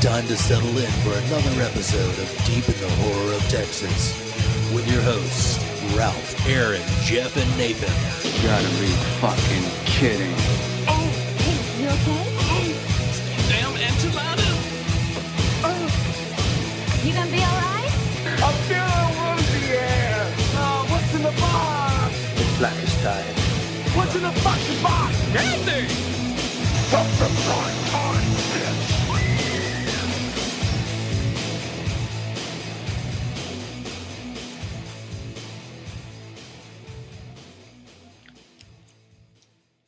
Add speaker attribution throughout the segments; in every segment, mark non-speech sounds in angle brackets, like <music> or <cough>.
Speaker 1: time to settle in for another episode of Deep in the Horror of Texas with your hosts, Ralph, Aaron, Jeff, and Nathan.
Speaker 2: You gotta be fucking kidding.
Speaker 3: Oh, hey, you okay?
Speaker 4: Oh, damn enchilada.
Speaker 3: You gonna be alright?
Speaker 2: It's blackest time.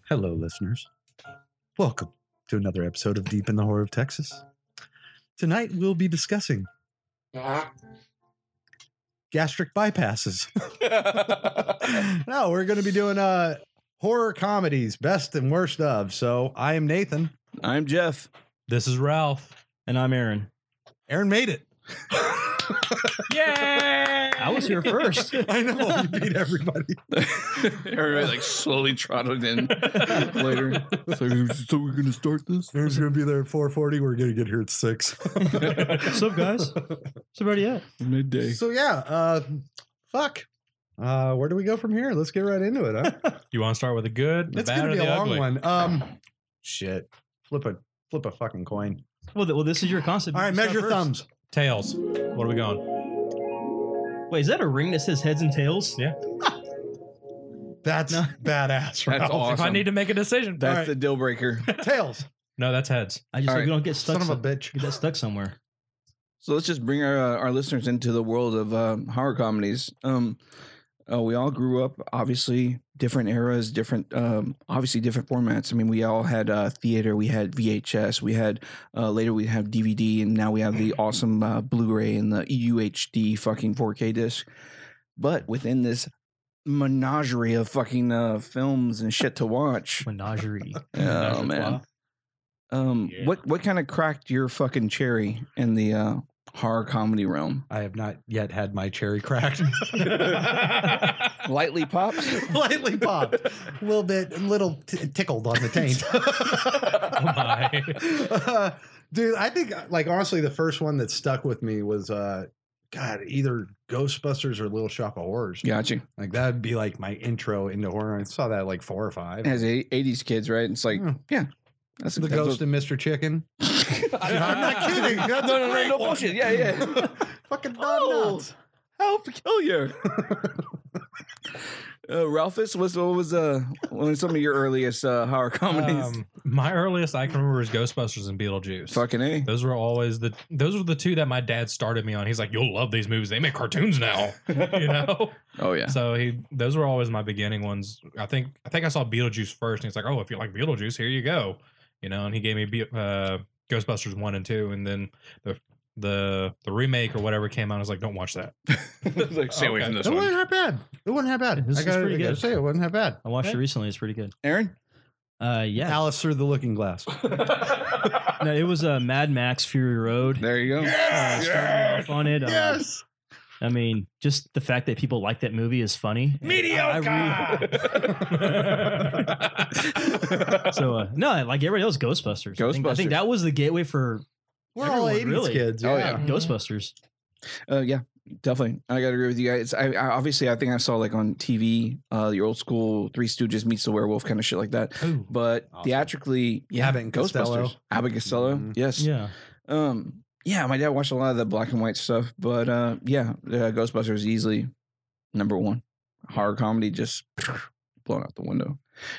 Speaker 5: Hello, listeners. Welcome to another episode of Deep in the Horror of Texas. Tonight, we'll be discussing
Speaker 6: <laughs>
Speaker 5: gastric bypasses. <laughs> no, we're going to be doing uh, horror comedies, best and worst of. So I am Nathan.
Speaker 6: I'm Jeff.
Speaker 7: This is Ralph. And I'm Aaron.
Speaker 5: Aaron
Speaker 7: <laughs>
Speaker 5: made it.
Speaker 6: <laughs> Yay!
Speaker 7: I was here <laughs> first.
Speaker 5: I know <laughs> you beat everybody.
Speaker 6: Everybody like slowly trotted in later. It's like, so we're gonna start this.
Speaker 5: Aaron's going to be there at 4:40. We're going to get here at <laughs> six.
Speaker 7: What's up, guys? What's everybody at?
Speaker 6: Midday.
Speaker 5: so yeah, uh, fuck. Uh, where do we go from here? Let's get right into it. Huh? <laughs>
Speaker 7: You want to start with the good, the
Speaker 5: it's
Speaker 7: bad,
Speaker 5: gonna
Speaker 7: or
Speaker 5: be
Speaker 7: the
Speaker 5: a long
Speaker 7: ugly?
Speaker 5: one. Um, <clears throat> shit. Flip a flip a fucking coin.
Speaker 8: Well, th- well, this is your concept.
Speaker 5: All right,
Speaker 8: You start
Speaker 5: measure
Speaker 8: first.
Speaker 5: thumbs.
Speaker 7: Tails. What are we going?
Speaker 8: Wait, is that a ring that says heads and tails?
Speaker 7: Yeah.
Speaker 5: That's <laughs> badass. Ralph.
Speaker 6: That's awesome.
Speaker 7: If I need to make a decision.
Speaker 6: That's
Speaker 5: All right.
Speaker 6: the deal breaker.
Speaker 5: Tails.
Speaker 7: No, that's
Speaker 6: <laughs>
Speaker 7: heads.
Speaker 8: I just
Speaker 6: All
Speaker 8: hope
Speaker 6: right.
Speaker 8: you don't get stuck.
Speaker 5: Son of a
Speaker 8: some-
Speaker 5: bitch. <laughs>
Speaker 8: you get stuck somewhere.
Speaker 6: So let's just bring our uh, our listeners into the world of um, horror comedies. Um, uh, we all grew up, obviously, different eras, different, um, obviously, different formats. I mean, we all had uh, theater, we had VHS, we had uh, later we have DVD, and now we have the awesome uh, Blu-ray and the UHD fucking 4K disc. But within this menagerie of fucking uh, films and shit to watch,
Speaker 5: <laughs>
Speaker 8: Menagerie.
Speaker 6: oh man, um, what what kind of cracked your fucking cherry in the uh, horror comedy realm?
Speaker 5: I have not yet had my cherry <laughs> cracked.
Speaker 6: lightly popped.
Speaker 5: <laughs> Lightly popped. A little bit, a little t- tickled on the taint. Uh, <laughs> dude, I think, like, honestly, the first one that stuck with me was, uh, God, either Ghostbusters or Little Shop of Horrors.
Speaker 6: Gotcha.
Speaker 5: Like, that would be like my intro into horror. I saw that at, like four or five.
Speaker 6: As a- '80s kids, right? It's like,
Speaker 5: Yeah.
Speaker 6: yeah, that's
Speaker 5: Hmm. the
Speaker 6: that's
Speaker 5: Ghost and Mr. Chicken.
Speaker 6: what-
Speaker 5: I'm not kidding. That's
Speaker 6: no,
Speaker 5: a
Speaker 6: no, no,
Speaker 5: great
Speaker 6: no
Speaker 5: one.
Speaker 6: bullshit. Yeah,
Speaker 5: <laughs>
Speaker 6: yeah.
Speaker 5: Fucking Don
Speaker 6: Oh.
Speaker 5: Knotts.
Speaker 6: How peculiar. <laughs> Uh, Ralphus, what's, what was uh, one of some of your earliest uh, horror comedies?
Speaker 7: Um, my earliest I can remember is Ghostbusters and Beetlejuice.
Speaker 6: Fucking a.
Speaker 7: Those were always the those were the two that my dad started me on. He's like, "You'll love these movies. They make cartoons
Speaker 6: <laughs>
Speaker 7: now." You know.
Speaker 6: Oh
Speaker 5: <laughs>
Speaker 6: yeah.
Speaker 7: So he those were always my beginning ones. I think I think I saw Beetlejuice first, and he's like, "Oh, if you like Beetlejuice, here you go," you know. And he gave me Be- uh, Ghostbusters one and two, and then the the the remake or whatever came out. I was like, "Don't watch that."
Speaker 6: like,
Speaker 7: stay away from this
Speaker 5: It wasn't that bad. It wasn't that bad.
Speaker 8: This
Speaker 5: I
Speaker 8: is
Speaker 5: gotta,
Speaker 8: pretty
Speaker 5: I gotta
Speaker 8: good.
Speaker 5: say, it wasn't that bad.
Speaker 8: I watched
Speaker 5: Okay.
Speaker 8: it recently. It's pretty good.
Speaker 6: Aaron.
Speaker 8: Uh, yeah.
Speaker 5: Alice through the looking glass.
Speaker 8: <laughs> No, it was uh, Mad Max Fury Road.
Speaker 6: There you go.
Speaker 8: Uh, starting off on it. um,
Speaker 5: Yes.
Speaker 8: I mean, just the fact that people like that movie is funny. And I- I
Speaker 7: Mediocre.
Speaker 8: really-
Speaker 5: <laughs>
Speaker 8: <laughs> so uh, no, like everybody else, Ghostbusters. I think, I
Speaker 6: Ghostbusters.
Speaker 8: think that was the gateway for
Speaker 5: We're all
Speaker 8: Everyone,
Speaker 5: 80s
Speaker 8: really.
Speaker 5: kids.
Speaker 6: Oh,
Speaker 5: yeah.
Speaker 8: <laughs> Ghostbusters.
Speaker 6: Uh, yeah, definitely. I gotta agree with you guys. I, I obviously I think I saw like on TV uh, your old school Three Stooges meets the werewolf kind of shit like that.
Speaker 7: Ooh.
Speaker 6: But
Speaker 5: Awesome.
Speaker 6: theatrically, yeah,
Speaker 5: Abbott and Costello.
Speaker 6: Abbott Costello,
Speaker 5: Mhm.
Speaker 6: yes,
Speaker 5: <laughs>
Speaker 8: Yeah.
Speaker 6: um, yeah. My dad watched a lot of the black and white stuff, but uh, yeah, uh, Ghostbusters easily number one horror comedy, just <sniffs> blown out the window.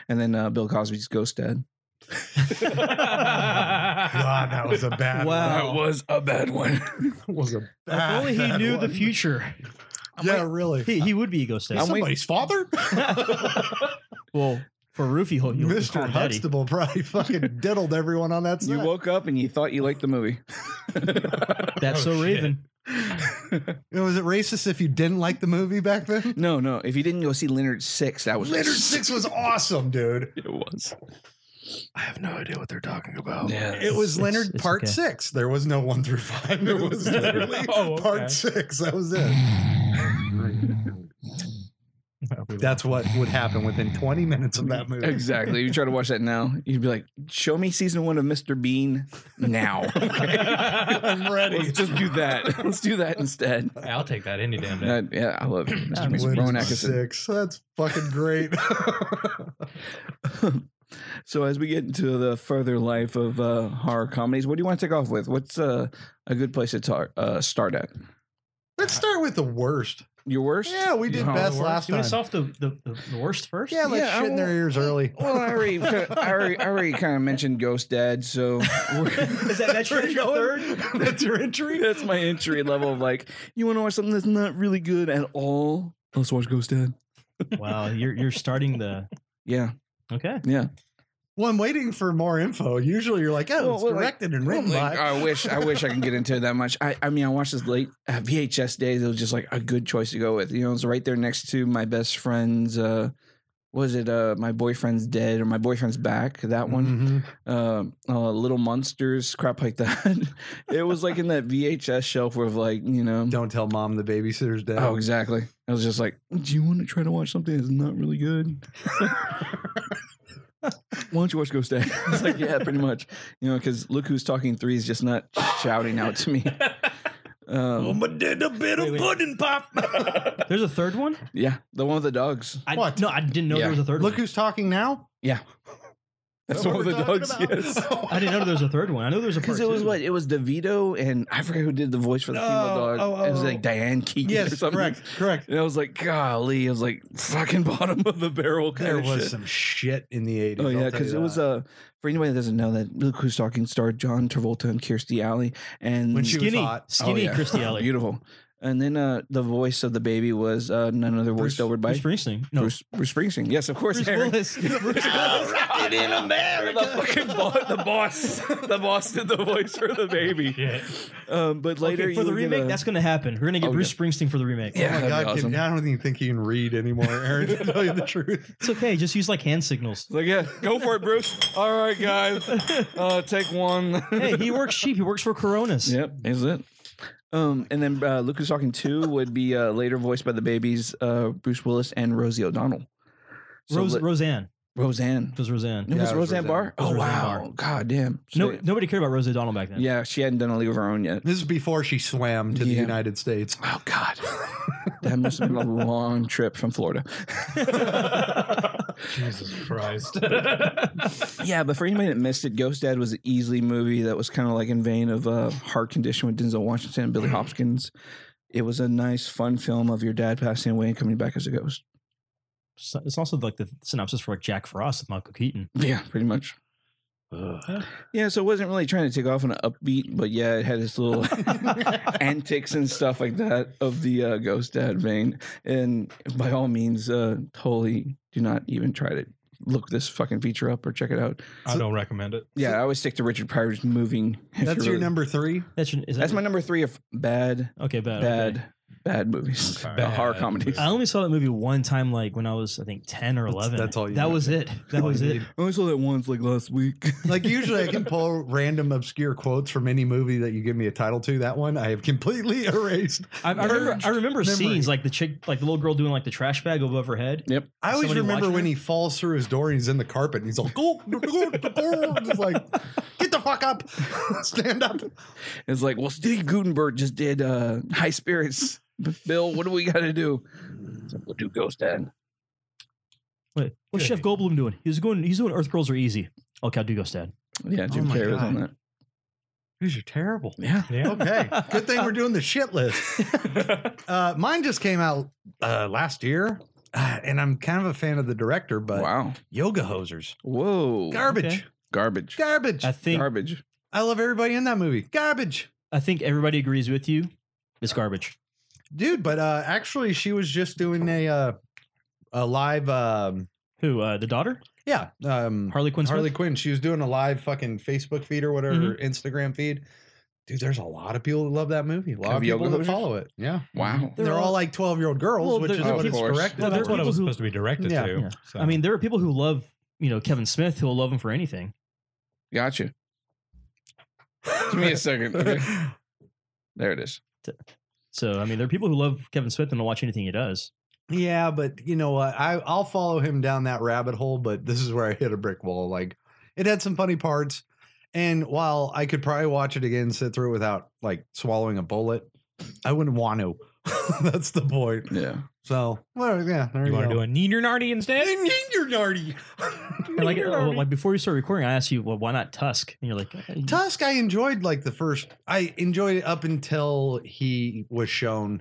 Speaker 6: And then uh, Bill Cosby's Ghost Dad.
Speaker 7: <laughs>
Speaker 5: God, that was a bad
Speaker 8: Wow.
Speaker 6: That was a bad <laughs> one.
Speaker 5: That was a
Speaker 8: If
Speaker 5: bad
Speaker 8: only he
Speaker 5: bad
Speaker 8: knew the
Speaker 5: one.
Speaker 8: future.
Speaker 5: Yeah, really.
Speaker 8: He, he would be a ghost dad.
Speaker 6: I'm waiting-
Speaker 8: <laughs>
Speaker 5: father?
Speaker 8: well, for Rufy, he'll, he'll call
Speaker 5: Mr.
Speaker 8: him daddy.
Speaker 5: Huxtable probably fucking diddled everyone on that set.
Speaker 6: you woke up and you thought you liked the movie.
Speaker 8: <laughs> That's
Speaker 7: Oh,
Speaker 8: so
Speaker 7: shit.
Speaker 8: Raven.
Speaker 5: You know, was it racist if you didn't like the movie back
Speaker 6: <laughs>
Speaker 5: then?
Speaker 6: No, no. If you didn't go see Leonard Six, that was
Speaker 5: was awesome, dude.
Speaker 6: It was.
Speaker 7: I have no idea what they're talking about.
Speaker 5: It was
Speaker 8: It's-
Speaker 5: Leonard
Speaker 8: it's
Speaker 5: Part
Speaker 8: okay. Oh,
Speaker 5: Six. There was no one through five. It
Speaker 8: <laughs>
Speaker 5: was literally
Speaker 7: Oh, okay.
Speaker 5: Part Six. That was it.
Speaker 7: Oh, We will.
Speaker 5: That's what would happen within 20 minutes of that
Speaker 6: <laughs>
Speaker 5: movie.
Speaker 6: Exactly. You try to watch that now, you'd be like, "Show me season one of Mr. Bean now."
Speaker 7: I'm ready.
Speaker 6: <laughs> Let's just do that. Let's do that instead.
Speaker 7: I'll take that any damn day.
Speaker 6: That- yeah, I <clears throat> love it. Mr. Bean's
Speaker 5: Wins
Speaker 6: Rowan
Speaker 5: by
Speaker 6: Atkinson.
Speaker 5: six. <laughs> That's fucking great. <laughs>
Speaker 6: so as we get into the further life of uh, horror comedies, what do you want to take off with? What's uh, a good place to tar- uh, start at?
Speaker 5: Let's start with the worst.
Speaker 6: Your worst?
Speaker 5: Yeah, we did
Speaker 6: No.
Speaker 5: best last
Speaker 8: You
Speaker 5: time.
Speaker 8: want to solve the, the, the, the worst first?
Speaker 5: yeah, let's
Speaker 6: Yeah, I
Speaker 5: shit in their
Speaker 6: won't-
Speaker 5: ears early.
Speaker 6: <laughs> Well, I already,
Speaker 5: <laughs>
Speaker 6: I already, I already kind of mentioned Ghost Dad, so
Speaker 8: <laughs> Is that that's your third?
Speaker 6: <laughs> that's your entry. <laughs> That's my entry level of like, you want to watch something that's not really good at all? Let's watch Ghost Dad.
Speaker 8: Wow, you're you're starting the
Speaker 6: Yeah,
Speaker 8: okay.
Speaker 6: yeah.
Speaker 5: Well, I'm waiting for more info. Usually you're like, oh,
Speaker 6: Well,
Speaker 5: it's
Speaker 6: well, like-
Speaker 5: directed and written
Speaker 6: Like,
Speaker 5: by.
Speaker 6: I wish, I wish I can get into it that much. I, I mean, I watched this late uh, VHS days. It was just like a good choice to go with. You know, it's right there next to my best friend's. uh Was it uh my boyfriend's dead or my boyfriend's back? That one.
Speaker 5: Mhm.
Speaker 6: uh, uh, Little Monsters, crap like that. <laughs> it was like in that VHS shelf of like, you know.
Speaker 5: Don't tell mom the babysitter's dead.
Speaker 6: Oh, exactly. I was just like, do you want to try to watch something that's not really good? <laughs> Why don't you watch Ghost Dad? <laughs> I was like, yeah, pretty much. You know, because Look Who's Talking 3 is just not shouting out <laughs> to me. Um,
Speaker 8: <laughs> There's a third one.
Speaker 6: yeah, the one with the dogs.
Speaker 8: I,
Speaker 5: What?
Speaker 8: No, I didn't know
Speaker 6: Yeah.
Speaker 8: there was a third.
Speaker 5: Look
Speaker 8: one.
Speaker 5: who's talking now.
Speaker 6: Yeah. That's the one
Speaker 5: what
Speaker 6: with
Speaker 5: we're
Speaker 6: the
Speaker 5: talking
Speaker 6: dogs,
Speaker 5: about? <laughs> Oh,
Speaker 6: yes.
Speaker 8: I didn't know there was a third one. I know
Speaker 6: <laughs>
Speaker 8: there was a
Speaker 6: Because
Speaker 8: part
Speaker 6: it was
Speaker 8: two.
Speaker 6: what it was DeVito and I forget who did the voice for the female
Speaker 5: Oh,
Speaker 6: dog.
Speaker 5: oh,
Speaker 6: it was
Speaker 5: oh,
Speaker 6: like
Speaker 5: oh.
Speaker 6: Diane Keaton or
Speaker 5: yes,
Speaker 6: something.
Speaker 5: correct, correct.
Speaker 6: And I was like, golly, I was like fucking bottom of the barrel kind
Speaker 5: There
Speaker 6: of
Speaker 5: was
Speaker 6: shit.
Speaker 5: some shit in the 80s.
Speaker 6: Oh
Speaker 5: I'll
Speaker 6: yeah,
Speaker 5: tell
Speaker 6: because
Speaker 5: you
Speaker 6: it was
Speaker 5: that.
Speaker 6: uh for anybody that doesn't know that Look Who's Talking starred John Travolta and Kirstie Alley and
Speaker 5: When she was
Speaker 8: skinny,
Speaker 5: hot.
Speaker 8: skinny
Speaker 6: Oh, yeah. <laughs>
Speaker 8: Christy Alley.
Speaker 6: beautiful. And then uh the voice of the baby was uh none other
Speaker 5: Bruce-
Speaker 6: voiced over by
Speaker 8: Bruce Springsteen. No,
Speaker 6: Bruce, Bruce Springsteen. Yes, of course.
Speaker 8: Bruce
Speaker 6: Aaron. <laughs>
Speaker 8: Willis. Bruce Willis.
Speaker 6: in America. The fucking bo- the boss. The boss did the voice for the
Speaker 8: <laughs>
Speaker 6: baby. Um, but later
Speaker 8: Okay, for the
Speaker 6: you get
Speaker 8: remake,
Speaker 6: a-
Speaker 8: that's going to happen. We're going to get
Speaker 6: Oh,
Speaker 8: Bruce Springsteen for the remake.
Speaker 6: yeah,
Speaker 5: Oh my
Speaker 6: that'd be
Speaker 5: God,
Speaker 6: awesome.
Speaker 5: kid, I don't even think he can read anymore, Aaron, to
Speaker 6: <laughs>
Speaker 5: tell you the truth.
Speaker 8: It's okay. Just use like hand signals.
Speaker 6: Like, yeah, go for it, Bruce. All right, guys.
Speaker 8: <laughs>
Speaker 6: Uh, take one. <laughs>
Speaker 8: Hey, he works cheap. He works for Coronas.
Speaker 6: Yep, is it? Um, and then uh, Lucas Talking 2 would be uh, later voiced by the babies uh, Bruce Willis and Rosie O'Donnell. So
Speaker 8: Rose,
Speaker 6: li-
Speaker 8: Roseanne.
Speaker 6: Roseanne.
Speaker 8: It was Roseanne.
Speaker 6: It
Speaker 5: Yeah,
Speaker 6: was
Speaker 5: it was
Speaker 6: Roseanne
Speaker 5: Roseanne.
Speaker 6: Barr?
Speaker 8: It was
Speaker 6: Oh,
Speaker 8: Roseanne
Speaker 6: wow.
Speaker 8: Barr.
Speaker 6: God damn.
Speaker 8: No,
Speaker 6: Shit.
Speaker 8: nobody cared about Rose O'Donnell back then.
Speaker 6: Yeah, she hadn't done a league of her own yet.
Speaker 5: This is before she swam to the
Speaker 6: Yeah.
Speaker 5: United States.
Speaker 6: Oh, God. <laughs> that must have been a long trip from Florida.
Speaker 7: Jesus Christ.
Speaker 6: Yeah, but for anybody that missed it, Ghost Dad was an easily movie that was kind of like in vein of uh, Heart Condition with Denzel Washington and Billy Hopkins. It was a nice, fun film of your dad passing away and coming back as a ghost.
Speaker 8: <laughs> So- It's also like the synopsis for like Jack Frost with Michael <laughs> Keaton.
Speaker 6: <laughs> Yeah, pretty much. Yeah, so it wasn't really trying to take off on an upbeat, but yeah, it had its little antics and stuff like that of the uh, Ghost Dad vein. And by all means, uh, totally do not even try to look this fucking feature up or check it out.
Speaker 7: I don't recommend it.
Speaker 6: Yeah, I always stick to Richard Pryor's moving. if
Speaker 5: That's
Speaker 6: you're
Speaker 5: your
Speaker 6: really-
Speaker 5: number three?
Speaker 8: That's your, is that
Speaker 6: That's my number three of bad
Speaker 8: Okay, bad.
Speaker 6: bad,
Speaker 8: okay.
Speaker 6: bad movies, <laughs>
Speaker 7: Okay.
Speaker 6: The horror
Speaker 7: Bad
Speaker 6: comedies.
Speaker 8: I only saw that movie one time, like when I was, I think, ten or
Speaker 5: That's-
Speaker 8: eleven.
Speaker 5: that's all you
Speaker 8: That
Speaker 5: need.
Speaker 8: was it. That was it.
Speaker 6: only saw that once, like last week. <laughs>
Speaker 5: Like usually I can pull random obscure quotes from any movie that you give me a title to. That one I have completely <laughs> erased.
Speaker 8: I, I remember. I remember
Speaker 5: memory.
Speaker 8: scenes like the chick, like the little girl doing like the trash bag above her head.
Speaker 6: yep.
Speaker 5: I always
Speaker 8: Somebody
Speaker 5: remember
Speaker 8: watching
Speaker 5: when
Speaker 8: it?
Speaker 5: he falls through his door and he's in the carpet and he's like, go, go, go, go. It's like, get the fuck up. <laughs> Stand up.
Speaker 6: It's like, well, Steve Gutenberg just did uh, High Spirits. <laughs> But Bill, what do we got to do? It's like, We'll do Ghost Dad.
Speaker 8: Wait, what's Chef Goldblum doing? He's going. He's doing Earth Girls Are Easy. Okay, I'll do Ghost Dad.
Speaker 6: Yeah, Jim
Speaker 5: my
Speaker 6: Carrey was on
Speaker 5: God.
Speaker 6: that.
Speaker 7: These are terrible.
Speaker 6: Yeah.
Speaker 7: Yeah.
Speaker 5: Okay. Good thing we're doing the
Speaker 7: <laughs>
Speaker 5: shit list. Uh, mine just came out uh, last year, uh, and I'm kind of a fan of the director, but
Speaker 6: wow.
Speaker 5: Yoga Hosers.
Speaker 6: Whoa.
Speaker 5: Garbage.
Speaker 8: okay.
Speaker 6: Garbage.
Speaker 5: Garbage.
Speaker 8: I think.
Speaker 6: Garbage.
Speaker 5: I love everybody in that movie. Garbage.
Speaker 8: I think everybody agrees with you. It's garbage.
Speaker 5: Dude, but uh, actually, she was just doing a, uh, a live, um,
Speaker 8: Who? Uh, the daughter?
Speaker 5: yeah,
Speaker 7: Mm.
Speaker 5: um,
Speaker 8: Harley Quinn. Smith?
Speaker 5: Harley Quinn. She was doing a live fucking Facebook feed or whatever,
Speaker 8: Mm-hmm.
Speaker 5: or Instagram feed. Dude, there's a lot of people that love that movie. A lot
Speaker 6: Of
Speaker 5: of people
Speaker 6: Yoga
Speaker 5: that
Speaker 6: Hosers?
Speaker 5: follow it. Yeah.
Speaker 6: Wow.
Speaker 5: They're, all, like 12 year old girls,
Speaker 8: Well,
Speaker 5: which
Speaker 8: they're-
Speaker 5: is
Speaker 8: they're
Speaker 5: what it's
Speaker 6: people-
Speaker 5: directed. by.
Speaker 8: Well, they're
Speaker 7: That's what it was
Speaker 8: people who-
Speaker 7: supposed to be directed
Speaker 5: Yeah.
Speaker 7: to.
Speaker 8: Yeah.
Speaker 7: so.
Speaker 8: I mean, there are people who love, you know, Kevin Smith who will love him for anything.
Speaker 6: Gotcha. Give me a <laughs>
Speaker 5: <laughs>
Speaker 6: second. Okay. There it is.
Speaker 8: So I mean, there are people who love Kevin Smith and will watch anything he does.
Speaker 5: Yeah, but you know what? I I'll follow him down that rabbit hole, but this is where I hit a brick wall. Like it had some funny parts. And while I could probably watch it again, sit through it without like swallowing a bullet, I wouldn't want to. <laughs> That's the point.
Speaker 6: Yeah.
Speaker 5: So well, yeah, there you,
Speaker 7: You want to do
Speaker 5: <laughs> go.
Speaker 7: a neener nardy instead?
Speaker 5: You're <laughs> nardy.
Speaker 8: And like, uh, like before you start recording, I asked you, well, why not Tusk? And you're like, uh,
Speaker 5: Tusk, I enjoyed like the first. I enjoyed it up until he was shown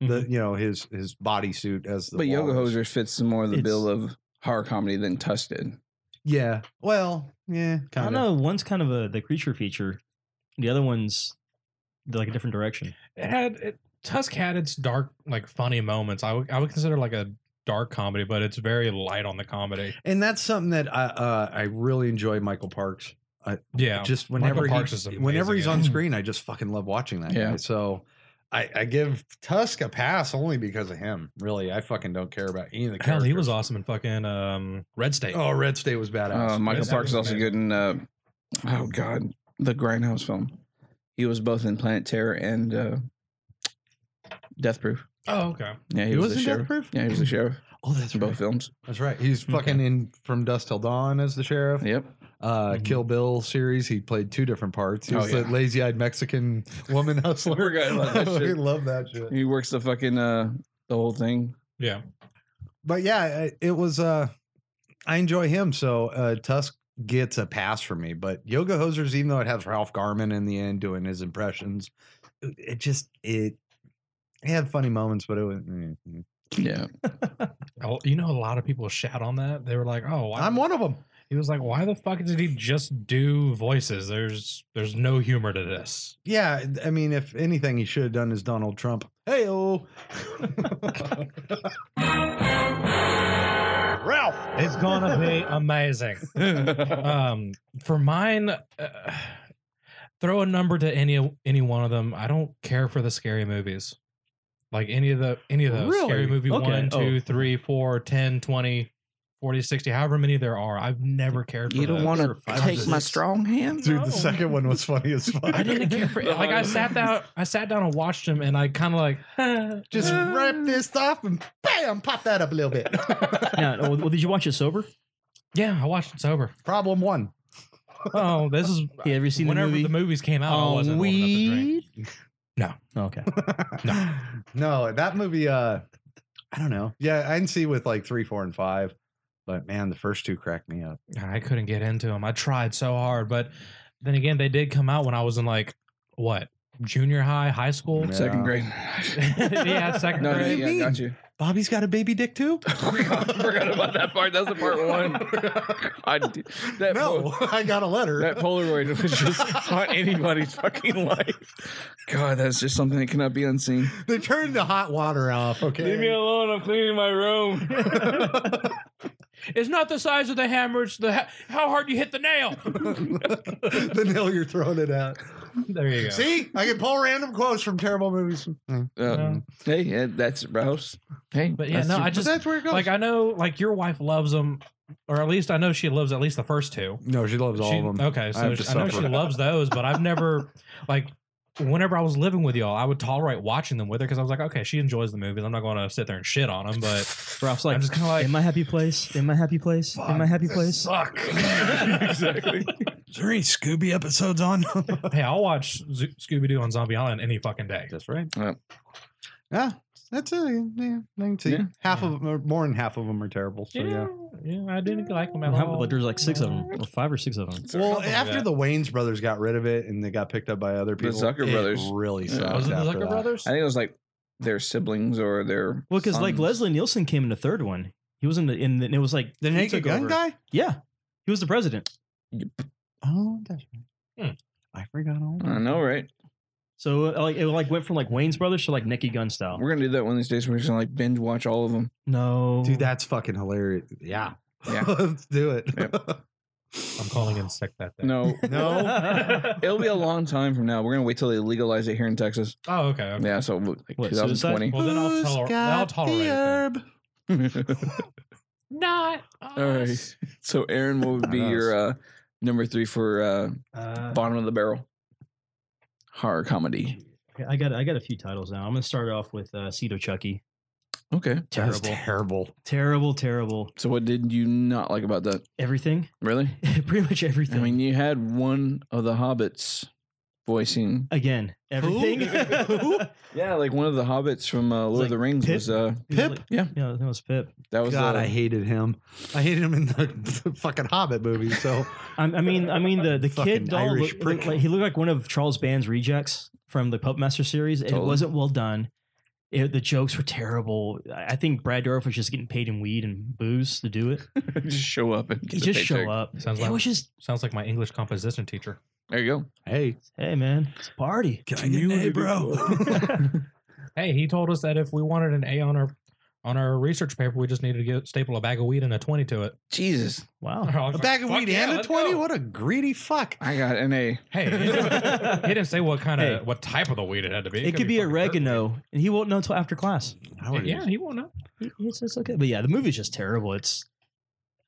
Speaker 5: the
Speaker 8: Mm-hmm.
Speaker 5: you know his his bodysuit as the
Speaker 6: But Yoga
Speaker 5: walrus.
Speaker 6: Hoser fits more of the
Speaker 8: It's-
Speaker 6: bill of horror comedy than Tusk did.
Speaker 5: Yeah. Well, yeah,
Speaker 8: I don't
Speaker 5: kind of.
Speaker 8: know. One's kind of a the creature feature, the other one's like a
Speaker 7: <laughs>
Speaker 8: different direction.
Speaker 7: It had it, Tusk had its dark, like funny moments. I would I would consider like a dark comedy, but it's very light on the comedy.
Speaker 5: And that's something that I uh, I really enjoy Michael Parks.
Speaker 7: Yeah,
Speaker 5: Just
Speaker 7: Michael
Speaker 5: whenever
Speaker 7: Parks is
Speaker 5: he,
Speaker 7: amazing
Speaker 5: whenever he's
Speaker 7: in
Speaker 5: on
Speaker 7: it.
Speaker 5: screen, I just fucking love watching that.
Speaker 6: Yeah.
Speaker 5: guy. So I, I give Tusk a pass only because of him. Really, I fucking don't care about any of the
Speaker 7: hell,
Speaker 5: characters.
Speaker 7: he was awesome in fucking um, Red State.
Speaker 5: Oh, Red State was badass.
Speaker 6: Uh, Michael
Speaker 7: That's
Speaker 6: Parks is also
Speaker 7: amazing.
Speaker 6: good in, uh, oh God, the Grindhouse film. He was both in Planet Terror and uh, Death Proof.
Speaker 7: Oh, okay.
Speaker 6: Yeah, he,
Speaker 5: He
Speaker 6: was,
Speaker 5: was
Speaker 6: the
Speaker 5: in Death
Speaker 6: sheriff.
Speaker 5: Proof?
Speaker 6: Yeah, he was the sheriff
Speaker 5: oh, that's
Speaker 6: in
Speaker 5: right.
Speaker 6: both films.
Speaker 5: That's right. He's fucking in From Dust Till Dawn as the sheriff.
Speaker 6: Yep.
Speaker 5: Uh,
Speaker 7: Mhm.
Speaker 5: Kill Bill series. He played two different parts. He
Speaker 6: Oh,
Speaker 5: was
Speaker 6: yeah.
Speaker 5: the lazy eyed Mexican
Speaker 6: <laughs>
Speaker 5: woman hustler.
Speaker 6: Forgot about
Speaker 5: <laughs>
Speaker 6: that
Speaker 5: I
Speaker 6: shit.
Speaker 5: love that shit.
Speaker 6: He works the fucking uh, the whole thing.
Speaker 7: Yeah,
Speaker 5: but yeah, I- it was. uh I enjoy him, so uh Tusk gets a pass for me. But Yoga Hosers, even though it has Ralph Garman in the end doing his impressions, it, it just it. It had funny moments, but it was. mm, mm.
Speaker 6: Yeah.
Speaker 7: Oh, you know, a lot of people shout on that. They were like, "Oh, why-
Speaker 5: I'm one of them.
Speaker 7: He was like, "Why the fuck did he just do voices? There's there's no humor to this."
Speaker 5: Yeah, I mean, if anything, he should have done is Donald Trump. Hey,
Speaker 7: <laughs>
Speaker 5: <laughs> oh. Ralph.
Speaker 7: It's gonna be
Speaker 8: <laughs>
Speaker 7: amazing. um, for mine, uh, throw a number to any any one of them. I don't care for the scary movies, like any of the any of those
Speaker 5: Really?
Speaker 7: scary movie
Speaker 8: Okay.
Speaker 7: one,
Speaker 8: Oh.
Speaker 7: two, three, four, 10, 20, 40, 60, however many there are. I've never cared. for
Speaker 6: You don't
Speaker 7: those.
Speaker 6: want to
Speaker 5: five
Speaker 6: take
Speaker 5: hundred.
Speaker 6: my strong hand?
Speaker 5: Dude, the second one was funny as fuck.
Speaker 7: I didn't care for like I
Speaker 8: <laughs>
Speaker 7: sat down I sat down and watched them and I kind of like <laughs>
Speaker 5: Just rip this off and bam, pop that up a little bit.
Speaker 8: Now, well, well, did you watch it sober?
Speaker 7: yeah I watched it sober
Speaker 5: Problem one.
Speaker 7: oh this is
Speaker 8: Yeah, have you seen
Speaker 7: whenever
Speaker 8: the movie? Oh,
Speaker 7: movies came out I wasn't old enough to drink.
Speaker 6: we
Speaker 8: okay.
Speaker 5: <laughs> no. that movie, uh I don't know. Yeah, I can see with like three, four, and five. But man, the first two cracked me up.
Speaker 7: I couldn't get into them I tried so hard but then again they did come out when I was in like what junior high high school
Speaker 6: second <laughs>
Speaker 5: Yeah.
Speaker 6: grade.
Speaker 7: yeah second
Speaker 6: No,
Speaker 7: grade
Speaker 6: yeah, I got <laughs> you.
Speaker 5: <laughs> Bobby's got a baby dick too?
Speaker 6: forgot about that part. That was the part one. I did- that
Speaker 5: no,
Speaker 6: pol-
Speaker 5: I got a letter.
Speaker 6: that Polaroid was just on anybody's fucking life. God, that's just something that cannot be unseen.
Speaker 5: they turned the hot water off, okay?
Speaker 7: alone I'm cleaning my room <laughs>
Speaker 5: <laughs>
Speaker 7: it's not the size of the hammer it's the ha- how hard you hit the nail
Speaker 5: the nail you're throwing it at.
Speaker 7: <laughs> there you go
Speaker 5: See? I can pull random quotes from terrible movies.
Speaker 6: Uh, Hey, yeah, that's Rouse. Hey,
Speaker 7: But yeah,
Speaker 6: that's
Speaker 7: no,
Speaker 6: your-
Speaker 7: I just
Speaker 5: that's where it goes.
Speaker 7: like I know like your wife loves them, or at least I know she loves at least the first two.
Speaker 5: no, she loves
Speaker 7: She-
Speaker 5: all of them.
Speaker 7: Okay, so
Speaker 5: have
Speaker 7: she-
Speaker 5: to
Speaker 7: I, know she
Speaker 5: suffer.
Speaker 7: loves those, but I've
Speaker 5: <laughs>
Speaker 7: never like whenever I was living with y'all, I would tolerate watching them with her because I was like, okay, she enjoys the movies. I'm not going to sit there and shit on them, but
Speaker 8: Ralph's like,
Speaker 7: I'm just kinda like-
Speaker 8: in my happy place, in my happy place, in my happy
Speaker 7: <laughs>
Speaker 8: place.
Speaker 5: Suck.
Speaker 6: exactly.
Speaker 5: Is there any Scooby episodes on? <laughs>
Speaker 7: hey, I'll watch Zo- Scooby Doo on Zombie Island any fucking day.
Speaker 5: That's right.
Speaker 6: Yeah.
Speaker 5: Yeah, Ah, that's it. Yeah, I can see.
Speaker 6: Yeah.
Speaker 5: Half of them, more than half of them are terrible. So yeah.
Speaker 7: yeah, I didn't like them at
Speaker 8: How-
Speaker 7: all.
Speaker 8: like, there's like six of them, or five or six of them.
Speaker 5: Well,
Speaker 7: Something like
Speaker 5: after
Speaker 7: that.
Speaker 5: the Wayne's brothers got rid of it and they got picked up by other
Speaker 6: The
Speaker 5: people,
Speaker 6: Zucker
Speaker 5: it
Speaker 6: brothers.
Speaker 5: really
Speaker 6: Yeah.
Speaker 5: sucked.
Speaker 7: was it the
Speaker 5: after
Speaker 7: Zucker
Speaker 5: that.
Speaker 7: Brothers?
Speaker 6: I think it was like their siblings or their.
Speaker 8: Well, because like
Speaker 6: sons.
Speaker 8: Leslie Nielsen came in the third one. He was in the in, the, and it was like
Speaker 5: The
Speaker 8: he
Speaker 5: Naked
Speaker 8: took
Speaker 5: Gun
Speaker 8: over.
Speaker 5: guy?
Speaker 8: Yeah, he was the president.
Speaker 5: Oh, that's right.
Speaker 7: Hmm.
Speaker 5: I forgot all.
Speaker 6: I know, right?
Speaker 8: So uh, like it like went from like Wayne's Brothers to like Nicky Gun style.
Speaker 6: We're gonna do that one of these days. We're just gonna like binge watch all of them.
Speaker 8: No,
Speaker 5: Dude,
Speaker 8: <laughs>
Speaker 5: that's fucking hilarious. Yeah.
Speaker 6: Oh. Yeah.
Speaker 5: <laughs> Let's do it.
Speaker 7: I'm calling in sick that day.
Speaker 6: No,
Speaker 5: <laughs> No.
Speaker 6: it'll be a long time from now. We're gonna wait till they legalize it here in Texas.
Speaker 7: Oh, okay. okay.
Speaker 6: Yeah, so like
Speaker 8: What,
Speaker 6: 2020.
Speaker 7: Well, then I'll
Speaker 5: Who's
Speaker 7: toler-
Speaker 5: got
Speaker 7: I'll tolerate it
Speaker 5: the
Speaker 7: then.
Speaker 5: herb?
Speaker 7: Not.
Speaker 6: <laughs> all right. So, Aaron, what would be
Speaker 5: Nice.
Speaker 6: your uh, number three for uh, bottom of the barrel horror comedy?
Speaker 8: I got I got a few titles now. I'm gonna start off with uh, Cito Chucky.
Speaker 6: Okay.
Speaker 5: That's
Speaker 7: Terrible.
Speaker 5: terrible.
Speaker 8: Terrible, terrible.
Speaker 6: So what did you not like about that?
Speaker 8: Everything, <laughs>
Speaker 6: Really?
Speaker 8: pretty much
Speaker 6: I
Speaker 8: everything.
Speaker 6: mean, you had one of the hobbits voicing.
Speaker 8: Again,
Speaker 5: <laughs>
Speaker 8: everything. <laughs>
Speaker 5: Who?
Speaker 6: Yeah, like one of the hobbits from uh, Lord of
Speaker 8: like
Speaker 6: the Rings
Speaker 8: Pip.
Speaker 6: was. Uh,
Speaker 5: Pip?
Speaker 6: Yeah.
Speaker 8: Yeah, that was Pip.
Speaker 6: that was.
Speaker 5: God,
Speaker 6: uh,
Speaker 5: I hated him. I hated him in the, <laughs> the fucking Hobbit
Speaker 7: <laughs>
Speaker 5: movie. So
Speaker 8: I, I mean, I mean the the
Speaker 5: Fucking
Speaker 8: kid doll.
Speaker 5: Irish
Speaker 8: looked-
Speaker 5: prick.
Speaker 8: like, he looked like one of Charles Band's rejects from the Puppetmaster series. and It
Speaker 6: Totally.
Speaker 8: wasn't well done. It, the jokes were terrible. I I think Brad Dourif was just getting paid in weed and booze to do it.
Speaker 6: just <laughs> show up and
Speaker 8: He
Speaker 6: get
Speaker 8: just show up.
Speaker 7: Sounds
Speaker 8: it
Speaker 7: like-
Speaker 8: was just,
Speaker 7: Sounds like my English composition teacher.
Speaker 6: There you go.
Speaker 5: hey,
Speaker 8: hey man, it's a party.
Speaker 5: can I get an A, <laughs> bro?
Speaker 7: Hey, he told us that if we wanted an A on our on our research paper, we just needed to get staple a bag of weed and a twenty to it.
Speaker 6: Jesus,
Speaker 7: <laughs>
Speaker 8: Wow.
Speaker 7: I was
Speaker 5: a
Speaker 7: like,
Speaker 5: bag of
Speaker 7: "Fuck
Speaker 5: weed
Speaker 7: yeah,
Speaker 5: and a
Speaker 7: let's
Speaker 5: twenty.
Speaker 7: go."
Speaker 5: What a greedy fuck.
Speaker 6: I got an A.
Speaker 7: Hey, he
Speaker 5: <laughs>
Speaker 7: didn't, he didn't say what kind of
Speaker 8: Hey.
Speaker 7: what type of the weed it had to be.
Speaker 8: It, could be
Speaker 7: fucking dirt weed.
Speaker 8: oregano, and he won't know until after class.
Speaker 5: I would've
Speaker 7: Yeah,
Speaker 5: just-
Speaker 7: he won't know.
Speaker 8: He- It's, it's okay, but yeah, the movie's just terrible. It's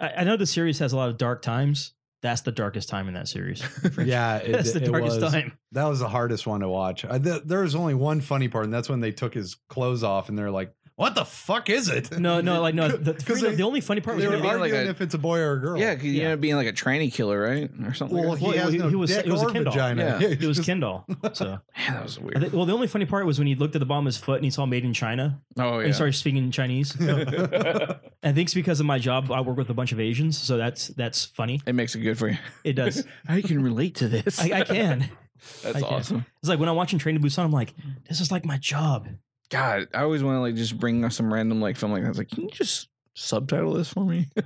Speaker 8: I, I know the series has a lot of dark times. That's the darkest time in that series.
Speaker 5: yeah, it,
Speaker 8: That's the
Speaker 5: it
Speaker 8: darkest
Speaker 5: was.
Speaker 8: time.
Speaker 5: That was the hardest one to watch. I, th- there was only one funny part, and that's when they took his clothes off, and they're like, "What the fuck is it?"
Speaker 8: <laughs> No, no,
Speaker 6: <laughs>
Speaker 5: <laughs>
Speaker 8: like no. The,
Speaker 5: 'Cause
Speaker 8: Fredo-
Speaker 5: they-
Speaker 8: the only funny part was
Speaker 5: they were
Speaker 8: when he-
Speaker 5: arguing
Speaker 6: being like a-
Speaker 5: if it's a boy or a girl.
Speaker 6: Yeah, 'cause you
Speaker 8: Yeah.
Speaker 6: end up being like a tranny killer, right, or something.
Speaker 5: Well,
Speaker 6: like
Speaker 5: he
Speaker 8: Well,
Speaker 5: has
Speaker 8: he-
Speaker 5: no
Speaker 8: he was-
Speaker 5: dick
Speaker 8: it was a
Speaker 5: or
Speaker 8: kid doll.
Speaker 5: vagina. <laughs>
Speaker 6: Yeah.
Speaker 8: <laughs> it was
Speaker 6: <laughs>
Speaker 8: Ken doll.
Speaker 6: that.
Speaker 8: So,
Speaker 6: Man, that was
Speaker 8: I
Speaker 6: weird.
Speaker 8: think, well, the only funny part was when he looked at the bottom of his foot and he saw "Made in China"
Speaker 6: oh
Speaker 8: and
Speaker 6: yeah.
Speaker 8: he started speaking Chinese.
Speaker 6: <laughs>
Speaker 8: I think it's because of my job. I work with a bunch of Asians, so that's that's funny.
Speaker 6: It makes it good <laughs> for you.
Speaker 8: It does.
Speaker 6: I can relate to this.
Speaker 8: I, I can.
Speaker 6: <laughs> That's
Speaker 8: I can.
Speaker 6: awesome.
Speaker 8: It's like when I'm watching Train to Busan, I'm like, this is like my job.
Speaker 6: God, I always want to like just bring us some random like film like that. I was like, can you just subtitle this for me? <laughs>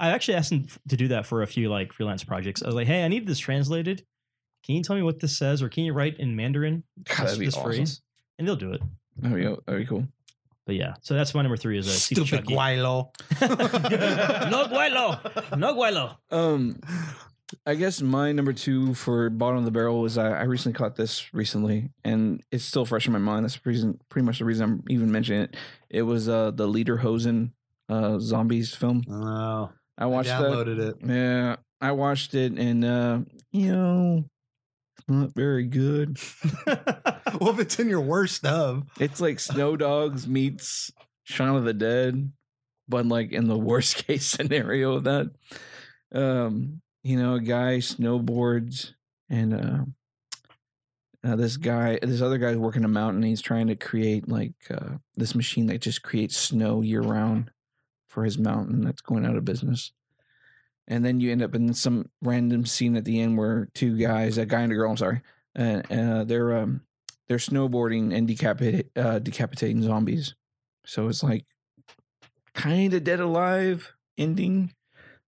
Speaker 8: I actually asked him f- to do that for a few like freelance projects. I was like, hey, I need this translated. Can you tell me what this says, or can you write in Mandarin
Speaker 6: God,
Speaker 8: this,
Speaker 6: that'd be
Speaker 8: this
Speaker 6: awesome.
Speaker 8: phrase? And they'll do it.
Speaker 6: That'd be, that'd be cool.
Speaker 8: But yeah, so that's my number three is a
Speaker 5: Stupid Guaylo.
Speaker 8: <laughs> no guaylo, no guaylo.
Speaker 6: Um, I guess my number two for bottom of the barrel was I, I recently caught this recently, and it's still fresh in my mind. That's the reason, pretty much the reason I'm even mentioning it. It was uh the Lederhosen uh zombies film.
Speaker 5: Oh,
Speaker 6: I
Speaker 5: I
Speaker 6: watched that.
Speaker 5: downloaded it.
Speaker 6: Yeah, I watched it, and uh, you know, it's not very good.
Speaker 8: <laughs>
Speaker 5: <laughs> well, if it's in your worst of,
Speaker 6: It's like Snow Dogs meets Shaun of the Dead, but like in the <laughs> worst case scenario of that. Um, you know, a guy snowboards and uh, uh this guy this other guy's working a mountain, he's trying to create like uh this machine that just creates snow year round for his mountain that's going out of business. And then you end up in some random scene at the end where two guys, a guy and a girl, I'm sorry, uh, uh they're um they're snowboarding and decapit- uh, decapitating zombies. So it's like kind of dead alive ending,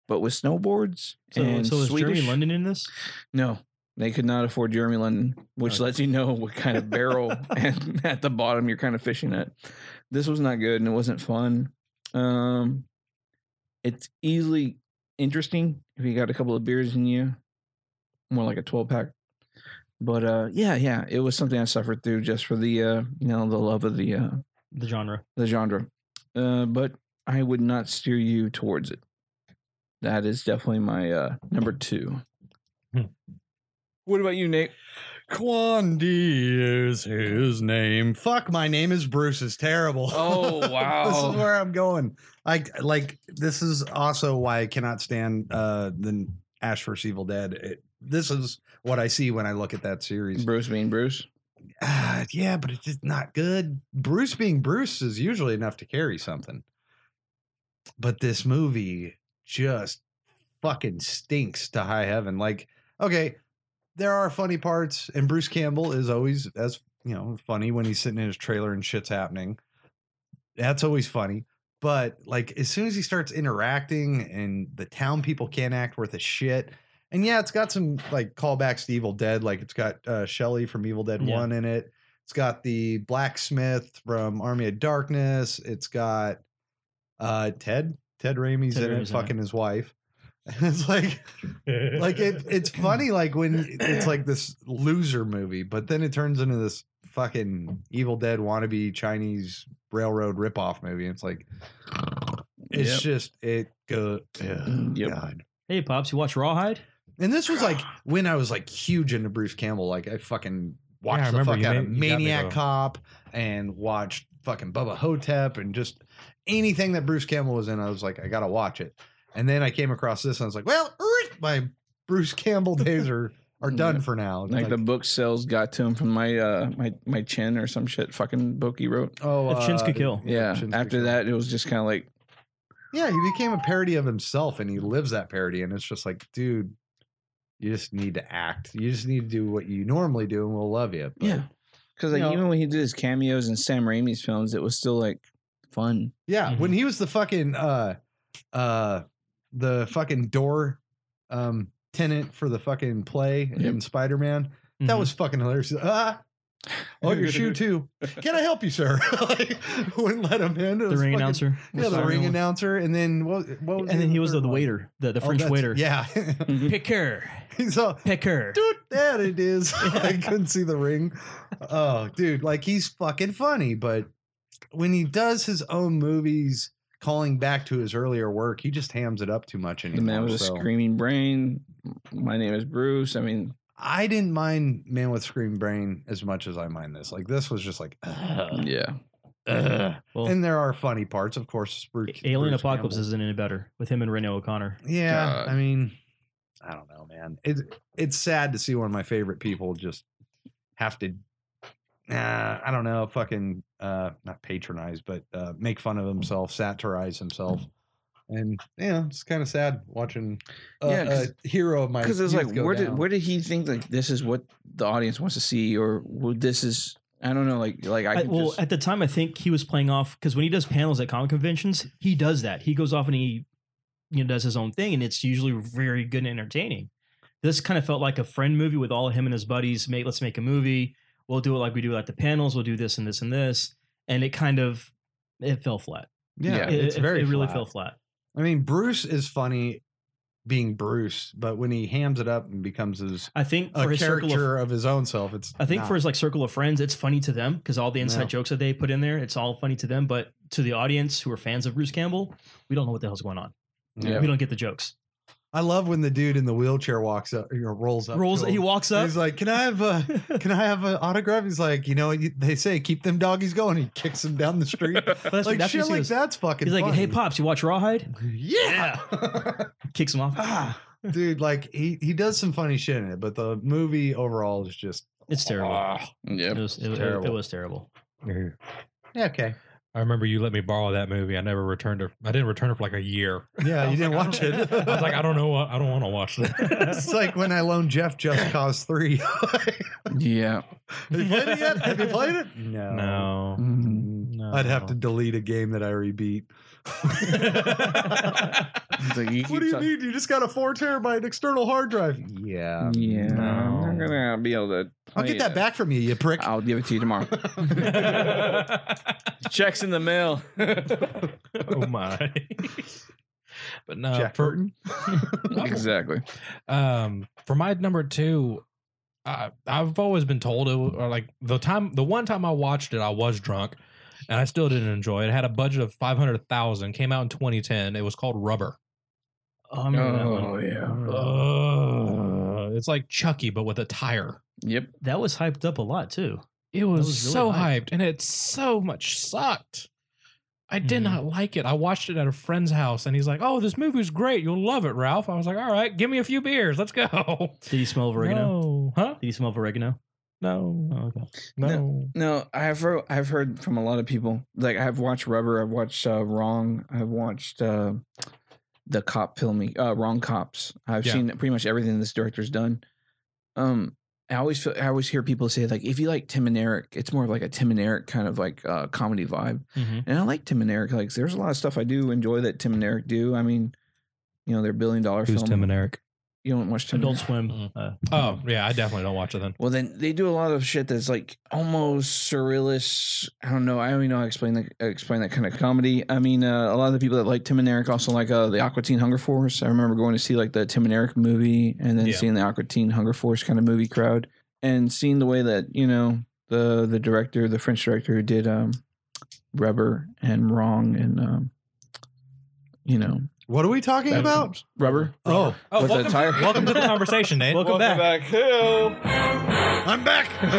Speaker 6: but with snowboards
Speaker 8: So,
Speaker 6: and
Speaker 8: so is
Speaker 6: Swedish.
Speaker 8: Jeremy London in this?
Speaker 6: No, they could not afford Jeremy London, which
Speaker 7: Okay.
Speaker 6: lets you know what kind of barrel and at the bottom you're kind of fishing at. This was not good and it wasn't fun. Um, it's easily interesting if you got a couple of beers in you, more like a 12 pack. But uh, yeah, yeah, it was something I suffered through just for the uh, you know the love of the uh,
Speaker 8: The genre.
Speaker 6: the genre. Uh, but I would not steer you towards it. That is definitely my uh, number two.
Speaker 7: Hmm.
Speaker 6: What about you, Nate?
Speaker 5: Quandi is his name. Fuck, my name is Bruce. Is terrible.
Speaker 6: Oh,
Speaker 5: <laughs> this
Speaker 6: wow.
Speaker 5: is where I'm going. I like this is also why I cannot stand uh the Ash vs Evil Dead. It, this is what I see when I look at that series.
Speaker 6: Bruce being Bruce.
Speaker 5: Uh, yeah, but it's just not good. Bruce being Bruce is usually enough to carry something. But this movie just fucking stinks to high heaven. Like, okay, there are funny parts, and Bruce Campbell is always as you know funny when he's sitting in his trailer and shit's happening. That's always funny. But like, as soon as he starts interacting, and the town people can't act worth a shit, and yeah, it's got some like callbacks to Evil Dead. Like it's got uh, Shelly from Evil Dead
Speaker 8: Yeah.
Speaker 5: One in it. It's got the blacksmith from Army of Darkness. It's got uh, Ted. Ted Raimi's
Speaker 8: Ted
Speaker 5: in it,
Speaker 8: Raimi's in it.
Speaker 5: fucking his wife. <laughs> it's like, like it, it's funny. Like when it's like this loser movie, but then it turns into this fucking Evil Dead wannabe Chinese railroad ripoff movie. It's like, it's
Speaker 6: Yep.
Speaker 5: just it go. ugh,
Speaker 6: Yep.
Speaker 5: God.
Speaker 8: Hey, pops, you watch Rawhide?
Speaker 5: And this was like when I was like huge into Bruce Campbell. Like I fucking
Speaker 7: I
Speaker 5: watched the
Speaker 7: remember
Speaker 5: fuck
Speaker 7: you
Speaker 5: out of
Speaker 7: made- you got me
Speaker 5: Maniac
Speaker 7: to-
Speaker 5: Cop and watched fucking Bubba Hotep and just anything that Bruce Campbell was in. I was like, I gotta watch it. And then I came across this and I was like, well, er, my Bruce Campbell days are are done
Speaker 6: Yeah.
Speaker 5: for now.
Speaker 6: Like, the book sales got to him from my uh my my chin or some shit fucking book he wrote.
Speaker 5: oh
Speaker 8: If Shinsuke Kill.
Speaker 6: Yeah.
Speaker 5: Shinsuke
Speaker 6: After
Speaker 5: Kyo.
Speaker 6: that, it was just kind of like
Speaker 5: Yeah, he became a parody of himself and he lives that parody. And it's just like, dude, you just need to act. You just need to do what you normally do and we'll love you. But-
Speaker 6: yeah, because like
Speaker 5: you know-
Speaker 6: even when he did his cameos in Sam Raimi's films, it was still like fun.
Speaker 5: Yeah. When
Speaker 8: Mm-hmm.
Speaker 7: Mhm.
Speaker 5: he was the fucking uh uh the fucking door um tenant for the fucking play in Spider Man, that
Speaker 8: Mhm.
Speaker 5: was fucking hilarious.
Speaker 8: <laughs>
Speaker 5: Ah, oh, your shoe too. Can I help you, sir? <laughs> like, wouldn't let him in. It
Speaker 8: the
Speaker 5: was
Speaker 8: ring
Speaker 5: fucking-
Speaker 8: announcer.
Speaker 5: Yeah, the
Speaker 8: Sorry,
Speaker 5: ring
Speaker 8: no.
Speaker 5: announcer, and then what? what was
Speaker 8: And then he was the,
Speaker 5: other
Speaker 8: the
Speaker 5: one?
Speaker 8: waiter, the, the
Speaker 5: Oh,
Speaker 8: French
Speaker 5: that's-
Speaker 8: waiter.
Speaker 5: Yeah, <laughs>
Speaker 8: Picker.
Speaker 5: so
Speaker 8: Picker.
Speaker 5: dude, that it is. <laughs> I couldn't see the ring. Oh, dude, like he's fucking funny, but when he does his own movies, calling back to his earlier work, he just hams it up too much
Speaker 6: The
Speaker 5: anymore.
Speaker 6: man with a
Speaker 5: so.
Speaker 6: screaming brain. My name is Bruce. I mean,
Speaker 5: I didn't mind Man with Scream Brain as much as I mind this. Like this was just like, ugh,
Speaker 6: yeah,
Speaker 5: ugh.
Speaker 8: Well,
Speaker 5: and there are funny parts, of course. Bruce,
Speaker 8: Alien
Speaker 5: Bruce
Speaker 8: Apocalypse
Speaker 5: Campbell.
Speaker 8: isn't any better with him and Reno O'Connor.
Speaker 5: Yeah,
Speaker 6: God.
Speaker 5: I mean, I don't know, man. It's it's sad to see one of my favorite people just have to, uh, I don't know, fucking uh, not patronize, but uh, make fun of himself, satirize himself, and yeah, it's kind of sad watching uh,
Speaker 6: Yeah, 'cause-
Speaker 5: a hero of my
Speaker 6: because it's like
Speaker 5: youth go
Speaker 6: where did
Speaker 5: down.
Speaker 6: where did he think like this is what the audience wants to see or well, this is I don't know like like I,
Speaker 8: I,
Speaker 6: can
Speaker 8: well,
Speaker 6: just,
Speaker 8: at the time, I think he was playing off because when he does panels at comic conventions, he does that. He goes off and he, you know, does his own thing, and it's usually very good and entertaining. This kind of felt like a friend movie with all of him and his buddies. Make let's make a movie. We'll do it like we do at the panels. We'll do this and this and this, and it kind of it fell flat.
Speaker 5: yeah,
Speaker 6: yeah,
Speaker 8: it,
Speaker 5: it's
Speaker 8: it-
Speaker 5: very
Speaker 8: it really
Speaker 5: flat.
Speaker 8: fell flat.
Speaker 5: I mean, Bruce is funny being Bruce, but when he hams it up and becomes his
Speaker 8: I think
Speaker 5: a
Speaker 8: for his circle of
Speaker 5: character of, his own self, it's
Speaker 8: I think
Speaker 5: not.
Speaker 8: for his like circle of friends, it's funny to them because all the inside
Speaker 5: No.
Speaker 8: jokes that they put in there, it's all funny to them. But to the audience who are fans of Bruce Campbell, we don't know what the hell's going on.
Speaker 6: Yeah.
Speaker 8: We don't get the jokes.
Speaker 5: I love when the dude in the wheelchair walks up or rolls up.
Speaker 8: Rolls.
Speaker 5: to
Speaker 8: He
Speaker 5: him.
Speaker 8: walks
Speaker 5: And
Speaker 8: up.
Speaker 5: He's like, "Can I have a Can I have an autograph?" He's like, "You know, you- they say keep them doggies going." He kicks him down the street.
Speaker 7: <laughs>
Speaker 8: But that's-
Speaker 5: like
Speaker 8: that's
Speaker 5: shit,
Speaker 8: what he
Speaker 5: like
Speaker 8: was-
Speaker 5: that's fucking.
Speaker 8: He's like,
Speaker 5: funny.
Speaker 8: "Hey, pops, you watch Rawhide?"
Speaker 5: <laughs> yeah, <laughs>
Speaker 8: Kicks him off.
Speaker 5: Ah. dude. Like he he does some funny shit in it, but the movie overall is just
Speaker 8: It's terrible.
Speaker 6: Ah.
Speaker 8: It
Speaker 6: yeah.
Speaker 8: was it, it-
Speaker 5: Ah. terrible.
Speaker 8: it was terrible.
Speaker 5: yeah, okay.
Speaker 7: I remember you let me borrow that movie. I never returned it. I didn't return it for like a year.
Speaker 5: Yeah,
Speaker 7: I
Speaker 5: you
Speaker 7: was
Speaker 5: didn't
Speaker 7: like, <laughs>
Speaker 5: watch
Speaker 7: I
Speaker 5: it.
Speaker 7: don't- <laughs> I was like, I don't know. what- I don't want to watch
Speaker 5: <laughs> It's
Speaker 7: this. <laughs>
Speaker 8: <laughs>
Speaker 5: like when I loaned Jeff Just Cause Three. <laughs> Have
Speaker 6: yeah.
Speaker 5: you played it yet? Have you played it?
Speaker 7: no.
Speaker 6: Mhm.
Speaker 7: no.
Speaker 5: I'd have to delete a game that I rebeat.
Speaker 6: It's like, you
Speaker 5: <laughs> what
Speaker 6: keep
Speaker 5: do you
Speaker 6: talk-
Speaker 5: mean? You just got a four terabyte external hard drive. Yeah.
Speaker 6: Yeah, Mm. I'm
Speaker 5: No.
Speaker 6: not gonna be able to.
Speaker 5: I'll
Speaker 6: play
Speaker 5: get that
Speaker 6: it.
Speaker 5: back from you, you <laughs> prick.
Speaker 6: I'll give it to you tomorrow. <laughs>
Speaker 7: Uh,
Speaker 6: Checks in the mail.
Speaker 7: <laughs>
Speaker 6: <laughs>
Speaker 7: oh my. <laughs> but no,
Speaker 5: Jack
Speaker 7: for-
Speaker 5: Burton.
Speaker 6: exactly.
Speaker 7: Um, for my number two, I, I've always been told it wa- or like the time, the one time I watched it, I was drunk, and I still didn't enjoy it. It had a budget of five hundred thousand. Came out in twenty ten. It was called Rubber.
Speaker 8: Oh, I remember that one.
Speaker 6: yeah.
Speaker 7: Uh, it's like Chucky, but with a tire.
Speaker 6: Yep.
Speaker 8: That was hyped up a lot too.
Speaker 7: It was,
Speaker 8: was really
Speaker 7: so
Speaker 8: hyped.
Speaker 7: hyped, and it so much sucked. I did
Speaker 8: Mhm.
Speaker 7: not like it. I watched it at a friend's house, and he's like, "Oh, this movie's great. You'll love it, Ralph." I was like, "All right, give me a few beers. Let's <laughs> go."
Speaker 8: Did he smell of oregano?
Speaker 7: No, huh?
Speaker 8: Did he smell of oregano?
Speaker 7: No.
Speaker 8: Oh, okay.
Speaker 7: No.
Speaker 6: No, I've heard, I've heard from a lot of people. Like I've watched Rubber. I've watched uh, Wrong. I've watched uh, the cop filming uh, Wrong Cops. I've
Speaker 7: Yeah.
Speaker 6: seen pretty much everything this director's done. Um, I always feel, I always hear people say like if you like Tim and Eric, it's more of like a Tim and Eric kind of like uh, comedy vibe.
Speaker 7: Mm-hmm.
Speaker 6: And I like Tim and Eric. Like, there's a lot of stuff I do enjoy that Tim and Eric do. I mean, you know, they're billion dollar film.
Speaker 7: Eric?
Speaker 6: You don't watch Tim.
Speaker 8: Adult
Speaker 6: and Eric.
Speaker 5: Mm.
Speaker 8: Swim. Uh,
Speaker 7: Oh, yeah, I definitely don't watch it then.
Speaker 6: Well, then they do a lot of shit that's like almost surrealist. I don't know. I don't even know how to explain that. Explain that kind of comedy. I mean, uh, a lot of the people that like Tim and Eric also like uh, the Aqua Teen Hunger Force. I remember going to see like the Tim and Eric movie, and then
Speaker 7: Yeah.
Speaker 6: seeing the Aqua Teen Hunger Force kind of movie crowd, and seeing the way that you know the the director, the French director who did um, Rubber and Wrong, and um, you know
Speaker 5: What are we talking
Speaker 6: That-
Speaker 5: about?
Speaker 6: Rubber.
Speaker 5: Oh,
Speaker 7: <laughs> Oh,
Speaker 6: With the
Speaker 7: welcome,
Speaker 6: tire-
Speaker 7: to, welcome to the conversation, Dan.
Speaker 8: Welcome, back.
Speaker 5: I'm back.
Speaker 8: But
Speaker 5: <laughs>
Speaker 8: no,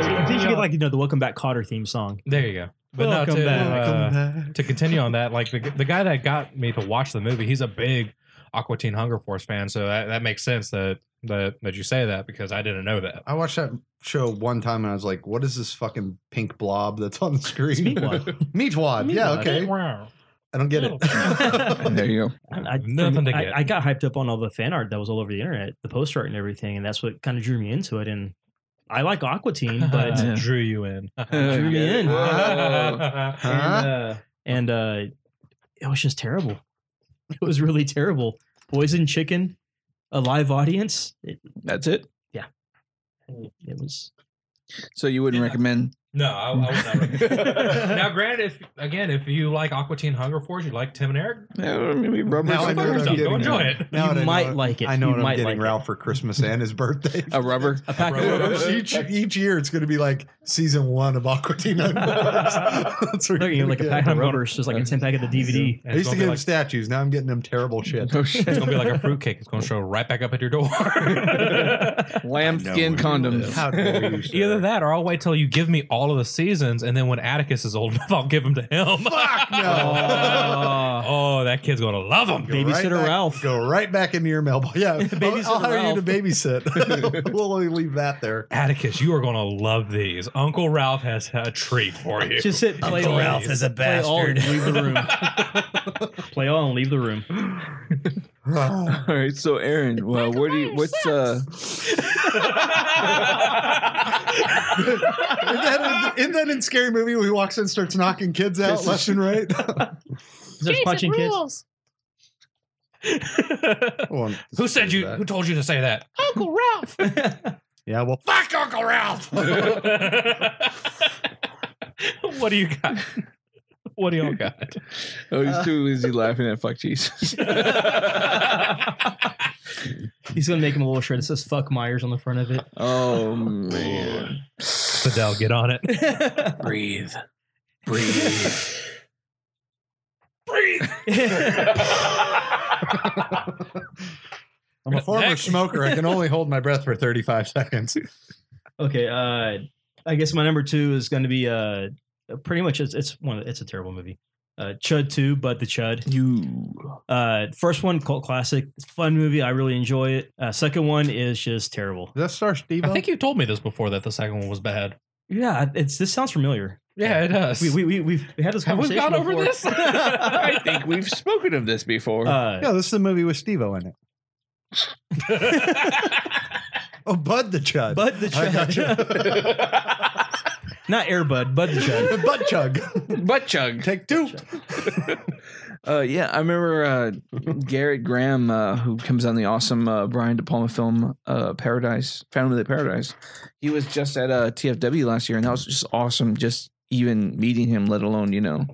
Speaker 8: I think you
Speaker 7: Yeah.
Speaker 8: get like you know the Welcome Back Cotter theme song.
Speaker 7: There you go. <laughs> But
Speaker 8: Welcome
Speaker 7: no, to,
Speaker 8: back.
Speaker 7: uh,
Speaker 5: Welcome back.
Speaker 7: to continue on that, like the, the guy that got me to watch the movie, he's a big Aqua Teen Hunger Force fan, so that, that makes sense that, that that you say that because I didn't know that.
Speaker 5: I watched that show one time and I was like, "What is this fucking pink blob that's on the
Speaker 8: It's
Speaker 5: screen?" <laughs>
Speaker 8: Meatwad.
Speaker 5: Meatwad. Yeah,
Speaker 8: Meatwad.
Speaker 5: okay.
Speaker 7: Wow.
Speaker 5: I don't get it. <laughs>
Speaker 6: <laughs> There
Speaker 7: <laughs>
Speaker 6: you go.
Speaker 8: I, I,
Speaker 7: Nothing to
Speaker 8: I-
Speaker 7: get.
Speaker 8: I, got hyped up on all the fan art that was all over the internet, the poster art and everything, and that's what kind of drew me into it. And I like Aqua
Speaker 5: <laughs>
Speaker 8: Teen, but
Speaker 6: Yeah.
Speaker 7: drew you in.
Speaker 8: drew me in.
Speaker 5: Huh?
Speaker 8: and uh, it was just terrible. <laughs> It was really terrible. Poison chicken, a live audience. It,
Speaker 6: That's it.
Speaker 8: it was.
Speaker 6: So you wouldn't
Speaker 7: Yeah.
Speaker 6: recommend?
Speaker 7: No, I, I would not.
Speaker 5: <laughs>
Speaker 7: recommend- now, granted, if again, if you like Aqua Teen Hunger Force, you like Tim and Eric,
Speaker 6: Yeah, maybe rubber.
Speaker 5: Now I
Speaker 7: fuck
Speaker 5: know what I'm
Speaker 7: yourself. Go
Speaker 5: getting
Speaker 7: enjoy
Speaker 5: at.
Speaker 7: it.
Speaker 5: Now
Speaker 8: You
Speaker 5: that I
Speaker 8: might
Speaker 5: know-
Speaker 8: like it.
Speaker 5: I know
Speaker 8: You
Speaker 5: what I'm
Speaker 8: might
Speaker 5: getting
Speaker 8: like
Speaker 5: Ralph for Christmas and his birthday.
Speaker 6: A rubber.
Speaker 8: <laughs> A pack of
Speaker 6: <laughs>
Speaker 7: Rubber.
Speaker 8: rubber.
Speaker 5: each, each year, it's going to be like season one of Aqua Teen Hunger
Speaker 8: <laughs>
Speaker 5: Force. That's what
Speaker 8: There <laughs> you
Speaker 5: you're
Speaker 8: go, like
Speaker 5: gonna
Speaker 8: a
Speaker 5: get.
Speaker 8: pack of
Speaker 6: I'm going-
Speaker 8: rubbers, just like a ten pack of the DVD.
Speaker 5: I
Speaker 7: And it's
Speaker 5: used
Speaker 7: gonna
Speaker 5: to get
Speaker 7: be
Speaker 5: him
Speaker 7: like,
Speaker 5: statues. Now I'm getting them terrible shit.
Speaker 6: Oh
Speaker 5: <laughs>
Speaker 7: it's
Speaker 6: shit.
Speaker 7: gonna be like a fruitcake. It's gonna show right back up at your door. <laughs>
Speaker 6: Lambskin condoms.
Speaker 5: How dare you,
Speaker 8: <laughs>
Speaker 5: sir.
Speaker 7: Either that, or I'll wait till you give me all of the seasons, and then when Atticus is old enough, I'll give them to him.
Speaker 5: Fuck
Speaker 7: <laughs>
Speaker 5: no.
Speaker 8: Oh,
Speaker 7: oh, that kid's gonna love them.
Speaker 5: Go right
Speaker 8: Babysitter
Speaker 5: back-
Speaker 8: Ralph.
Speaker 5: Go right back into your mailbox.
Speaker 8: <laughs>
Speaker 5: Yeah.
Speaker 8: Babysitter
Speaker 5: I'll, I'll hire you to
Speaker 8: Ralph. <laughs>
Speaker 5: babysit. <laughs> we'll only leave that there.
Speaker 7: Atticus, you are gonna love these. Uncle Ralph has a treat for you. <laughs>
Speaker 8: just sit. Play all,
Speaker 1: a
Speaker 8: play all and leave the room. play all and leave the room.
Speaker 5: <laughs> All
Speaker 6: All right. So Aaron, well, where do you? What's uh?
Speaker 5: Isn't that, in, isn't that in Scary Movie where he walks in and starts knocking kids out left and right? <laughs>
Speaker 8: <laughs> Just punching kids.
Speaker 7: who said you? Who told you to say that? <laughs>
Speaker 5: Yeah, well, fuck Uncle Ralph. <laughs>
Speaker 7: what do you got? What do y'all got?
Speaker 6: Oh, he's too busy laughing at fuck Jesus.
Speaker 8: He's gonna make him a little shirt that says "fuck Myers" on the front of it.
Speaker 6: oh man.
Speaker 7: Fidel, get on it.
Speaker 8: Breathe.
Speaker 7: Breathe.
Speaker 8: <laughs>
Speaker 5: I'm a former
Speaker 7: Next.
Speaker 5: smoker. I can only hold my breath for 35 seconds.
Speaker 8: okay, uh, I guess my number two is gonna be uh, pretty much it's, it's one of- it's a terrible movie. Uh, Chud two, but the Chud.
Speaker 6: You.
Speaker 8: Uh, first one cult classic, fun movie. I really enjoy it. Uh, second one is just terrible.
Speaker 5: Does that star Steve?
Speaker 7: I think you told me this before that the second one was bad.
Speaker 8: Yeah, it's this sounds familiar. Uh,
Speaker 7: Yeah, it does.
Speaker 8: We we we we've we had this
Speaker 7: Have we
Speaker 8: conversation.
Speaker 7: gone over
Speaker 8: before.
Speaker 7: this?
Speaker 6: I think we've spoken of this before.
Speaker 8: Uh,
Speaker 5: Yeah, this is the movie with Steve in it. <laughs> Oh, Bud the Chug.
Speaker 8: Bud
Speaker 7: <laughs>
Speaker 8: the
Speaker 5: I got you.
Speaker 8: Chud, <laughs> not Airbud, Bud the
Speaker 5: <laughs>
Speaker 8: Chud.
Speaker 5: Bud Chug.
Speaker 6: Butt chug.
Speaker 5: Take two.
Speaker 6: Uh, yeah, I remember uh, Garrett Graham, uh, who comes on the awesome uh, Brian De Palma film uh, Paradise, Family of Paradise. He was just at uh, TFW last year, and that was just awesome. Just even meeting him, let alone you know,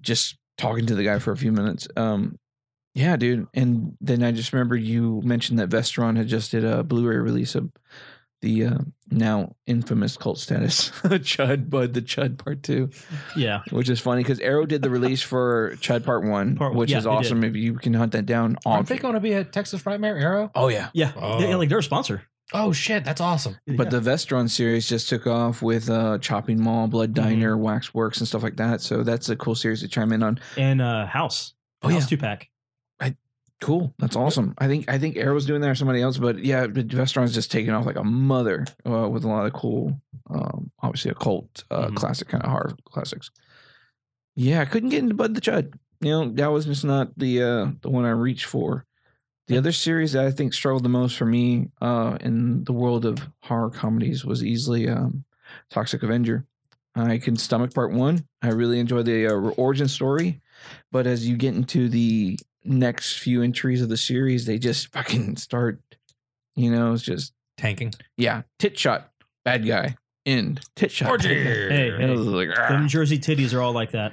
Speaker 6: just talking to the guy for a few minutes. Um, yeah, dude. And then I just remember you mentioned that Vestron had just did a Blu-ray release of the uh, now infamous cult status <laughs> Chud Bud the Chud Part Two
Speaker 8: Yeah,
Speaker 6: which is funny because Arrow did the release for Chud Part One,
Speaker 8: Part one,
Speaker 6: which
Speaker 8: yeah,
Speaker 6: is
Speaker 8: they did.
Speaker 6: awesome. If you can hunt that down,
Speaker 7: Aren't
Speaker 6: off-
Speaker 7: they going to be at Texas Frightmare Arrow?
Speaker 6: oh yeah.
Speaker 8: yeah,
Speaker 7: Oh.
Speaker 8: yeah, like they're a sponsor.
Speaker 7: Oh shit, that's awesome.
Speaker 6: But the Vestron series just took off with uh, Chopping Mall, Blood
Speaker 8: Mm-hmm.
Speaker 6: Diner, Waxworks, and stuff like that. So that's a cool series to chime in on.
Speaker 8: and uh, House,
Speaker 6: Oh,
Speaker 8: House
Speaker 6: yeah.
Speaker 8: two pack.
Speaker 6: Cool, that's awesome. I think I think Arrow's doing that or somebody else, but yeah, but Vestron's just taking off like a mother uh, with a lot of cool, um, obviously occult, uh,
Speaker 8: Mhm.
Speaker 6: classic kind of horror classics. Yeah, I couldn't get into Bud the Chud. You know, that was just not the uh, the one I reached for. The other series that I think struggled the most for me uh, in the world of horror comedies was easily um, Toxic Avenger. I can stomach part one. I really enjoy the uh, origin story, but as you get into the next few entries of the series, they just fucking start, you know, it's just
Speaker 7: <laughs> Tanking.
Speaker 6: yeah, tit shot, bad guy, end, tit shot. bad guy.
Speaker 8: Hey,
Speaker 6: And I was like,
Speaker 8: Them
Speaker 6: "Ah."
Speaker 8: Jersey titties are all like that.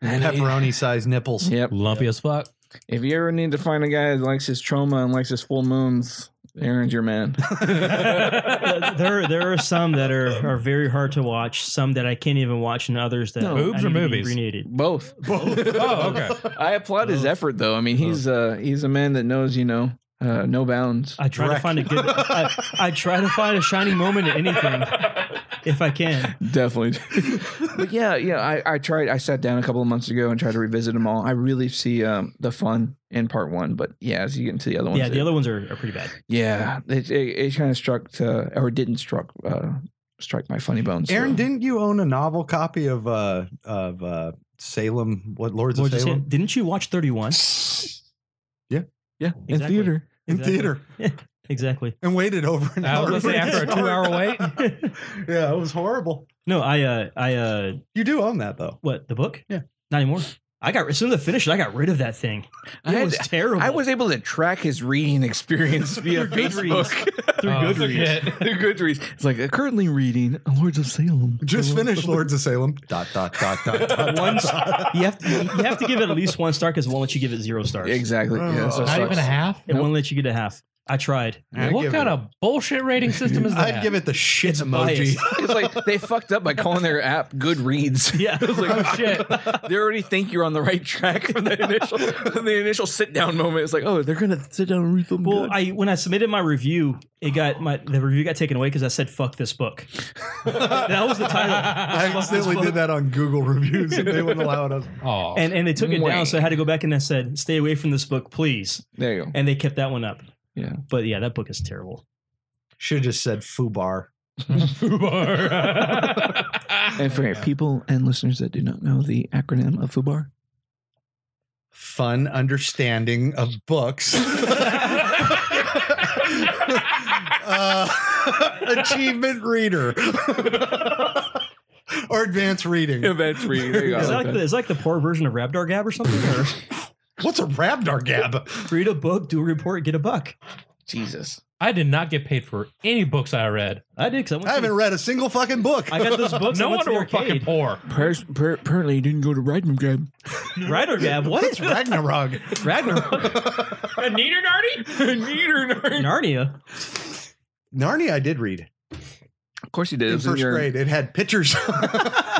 Speaker 6: And I-
Speaker 5: Pepperoni sized nipples. <laughs>
Speaker 6: Yep.
Speaker 7: Lumpy as fuck.
Speaker 6: If you ever need to find a guy that likes his trauma and likes his full moons, Aaron's your man. <laughs>
Speaker 8: Uh, there there are some that are, are very hard to watch, some that I can't even watch, and others that
Speaker 6: No.
Speaker 8: I
Speaker 7: Boobs or
Speaker 8: need to be
Speaker 7: movies?
Speaker 8: reneated.
Speaker 6: Both.
Speaker 7: oh, okay.
Speaker 6: I applaud his effort though. I mean, he's uh he's a man that knows, you know, uh no bounds.
Speaker 8: I try to
Speaker 5: Wreck.
Speaker 8: find a good. I, I try to find a shining moment in anything if I can.
Speaker 6: <laughs> Definitely. but yeah, yeah, I I tried I sat down a couple of months ago and tried to revisit them all. I really see um the fun in part 1, but yeah, as you get into the other ones.
Speaker 8: Yeah, the
Speaker 6: it-
Speaker 8: other ones are, are pretty bad.
Speaker 6: Yeah, it it, it kind of struck uh, or didn't struck uh strike my funny bones.
Speaker 5: Aaron,
Speaker 6: so.
Speaker 5: didn't you own a novel copy of uh of uh Salem? What Lords,
Speaker 8: Lord
Speaker 5: of
Speaker 8: just
Speaker 5: Salem
Speaker 8: said, Didn't you watch Thirty One
Speaker 6: Yeah. Yeah. In
Speaker 8: Exactly.
Speaker 6: theater.
Speaker 5: in
Speaker 8: Exactly.
Speaker 5: theater
Speaker 8: exactly? <laughs>
Speaker 5: and waited over an
Speaker 7: I was
Speaker 5: hour.
Speaker 7: gonna say,
Speaker 5: for
Speaker 7: after a
Speaker 5: this
Speaker 7: two-hour wait?
Speaker 5: yeah, it was horrible.
Speaker 8: No, I uh I uh
Speaker 5: You do own that though.
Speaker 8: what the book?
Speaker 5: Yeah.
Speaker 8: not anymore. I got as soon as I finished it, I got rid of that thing.
Speaker 6: I
Speaker 8: It
Speaker 6: had-
Speaker 8: was terrible.
Speaker 6: I was able to track his reading
Speaker 8: <laughs>
Speaker 6: experience via
Speaker 8: Through Goodreads.
Speaker 6: Facebook.
Speaker 8: <laughs> through
Speaker 7: Oh,
Speaker 8: Goodreads.
Speaker 7: forget.
Speaker 6: They're good reads. It's like uh, currently reading Lords of Salem.
Speaker 7: Mm-hmm.
Speaker 5: Just finished Lords of Salem. <laughs> Dot dot dot dot. dot,
Speaker 8: One
Speaker 5: dot.
Speaker 8: You have to you have to give it at least one star because it won't let you give it zero stars.
Speaker 6: Exactly. Yeah, so
Speaker 5: Not
Speaker 6: sucks.
Speaker 7: half.
Speaker 8: It won't let you get a half. I tried.
Speaker 5: I'd give it-
Speaker 7: of bullshit rating system is
Speaker 5: <laughs> I'd give it the shit
Speaker 8: It's
Speaker 5: emoji.
Speaker 8: biased.
Speaker 6: It's like they fucked up by calling their app Goodreads. <laughs>
Speaker 7: <laughs>
Speaker 8: Yeah.
Speaker 6: It's like,
Speaker 7: shit.
Speaker 6: <laughs> they already think you're on the right track from the initial the initial sit down moment. It's like, oh, they're gonna sit down and read them.
Speaker 8: <laughs> Well, I when I submitted my review, it got my the review got taken away because I said "fuck
Speaker 7: <laughs>
Speaker 8: this book." that was the
Speaker 5: <laughs>
Speaker 8: title,
Speaker 5: I accidentally did that on Google reviews and they
Speaker 7: <laughs>
Speaker 5: wouldn't allow it. I was-
Speaker 7: Oh, <laughs>
Speaker 8: and and they took it
Speaker 6: Wait.
Speaker 8: down, so I had to go back and I said, "Stay away from this book, please."
Speaker 6: there you go.
Speaker 8: And they kept that one up.
Speaker 6: Yeah.
Speaker 8: but yeah, that book is terrible.
Speaker 5: Should have just said foobar.
Speaker 7: <laughs>
Speaker 6: And for people and listeners that do not know the acronym of FUBAR, <laughs>
Speaker 5: Fun understanding of
Speaker 7: <laughs>
Speaker 5: books. Uh, <laughs> achievement reader. <laughs> or advanced reading.
Speaker 6: events reading.
Speaker 7: Oh,
Speaker 6: There you go. I
Speaker 8: It's
Speaker 6: like
Speaker 8: like, the,
Speaker 6: that.
Speaker 8: it's like the poor version of Rabdar Gab or something.
Speaker 7: <laughs>
Speaker 8: Or
Speaker 5: What's a Rabdar Gab?
Speaker 8: read a book, do a report, get a buck.
Speaker 6: Jesus.
Speaker 7: I did not get paid for any books I read.
Speaker 8: I did because I, went
Speaker 5: I
Speaker 8: to-
Speaker 5: haven't read a single fucking book.
Speaker 8: I <laughs> got those books.
Speaker 7: No
Speaker 8: I
Speaker 7: wonder
Speaker 8: went to the
Speaker 7: we're fucking
Speaker 8: arcade.
Speaker 7: poor.
Speaker 6: Pers- per- apparently, you didn't go to Ragnar Gab.
Speaker 8: Rider Gab.
Speaker 7: <laughs>
Speaker 8: What?
Speaker 5: It's Ragnarok.
Speaker 8: Ragnarok.
Speaker 7: Neater
Speaker 6: <laughs>
Speaker 7: Nardy? Neater Nardy.
Speaker 8: Narnia.
Speaker 5: Narnia, I did read
Speaker 6: Of course, you did. It
Speaker 5: in
Speaker 6: was in
Speaker 5: first
Speaker 6: your,
Speaker 5: grade. It had <laughs> pictures,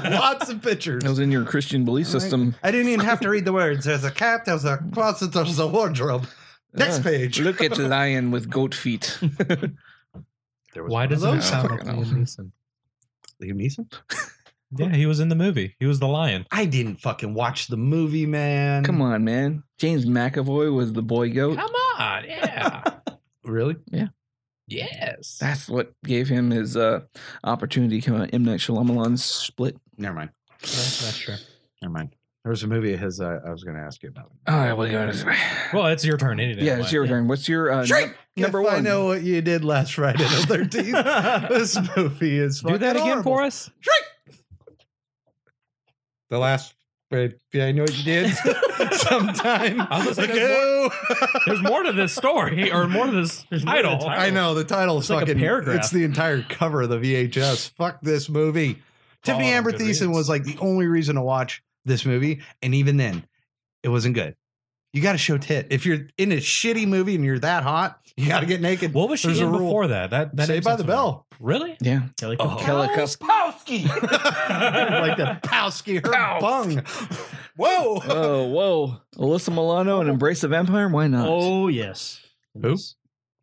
Speaker 5: lots of pictures.
Speaker 6: it was in your Christian belief system.
Speaker 5: I didn't even have to read the words. There's a cat, there's a closet, there's a wardrobe. Next
Speaker 6: Uh,
Speaker 5: page.
Speaker 6: Look at the lion with goat <laughs> feet.
Speaker 7: Why does
Speaker 5: one
Speaker 7: it
Speaker 5: of
Speaker 7: sound
Speaker 6: those.
Speaker 7: like Liam Neeson?
Speaker 5: Liam Neeson?
Speaker 7: Yeah, he was in the movie. He was the lion.
Speaker 5: I didn't fucking watch the movie, man.
Speaker 6: Come on, man. James McAvoy was the boy goat.
Speaker 7: Come on, yeah.
Speaker 5: Really?
Speaker 7: yes.
Speaker 6: That's what gave him his uh, opportunity. Come on, M Night Shyamalan's Split.
Speaker 5: Never mind.
Speaker 7: that's true.
Speaker 5: Never mind. There was a movie of his uh, I was going to ask you about.
Speaker 6: All right, we'll go. to-
Speaker 7: Well, it's your turn anyway.
Speaker 6: Yeah, it's your turn. What's your uh,
Speaker 5: Shrink!
Speaker 6: nu- number
Speaker 5: If I
Speaker 6: one?
Speaker 5: know what you did last Friday the <laughs>
Speaker 8: <laughs>
Speaker 5: 13th. this movie is
Speaker 7: Do that again
Speaker 5: horrible.
Speaker 7: for us.
Speaker 5: The last. Wait, yeah, I know what you did. Sometime
Speaker 7: I was gonna say,
Speaker 5: ago.
Speaker 7: There's more to this story, or more to
Speaker 8: <laughs>
Speaker 7: this
Speaker 8: more to the
Speaker 7: title.
Speaker 8: title.
Speaker 5: I know the title is
Speaker 8: like a
Speaker 5: fucking.
Speaker 8: paragraph.
Speaker 5: It's the entire cover of the VHS. Fuck this movie. Tiffany
Speaker 7: on
Speaker 5: Amber Thiessen
Speaker 7: Goodreads.
Speaker 5: was like the only reason to watch this movie, and even then, it wasn't good. You got to show tit. If you're in a shitty movie and you're that hot, you got to get naked.
Speaker 7: What was she
Speaker 5: There's a
Speaker 7: in
Speaker 5: rule.
Speaker 7: before that? That that
Speaker 5: Saved by the
Speaker 7: episode-
Speaker 5: Bell. <laughs>
Speaker 7: Really?
Speaker 6: Yeah.
Speaker 8: Kelly
Speaker 7: Oh.
Speaker 8: Cup-
Speaker 6: Kelly Cup.
Speaker 5: like the Powski her
Speaker 6: Pow.
Speaker 5: bung. Whoa.
Speaker 6: Oh, whoa. Alyssa Milano and Embrace the Vampire? Why not?
Speaker 8: Oh yes.
Speaker 7: Who?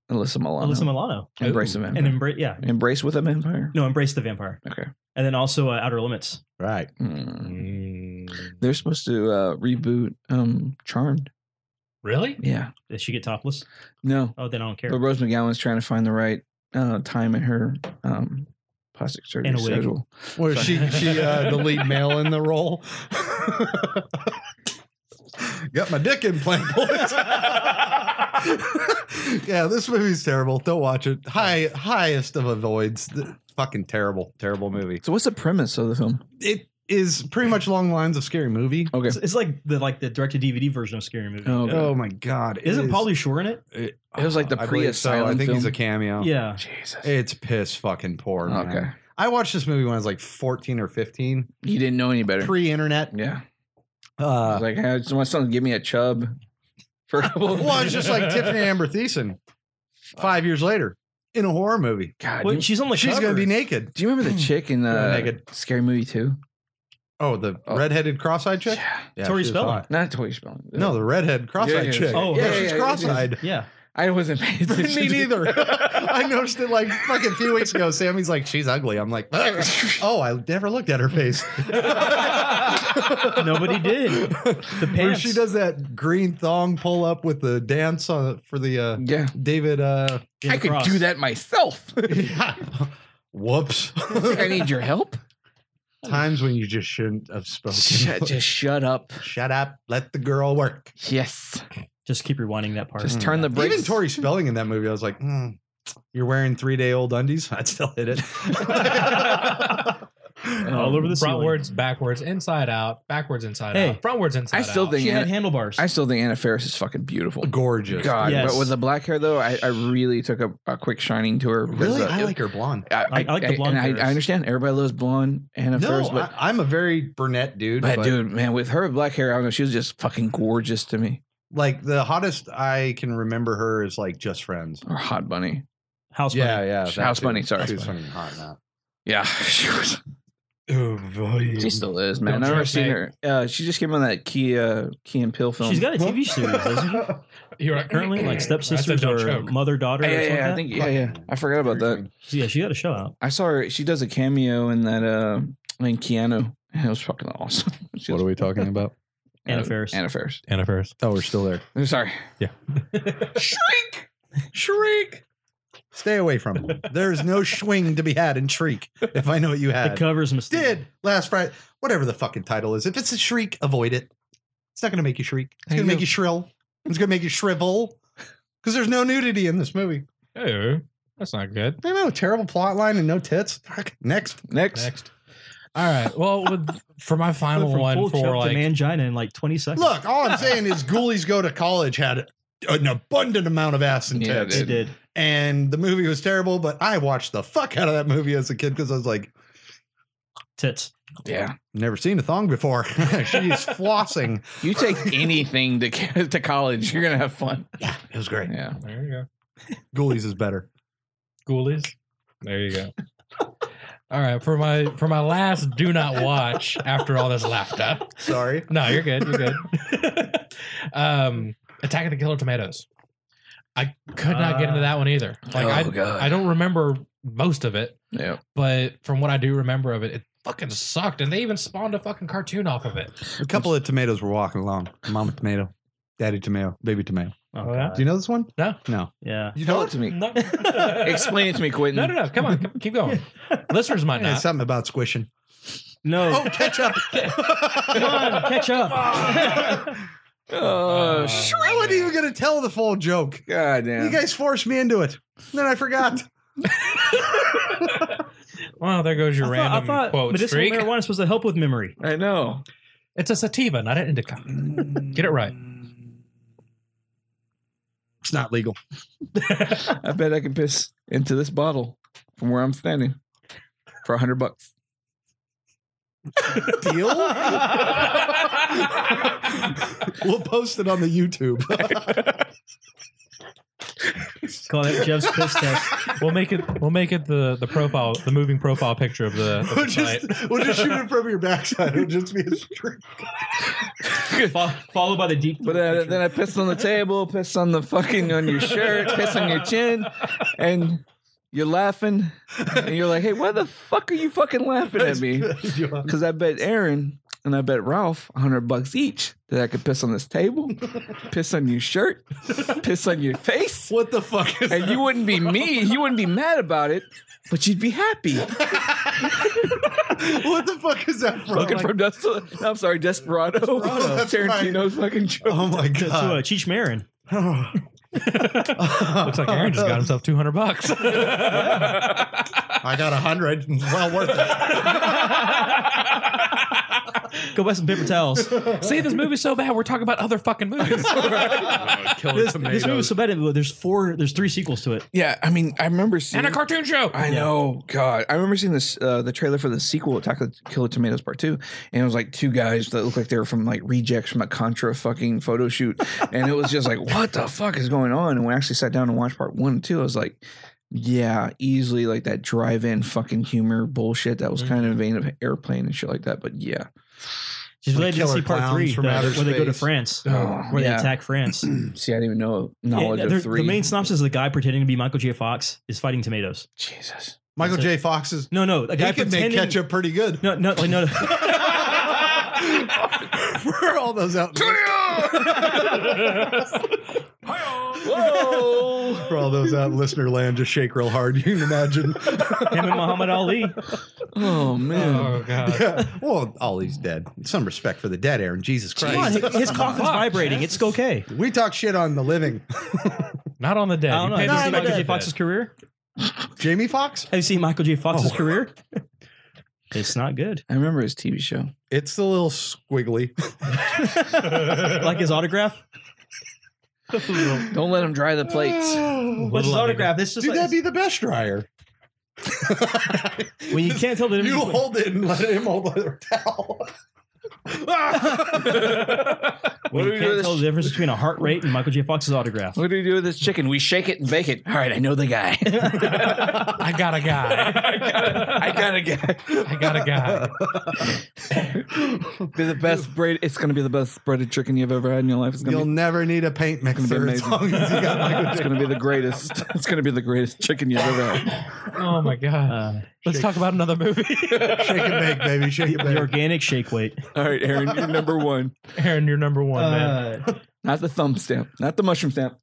Speaker 6: Alyssa Milano.
Speaker 8: Alyssa Milano.
Speaker 6: Embrace the Vampire.
Speaker 8: And embrace. Yeah.
Speaker 6: Embrace with a Vampire?
Speaker 8: No, embrace the vampire.
Speaker 6: Okay.
Speaker 8: And then also uh, Outer Limits.
Speaker 5: Right.
Speaker 6: Mm. They're supposed to uh, reboot um, Charmed.
Speaker 7: Really?
Speaker 6: Yeah.
Speaker 8: Did she get topless?
Speaker 6: No.
Speaker 8: Oh, then I don't care.
Speaker 6: But Rose McGowan's trying to find the right uh, time in her um, plastic surgery
Speaker 8: And a wig.
Speaker 6: schedule.
Speaker 5: Where she she <laughs> uh, the lead male in the role. Got my dick in plain boys. yeah, this movie's terrible. Don't watch it. High highest of avoids. Th- Fucking terrible, terrible movie.
Speaker 6: So what's the premise of the film?
Speaker 5: It is pretty much along the lines of scary movie.
Speaker 6: Okay.
Speaker 8: It's, it's like the like the direct to DVD version of Scary Movie.
Speaker 6: Oh, okay.
Speaker 5: Oh my god! it
Speaker 8: Isn't
Speaker 5: is-
Speaker 8: Pauly Shore in it?
Speaker 6: It was like the
Speaker 5: I believe
Speaker 6: pre-asylum
Speaker 5: so. I think
Speaker 6: film.
Speaker 5: he's a cameo.
Speaker 8: Yeah.
Speaker 6: Jesus.
Speaker 5: It's piss fucking poor. Man.
Speaker 6: Okay.
Speaker 5: I watched this movie when I was like 14 or 15,
Speaker 6: You didn't know any better.
Speaker 5: pre-internet.
Speaker 6: yeah. I was
Speaker 5: Uh,
Speaker 6: like, I <laughs>
Speaker 5: <laughs>
Speaker 6: just want someone to give me a chub for a couple of
Speaker 5: well, it's just like Tiffany Amber Thiessen. Five years later, in a horror movie,
Speaker 6: God,
Speaker 8: Well,
Speaker 6: you-
Speaker 8: she's on the
Speaker 5: she's going to
Speaker 8: cover.
Speaker 5: be naked.
Speaker 6: do you remember the chick in uh,
Speaker 5: naked.
Speaker 6: Scary Movie Two?
Speaker 5: Oh, the
Speaker 6: Oh.
Speaker 5: redheaded cross-eyed chick.
Speaker 6: Yeah,
Speaker 5: Yeah,
Speaker 8: Tori
Speaker 5: she was
Speaker 8: Spelling.
Speaker 5: hot.
Speaker 6: not Tori Spelling.
Speaker 5: No, the redhead cross-eyed
Speaker 6: yeah,
Speaker 5: chick.
Speaker 6: yeah.
Speaker 8: Oh,
Speaker 5: yeah,
Speaker 8: yeah,
Speaker 6: yeah,
Speaker 5: she's
Speaker 6: yeah.
Speaker 5: cross-eyed.
Speaker 8: <laughs> Yeah.
Speaker 6: I wasn't paying attention.
Speaker 5: <laughs> Me neither. <laughs> I noticed it like fucking a few weeks ago. Sammy's like, she's ugly. I'm like, <laughs> oh, I never looked at her <laughs> face.
Speaker 8: Nobody did. The
Speaker 5: Where
Speaker 8: pants.
Speaker 5: she does that green thong pull up with the dance uh, for the uh,
Speaker 6: Yeah,
Speaker 5: David. Uh, <laughs>
Speaker 8: David
Speaker 6: I could
Speaker 8: Cross.
Speaker 6: do that myself.
Speaker 5: <laughs> Whoops.
Speaker 6: I need your help.
Speaker 5: Times when you just shouldn't have spoken.
Speaker 6: <laughs> Hmm. Shut, just shut up.
Speaker 5: <laughs> Shut up. Let the girl work.
Speaker 6: Yes.
Speaker 8: Just keep rewinding that part.
Speaker 6: Just turn the brakes.
Speaker 5: Even
Speaker 6: <laughs>
Speaker 5: Tori Spelling in that movie, I was like, "Hmm, you're wearing three day old undies. <laughs> I'd still
Speaker 6: <laughs>
Speaker 5: hit it.
Speaker 8: all over the ceiling.
Speaker 7: frontwards, backwards, inside out, backwards, inside
Speaker 8: Hey,
Speaker 7: out, frontwards, inside
Speaker 6: I
Speaker 7: out.
Speaker 6: still think
Speaker 8: She had
Speaker 6: Anna,
Speaker 8: handlebars.
Speaker 6: I still think Anna Faris is fucking beautiful.
Speaker 5: Gorgeous.
Speaker 6: God,
Speaker 8: Yes.
Speaker 6: but with the black hair though, I, I really took a, a quick shining to her. because,
Speaker 5: Really?
Speaker 6: uh,
Speaker 5: I like her blonde.
Speaker 6: I,
Speaker 8: I- I like the
Speaker 6: and
Speaker 8: blonde
Speaker 6: I,
Speaker 8: Ferris.
Speaker 6: I understand everybody loves blonde Anna
Speaker 5: No,
Speaker 6: Faris, but,
Speaker 5: I, I'm a very brunette dude.
Speaker 6: but dude, man, with her black hair, I don't know, she was just fucking gorgeous to me.
Speaker 5: like the hottest I can remember her is like Just Friends.
Speaker 6: Or hot bunny.
Speaker 8: House
Speaker 5: yeah,
Speaker 8: Bunny.
Speaker 5: yeah. that
Speaker 6: House
Speaker 5: too.
Speaker 6: Bunny, sorry.
Speaker 5: She was fucking hot now.
Speaker 6: Yeah, <laughs> she was.
Speaker 7: Oh, volume.
Speaker 6: She <laughs> still is, man.
Speaker 7: Don't
Speaker 6: I've never
Speaker 7: trust
Speaker 6: seen
Speaker 7: me.
Speaker 6: her. Uh, she just came on that Key uh, Key and Pill film.
Speaker 8: She's got a TV series, doesn't she?
Speaker 7: You're right,
Speaker 8: Currently,
Speaker 7: <clears throat>
Speaker 8: like stepsisters
Speaker 7: don't
Speaker 8: or
Speaker 7: choke.
Speaker 8: mother daughter.
Speaker 6: yeah,
Speaker 8: or
Speaker 6: yeah, yeah,
Speaker 8: something like
Speaker 6: I
Speaker 8: that?
Speaker 6: think yeah, Oh, yeah. I forgot about that.
Speaker 8: Yeah, she got a show out.
Speaker 6: I saw her. She does a cameo in that uh in Keanu. <laughs> And it was fucking awesome. <laughs> She was-
Speaker 5: we talking about?
Speaker 8: Anna
Speaker 6: uh,
Speaker 8: Faris.
Speaker 6: Anna Faris.
Speaker 7: Anna Faris.
Speaker 5: Oh, we're still there.
Speaker 6: I'm sorry.
Speaker 7: Shriek! Shriek!
Speaker 5: Stay away from him.
Speaker 6: <laughs>
Speaker 5: There's no swing to be had in Shriek. If I know what you
Speaker 8: It
Speaker 5: had,
Speaker 8: covers mistakes.
Speaker 5: did last Friday, whatever the fucking title is. If it's a shriek, avoid it. It's not going to make you shriek. It's
Speaker 6: There
Speaker 5: going to
Speaker 6: you
Speaker 5: make
Speaker 6: go.
Speaker 5: you shrill. It's going to make you shrivel. Because there's no nudity in this movie.
Speaker 7: Oh, that's not good.
Speaker 5: I know, terrible plot line and no tits. Fuck.
Speaker 6: <laughs>
Speaker 5: Next.
Speaker 6: Next.
Speaker 7: Next. All right. Well, with, for my
Speaker 8: Went
Speaker 7: final
Speaker 8: from
Speaker 7: one
Speaker 8: full chub
Speaker 7: for
Speaker 8: to
Speaker 7: like
Speaker 8: mangina in like 20 seconds.
Speaker 5: Look, all I'm saying is Ghoulies Go to College had an abundant amount of ass and
Speaker 6: Yeah, it
Speaker 5: tits.
Speaker 8: it did.
Speaker 5: and the movie was terrible, but I watched the fuck out of that movie as a kid because I was like,
Speaker 8: Tits.
Speaker 6: Yeah.
Speaker 5: never seen a thong before. <laughs> She's flossing.
Speaker 6: You take anything to to college, you're gonna have fun.
Speaker 5: Yeah, it was great.
Speaker 6: Yeah.
Speaker 7: There you go.
Speaker 5: Ghoulies is better.
Speaker 7: Ghoulies. There you go. All right, for my for my last do not watch after all this laughter.
Speaker 5: Sorry.
Speaker 7: No, you're good. You're good. um, Attack of the Killer Tomatoes. I could not get into that one either. Like
Speaker 6: oh
Speaker 7: I,
Speaker 6: god.
Speaker 7: I don't remember most of it,
Speaker 6: yeah.
Speaker 7: but from what I do remember of it, it fucking sucked. And they even spawned a fucking cartoon off of it.
Speaker 5: A couple of tomatoes were walking along. Mama tomato, daddy tomato, baby tomato.
Speaker 8: Oh,
Speaker 7: Oh, yeah?
Speaker 8: God.
Speaker 5: Do you know this one?
Speaker 7: No.
Speaker 5: No.
Speaker 8: Yeah.
Speaker 6: You tell it to me.
Speaker 7: No.
Speaker 6: <laughs> Explain it to me, Quentin.
Speaker 7: No, no, no. Come on, come- keep
Speaker 8: <laughs>
Speaker 7: going. Listeners might
Speaker 5: It's
Speaker 7: not.
Speaker 5: something about squishing.
Speaker 8: No.
Speaker 5: Oh, ketchup.
Speaker 8: <laughs> Come on, catch up. <laughs>
Speaker 6: Oh, sh-
Speaker 5: I wasn't even going to tell the full joke.
Speaker 6: god damn.
Speaker 5: You guys forced me into it. Then I forgot.
Speaker 7: Well, there goes your
Speaker 8: I thought,
Speaker 7: random
Speaker 8: I thought
Speaker 7: quote
Speaker 8: medicinal
Speaker 7: streak.
Speaker 8: marijuana is supposed to help
Speaker 7: <laughs>
Speaker 8: with memory.
Speaker 6: I know.
Speaker 7: It's a sativa, not an indica. Get it right.
Speaker 5: It's not legal.
Speaker 6: I bet I can piss into this bottle from where I'm standing for a hundred bucks.
Speaker 5: <laughs> Deal? we'll post it on the <laughs> YouTube.
Speaker 8: Call that Jeff's piss test.
Speaker 7: We'll make it. We'll make it the the profile, the moving profile picture of the. Of the
Speaker 5: we'll, just,
Speaker 7: site.
Speaker 5: we'll just shoot it from your backside. It'll just be a straight.
Speaker 8: Fo- Followed by the deep.
Speaker 6: But uh, then I pissed on the table, pissed on the fucking on your shirt, pissed on your chin, and you're laughing, and you're like, "Hey, why the fuck are you fucking laughing at me?" Because I bet Aaron and I bet Ralph a hundred bucks each that I could piss on this table, piss on your shirt, piss on your face,
Speaker 5: What the fuck is
Speaker 6: and you wouldn't be me. You wouldn't be mad about it, but you'd be happy.
Speaker 5: What the fuck is that from?
Speaker 6: Looking for Des-
Speaker 8: <laughs>
Speaker 6: I'm sorry, Desperado.
Speaker 5: Desperado, that's
Speaker 6: Tarantino's fucking joke.
Speaker 5: oh my
Speaker 8: to uh,
Speaker 5: god.
Speaker 6: <laughs>
Speaker 8: Cheech Marin.
Speaker 7: Looks like Aaron just got himself two hundred bucks.
Speaker 8: <laughs>
Speaker 5: I got a hundred. Well worth it.
Speaker 8: Go buy some paper towels.
Speaker 7: <laughs> See, this movie's so bad. We're talking about other fucking <laughs> movies. Killer
Speaker 8: This, this movie was so bad. it- There's four. There's three sequels to it.
Speaker 6: Yeah, I mean, I remember seeing.
Speaker 7: and a cartoon show.
Speaker 6: I know, God, I remember seeing this uh, the trailer for the sequel, Attack of the Killer Tomatoes Part Two, and it was like two guys that looked like they were from like rejects from a Contra fucking photo shoot, and it was just like, what the fuck is going on? And when I actually sat down and watched Part One and Two, I was like, yeah, easily like that drive-in fucking humor bullshit that was kind of in the vein of airplane and shit like that. But yeah,
Speaker 8: She's
Speaker 5: Like
Speaker 8: related to see
Speaker 5: killer
Speaker 8: part
Speaker 5: clowns
Speaker 8: three,
Speaker 5: from
Speaker 8: the-
Speaker 5: outer
Speaker 8: where they go to
Speaker 5: space.
Speaker 8: France,
Speaker 6: Oh,
Speaker 8: where
Speaker 6: yeah.
Speaker 8: they
Speaker 5: <clears throat>
Speaker 8: attack France.
Speaker 6: see, I didn't even know knowledge
Speaker 8: Yeah,
Speaker 6: of
Speaker 8: they're-
Speaker 6: three.
Speaker 8: The main synopsis is the guy pretending to be Michael J. Fox is fighting tomatoes.
Speaker 6: Jesus.
Speaker 5: Michael J. Fox is.
Speaker 8: No, no, a guy
Speaker 5: He could make
Speaker 8: pretending.
Speaker 5: ketchup pretty
Speaker 8: <laughs>
Speaker 5: good.
Speaker 8: No, no,
Speaker 5: <laughs>
Speaker 8: like, no, no.
Speaker 5: For all those out for all those out in listener land, just shake real hard. You can imagine. <laughs>
Speaker 8: Him and Muhammad Ali.
Speaker 6: <laughs> Oh man.
Speaker 7: <laughs> Oh god.
Speaker 5: yeah. Well, Ollie's dead. Some respect for the dead, Aaron. Jesus
Speaker 8: Come on,
Speaker 5: Christ.
Speaker 8: his, his coffin's vibrating. It's okay.
Speaker 5: <laughs> We talk shit on the living.
Speaker 7: Not on the dead.
Speaker 8: I don't
Speaker 7: You
Speaker 8: know.
Speaker 7: pay
Speaker 8: Have
Speaker 7: the respect
Speaker 8: you seen Michael
Speaker 7: to
Speaker 8: J.
Speaker 7: the <laughs>
Speaker 8: Fox's
Speaker 7: dead.
Speaker 8: career?
Speaker 5: Jamie Fox.
Speaker 8: Have you seen Michael J. Fox's
Speaker 5: Oh.
Speaker 8: career? It's not good.
Speaker 6: I remember his TV show.
Speaker 5: It's the little squiggly.
Speaker 8: Like his autograph.
Speaker 6: Don't let him dry the
Speaker 5: <laughs>
Speaker 6: plates.
Speaker 8: What's his
Speaker 7: Little
Speaker 8: autograph? This just
Speaker 5: Dude,
Speaker 8: like,
Speaker 5: that'd be the best dryer.
Speaker 8: <laughs> when you can't tell the
Speaker 5: You
Speaker 8: difference. between-
Speaker 5: hold it and let him hold the
Speaker 8: <laughs>
Speaker 5: towel.
Speaker 8: when
Speaker 6: What do we
Speaker 8: you
Speaker 6: do with
Speaker 8: can't tell
Speaker 6: this-
Speaker 8: the difference between a heart rate and Michael J.
Speaker 5: <laughs>
Speaker 8: Fox's
Speaker 6: <sighs>
Speaker 8: autograph.
Speaker 6: What do we do with this chicken? We shake it and bake it. All right, I know the guy. <laughs>
Speaker 7: I got a guy.
Speaker 6: I got a guy.
Speaker 7: <laughs> I got a guy.
Speaker 6: <laughs> Be the best braid. It's gonna be the best breaded chicken you've ever had in your life. It's gonna
Speaker 5: You'll
Speaker 6: be.
Speaker 5: never need a paint
Speaker 6: It's gonna
Speaker 5: mixer
Speaker 6: be
Speaker 5: as
Speaker 6: amazing.
Speaker 5: <laughs> long as you got Michael
Speaker 6: it's
Speaker 5: J.
Speaker 6: gonna be the greatest. <laughs> It's gonna be the greatest chicken you've ever had.
Speaker 7: Oh my god.
Speaker 8: Uh,
Speaker 7: Let's talk about another <laughs> movie.
Speaker 5: Shake and bake, baby. Shake and
Speaker 8: the
Speaker 5: <laughs> bake.
Speaker 8: organic shake weight.
Speaker 6: All right, Aaron, you're number one.
Speaker 7: Aaron, you're number one, man.
Speaker 8: Uh,
Speaker 6: Not the thumb stamp, not the mushroom stamp.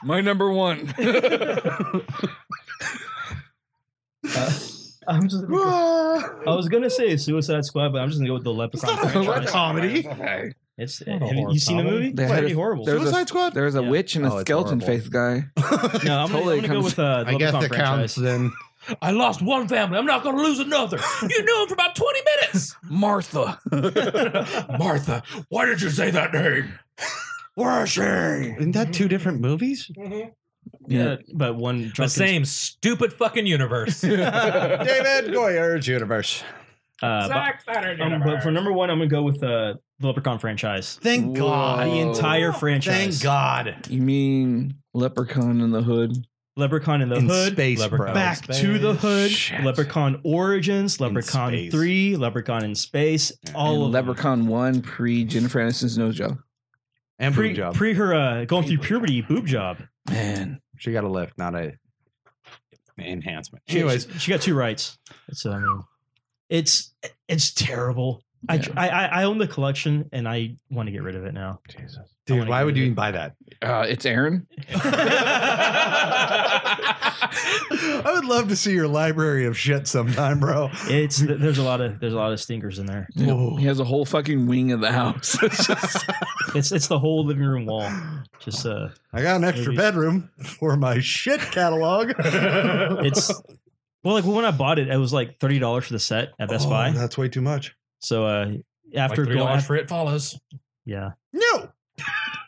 Speaker 6: <laughs> My number one.
Speaker 8: I'm just. I was gonna say Suicide Squad, but I'm just gonna go with the Leprechaun. franchise.
Speaker 5: comedy.
Speaker 8: It's,
Speaker 7: not a
Speaker 8: have you
Speaker 7: horror
Speaker 8: you seen the
Speaker 7: comedy.
Speaker 8: movie?
Speaker 6: They
Speaker 8: It's
Speaker 6: had
Speaker 8: pretty
Speaker 6: a-
Speaker 8: horrible.
Speaker 6: there's
Speaker 5: Suicide
Speaker 6: a, <laughs>
Speaker 5: Squad?
Speaker 6: there's a
Speaker 8: Yeah.
Speaker 6: witch and a
Speaker 5: Oh, it's
Speaker 6: skeleton
Speaker 5: horrible.
Speaker 6: face guy.
Speaker 8: no, I'm,
Speaker 6: totally
Speaker 8: gonna, I'm gonna go
Speaker 6: comes-
Speaker 8: with uh, the
Speaker 5: I guess
Speaker 8: Leprechaun
Speaker 5: that counts
Speaker 8: franchise.
Speaker 5: then.
Speaker 7: Uh, I lost one family. I'm not going to lose another. You knew him for about 20 <laughs> minutes.
Speaker 6: Martha. <laughs>
Speaker 7: Martha, why did you say that name?
Speaker 5: Where is she? Isn't that two different movies?
Speaker 8: Yeah, but one
Speaker 7: The
Speaker 8: drunken- <laughs>
Speaker 7: same stupid fucking <laughs> universe.
Speaker 5: David Goyer's universe.
Speaker 8: Uh, but, um, but for number one, I'm gonna go with uh, the Leprechaun franchise.
Speaker 5: Thank
Speaker 6: Whoa.
Speaker 5: God.
Speaker 8: The entire franchise.
Speaker 5: Thank God.
Speaker 6: You mean Leprechaun in the Hood?
Speaker 8: Leprechaun in the Hood.
Speaker 5: space,
Speaker 7: Leprechaun.
Speaker 8: Back to the Hood.
Speaker 6: Shit.
Speaker 8: Leprechaun Origins. Leprechaun
Speaker 5: space.
Speaker 8: Three. Leprechaun in Space.
Speaker 6: And
Speaker 8: All of them.
Speaker 6: Leprechaun One pre Jennifer Aniston's nose job.
Speaker 5: And
Speaker 8: Pre,
Speaker 5: boob job.
Speaker 8: pre her uh, going through puberty boob job.
Speaker 6: Man,
Speaker 5: she got a lift, not a enhancement.
Speaker 8: She-
Speaker 5: Anyways,
Speaker 8: she, she got two rights. So I mean, it's it's terrible. I,
Speaker 6: Yeah.
Speaker 8: I I I own the collection and I want to get rid of it now.
Speaker 5: dude, why would you even buy
Speaker 8: <laughs>
Speaker 5: that?
Speaker 6: uh, it's Aaron.
Speaker 5: <laughs> I would love to see your library of shit sometime, bro.
Speaker 8: It's there's a lot of there's a lot of stinkers in there.
Speaker 6: You know, he has a whole fucking wing of the house. <laughs> It's just-
Speaker 8: It's it's the whole living room wall. Just uh,
Speaker 5: I got an extra
Speaker 8: Maybe.
Speaker 5: bedroom <laughs> for my shit
Speaker 8: <laughs>
Speaker 5: catalog.
Speaker 8: it's well like when I bought it, it was like thirty dollars for the set at Best
Speaker 5: Oh,
Speaker 8: Buy.
Speaker 5: That's way too much.
Speaker 8: So uh, after
Speaker 7: After like
Speaker 8: going,
Speaker 7: $3
Speaker 8: after-
Speaker 7: for it follows.
Speaker 8: yeah,
Speaker 5: No,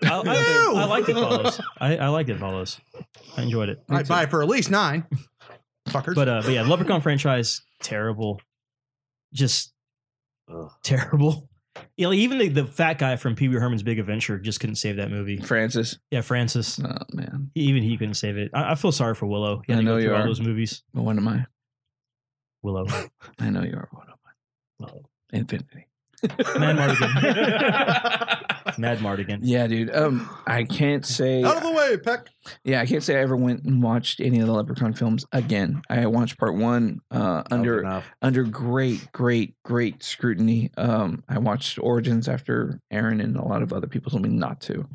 Speaker 8: I, I,
Speaker 5: No!
Speaker 8: I liked it follows. I, I liked it follows. I enjoyed it.
Speaker 5: I'd buy for at least nine. <laughs> Fuckers.
Speaker 8: But uh, but yeah, Leprechaun franchise terrible, just terrible. You know, even the, the fat guy from Pee Wee Herman's Big Adventure just couldn't save that movie.
Speaker 6: Francis.
Speaker 8: Yeah, Francis,
Speaker 6: Oh man,
Speaker 8: even he couldn't save it. I, I feel sorry for Willow. He had
Speaker 6: I
Speaker 8: to go
Speaker 6: know you
Speaker 8: through all
Speaker 6: are.
Speaker 8: those movies.
Speaker 6: But one of my,
Speaker 7: <laughs>
Speaker 8: Willow,
Speaker 6: I know you are one of my. Infinity.
Speaker 7: <laughs>
Speaker 8: Mad Mardigan, Mad Mardigan.
Speaker 6: Yeah, dude. Um, I can't
Speaker 8: <gasps>
Speaker 6: say.
Speaker 8: Oh.
Speaker 5: out of the way, Peck.
Speaker 6: Yeah, I can't say I ever went and watched any of the Leprechaun films again. I watched part one uh, under
Speaker 5: enough.
Speaker 6: under great, great, great scrutiny. Um, I watched Origins after Aaron and a lot of other people told me not to.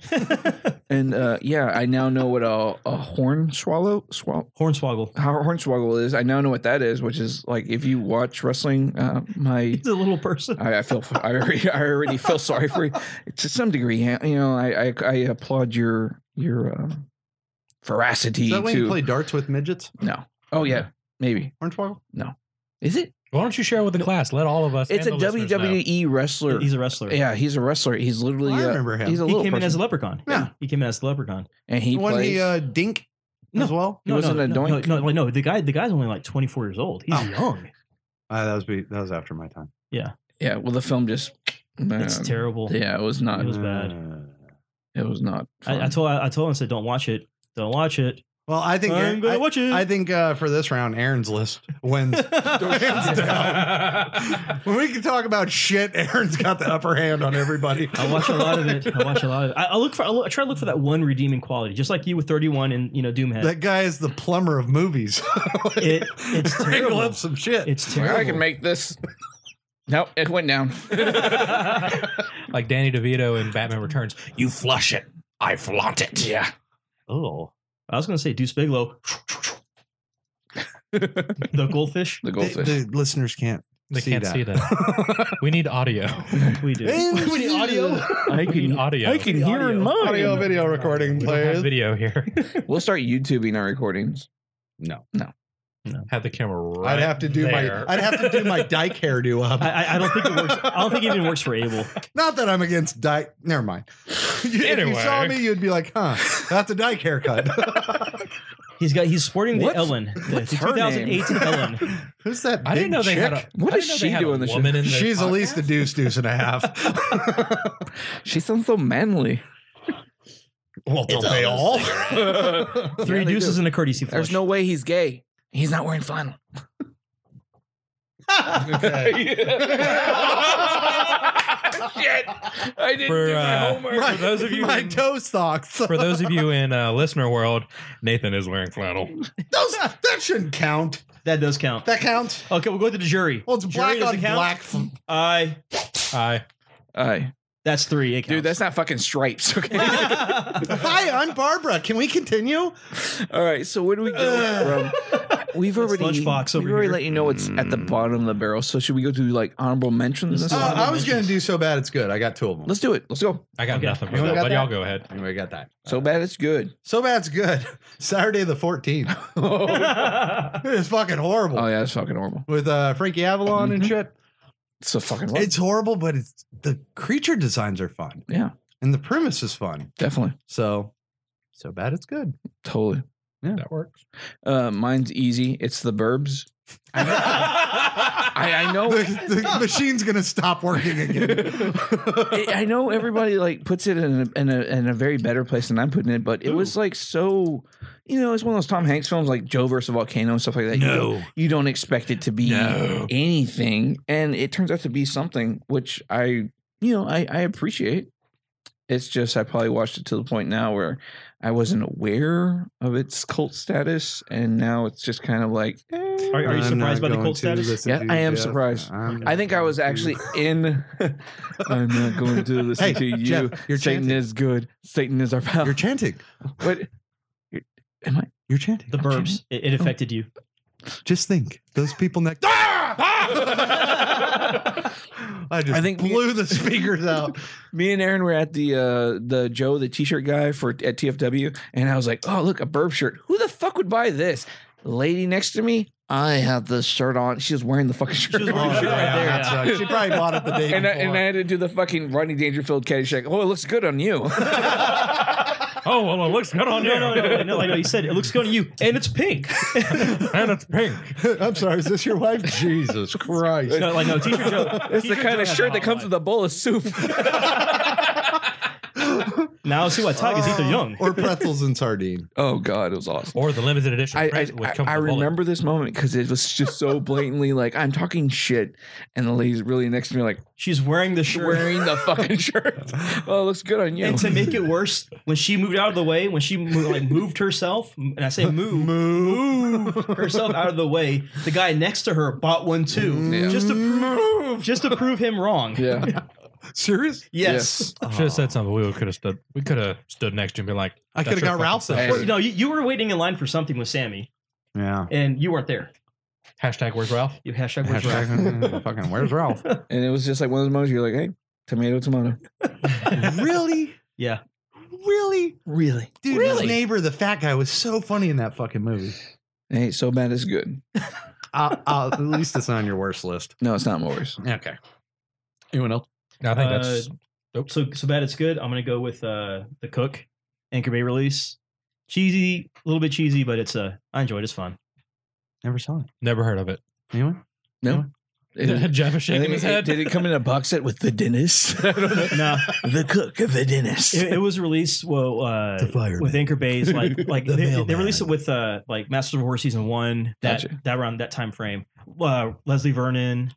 Speaker 6: and uh, yeah, I now know what a, a horn swallow swallow.
Speaker 8: Hornswoggle. <laughs>
Speaker 6: How hornswoggle is? I now know what that is, which is like if you watch wrestling, uh, my
Speaker 8: He's a little person.
Speaker 6: I, I feel I already, I already feel sorry for you to some degree. You know, I I, I applaud your your uh, veracity
Speaker 5: Is that when you
Speaker 6: to
Speaker 5: play darts with midgets?
Speaker 6: no. Oh yeah, maybe
Speaker 5: Hornswoggle?
Speaker 6: no. Is it?
Speaker 7: Why don't you share with the class? Let all of us.
Speaker 6: It's a
Speaker 7: and the listeners know.
Speaker 6: WWE wrestler.
Speaker 8: He's a wrestler.
Speaker 6: yeah, he's a wrestler. He's literally.
Speaker 5: I
Speaker 6: uh,
Speaker 5: remember him.
Speaker 6: He's a
Speaker 8: he
Speaker 6: little
Speaker 8: came in as a
Speaker 6: person.
Speaker 8: leprechaun.
Speaker 5: Yeah.
Speaker 8: he came in as a leprechaun.
Speaker 6: and he
Speaker 5: when
Speaker 6: plays.
Speaker 5: he uh, dink as well.
Speaker 6: He wasn't
Speaker 8: no,
Speaker 6: a
Speaker 8: no,
Speaker 6: doink?
Speaker 8: No, no, like, no, the guy, the guy's only like 24 years old. He's
Speaker 5: Oh.
Speaker 8: young.
Speaker 5: Uh, that was be, that was after my time.
Speaker 6: yeah, well, the film just.
Speaker 8: It's
Speaker 6: um,
Speaker 8: terrible.
Speaker 6: Yeah, it was not.
Speaker 8: It was bad.
Speaker 5: Uh,
Speaker 6: It was not.
Speaker 8: I, I
Speaker 6: fun.
Speaker 8: told, I, told him, I said, don't watch it. Don't watch it.
Speaker 5: Well, I think
Speaker 8: I'm
Speaker 5: Aaron,
Speaker 8: gonna
Speaker 5: I,
Speaker 8: watch it.
Speaker 5: I think uh, for this round, Aaron's list
Speaker 8: <laughs>
Speaker 5: wins. hands
Speaker 7: <laughs>
Speaker 5: down. when we can talk about shit, Aaron's got the upper hand on everybody.
Speaker 8: I watch a lot of it. I watch a lot of it. I, I look for. I, look, I try to look for that one redeeming quality, just like you with 31 and you know
Speaker 5: <laughs>
Speaker 8: Doomhead.
Speaker 5: That guy is the plumber of movies.
Speaker 8: <laughs> It-
Speaker 6: <laughs>
Speaker 8: it's
Speaker 5: <laughs> Wrangle
Speaker 8: terrible.
Speaker 5: up some shit.
Speaker 8: it's
Speaker 6: Well,
Speaker 8: terrible.
Speaker 6: I can make this. <laughs> Nope, it went down. <laughs>
Speaker 7: like Danny DeVito in Batman Returns. You flush it. I flaunt it.
Speaker 6: Yeah.
Speaker 8: oh, I was gonna say Deuce
Speaker 6: <laughs>
Speaker 8: Bigelow,
Speaker 6: the
Speaker 8: the goldfish.
Speaker 5: the,
Speaker 6: goldfish.
Speaker 5: the listeners can't.
Speaker 7: They
Speaker 5: see
Speaker 7: can't <laughs>
Speaker 5: that.
Speaker 7: see that. We
Speaker 6: <laughs>
Speaker 7: need audio.
Speaker 8: We do.
Speaker 5: Any audio?
Speaker 6: I
Speaker 7: We need audio.
Speaker 6: hear in mine.
Speaker 5: Audio video recording,
Speaker 7: We don't have
Speaker 5: please.
Speaker 7: video here. <laughs>
Speaker 6: We'll start YouTubing our recordings.
Speaker 5: No.
Speaker 7: have the camera right.
Speaker 5: I'd have to do
Speaker 7: there.
Speaker 5: my I'd have to
Speaker 7: <laughs>
Speaker 5: do my Dyke hairdo up.
Speaker 8: I, I- I don't think it works. I don't think it even works for Abel.
Speaker 5: Not that I'm against Dyke. Never mind. <laughs> You- If
Speaker 7: Anyway.
Speaker 5: you saw me, you'd be like, huh, that's a
Speaker 7: <laughs>
Speaker 5: Dyke haircut.
Speaker 8: He's got. He's sporting the
Speaker 6: What's-
Speaker 8: Ellen, the,
Speaker 6: what's her <laughs>
Speaker 8: 2018 Ellen.
Speaker 5: <laughs> Who's that big
Speaker 7: I didn't know they
Speaker 5: chick?
Speaker 7: had a.
Speaker 6: What
Speaker 7: I
Speaker 6: is
Speaker 7: didn't know
Speaker 6: she
Speaker 7: they had
Speaker 6: doing
Speaker 7: A
Speaker 6: this
Speaker 7: woman in their
Speaker 5: She's at
Speaker 7: podcast?
Speaker 5: least a deuce, deuce and
Speaker 7: <laughs>
Speaker 5: a half.
Speaker 6: She sounds so manly.
Speaker 5: well, don't they all? <laughs>
Speaker 8: Three
Speaker 6: Yeah, they
Speaker 8: deuces
Speaker 6: do.
Speaker 8: and a courtesy flush.
Speaker 6: There's no way he's gay. He's not wearing flannel. <laughs> Shit! I didn't
Speaker 7: For,
Speaker 6: do my
Speaker 7: uh,
Speaker 6: homework.
Speaker 5: Right.
Speaker 7: For those of you
Speaker 5: my
Speaker 7: in-
Speaker 5: toe socks.
Speaker 7: For those of you in uh, listener world, Nathan is wearing
Speaker 5: <laughs>
Speaker 7: flannel.
Speaker 5: <laughs> Those, that shouldn't count.
Speaker 8: That does count.
Speaker 5: That counts.
Speaker 8: okay, we'll go to the jury.
Speaker 6: Oh.
Speaker 5: Well, it's
Speaker 8: Jury
Speaker 5: black on
Speaker 8: doesn't count?
Speaker 5: black. <laughs> f-
Speaker 8: I.
Speaker 7: I
Speaker 6: Aye.
Speaker 8: That's three. It
Speaker 6: Dude, that's not fucking stripes, okay?
Speaker 5: Hi, I'm Barbara. Can we continue?
Speaker 6: <laughs> All right, so where do we go from? We've already
Speaker 8: Lunchbox
Speaker 6: we've
Speaker 8: over
Speaker 6: already
Speaker 8: here.
Speaker 6: let you know it's at the bottom of the barrel. So should we go to like honorable mentions?
Speaker 8: This
Speaker 6: and
Speaker 8: is
Speaker 6: stuff?
Speaker 8: honorable-
Speaker 5: Uh, I was going to do so bad it's good. I got two of them.
Speaker 6: Let's do it. Let's go.
Speaker 7: I got
Speaker 8: Okay.
Speaker 7: nothing for
Speaker 5: You
Speaker 7: that,
Speaker 5: got
Speaker 7: but
Speaker 5: that?
Speaker 7: y'all go ahead.
Speaker 5: Anyway, I got that.
Speaker 6: So bad it's good.
Speaker 5: So bad's good. <laughs> Saturday
Speaker 7: <laughs>
Speaker 5: the 14th.
Speaker 8: counts.
Speaker 5: it's fucking horrible.
Speaker 6: Oh yeah, that's fucking horrible.
Speaker 5: With uh, Frankie Avalon
Speaker 7: Mm-hmm.
Speaker 5: and
Speaker 6: Mhm.
Speaker 5: shit.
Speaker 6: It's so fucking horrible.
Speaker 5: It's horrible, but it's the creature designs are fun.
Speaker 6: Yeah.
Speaker 5: And the premise is fun.
Speaker 6: Definitely.
Speaker 5: So, so bad it's good.
Speaker 6: Totally.
Speaker 7: That works.
Speaker 6: Uh, mine's easy. It's the burbs. I know. <laughs> I, I
Speaker 5: <laughs>
Speaker 6: know.
Speaker 5: The, the machine's going to stop
Speaker 6: <laughs>
Speaker 5: working again.
Speaker 6: I- I know everybody like puts it in a, in a in a very better place than I'm putting it, but it was like so, you know, it's one of those Tom Hanks films like Joe versus Volcano and stuff like that. You don't-
Speaker 5: no.
Speaker 6: you don't expect it to be anything and it turns out to be something which i you know I, I appreciate it's just i probably watched it to the point now where i wasn't aware of its cult status and now it's just kind of like eh.
Speaker 8: Are, are you
Speaker 5: I'm
Speaker 8: surprised by
Speaker 5: not
Speaker 8: the
Speaker 5: going
Speaker 8: cult
Speaker 5: to
Speaker 8: status?
Speaker 5: listen
Speaker 6: Yeah,
Speaker 5: to
Speaker 6: I am
Speaker 5: Jeff.
Speaker 6: surprised.
Speaker 5: I'm
Speaker 6: i think i was
Speaker 5: going to-
Speaker 6: actually
Speaker 5: <laughs>
Speaker 6: in i'm not going to listen
Speaker 5: Hey,
Speaker 6: to you
Speaker 5: Jeff, you're
Speaker 6: satan
Speaker 5: chanting.
Speaker 6: is good satan is our pal
Speaker 5: You're chanting.
Speaker 6: What- am i
Speaker 5: You're chanting.
Speaker 8: The burbs. It, it affected you.
Speaker 5: Just think, those people next. I just
Speaker 6: Ah! I think me-
Speaker 5: blew the speakers out.
Speaker 6: Me and Aaron were at the uh, the Joe the T-shirt guy for at TFW, and I was like, "Oh, look, a burp shirt. Who the fuck would buy this?" Lady next to me, I have this shirt on. She was wearing the fucking shirt.
Speaker 8: She was wearing
Speaker 5: Oh,
Speaker 8: the shirt right
Speaker 5: yeah,
Speaker 8: there,
Speaker 5: that
Speaker 8: yeah.
Speaker 5: sucks. She probably bought it the day
Speaker 6: and I,
Speaker 5: before.
Speaker 6: and I had to do the fucking Rodney Dangerfield Caddyshack. Oh, it looks good on
Speaker 8: <laughs>
Speaker 6: you.
Speaker 7: Oh well, it looks good on you.
Speaker 8: No, no, no, no, I know. You said it looks good to you, and it's pink.
Speaker 7: <laughs> and it's pink.
Speaker 5: I'm sorry, is this your wife? Jesus Christ.
Speaker 8: no, like no, teacher Joe.
Speaker 6: it's the kind of shirt that comes with a bowl of soup. <laughs>
Speaker 8: Now see why Tug is either young.
Speaker 5: or pretzels and sardine.
Speaker 6: oh God, it was awesome.
Speaker 7: Or the limited edition.
Speaker 6: I,
Speaker 7: print would
Speaker 6: I,
Speaker 7: come
Speaker 6: I
Speaker 7: with a bullet.
Speaker 6: remember this moment because it was just
Speaker 8: <laughs>
Speaker 6: so blatantly like I'm talking shit, and the lady's really next to me like
Speaker 8: She's wearing the shirt.
Speaker 6: wearing the fucking <laughs> shirt. Oh, it looks good on you.
Speaker 8: and to make it worse, when she moved out of the way, when she mo- like moved herself, and I say move, move <laughs> herself out of the way, the guy next to her bought one too,
Speaker 6: Mm, Yeah.
Speaker 8: just to prove, just to prove him wrong.
Speaker 6: yeah.
Speaker 5: Serious?
Speaker 8: <laughs> Yes. Oh.
Speaker 7: Should have said something. We could have stood. We could have stood next to him and been like,
Speaker 5: I
Speaker 7: "That's
Speaker 5: could
Speaker 7: your
Speaker 5: have got
Speaker 7: fucking
Speaker 5: Ralph
Speaker 7: son."
Speaker 5: that.
Speaker 8: Well, no, you, you were waiting in line for something with Sammy,
Speaker 5: Yeah.
Speaker 8: and you weren't there.
Speaker 7: Hashtag where's
Speaker 6: <laughs>
Speaker 7: Ralph?
Speaker 8: You hashtag where's Ralph.
Speaker 5: <laughs> Hashtag, fucking, where's Ralph?
Speaker 6: And it was just like one of those moments you're like, hey, tomato, tomato.
Speaker 5: really?
Speaker 8: Yeah.
Speaker 5: Really?
Speaker 6: Really?
Speaker 5: Dude,
Speaker 6: Really?
Speaker 5: his neighbor, the fat guy, was so funny in that fucking movie.
Speaker 6: Hey, so bad it's good.
Speaker 5: Uh, uh, at least it's not on your worst list.
Speaker 6: No, it's not
Speaker 5: <laughs>
Speaker 6: Morris.
Speaker 5: Okay. Anyone else?
Speaker 7: I think that's
Speaker 8: Uh, So so bad it's good. I'm gonna go with uh the Cook Anchor Bay release. Cheesy, a little bit cheesy, but it's uh I enjoyed. it. It's fun.
Speaker 5: Never saw it.
Speaker 7: never heard of it.
Speaker 5: Anyone?
Speaker 6: No. It-
Speaker 7: Jeff is
Speaker 6: I
Speaker 7: shaking
Speaker 6: think
Speaker 7: his
Speaker 6: it-
Speaker 7: head.
Speaker 6: Did it come in a box set with the dentist?
Speaker 8: No,
Speaker 6: <laughs> the cook of the dentist.
Speaker 8: it, it was released well uh with Anchor Bay's like like
Speaker 1: The
Speaker 8: they, they
Speaker 1: mailman.
Speaker 8: released it with uh like Masters of War season one that
Speaker 6: Gotcha.
Speaker 8: that around that time frame. Uh, Leslie Vernon,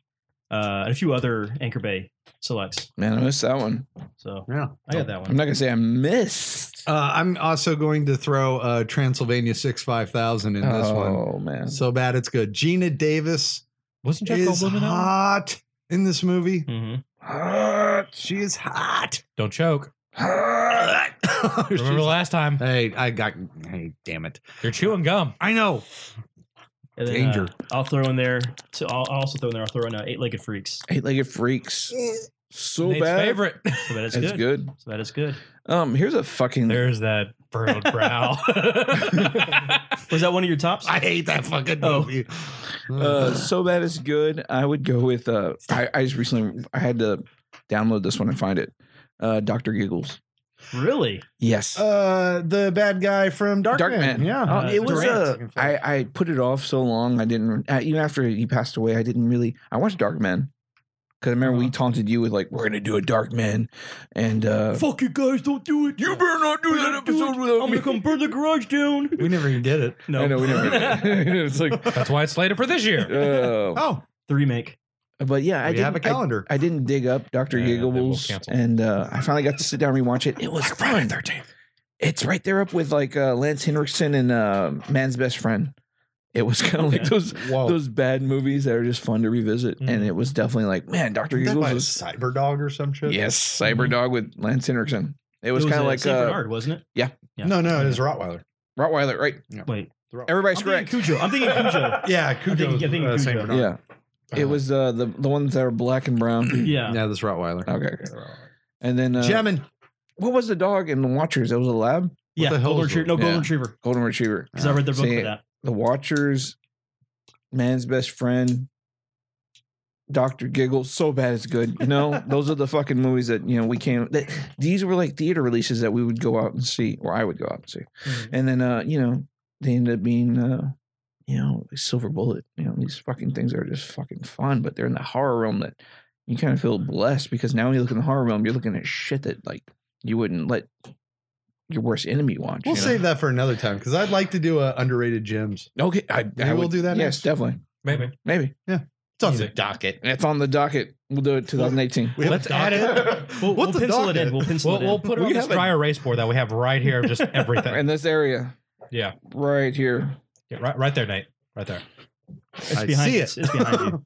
Speaker 8: uh, and a few other Anchor Bay selects.
Speaker 6: Man, I missed that one.
Speaker 8: So
Speaker 5: Yeah.
Speaker 8: I got that
Speaker 6: I'm
Speaker 8: one.
Speaker 6: not gonna say I missed.
Speaker 5: Uh, I'm also going to throw uh, Transylvania 65000 in this one.
Speaker 6: oh man.
Speaker 5: So bad it's good. Gina Davis
Speaker 7: Wasn't Jeff
Speaker 5: is
Speaker 7: Goldblum in that?
Speaker 5: hot in this movie.
Speaker 8: hmm Uh,
Speaker 5: She is hot.
Speaker 6: <laughs>
Speaker 7: Don't choke.
Speaker 8: uh,
Speaker 5: <laughs> She's-
Speaker 7: Remember last time?
Speaker 5: hey, I got. Hey, damn it.
Speaker 7: You're chewing gum.
Speaker 5: I know.
Speaker 8: And then,
Speaker 5: Danger.
Speaker 8: uh, I'll throw in there. To, I'll, I'll also throw in there. I'll throw in uh, Eight Legged Freaks.
Speaker 6: <gasps> Eight-legged freaks. So
Speaker 7: Nate's
Speaker 6: bad.
Speaker 7: favorite.
Speaker 6: <laughs>
Speaker 8: So that is
Speaker 6: That's good.
Speaker 8: good. So that is good.
Speaker 6: Um, here's a fucking.
Speaker 7: There's that furrowed
Speaker 6: <laughs>
Speaker 7: brow.
Speaker 8: <laughs> Was that one of your
Speaker 5: <laughs>
Speaker 8: tops?
Speaker 5: I hate that fucking
Speaker 8: Oh.
Speaker 5: movie.
Speaker 6: Uh, so bad it's good. I would go with. Uh, I, I just recently I had to download this one and find it. Uh, Doctor Giggles.
Speaker 8: really?
Speaker 6: Yes.
Speaker 5: Uh, the bad guy from Darkman.
Speaker 6: Darkman.
Speaker 5: Yeah.
Speaker 8: Uh,
Speaker 6: it was
Speaker 5: Durant.
Speaker 6: a, I, I put it off so long. I didn't uh, even after he passed away. I didn't really. I watched Dark Men because I remember we taunted you with like we're gonna do a Dark Men, and uh,
Speaker 5: <laughs>
Speaker 8: Fuck you guys! Don't do it.
Speaker 6: you better not do that episode without
Speaker 8: I'm
Speaker 6: me.
Speaker 8: gonna come burn the garage down.
Speaker 5: Oh, we never even did it.
Speaker 8: No,
Speaker 6: I know we never. it's like,
Speaker 7: That's why it's slated for this year.
Speaker 6: uh,
Speaker 5: Oh,
Speaker 8: <laughs> the remake.
Speaker 6: <laughs> but yeah, I
Speaker 5: we have a
Speaker 6: didn't. I,
Speaker 5: calendar.
Speaker 6: I didn't dig up Doctor
Speaker 7: Yeah, they will
Speaker 6: Giggles,
Speaker 7: cancel.
Speaker 6: and uh, I finally got to sit down and rewatch it. It was fun. It's right there up with like uh, Lance Henriksen and uh, Man's Best Friend. It was kind of like
Speaker 8: Okay.
Speaker 6: those
Speaker 8: Oh.
Speaker 5: Whoa.
Speaker 6: those bad movies that are just fun to revisit. And
Speaker 7: Mhm.
Speaker 6: it
Speaker 8: Mm-hmm.
Speaker 6: was definitely like, man, Dr.
Speaker 5: Isn't that
Speaker 6: Giggles
Speaker 5: by
Speaker 6: was
Speaker 5: Cyberdog or some shit.
Speaker 6: yes,
Speaker 8: Mm-hmm.
Speaker 6: Cyberdog with Lance Henriksen. It was, kind of
Speaker 8: uh,
Speaker 6: like
Speaker 8: Saint
Speaker 6: uh,
Speaker 8: Bernard, wasn't it? Yeah.
Speaker 5: No, no, it is Rottweiler.
Speaker 6: Rottweiler, right?
Speaker 8: Wait,
Speaker 6: Everybody's
Speaker 8: I'm thinking
Speaker 6: correct.
Speaker 8: Cujo. I'm thinking Cujo.
Speaker 5: <laughs> Yeah,
Speaker 8: Cujo is, uh, Saint Bernard.
Speaker 6: Yeah,
Speaker 8: Uh-huh.
Speaker 6: it was uh, the the ones that were black and brown.
Speaker 8: <clears throat> Yeah.
Speaker 5: Yeah, that's Rottweiler.
Speaker 6: okay, okay. And then uh,
Speaker 5: Gemin.
Speaker 6: what was the dog in the Watchers? It was a lab,
Speaker 8: Yeah,
Speaker 5: the hell
Speaker 8: golden
Speaker 5: is
Speaker 8: retriever. No,
Speaker 6: it?
Speaker 8: golden
Speaker 6: Yeah.
Speaker 8: retriever.
Speaker 6: golden retriever.
Speaker 8: Because I read the book
Speaker 6: See,
Speaker 8: for that.
Speaker 6: The Watchers, man's best friend. Doctor Giggles, so bad it's good. You
Speaker 5: <laughs>
Speaker 6: know, those are the fucking movies that you know we came. That, these were like theater releases that we would go out and see, or I would go out and see.
Speaker 5: Mm-hmm.
Speaker 6: And then uh, you know, they ended up being uh, you know, a silver bullet. You know, these fucking things are just fucking fun, but they're in the horror realm that you kind of feel blessed because now when you look in the horror realm, you're looking at shit that like you wouldn't let your worst enemy watch.
Speaker 5: We'll
Speaker 6: you know?
Speaker 5: save that for another time because I'd like to do a underrated gems.
Speaker 6: Okay, I,
Speaker 5: Maybe
Speaker 6: I
Speaker 5: we'll
Speaker 6: would-
Speaker 5: do that
Speaker 6: Yes,
Speaker 5: next.
Speaker 6: definitely.
Speaker 7: Maybe.
Speaker 6: Maybe
Speaker 5: It's on
Speaker 7: He's
Speaker 5: the
Speaker 7: a-
Speaker 5: docket.
Speaker 6: it's on the docket. We'll do it 2018.
Speaker 5: We have
Speaker 7: Let's
Speaker 5: a docket. <laughs>
Speaker 7: add
Speaker 8: We'll, we'll
Speaker 5: What's a
Speaker 8: pencil it in.
Speaker 5: docket?
Speaker 8: We'll pencil
Speaker 7: We'll,
Speaker 8: it in.
Speaker 7: we'll put it
Speaker 6: We
Speaker 7: on this
Speaker 6: have a-
Speaker 7: dry erase board that we have right here of
Speaker 6: <laughs>
Speaker 7: just everything.
Speaker 6: in this area,
Speaker 7: yeah.
Speaker 6: right here.
Speaker 7: yeah. Right, right there, Nate. Right there.
Speaker 8: it's
Speaker 5: I
Speaker 8: behind
Speaker 5: see
Speaker 8: you. It's, it's behind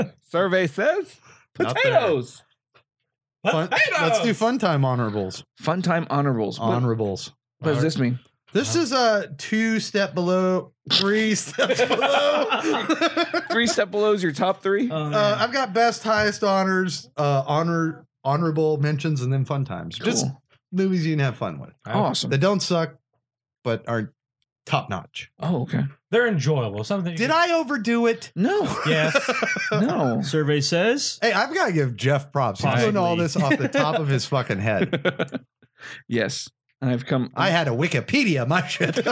Speaker 8: you.
Speaker 6: Survey says
Speaker 5: Not there.
Speaker 6: potatoes.
Speaker 5: Fun- let's do fun time honorables.
Speaker 6: Fun time honorables. What-
Speaker 5: Honorables.
Speaker 6: what does this mean?
Speaker 5: This is a two step below, three <laughs> steps below.
Speaker 6: Three step below is your top three.
Speaker 8: Oh,
Speaker 5: <laughs>
Speaker 8: man.
Speaker 5: uh, I've got best, highest honors, uh, honor, honorable mentions, and then fun times. Just
Speaker 6: Cool.
Speaker 5: movies you can have fun with.
Speaker 6: awesome.
Speaker 5: They don't suck, but are top notch.
Speaker 6: oh, okay.
Speaker 7: They're enjoyable. Something.
Speaker 5: Did I overdo it?
Speaker 6: No,
Speaker 7: Yes.
Speaker 5: <laughs>
Speaker 6: no.
Speaker 8: Survey says
Speaker 5: Hey, I've got to give Jeff props. He's doing
Speaker 7: Possibly.
Speaker 5: all this off the top of his fucking head.
Speaker 6: yes, and I've come.
Speaker 5: I had a Wikipedia, my shit.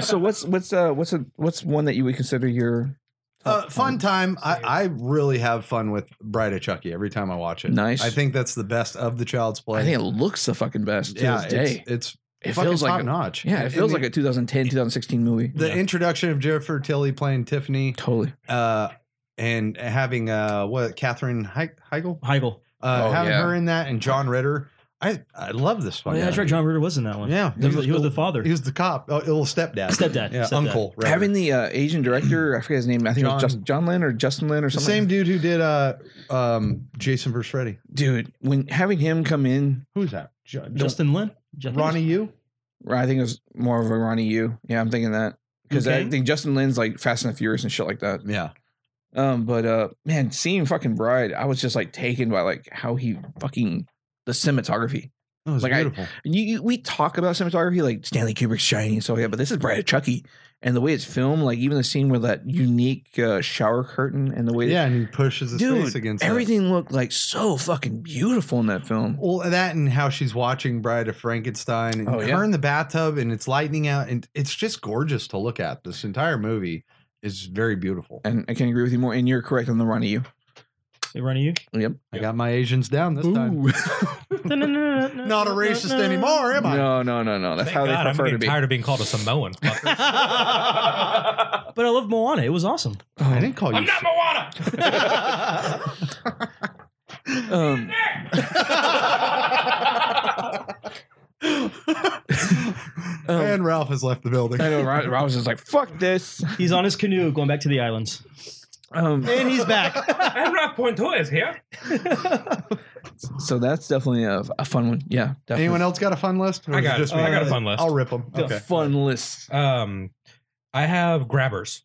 Speaker 6: <clears throat> so what's what's uh what's a, what's one that you would consider your
Speaker 5: Uh, fun time. I, I really have fun with Bride of Chucky every time I watch it.
Speaker 6: Nice.
Speaker 5: I think that's the best of the Child's Play.
Speaker 6: I think it looks the fucking best to
Speaker 5: yeah,
Speaker 6: this
Speaker 5: it's,
Speaker 6: day.
Speaker 5: it's
Speaker 6: It
Speaker 5: fucking
Speaker 6: feels like
Speaker 5: top
Speaker 6: a,
Speaker 5: notch.
Speaker 6: yeah, it
Speaker 5: And
Speaker 6: feels
Speaker 5: the-
Speaker 6: like a 2010 2016 movie.
Speaker 5: the introduction of Jennifer Tilly playing Tiffany
Speaker 6: Totally.
Speaker 5: uh, and having uh, what Catherine Heig- Heigl
Speaker 8: Heigl.
Speaker 5: uh,
Speaker 6: Oh,
Speaker 5: having
Speaker 6: yeah.
Speaker 5: her in that and John Ritter. I I love this
Speaker 8: Oh,
Speaker 5: fucking.
Speaker 8: yeah, that's right. John Ritter was in that one.
Speaker 5: Yeah,
Speaker 8: He was, he was the father.
Speaker 5: He was the cop, oh, little stepdad,
Speaker 8: Stepdad,
Speaker 5: yeah,
Speaker 8: stepdad.
Speaker 5: uncle. rather.
Speaker 6: Having the uh, Asian director, I forget his name. I think it was
Speaker 5: John-
Speaker 6: Just, John Lin or Justin Lin or
Speaker 5: the
Speaker 6: something.
Speaker 5: same dude who did uh um Jason vs Freddy.
Speaker 6: dude. When having him come in,
Speaker 5: Who's that? Jo-
Speaker 8: Justin Lin. Justin
Speaker 5: Ronnie, you?
Speaker 6: I think it was more of a Ronnie Yu. Yeah, I'm thinking that because I
Speaker 8: Okay.
Speaker 6: think Justin Lin's like Fast and the Furious and shit like that.
Speaker 5: Yeah,
Speaker 6: Um, but uh, man, seeing fucking Bride, I was just like taken by like how he fucking the cinematography.
Speaker 5: That was
Speaker 6: Like, I-
Speaker 5: beautiful.
Speaker 6: And you, you we talk about cinematography like Stanley Kubrick's Shining and so yeah, but this is Bride of Chucky, and the way it's filmed, like even the scene with that unique uh, shower curtain and the way,
Speaker 5: yeah, and he pushes his face
Speaker 6: dude,
Speaker 5: against it.
Speaker 6: everything looked like so fucking beautiful in that film.
Speaker 5: Well, that and how she's watching Bride of Frankenstein and
Speaker 6: Oh,
Speaker 5: her
Speaker 6: yeah.
Speaker 5: in the bathtub and it's lightning out and it's just gorgeous to look at. This entire movie is very beautiful.
Speaker 6: And I can agree with you more. And you're correct on the run of you.
Speaker 8: They run to you.
Speaker 6: Yep.
Speaker 5: I got my Asians down this time. <laughs> Not
Speaker 8: Not
Speaker 5: a racist anymore, am I?
Speaker 6: No, no, no, no. That's
Speaker 7: Thank
Speaker 6: how they
Speaker 7: God, I'm
Speaker 6: prefer to
Speaker 7: getting
Speaker 6: be.
Speaker 7: tired of being called
Speaker 6: <laughs>
Speaker 7: a Samoan. fucker.
Speaker 8: But I love Moana. It was awesome.
Speaker 5: I didn't call
Speaker 7: I'm
Speaker 5: you.
Speaker 7: not Moana.
Speaker 5: <laughs>
Speaker 6: <laughs> Um,
Speaker 5: and Ralph has left the building.
Speaker 6: I know. Rob Rob was just like, "Fuck this."
Speaker 8: He's on his canoe going back to the islands.
Speaker 6: Um,
Speaker 8: And he's <laughs> back.
Speaker 7: and Rock Pointoya is here.
Speaker 6: so that's definitely a, a fun one. Yeah, definitely.
Speaker 5: Anyone else got a fun list? Or
Speaker 7: I
Speaker 5: is it
Speaker 7: got-
Speaker 5: just
Speaker 7: I
Speaker 5: me?
Speaker 7: got a fun list.
Speaker 5: I'll rip them.
Speaker 6: The
Speaker 5: Okay.
Speaker 6: fun list. <gasps>
Speaker 7: Um, I have grabbers.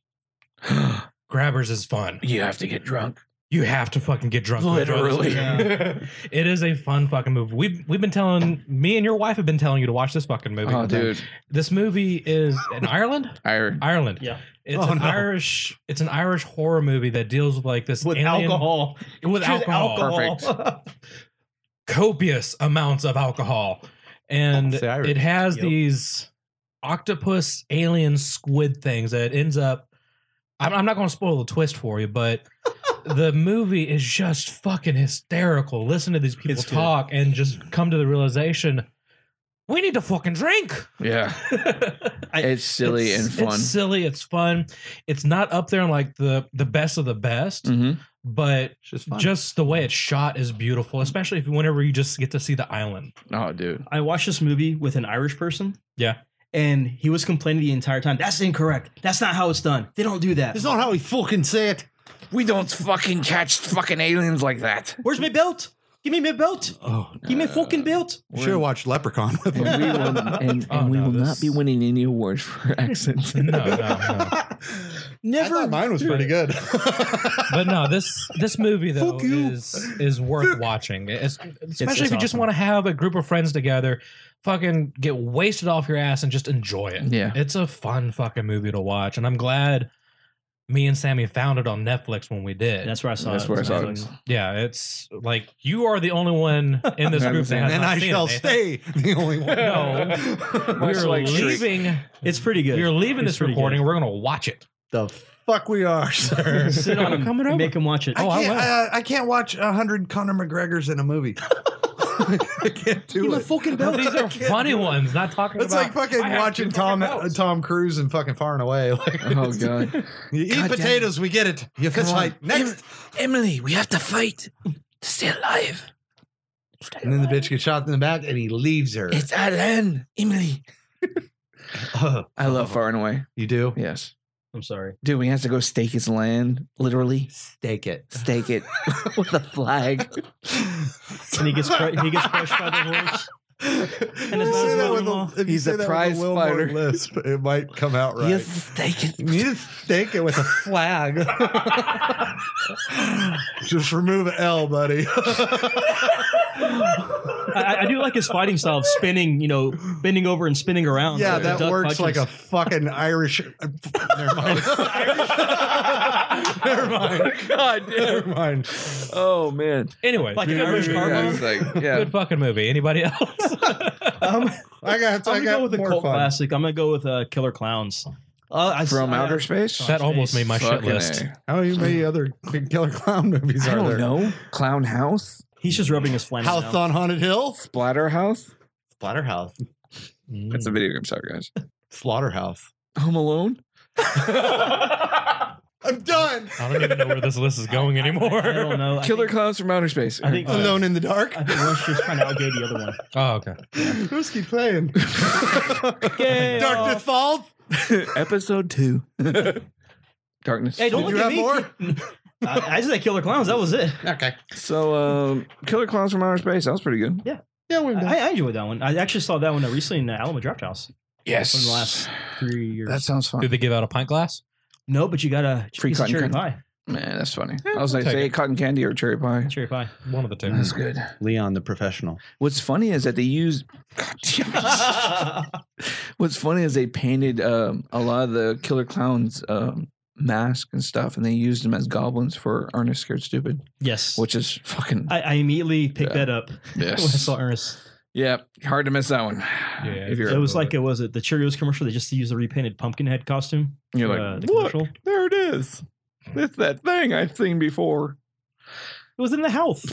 Speaker 7: Grabbers is fun.
Speaker 6: you have to get drunk.
Speaker 7: You have to fucking get drunk. with drugs.
Speaker 6: Literally. <laughs>
Speaker 7: it is a fun fucking movie. We've we've been telling me and your wife have been telling you to watch this fucking movie.
Speaker 6: Oh, dude,
Speaker 7: This movie is in Ireland.
Speaker 6: I
Speaker 7: Ireland.
Speaker 8: Yeah.
Speaker 7: It's
Speaker 5: Oh,
Speaker 7: an
Speaker 5: no.
Speaker 7: Irish. It's an Irish horror movie that deals with like this
Speaker 8: With
Speaker 7: alien-
Speaker 8: alcohol.
Speaker 7: With
Speaker 8: Just
Speaker 7: alcohol.
Speaker 8: Oh.
Speaker 7: copious amounts of alcohol, and
Speaker 5: It's the Irish.
Speaker 7: it has
Speaker 8: Yep.
Speaker 7: these octopus alien squid things that ends up. I'm, I'm not going to spoil the twist for you,
Speaker 5: <laughs>
Speaker 7: but the movie is just fucking hysterical. Listen to these people
Speaker 8: It's good.
Speaker 7: talk and just come to the realization we need to fucking
Speaker 8: <laughs>
Speaker 7: drink. <laughs>
Speaker 6: yeah, it's silly
Speaker 7: It's-
Speaker 6: and fun.
Speaker 7: It's silly. It's fun. It's not up there in like the the best of the best,
Speaker 6: Mhm.
Speaker 7: but
Speaker 5: It's just fun.
Speaker 7: just the way it's shot is beautiful, especially if whenever you just get to see the island.
Speaker 6: Oh, dude,
Speaker 8: I watched this movie with an Irish person.
Speaker 7: Yeah.
Speaker 8: And he was complaining the entire time. That's incorrect. That's not how it's done. They don't do that.
Speaker 5: That's not how he fucking say it.
Speaker 6: we don't fucking catch fucking aliens like that.
Speaker 8: Where's my belt? Give me my belt.
Speaker 5: Oh,
Speaker 8: Give me fucking belt.
Speaker 5: you should have watched Leprechaun
Speaker 7: <laughs>
Speaker 5: with him.
Speaker 6: And we will, and, and
Speaker 7: Oh,
Speaker 6: we
Speaker 7: no,
Speaker 6: will
Speaker 7: this-
Speaker 6: not be winning any awards for <laughs> accents.
Speaker 7: <laughs> No, no, no.
Speaker 5: I thought mine was
Speaker 7: <laughs>
Speaker 5: pretty good.
Speaker 7: But no, this this movie though
Speaker 5: Fuck you.
Speaker 7: is is worth watching, It's- especially if
Speaker 8: it's
Speaker 7: you just
Speaker 8: awesome.
Speaker 7: want to have a group of friends together, fucking get wasted off your ass and just enjoy it.
Speaker 6: Yeah.
Speaker 7: it's a fun fucking movie to watch, and I'm glad me and Sammy found it on Netflix when we did.
Speaker 8: That's where I saw
Speaker 6: That's
Speaker 8: it.
Speaker 6: where I saw it.
Speaker 7: yeah, it's like you are the only one in this
Speaker 6: I haven't
Speaker 7: group
Speaker 6: seen
Speaker 7: that
Speaker 6: it.
Speaker 7: has
Speaker 5: and
Speaker 7: not
Speaker 5: I
Speaker 7: seen
Speaker 5: shall
Speaker 7: it.
Speaker 5: stay the only
Speaker 7: <laughs>
Speaker 5: one.
Speaker 7: No.
Speaker 6: Much
Speaker 7: We're
Speaker 6: like Shriek.
Speaker 7: leaving.
Speaker 8: It's pretty good. <laughs>
Speaker 7: We're leaving
Speaker 8: It's
Speaker 7: this
Speaker 8: pretty
Speaker 7: recording.
Speaker 8: good.
Speaker 7: We're gonna watch it.
Speaker 5: the fuck we are, sir.
Speaker 8: Sit on him.
Speaker 7: Coming
Speaker 8: and
Speaker 7: over.
Speaker 8: Make him watch it.
Speaker 5: I
Speaker 7: Oh, I
Speaker 5: can't, uh,
Speaker 7: will.
Speaker 5: I, I can't watch a hundred Conor McGregor's in
Speaker 7: <laughs>
Speaker 5: a movie. <laughs> I can't do it. <laughs>
Speaker 8: fucking
Speaker 7: No, these are funny ones. Not talking
Speaker 5: It's like
Speaker 7: about.
Speaker 5: fucking
Speaker 7: I have
Speaker 5: watching
Speaker 7: two
Speaker 5: Tom uh,
Speaker 7: fucking belts.
Speaker 5: Tom Cruise and fucking Far and Away. <laughs> Like,
Speaker 6: <laughs> Oh god,
Speaker 5: you eat
Speaker 6: God damn
Speaker 5: potatoes, we get it. You fist
Speaker 6: Come on.
Speaker 5: fight next,
Speaker 6: Emily, we have to fight to stay alive.
Speaker 5: and then the bitch gets shot in the back, and he leaves her.
Speaker 6: Alan, Emily.
Speaker 5: <laughs> Ugh.
Speaker 6: I love Far and Away.
Speaker 5: you do
Speaker 6: Yes,
Speaker 8: I'm sorry.
Speaker 6: dude, we have to go stake his land, literally
Speaker 5: stake it.
Speaker 6: stake it <laughs> with a flag.
Speaker 5: <laughs>
Speaker 8: And he gets cru- he gets crushed by the horse.
Speaker 5: And
Speaker 8: his mother-in-law.
Speaker 5: if you
Speaker 6: He's
Speaker 5: say
Speaker 6: a
Speaker 5: that with
Speaker 6: prize
Speaker 5: little more
Speaker 6: fighter.
Speaker 5: Lisp, it might come out right.
Speaker 6: Yes, stake it.
Speaker 5: You need
Speaker 6: <laughs>
Speaker 5: to stake it with a flag. <laughs> Just remove a
Speaker 7: <laughs>
Speaker 5: L, buddy. <laughs>
Speaker 8: I- I, I do like his fighting style of spinning, you know, bending over and spinning around.
Speaker 5: Yeah,
Speaker 8: like
Speaker 5: that
Speaker 8: duck
Speaker 5: works
Speaker 8: punches.
Speaker 5: like a fucking Irish. <laughs>
Speaker 6: <laughs>
Speaker 5: Never mind. Never mind.
Speaker 6: God,
Speaker 5: Never mind.
Speaker 6: Oh man.
Speaker 7: Anyway,
Speaker 8: Like an
Speaker 7: good
Speaker 8: Irish
Speaker 7: movie.
Speaker 8: car
Speaker 6: Yeah,
Speaker 8: bomb?
Speaker 6: it's like, yeah.
Speaker 7: Good fucking movie. Anybody
Speaker 8: <laughs>
Speaker 7: else?
Speaker 8: Um,
Speaker 5: I got. I got
Speaker 8: I'm gonna go with a
Speaker 5: more
Speaker 8: cult
Speaker 5: fun.
Speaker 8: classic. I'm gonna go with uh, Killer Clowns. Uh, I,
Speaker 6: From
Speaker 8: I-
Speaker 6: outer space?
Speaker 7: that almost made my shit
Speaker 6: Fucking
Speaker 7: list.
Speaker 6: A.
Speaker 5: How many other killer clown movies
Speaker 6: I
Speaker 5: are
Speaker 6: don't
Speaker 5: there?
Speaker 6: know. Clown House?
Speaker 8: He's just rubbing his flannel.
Speaker 5: House
Speaker 8: now.
Speaker 5: on Haunted Hill,
Speaker 6: Splatterhouse?
Speaker 5: Splatterhouse,
Speaker 7: Mm,
Speaker 6: That's a video game. Sorry, guys.
Speaker 5: Slaughterhouse.
Speaker 6: Home Alone?
Speaker 5: I'm done.
Speaker 7: I don't even know where this list is going anymore.
Speaker 8: I don't know. I
Speaker 6: Killer
Speaker 8: think,
Speaker 6: Clowns from Outer Space. <laughs>
Speaker 8: I think-
Speaker 5: <laughs> Alone in the
Speaker 8: <laughs>
Speaker 5: dark.
Speaker 8: I think one's just trying to outgay the other one.
Speaker 7: <laughs> Oh, okay.
Speaker 5: Who's keep <laughs> playing?
Speaker 8: Okay,
Speaker 5: Darkness Falls.
Speaker 6: <laughs> Episode
Speaker 8: <laughs>
Speaker 6: 2. Darkness.
Speaker 8: <laughs> Hey, don't
Speaker 5: Did
Speaker 8: look
Speaker 5: you
Speaker 8: at
Speaker 5: have
Speaker 8: me.
Speaker 5: more?
Speaker 8: <laughs> I, I just said Killer Clowns. That was it.
Speaker 5: Okay.
Speaker 6: So, um, Killer Clowns from Outer Space. That was pretty good.
Speaker 5: Yeah, we're done.
Speaker 8: I, I enjoyed that one. I actually saw that one recently in the Alamo Draft House.
Speaker 6: Yes.
Speaker 8: From the last- Three years.
Speaker 6: That sounds fun.
Speaker 7: Did they give out a pint glass?
Speaker 8: no, but you got a
Speaker 6: Free
Speaker 8: piece of
Speaker 6: cotton
Speaker 8: cherry
Speaker 6: candy.
Speaker 8: pie.
Speaker 6: Man, that's funny.
Speaker 7: Yeah,
Speaker 6: I was
Speaker 7: I'll
Speaker 6: like,
Speaker 7: take
Speaker 6: say
Speaker 7: it.
Speaker 6: cotton candy or cherry pie.
Speaker 8: Cherry
Speaker 5: <laughs>
Speaker 8: pie. <laughs>
Speaker 7: One of the two.
Speaker 6: That's good.
Speaker 5: Leon, the professional.
Speaker 6: What's funny is that they
Speaker 7: <laughs>
Speaker 6: used. God damn it. What's funny is they painted um, a lot of the killer clowns um, mask and stuff, and they used them as goblins for Ernest Scared Stupid,
Speaker 8: yes.
Speaker 6: which is fucking <laughs>
Speaker 8: I, I immediately picked
Speaker 6: Yeah.
Speaker 8: that up <laughs>
Speaker 6: yes.
Speaker 8: when I saw Ernest.
Speaker 6: Yeah, hard to miss that one.
Speaker 7: Yeah,
Speaker 6: if you're
Speaker 8: It was like it was it the Cheerios commercial. They just used the repainted Pumpkinhead costume.
Speaker 6: you're
Speaker 8: for,
Speaker 6: like,
Speaker 8: uh, the
Speaker 6: look,
Speaker 8: commercial.
Speaker 6: there it is. It's that thing I've seen before.
Speaker 8: It was in the health.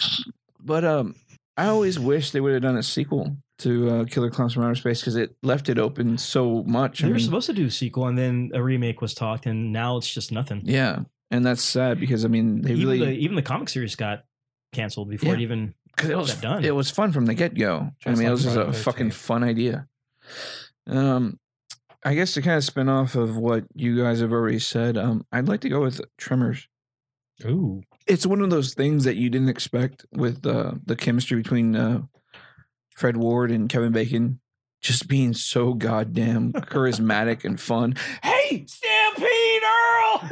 Speaker 6: But um, I always wish they would have done a sequel to uh, Killer Clowns from Outer Space because it left it open so much. I
Speaker 8: They were
Speaker 6: mean,
Speaker 8: supposed to do a sequel, and then a remake was talked, and now it's just nothing.
Speaker 6: yeah, and that's sad because I mean they
Speaker 8: even,
Speaker 6: really
Speaker 8: the, even the comic series got canceled before it
Speaker 6: Yeah.
Speaker 8: even.
Speaker 6: Because it was
Speaker 8: got done.
Speaker 6: It was fun from the get go. I
Speaker 7: Just
Speaker 6: mean, it
Speaker 7: like
Speaker 6: was just a
Speaker 7: Friday the
Speaker 6: fucking
Speaker 7: 13th.
Speaker 6: fun idea. Um, I guess to kind of spin off of what you guys have already said, um, I'd like to go with Tremors.
Speaker 8: <laughs>
Speaker 7: Ooh.
Speaker 6: It's one of those things that you didn't expect with uh, the chemistry between uh, Fred Ward and Kevin Bacon just being so <laughs> goddamn charismatic and fun. Hey, Stampede Earl!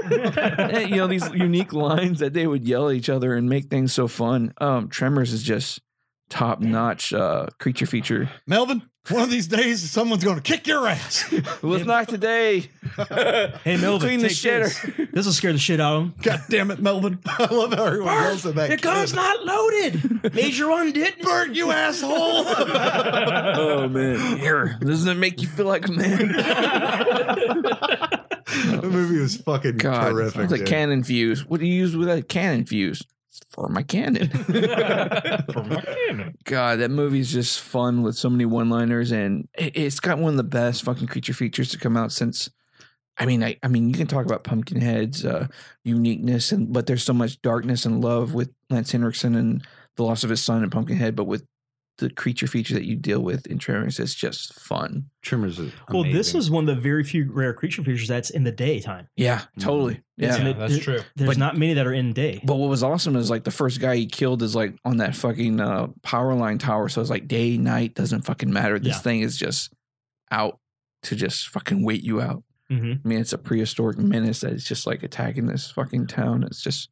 Speaker 6: And, <laughs> you know, these unique lines that they would yell at each other and make things so fun. Um, Tremors is just top notch uh, creature feature.
Speaker 9: Melvin, one of these days, someone's going to kick your
Speaker 5: <laughs>
Speaker 9: ass.
Speaker 6: It was not today.
Speaker 8: Hey Melvin,
Speaker 6: Clean the
Speaker 8: take
Speaker 6: shitter.
Speaker 8: <laughs> This. this will scare the shit out of him.
Speaker 9: God damn it,
Speaker 5: <laughs>
Speaker 9: Melvin. I love how everyone yells at that.
Speaker 8: The gun's not loaded. Major one didn't.
Speaker 9: Bert, you
Speaker 5: <laughs>
Speaker 9: asshole.
Speaker 6: Oh, man. Here, doesn't it make you feel like a
Speaker 8: <laughs>
Speaker 6: man?
Speaker 9: the movie was fucking
Speaker 6: God,
Speaker 9: terrific.
Speaker 6: it's like
Speaker 9: dude.
Speaker 6: cannon fuse. What do you use with that cannon fuse? It's For my cannon.
Speaker 7: For my cannon.
Speaker 6: God, that movie's just fun with so many one-liners, and it- it's got one of the best fucking creature features to come out since. I mean, I, I mean, you can talk about Pumpkinhead's uh, uniqueness, and but there's so much darkness and love with Lance Henriksen and the loss of his son and Pumpkinhead, but with the creature feature that you deal with in Tremors, it's just fun.
Speaker 5: Trimmers is
Speaker 8: Well, this
Speaker 5: amazing.
Speaker 8: is one of the very few rare creature features that's in the daytime.
Speaker 6: Yeah, totally. Mm-hmm. Yeah,
Speaker 7: Yeah, that's true.
Speaker 8: There's
Speaker 6: But-
Speaker 8: not many that are in day.
Speaker 6: But what was awesome is like the first guy he killed is like on that fucking uh, power line tower. So it's like day, night doesn't fucking matter. This
Speaker 8: Yeah.
Speaker 6: thing is just out to just fucking wait you out.
Speaker 8: hmm
Speaker 6: I mean, it's a prehistoric menace that is just like attacking this fucking town. It's just,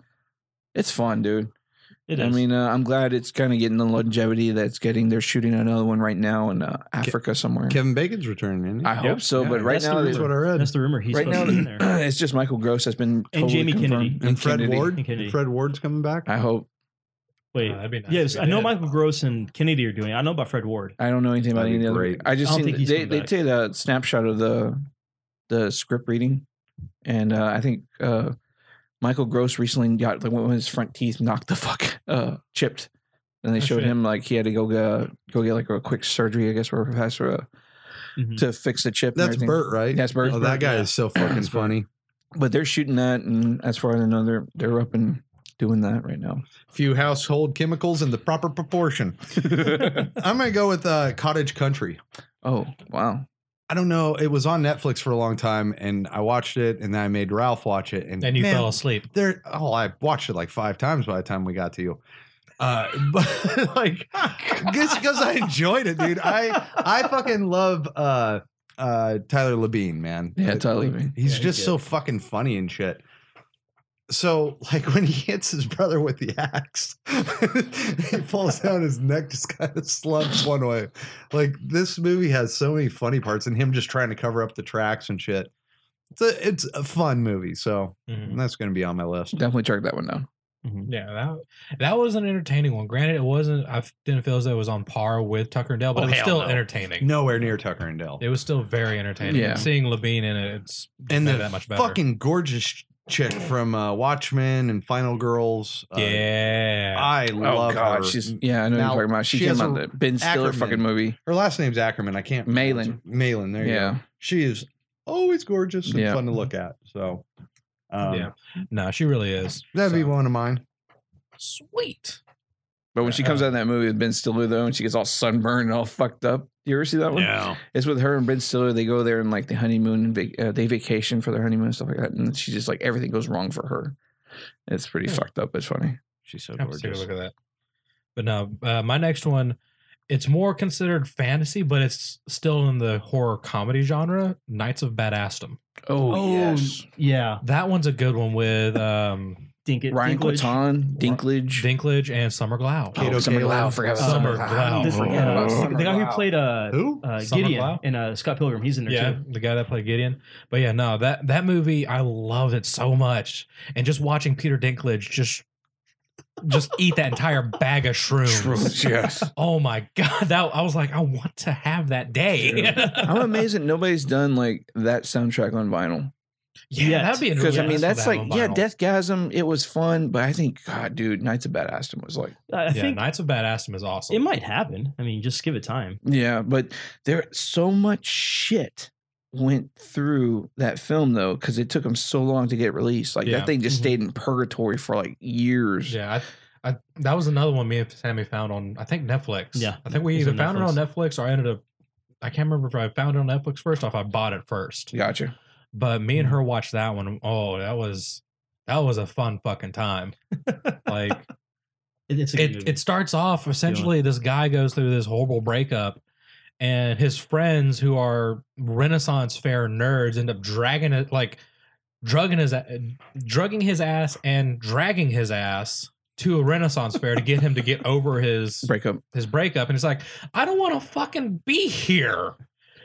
Speaker 6: it's fun, dude.
Speaker 8: It is.
Speaker 6: I mean, uh, I'm glad it's kind of getting the longevity that's getting. They're shooting another one right now in uh, Africa somewhere.
Speaker 5: Kevin Bacon's returning. Isn't he?
Speaker 6: I hope
Speaker 7: Yep.
Speaker 6: so,
Speaker 5: Yeah,
Speaker 6: but right
Speaker 8: that's the
Speaker 6: now,
Speaker 8: rumor.
Speaker 5: That's what I read.
Speaker 8: that's the rumor. He's
Speaker 6: right now, <clears throat>
Speaker 8: supposed to be in there.
Speaker 6: it's just Michael Gross has been
Speaker 8: And Jamie
Speaker 6: confirmed.
Speaker 8: Kennedy.
Speaker 5: and Fred
Speaker 6: Kennedy.
Speaker 5: Ward.
Speaker 8: And Kennedy.
Speaker 5: Fred Ward's coming back.
Speaker 6: I hope.
Speaker 8: Wait,
Speaker 7: Uh, that'd be nice
Speaker 8: yes,
Speaker 7: if
Speaker 8: I
Speaker 7: he
Speaker 8: know
Speaker 7: did.
Speaker 8: Michael Gross and Kennedy are doing. it. I know about Fred Ward.
Speaker 6: I don't know anything about
Speaker 5: That'd
Speaker 6: any
Speaker 5: be
Speaker 6: of the
Speaker 5: great.
Speaker 6: I just
Speaker 8: I don't
Speaker 6: seen
Speaker 8: think he's
Speaker 6: they
Speaker 8: coming
Speaker 6: they
Speaker 8: back.
Speaker 6: did a snapshot of the the script reading, and uh, I think uh, Michael Gross recently got like one of his front teeth knocked the <laughs> fuck uh, chipped, and they
Speaker 7: Oh,
Speaker 6: showed
Speaker 7: shit.
Speaker 6: him like he had to go get, go get like a quick surgery, I guess, for a professor uh,
Speaker 8: Mhm.
Speaker 6: to fix the chip. and
Speaker 5: That's
Speaker 6: everything.
Speaker 5: Bert, right?
Speaker 6: That's Bert.
Speaker 5: Oh, that guy is so fucking
Speaker 6: That's Bert.
Speaker 5: funny.
Speaker 6: But they're shooting that, and as far as I know, they're they're up and doing that right now.
Speaker 5: Few household chemicals in the proper
Speaker 6: <laughs>
Speaker 5: proportion. I'm gonna go with uh, Cottage Country.
Speaker 6: Oh wow,
Speaker 5: I don't know. It was on Netflix for a long time, and I watched it, and then I made Ralph watch it, and
Speaker 7: And you
Speaker 5: man,
Speaker 7: fell asleep.
Speaker 5: There, oh, I watched it like five times by the time we got to you. Uh, <laughs> but like, just because I enjoyed it, dude. I I fucking love uh uh Tyler Labine, man.
Speaker 6: Yeah,
Speaker 5: Uh,
Speaker 6: Tyler Labine.
Speaker 5: He's
Speaker 8: Yeah, he's
Speaker 5: just so fucking funny and shit. So like when he hits his brother with the axe, <laughs> he falls down. His neck just kind of slumps one way. Like this movie has so many funny parts, and him just trying to cover up the tracks and shit. It's a, it's a fun movie, so
Speaker 7: Mhm.
Speaker 5: that's going to be on my list.
Speaker 6: definitely track that one down.
Speaker 7: Yeah, that that was an entertaining one. Granted, it wasn't. I f- didn't feel as though it was on par with Tucker and Dale, but it
Speaker 5: Oh,
Speaker 7: was
Speaker 5: hell
Speaker 7: still
Speaker 5: no.
Speaker 7: entertaining.
Speaker 5: Nowhere near Tucker and Dale.
Speaker 7: it was still very entertaining.
Speaker 6: Yeah.
Speaker 7: seeing Labine in it, it's
Speaker 5: and
Speaker 7: made
Speaker 5: the
Speaker 7: it that much better.
Speaker 5: fucking gorgeous chick from uh, Watchmen and Final Girls. Uh,
Speaker 7: yeah,
Speaker 5: I
Speaker 8: Oh,
Speaker 5: love her.
Speaker 6: Oh, she's yeah, I know what
Speaker 5: Now,
Speaker 6: you're talking about. She,
Speaker 5: she
Speaker 6: came
Speaker 5: has
Speaker 6: out
Speaker 5: a-
Speaker 6: the Ben Stiller
Speaker 5: Ackerman.
Speaker 6: fucking movie.
Speaker 5: her last name's Ackerman. I can't.
Speaker 6: Malin.
Speaker 5: Malin. There you go.
Speaker 6: Yeah,
Speaker 5: She is always gorgeous and
Speaker 6: Yeah.
Speaker 5: fun to look at. So, um,
Speaker 7: yeah. No, she really is.
Speaker 5: that'd be
Speaker 7: So,
Speaker 5: one of mine.
Speaker 7: Sweet.
Speaker 6: but when she comes out in that movie with Ben Stiller though, and she gets all sunburned and all fucked up. You ever see that one?
Speaker 5: No.
Speaker 6: It's with her and Ben Stiller. They go there and like the honeymoon, and vac- uh, they vacation for their honeymoon and stuff like that. And she just like everything goes wrong for her. It's pretty
Speaker 7: Hmm.
Speaker 6: fucked up. It's funny.
Speaker 5: She's so
Speaker 7: I have to take a
Speaker 5: gorgeous.
Speaker 7: look at that. But no, uh, my next one, it's more considered fantasy, but it's still in the horror comedy genre. Knights of Badassdom.
Speaker 6: Oh,
Speaker 8: yeah.
Speaker 5: <laughs>
Speaker 7: That one's a good one with um,
Speaker 8: Dink-
Speaker 6: Ryan
Speaker 8: Dinklage.
Speaker 6: Quatan, Dinklage.
Speaker 7: Dinklage and Summer Glau.
Speaker 5: Kato
Speaker 6: Oh, Summer
Speaker 5: Kaelin.
Speaker 6: Glau, I forgot about
Speaker 7: Summer
Speaker 8: I
Speaker 7: Glau.
Speaker 8: did forget
Speaker 6: Oh.
Speaker 8: about
Speaker 6: Summer
Speaker 8: the guy who
Speaker 6: Glau.
Speaker 8: played uh,
Speaker 5: Who?
Speaker 8: uh,
Speaker 7: Summer
Speaker 8: Gideon
Speaker 7: Glau?
Speaker 8: and uh, Scott Pilgrim. He's in there
Speaker 7: Yeah,
Speaker 8: too.
Speaker 7: the guy that played Gideon. But yeah, no, that that movie I loved it so much, and just watching Peter Dinklage just just eat that entire bag of shrooms.
Speaker 6: Yes.
Speaker 7: Oh my god, that I was like, I want to have that day.
Speaker 6: <laughs>
Speaker 7: <laughs>
Speaker 6: I'm amazed that nobody's done like that soundtrack on vinyl.
Speaker 7: yeah,
Speaker 8: Yet.
Speaker 7: that'd be
Speaker 6: Because
Speaker 7: interesting.
Speaker 6: I mean, that's like, yeah, Deathgasm, it was fun, but I think, God, dude, Knights of Badassdom was like,
Speaker 8: I I
Speaker 7: yeah,
Speaker 8: think
Speaker 7: Knights of Badassdom is awesome.
Speaker 8: it might happen. I mean, just give it time.
Speaker 6: yeah, but there, so much shit went through that film though, because it took them so long to get released. Like
Speaker 7: Yeah. Mm-hmm.
Speaker 6: that thing just
Speaker 8: Mhm.
Speaker 6: stayed in purgatory for like years.
Speaker 7: Yeah, I, I, that was another one me and Sammy found on I think Netflix.
Speaker 8: Yeah,
Speaker 7: I think we
Speaker 8: it's
Speaker 7: either
Speaker 8: on
Speaker 7: found it on Netflix or I ended up. I can't remember if I found it on Netflix first. Or if I bought it first,
Speaker 6: Gotcha.
Speaker 7: but me and her watched that one. Oh, that was that was a fun fucking time. like
Speaker 8: It, it's a good
Speaker 7: it,
Speaker 8: movie.
Speaker 7: it starts off essentially this guy goes through this horrible breakup and his friends who are renaissance fair nerds end up dragging it like drugging his a- drugging his ass and dragging his ass to a renaissance fair to get him to get
Speaker 6: <laughs>
Speaker 7: over his
Speaker 6: Breakup.
Speaker 7: his breakup and it's like i don't want to fucking be here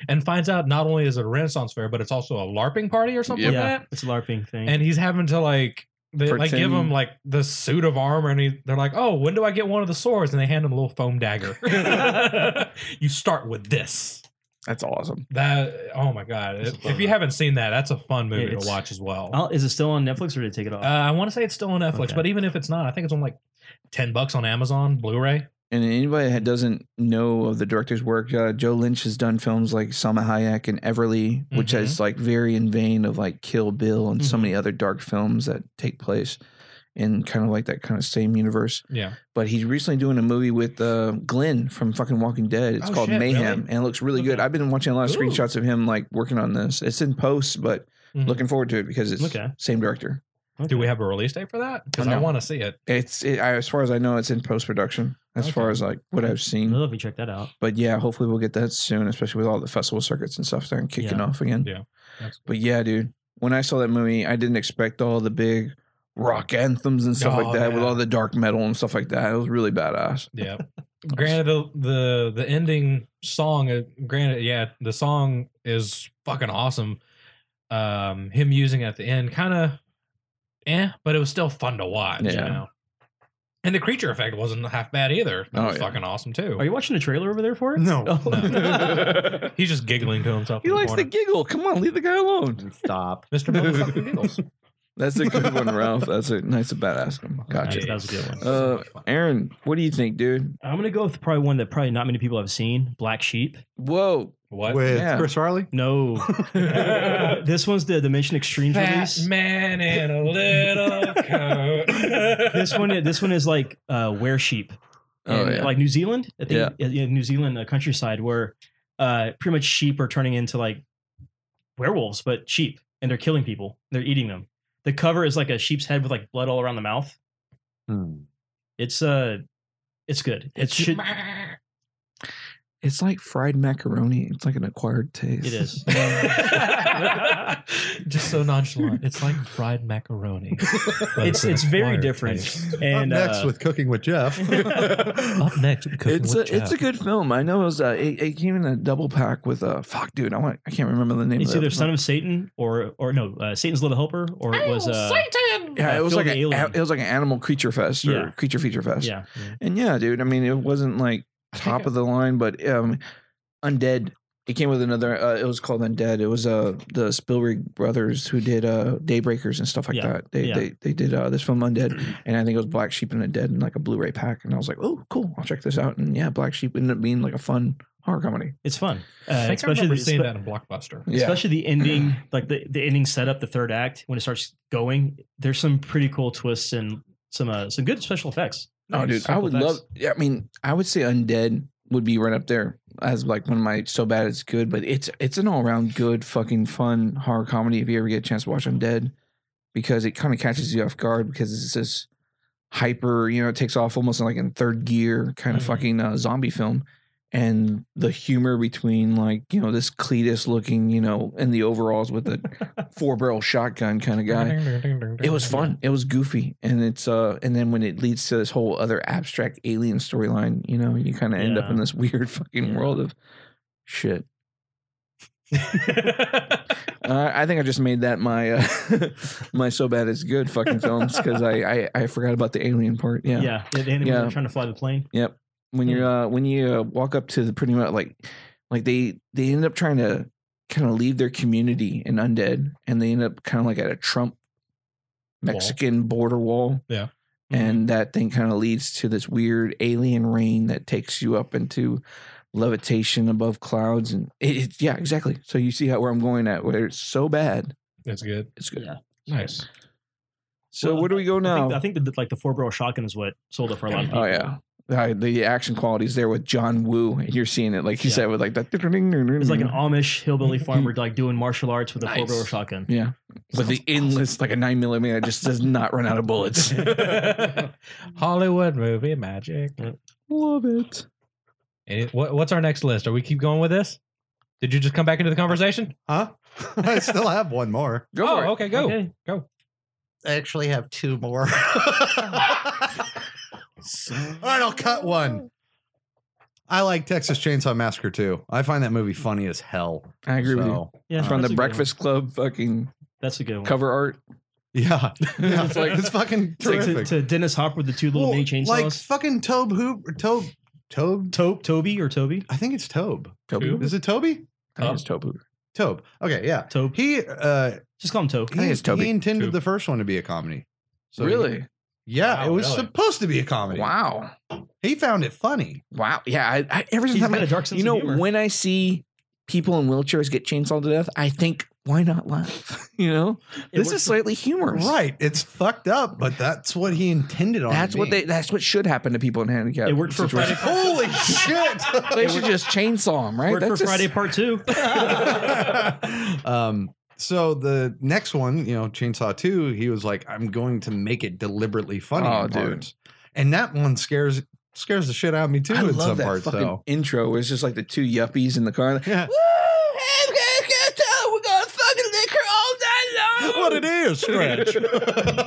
Speaker 7: and finds out not only is it a renaissance fair but it's also a larping party or something like
Speaker 8: yeah,
Speaker 7: that
Speaker 8: it's a LARPing thing.
Speaker 7: and he's having to like they like give him
Speaker 6: Pretend.
Speaker 7: like the suit of armor and he, they're like oh when do i get one of the swords and they hand him a little foam dagger <laughs> you start with this
Speaker 6: That's awesome.
Speaker 7: that oh my god
Speaker 8: It's a
Speaker 7: if,
Speaker 8: fun
Speaker 7: if you
Speaker 8: movie.
Speaker 7: haven't seen that that's a fun movie to
Speaker 8: it's-
Speaker 7: watch as well
Speaker 8: I'll- is it still on Netflix or did it take it off?
Speaker 7: uh, i want to say it's still on netflix
Speaker 8: Okay.
Speaker 7: but even if it's not i think it's on like 10 bucks on amazon blu-ray
Speaker 6: And anybody that doesn't know of the director's work, uh, Joe Lynch has done films like Salma Hayek and Everly, which
Speaker 7: Mhm.
Speaker 6: is like very in vain of like Kill Bill and so
Speaker 7: Mm-hmm.
Speaker 6: many other dark films that take place in kind of like that kind of same universe.
Speaker 7: yeah
Speaker 6: But he's recently doing a movie with uh, Glenn from fucking Walking Dead. It's
Speaker 7: Oh,
Speaker 6: called
Speaker 7: shit,
Speaker 6: Mayhem,
Speaker 7: really?
Speaker 6: and it looks really good.
Speaker 7: Okay.
Speaker 6: I've been watching a lot of
Speaker 7: Ooh.
Speaker 6: screenshots of him like working on this. It's in post, but
Speaker 7: Mhm.
Speaker 6: looking forward to it because it's
Speaker 8: Okay.
Speaker 6: same director.
Speaker 7: do we have a release date for that because
Speaker 6: Oh,
Speaker 7: i
Speaker 6: no.
Speaker 7: want to see it
Speaker 6: It's it, I, as far as I know, it's in post production. As far
Speaker 7: Okay.
Speaker 6: as like what I've
Speaker 8: I'd
Speaker 6: seen,
Speaker 8: love if you check that out.
Speaker 6: but yeah, hopefully we'll get that soon, especially with all the festival circuits and stuff that are kicking
Speaker 8: Yeah.
Speaker 6: off again.
Speaker 7: Yeah. That's-
Speaker 6: But yeah, dude, when I saw that movie, I didn't expect all the big rock anthems and stuff
Speaker 7: Oh,
Speaker 6: like that with
Speaker 7: yeah.
Speaker 6: all the dark metal and stuff like that. It was really badass.
Speaker 7: Yeah. <laughs> granted, the, the the ending song. uh, Granted, yeah, the song is fucking awesome. Um, him using it at the end, kind of, eh, but it was still fun to watch. You
Speaker 6: Yeah.
Speaker 7: know? And the creature effect wasn't half bad either. That
Speaker 6: Oh,
Speaker 7: was
Speaker 6: yeah.
Speaker 7: fucking awesome too.
Speaker 8: Are you watching the trailer over there for it?
Speaker 9: No.
Speaker 8: <laughs> Oh. <laughs>
Speaker 7: No. He's just giggling to himself.
Speaker 6: He
Speaker 7: in the
Speaker 6: likes to
Speaker 7: corner.
Speaker 6: giggle. Come on, leave the guy alone.
Speaker 5: Stop.
Speaker 7: Mr. Motherfucking Giggles.
Speaker 6: That's a good one,
Speaker 7: <laughs>
Speaker 6: Ralph. That's a nice and badass one. Gotcha. Uh,
Speaker 8: Nice. That was a good one.
Speaker 7: So much fun.
Speaker 6: Aaron, what do you think, dude?
Speaker 8: I'm gonna go with probably one that probably not many people have seen. Black Sheep.
Speaker 6: Whoa.
Speaker 7: what?
Speaker 5: With
Speaker 6: Yeah.
Speaker 5: Chris Farley?
Speaker 8: No, this one's the Dimension Extremes
Speaker 7: Fat
Speaker 8: release.
Speaker 7: man in a
Speaker 8: <laughs>
Speaker 7: little coat.
Speaker 8: This one, this one is like uh, Were Sheep.
Speaker 6: Oh,
Speaker 8: in,
Speaker 6: yeah.
Speaker 8: like New Zealand, I think in- in New Zealand uh, countryside where uh, pretty much sheep are turning into like werewolves, but sheep, and they're killing people. They're eating them. The cover is like a sheep's head with like blood all around the mouth.
Speaker 6: Hmm.
Speaker 8: It's uh, it's good. It should.
Speaker 6: It's like fried macaroni. It's like an acquired taste.
Speaker 7: <laughs>
Speaker 8: It is. <laughs>
Speaker 7: Just so nonchalant. It's like fried macaroni. but
Speaker 8: It's
Speaker 7: an
Speaker 8: it's very
Speaker 7: acquired
Speaker 8: different.
Speaker 7: taste.
Speaker 8: And
Speaker 5: Up next
Speaker 8: uh,
Speaker 5: with Cooking
Speaker 7: <laughs>
Speaker 5: with Jeff.
Speaker 7: Up next, we cooking
Speaker 6: It's
Speaker 7: with
Speaker 6: a, it's a
Speaker 7: Jeff.
Speaker 6: good film. I know it was uh, it, it came in a double pack with a fuck dude. I want I can't remember the name.
Speaker 8: it's
Speaker 6: of
Speaker 8: either
Speaker 6: that
Speaker 8: Son
Speaker 6: film.
Speaker 8: of Satan or or no uh, Satan's Little Helper or
Speaker 7: Oh,
Speaker 8: it was uh,
Speaker 6: yeah.
Speaker 8: uh,
Speaker 6: It was
Speaker 8: Phil
Speaker 6: like
Speaker 8: the
Speaker 6: a,
Speaker 8: Alien.
Speaker 6: it was like an animal creature fest or
Speaker 8: Yeah.
Speaker 6: creature feature fest.
Speaker 8: yeah
Speaker 6: And yeah, dude. I mean, it wasn't like top of the line, but um, Undead. It came with another. Uh, it was called Undead. It was uh the Spielberg brothers who did uh Daybreakers and stuff like
Speaker 8: Yeah.
Speaker 6: that. They
Speaker 8: Yeah.
Speaker 6: they they did uh, this film
Speaker 8: <clears throat>
Speaker 6: Undead, and I think it was Black Sheep and Undead in like a Blu-ray pack. And I was like, oh, cool. I'll check this out. And yeah, Black Sheep ended up being like a fun horror comedy.
Speaker 8: it's fun.
Speaker 7: I
Speaker 8: Uh,
Speaker 7: think I
Speaker 8: especially
Speaker 7: remember
Speaker 8: the-
Speaker 7: seeing that in Blockbuster.
Speaker 6: Yeah.
Speaker 8: especially the ending like the, the ending setup the third act when it starts going there's some pretty cool twists and some uh, some good special effects
Speaker 6: Oh, dude, I
Speaker 8: Special
Speaker 6: would
Speaker 8: effects.
Speaker 6: love. yeah, I mean, I would say Undead would be right up there as like one of my so bad it's good, but it's it's an all around good fucking fun horror comedy if you ever get a chance to watch Undead because it kind of catches you off guard because it's this hyper, you know, it takes off almost like in third gear kind of
Speaker 8: Mhm.
Speaker 6: fucking uh, zombie film. and the humor between like you know this Cletus looking you know in the overalls with a four barrel shotgun kind of guy. It was fun. It was goofy, and it's uh, and then when it leads to this whole other abstract alien storyline, you know, you kind of end up
Speaker 8: Yeah.
Speaker 6: in this weird <laughs> fucking
Speaker 8: Yeah.
Speaker 6: world of shit. <laughs> Uh, I think I just made that my uh, <laughs> my so bad it's good fucking films because I, I I forgot about the alien part.
Speaker 8: Yeah.
Speaker 6: Yeah.
Speaker 8: The enemy
Speaker 6: Yeah.
Speaker 8: were trying to fly the plane.
Speaker 6: Yep. When you
Speaker 8: Mm.
Speaker 6: uh, when you uh, walk up to the pretty much like like they they end up trying to kind of leave their community in undead and they end up kind of like at a Trump
Speaker 7: Wall.
Speaker 6: Mexican border wall.
Speaker 7: Yeah.
Speaker 8: Mm-hmm.
Speaker 6: And that thing kind of leads to this weird alien rain that takes you up into levitation above clouds and it, it- yeah exactly. So you see how where I'm going at where it's so bad
Speaker 7: That's good.
Speaker 6: it's good.
Speaker 8: Yeah.
Speaker 7: Nice.
Speaker 6: So
Speaker 8: Well,
Speaker 6: where do we go
Speaker 8: I
Speaker 6: now?
Speaker 8: think, I think that like the four barrel shotgun is what sold it for a lot of people.
Speaker 6: oh yeah. Uh, the action qualities there with John Woo, and you're seeing it like you
Speaker 8: Yeah.
Speaker 6: said with like that.
Speaker 8: It's like an Amish hillbilly farmer like doing martial arts with a four
Speaker 6: Mm-hmm. Nice.
Speaker 8: barrel shotgun.
Speaker 6: yeah, with the endless like a nine millimeter that just does not run out of
Speaker 8: <laughs>
Speaker 6: bullets.
Speaker 7: <laughs> Hollywood movie magic.
Speaker 6: Mm. Love it.
Speaker 7: And it- what, what's our next list? Are we keep going with this? Did you just come back into the conversation?
Speaker 5: Huh? <laughs> I still have one more.
Speaker 6: Go
Speaker 7: oh,
Speaker 6: for it.
Speaker 7: okay, go.
Speaker 8: Okay.
Speaker 7: <laughs> Go.
Speaker 5: I actually have two more. All right, I'll cut one. I like Texas Chainsaw Massacre too. I find that movie funny as hell.
Speaker 6: I agree with you.
Speaker 5: So,
Speaker 8: Yeah,
Speaker 6: From
Speaker 8: uh, that's a
Speaker 6: the
Speaker 8: good
Speaker 6: Breakfast Club fucking
Speaker 8: one. That's a good <laughs> one.
Speaker 6: cover art.
Speaker 5: Yeah, yeah,
Speaker 6: It's like-
Speaker 5: <laughs> it's fucking
Speaker 8: It's like
Speaker 5: terrific.
Speaker 8: to, to Dennis Hopper with the two little
Speaker 5: Well,
Speaker 8: mini chainsaws.
Speaker 5: Like fucking Tobe Hoop, Tobe, Tobe.
Speaker 8: Tobe, Toby or Toby?
Speaker 5: I think it's Tobe.
Speaker 6: Tobu.
Speaker 5: Is it Toby?
Speaker 6: I think it's Tobu.
Speaker 5: Tobe. Okay, yeah.
Speaker 8: Tobe.
Speaker 5: He uh,
Speaker 8: Just call him Tobe.
Speaker 5: he,
Speaker 6: think it's Toby.
Speaker 5: he intended
Speaker 7: Tobe.
Speaker 5: the first one to be a comedy. So
Speaker 6: really?
Speaker 5: yeah,
Speaker 7: Wow,
Speaker 5: it was
Speaker 7: really?
Speaker 5: supposed to be a comedy.
Speaker 6: Wow.
Speaker 5: He found it funny.
Speaker 6: Wow. Yeah. I, I, ever since
Speaker 8: He's
Speaker 6: I <laughs>
Speaker 8: got
Speaker 6: met
Speaker 8: a dark sense
Speaker 6: you know
Speaker 8: of humor.
Speaker 6: when i see people in wheelchairs get chainsawed to death i think why not laugh <laughs> you know
Speaker 8: It
Speaker 6: this
Speaker 8: works
Speaker 6: is slightly humorous
Speaker 5: Right. It's fucked up, but that's what he intended on. it
Speaker 6: that's what they
Speaker 5: being.
Speaker 6: that's what should happen to people in handicap
Speaker 8: It worked for Friday.
Speaker 5: <laughs> Holy shit.
Speaker 6: they should just chainsaw them right
Speaker 8: Worked for
Speaker 6: just-
Speaker 8: Friday Part Two. <laughs>
Speaker 5: <laughs> um so the next one you know chainsaw 2 he was like i'm going to make it deliberately funny
Speaker 6: Oh,
Speaker 5: in
Speaker 6: dude.
Speaker 5: parts. and that one scares scares the shit out of me too
Speaker 6: I
Speaker 5: in some
Speaker 6: love that
Speaker 5: parts
Speaker 6: fucking
Speaker 5: though
Speaker 6: intro. It's just like the two yuppies in the car. Like,
Speaker 5: Yeah.
Speaker 6: Woo! Hey, guys, guys, tell We're gonna fucking lick her all night long.
Speaker 5: what it is scratch
Speaker 6: <laughs>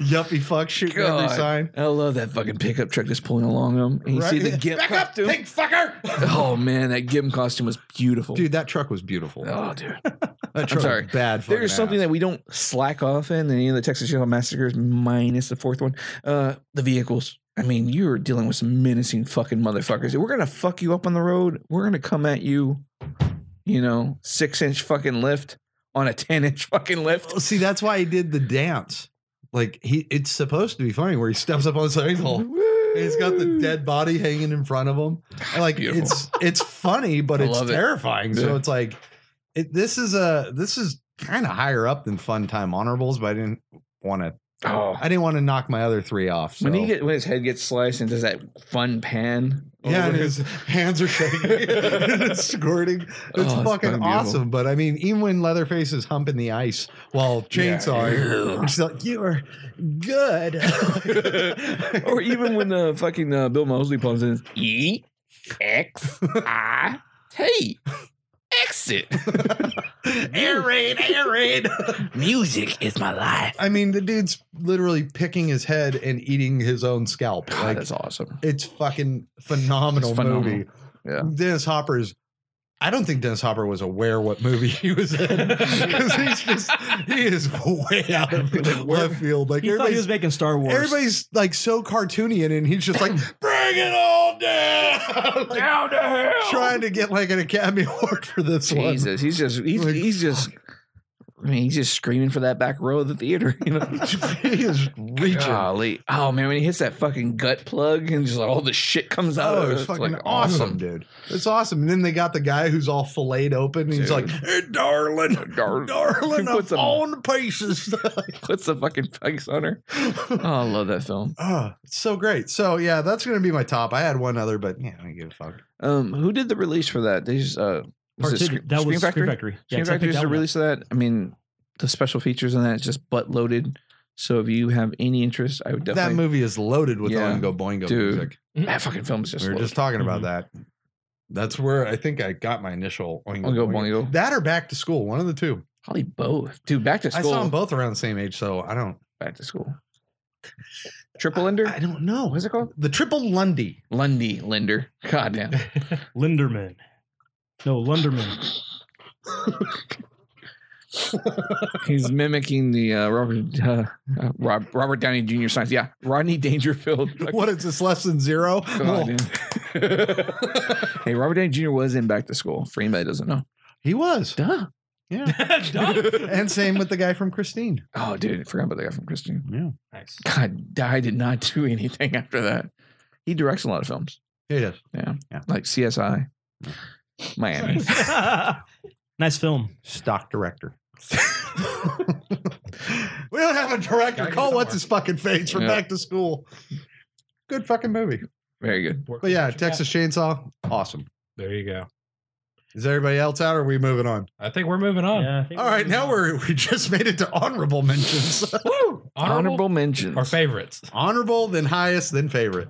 Speaker 5: yuppie fuck shooting every
Speaker 6: God.
Speaker 5: sign
Speaker 6: I love that fucking pickup truck just pulling along them. And you see the gimp
Speaker 5: Back up,
Speaker 6: costume.
Speaker 5: pig fucker!
Speaker 6: <laughs> oh man, that gimp costume was beautiful.
Speaker 5: Dude, that truck was beautiful.
Speaker 6: Oh dude.
Speaker 5: that truck
Speaker 6: sorry.
Speaker 5: was bad.
Speaker 6: There is something that we don't slack off in any of the Texas Chainsaw Massacres, minus the fourth one. Uh, the vehicles. I mean, you're dealing with some menacing fucking motherfuckers. We're gonna fuck you up on the road. We're gonna come at you, you know, six inch fucking lift on a ten inch fucking
Speaker 5: <laughs>
Speaker 6: lift.
Speaker 5: that. See, that's why he did the dance. Like he, it's supposed to be funny where he steps up on the side hole. He's got
Speaker 6: Mm.
Speaker 5: the dead body hanging in front
Speaker 6: <sighs>
Speaker 5: of him. And, Like
Speaker 6: Beautiful.
Speaker 5: it's it's funny, but
Speaker 6: I
Speaker 5: it's
Speaker 6: love it.
Speaker 5: terrifying. So
Speaker 6: Yeah.
Speaker 5: it's like it, this is a this is kind of higher up than fun time honorables, but I didn't want to.
Speaker 6: Oh.
Speaker 5: I didn't want to knock my other three off. So.
Speaker 6: When he get Oh, when his head gets sliced and does that fun pan.
Speaker 5: yeah, and
Speaker 6: over
Speaker 5: his hands are shaking,
Speaker 6: <laughs>
Speaker 5: <laughs> and it's squirting. It's
Speaker 6: Oh, it's
Speaker 5: fucking
Speaker 6: fucking beautiful.
Speaker 5: awesome. But I mean, even when Leatherface is humping the ice while chainsawing,
Speaker 6: <laughs>
Speaker 5: she's like, "You are good."
Speaker 6: <laughs> or
Speaker 5: <laughs>
Speaker 6: even when uh, fucking uh, Bill Mosley pumps in E
Speaker 5: <laughs>
Speaker 6: X I T exit.
Speaker 5: air raid, air raid.
Speaker 6: <laughs> Music is my life.
Speaker 5: I mean, the dude's literally picking his head and eating his own scalp.
Speaker 6: God,
Speaker 5: like
Speaker 6: that's awesome.
Speaker 5: it's fucking phenomenal,
Speaker 6: It's phenomenal.
Speaker 5: movie.
Speaker 6: Yeah.
Speaker 5: Dennis Hopper's. I don't think Dennis Hopper was aware what movie <laughs> he was in
Speaker 6: <laughs>
Speaker 5: because he's just he is way out of left field. Like
Speaker 8: He thought he was
Speaker 5: everybody's,
Speaker 8: making Star Wars.
Speaker 5: everybody's like so cartoony in it, and he's
Speaker 6: <clears throat>
Speaker 5: just like, "Bring it all down!" <laughs> Like,
Speaker 6: Down to hell.
Speaker 5: trying to get like an Academy <laughs> Award for this one. <laughs>
Speaker 6: Jesus, he's just he's,
Speaker 5: Like,
Speaker 6: he's just. I mean, he's just screaming for that back row of the theater. <laughs> You know.
Speaker 5: he is reaching.
Speaker 6: Golly. Oh man, when he hits that fucking gut plug and just like all the shit comes out,
Speaker 5: <laughs> Oh,
Speaker 6: of it,
Speaker 5: it's
Speaker 6: it's
Speaker 5: fucking
Speaker 6: like
Speaker 5: awesome, dude. It's awesome. And then they got the guy who's all filleted open. And he's
Speaker 6: Dude.
Speaker 5: like, hey,
Speaker 6: <laughs>
Speaker 5: darling,
Speaker 6: Darling,
Speaker 5: <laughs> darling, I'm
Speaker 6: Puts him-
Speaker 5: falling to pieces. <laughs>
Speaker 6: <laughs> puts the fucking face on her. Oh, I love that film.
Speaker 5: oh, it's so great. So, yeah, that's going to be my top. I had one other, but yeah, I don't give a fuck.
Speaker 6: Um, who did the release for that? They just uh, was
Speaker 8: Part
Speaker 6: it
Speaker 8: two,
Speaker 6: Scre-
Speaker 8: that was
Speaker 6: Scream Factory.
Speaker 8: Screen Factory. Yeah,
Speaker 6: Scream
Speaker 8: because I
Speaker 6: Factory
Speaker 8: picked
Speaker 6: is
Speaker 8: that
Speaker 6: the
Speaker 8: one up.
Speaker 6: release of that. I mean, the special features in that is just butt loaded. So if you have any interest, I would
Speaker 5: That
Speaker 6: definitely.
Speaker 5: movie is loaded with
Speaker 6: Yeah.
Speaker 5: Oingo Boingo
Speaker 6: Dude,
Speaker 5: music.
Speaker 6: That, movie, fucking film is
Speaker 5: We
Speaker 6: just.
Speaker 5: were
Speaker 6: loaded. Mm-hmm.
Speaker 5: just talking about that. That's where I think I got my initial oingo,
Speaker 6: Oingo boingo.
Speaker 5: That or back to school, one of the two.
Speaker 6: Probably both. Dude, back to
Speaker 5: I
Speaker 6: school.
Speaker 5: saw them both around the same age, so I don't.
Speaker 6: Back to school. Triple Linder?
Speaker 5: I don't know.
Speaker 6: What's it called?
Speaker 5: The triple Lundy.
Speaker 6: Lundy Linder. God damn.
Speaker 8: Linderman. No, Lunderman.
Speaker 6: He's mimicking the uh, Robert uh, uh, Rob, Robert Downey Jr. signs. Yeah, Rodney Dangerfield.
Speaker 5: What is this? Less than zero?
Speaker 6: God, yeah. hey, Robert Downey Jr. was in Back to School. For anybody that doesn't know,
Speaker 5: <laughs> He was.
Speaker 6: duh.
Speaker 5: Yeah. <laughs> and same with the guy from Christine.
Speaker 6: Oh, dude, I forgot about the guy from Christine.
Speaker 5: Yeah.
Speaker 7: Nice.
Speaker 6: God, I did not do anything after that. He directs a lot of films.
Speaker 5: He does.
Speaker 6: Yeah,
Speaker 5: Yeah.
Speaker 6: like CSI, Miami.
Speaker 8: nice film.
Speaker 5: Stock director. <laughs> we don't have a director.
Speaker 7: Gotta get
Speaker 5: Call
Speaker 7: somewhere.
Speaker 5: what's his fucking face from
Speaker 6: Yeah.
Speaker 5: back to school. Good fucking movie.
Speaker 6: Very good.
Speaker 7: Work
Speaker 5: But yeah,
Speaker 7: what you got.
Speaker 5: Texas Chainsaw, awesome.
Speaker 7: There you go.
Speaker 5: Is everybody else out or are we moving on?
Speaker 7: I think we're moving on.
Speaker 8: Yeah, I think
Speaker 5: All
Speaker 8: we're
Speaker 5: right,
Speaker 8: moving
Speaker 5: now
Speaker 8: on.
Speaker 5: we're <laughs> we just made it to honorable mentions. <laughs>
Speaker 6: Woo! Honorable,
Speaker 7: Honorable
Speaker 6: mentions.
Speaker 7: Our favorites.
Speaker 5: honorable, then highest, then favorite.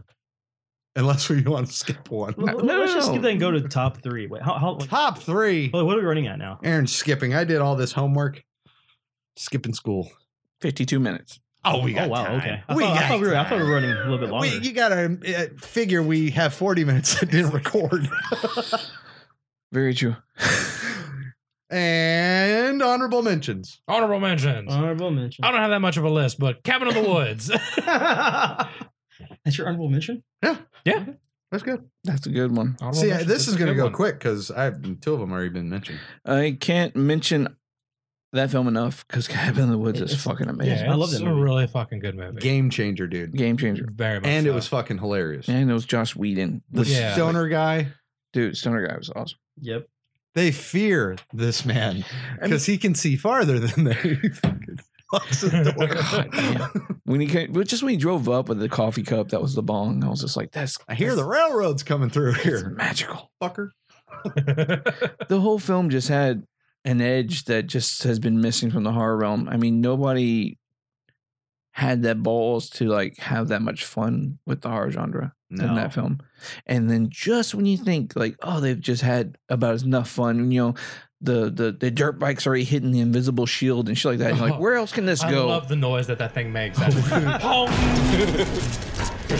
Speaker 5: Unless we want to skip one.
Speaker 8: L- l-
Speaker 6: No,
Speaker 8: Let's
Speaker 6: no,
Speaker 8: just
Speaker 6: no.
Speaker 8: give that and go to the top three. Wait, how, how what
Speaker 5: Top three.
Speaker 8: what are we running at now?
Speaker 5: Aaron's skipping. I did all this homework. Skipping school.
Speaker 6: Fifty-two minutes.
Speaker 5: Oh, we
Speaker 8: Oh wow, okay. I
Speaker 5: We
Speaker 8: thought, I
Speaker 5: got
Speaker 8: thought we were I thought we
Speaker 5: time.
Speaker 8: were running a little bit
Speaker 5: We,
Speaker 8: longer.
Speaker 5: you gotta uh, figure we have 40 minutes that didn't record.
Speaker 6: Very true.
Speaker 5: and honorable mentions.
Speaker 7: Honorable mentions.
Speaker 8: honorable mention. <laughs>
Speaker 7: I don't have that much of a list, but Cabin in the Woods. <laughs>
Speaker 8: That's your honorable mention?
Speaker 5: That's good.
Speaker 6: That's a good one.
Speaker 7: Honorable
Speaker 5: See,
Speaker 7: mentions.
Speaker 5: this
Speaker 7: That's
Speaker 5: is
Speaker 7: a
Speaker 5: gonna
Speaker 7: good
Speaker 5: go
Speaker 7: one.
Speaker 5: quick because I've two of them already been mentioned.
Speaker 6: I can't mention that film enough because Cabin in the Woods is
Speaker 8: It's-
Speaker 6: fucking amazing.
Speaker 7: Yeah,
Speaker 8: I love
Speaker 7: it's
Speaker 8: that
Speaker 7: a
Speaker 8: movie.
Speaker 7: really fucking good movie.
Speaker 5: Game changer, dude.
Speaker 6: Game changer.
Speaker 7: Very much.
Speaker 5: And it
Speaker 7: so.
Speaker 5: was fucking hilarious.
Speaker 6: And it was Josh Whedon.
Speaker 5: The
Speaker 7: Yeah.
Speaker 5: stoner guy.
Speaker 6: Dude, Stoner guy was awesome.
Speaker 8: Yep.
Speaker 5: They fear this man
Speaker 6: And-
Speaker 5: because he can see farther than they <laughs>
Speaker 7: <laughs>
Speaker 5: fucking locks
Speaker 7: God
Speaker 5: the door.
Speaker 6: damn. When he came, but just when he drove up with the coffee cup, that was the bong. I was just like, that's
Speaker 5: I hear the railroads coming through
Speaker 6: that's
Speaker 5: here,
Speaker 7: <laughs>
Speaker 6: magical.
Speaker 5: fucker.
Speaker 6: The whole film just had an edge that just has been missing from the horror realm. I mean, nobody had that balls to like have that much fun with the horror genre. in that film. And then just when you think like, oh, they've just had about enough fun, you know, the the, the dirt bike's already hitting the invisible shield and shit like that. and you're
Speaker 7: <laughs>
Speaker 6: like, where else can this
Speaker 7: I
Speaker 6: go?
Speaker 7: love the noise that that thing makes. Pong.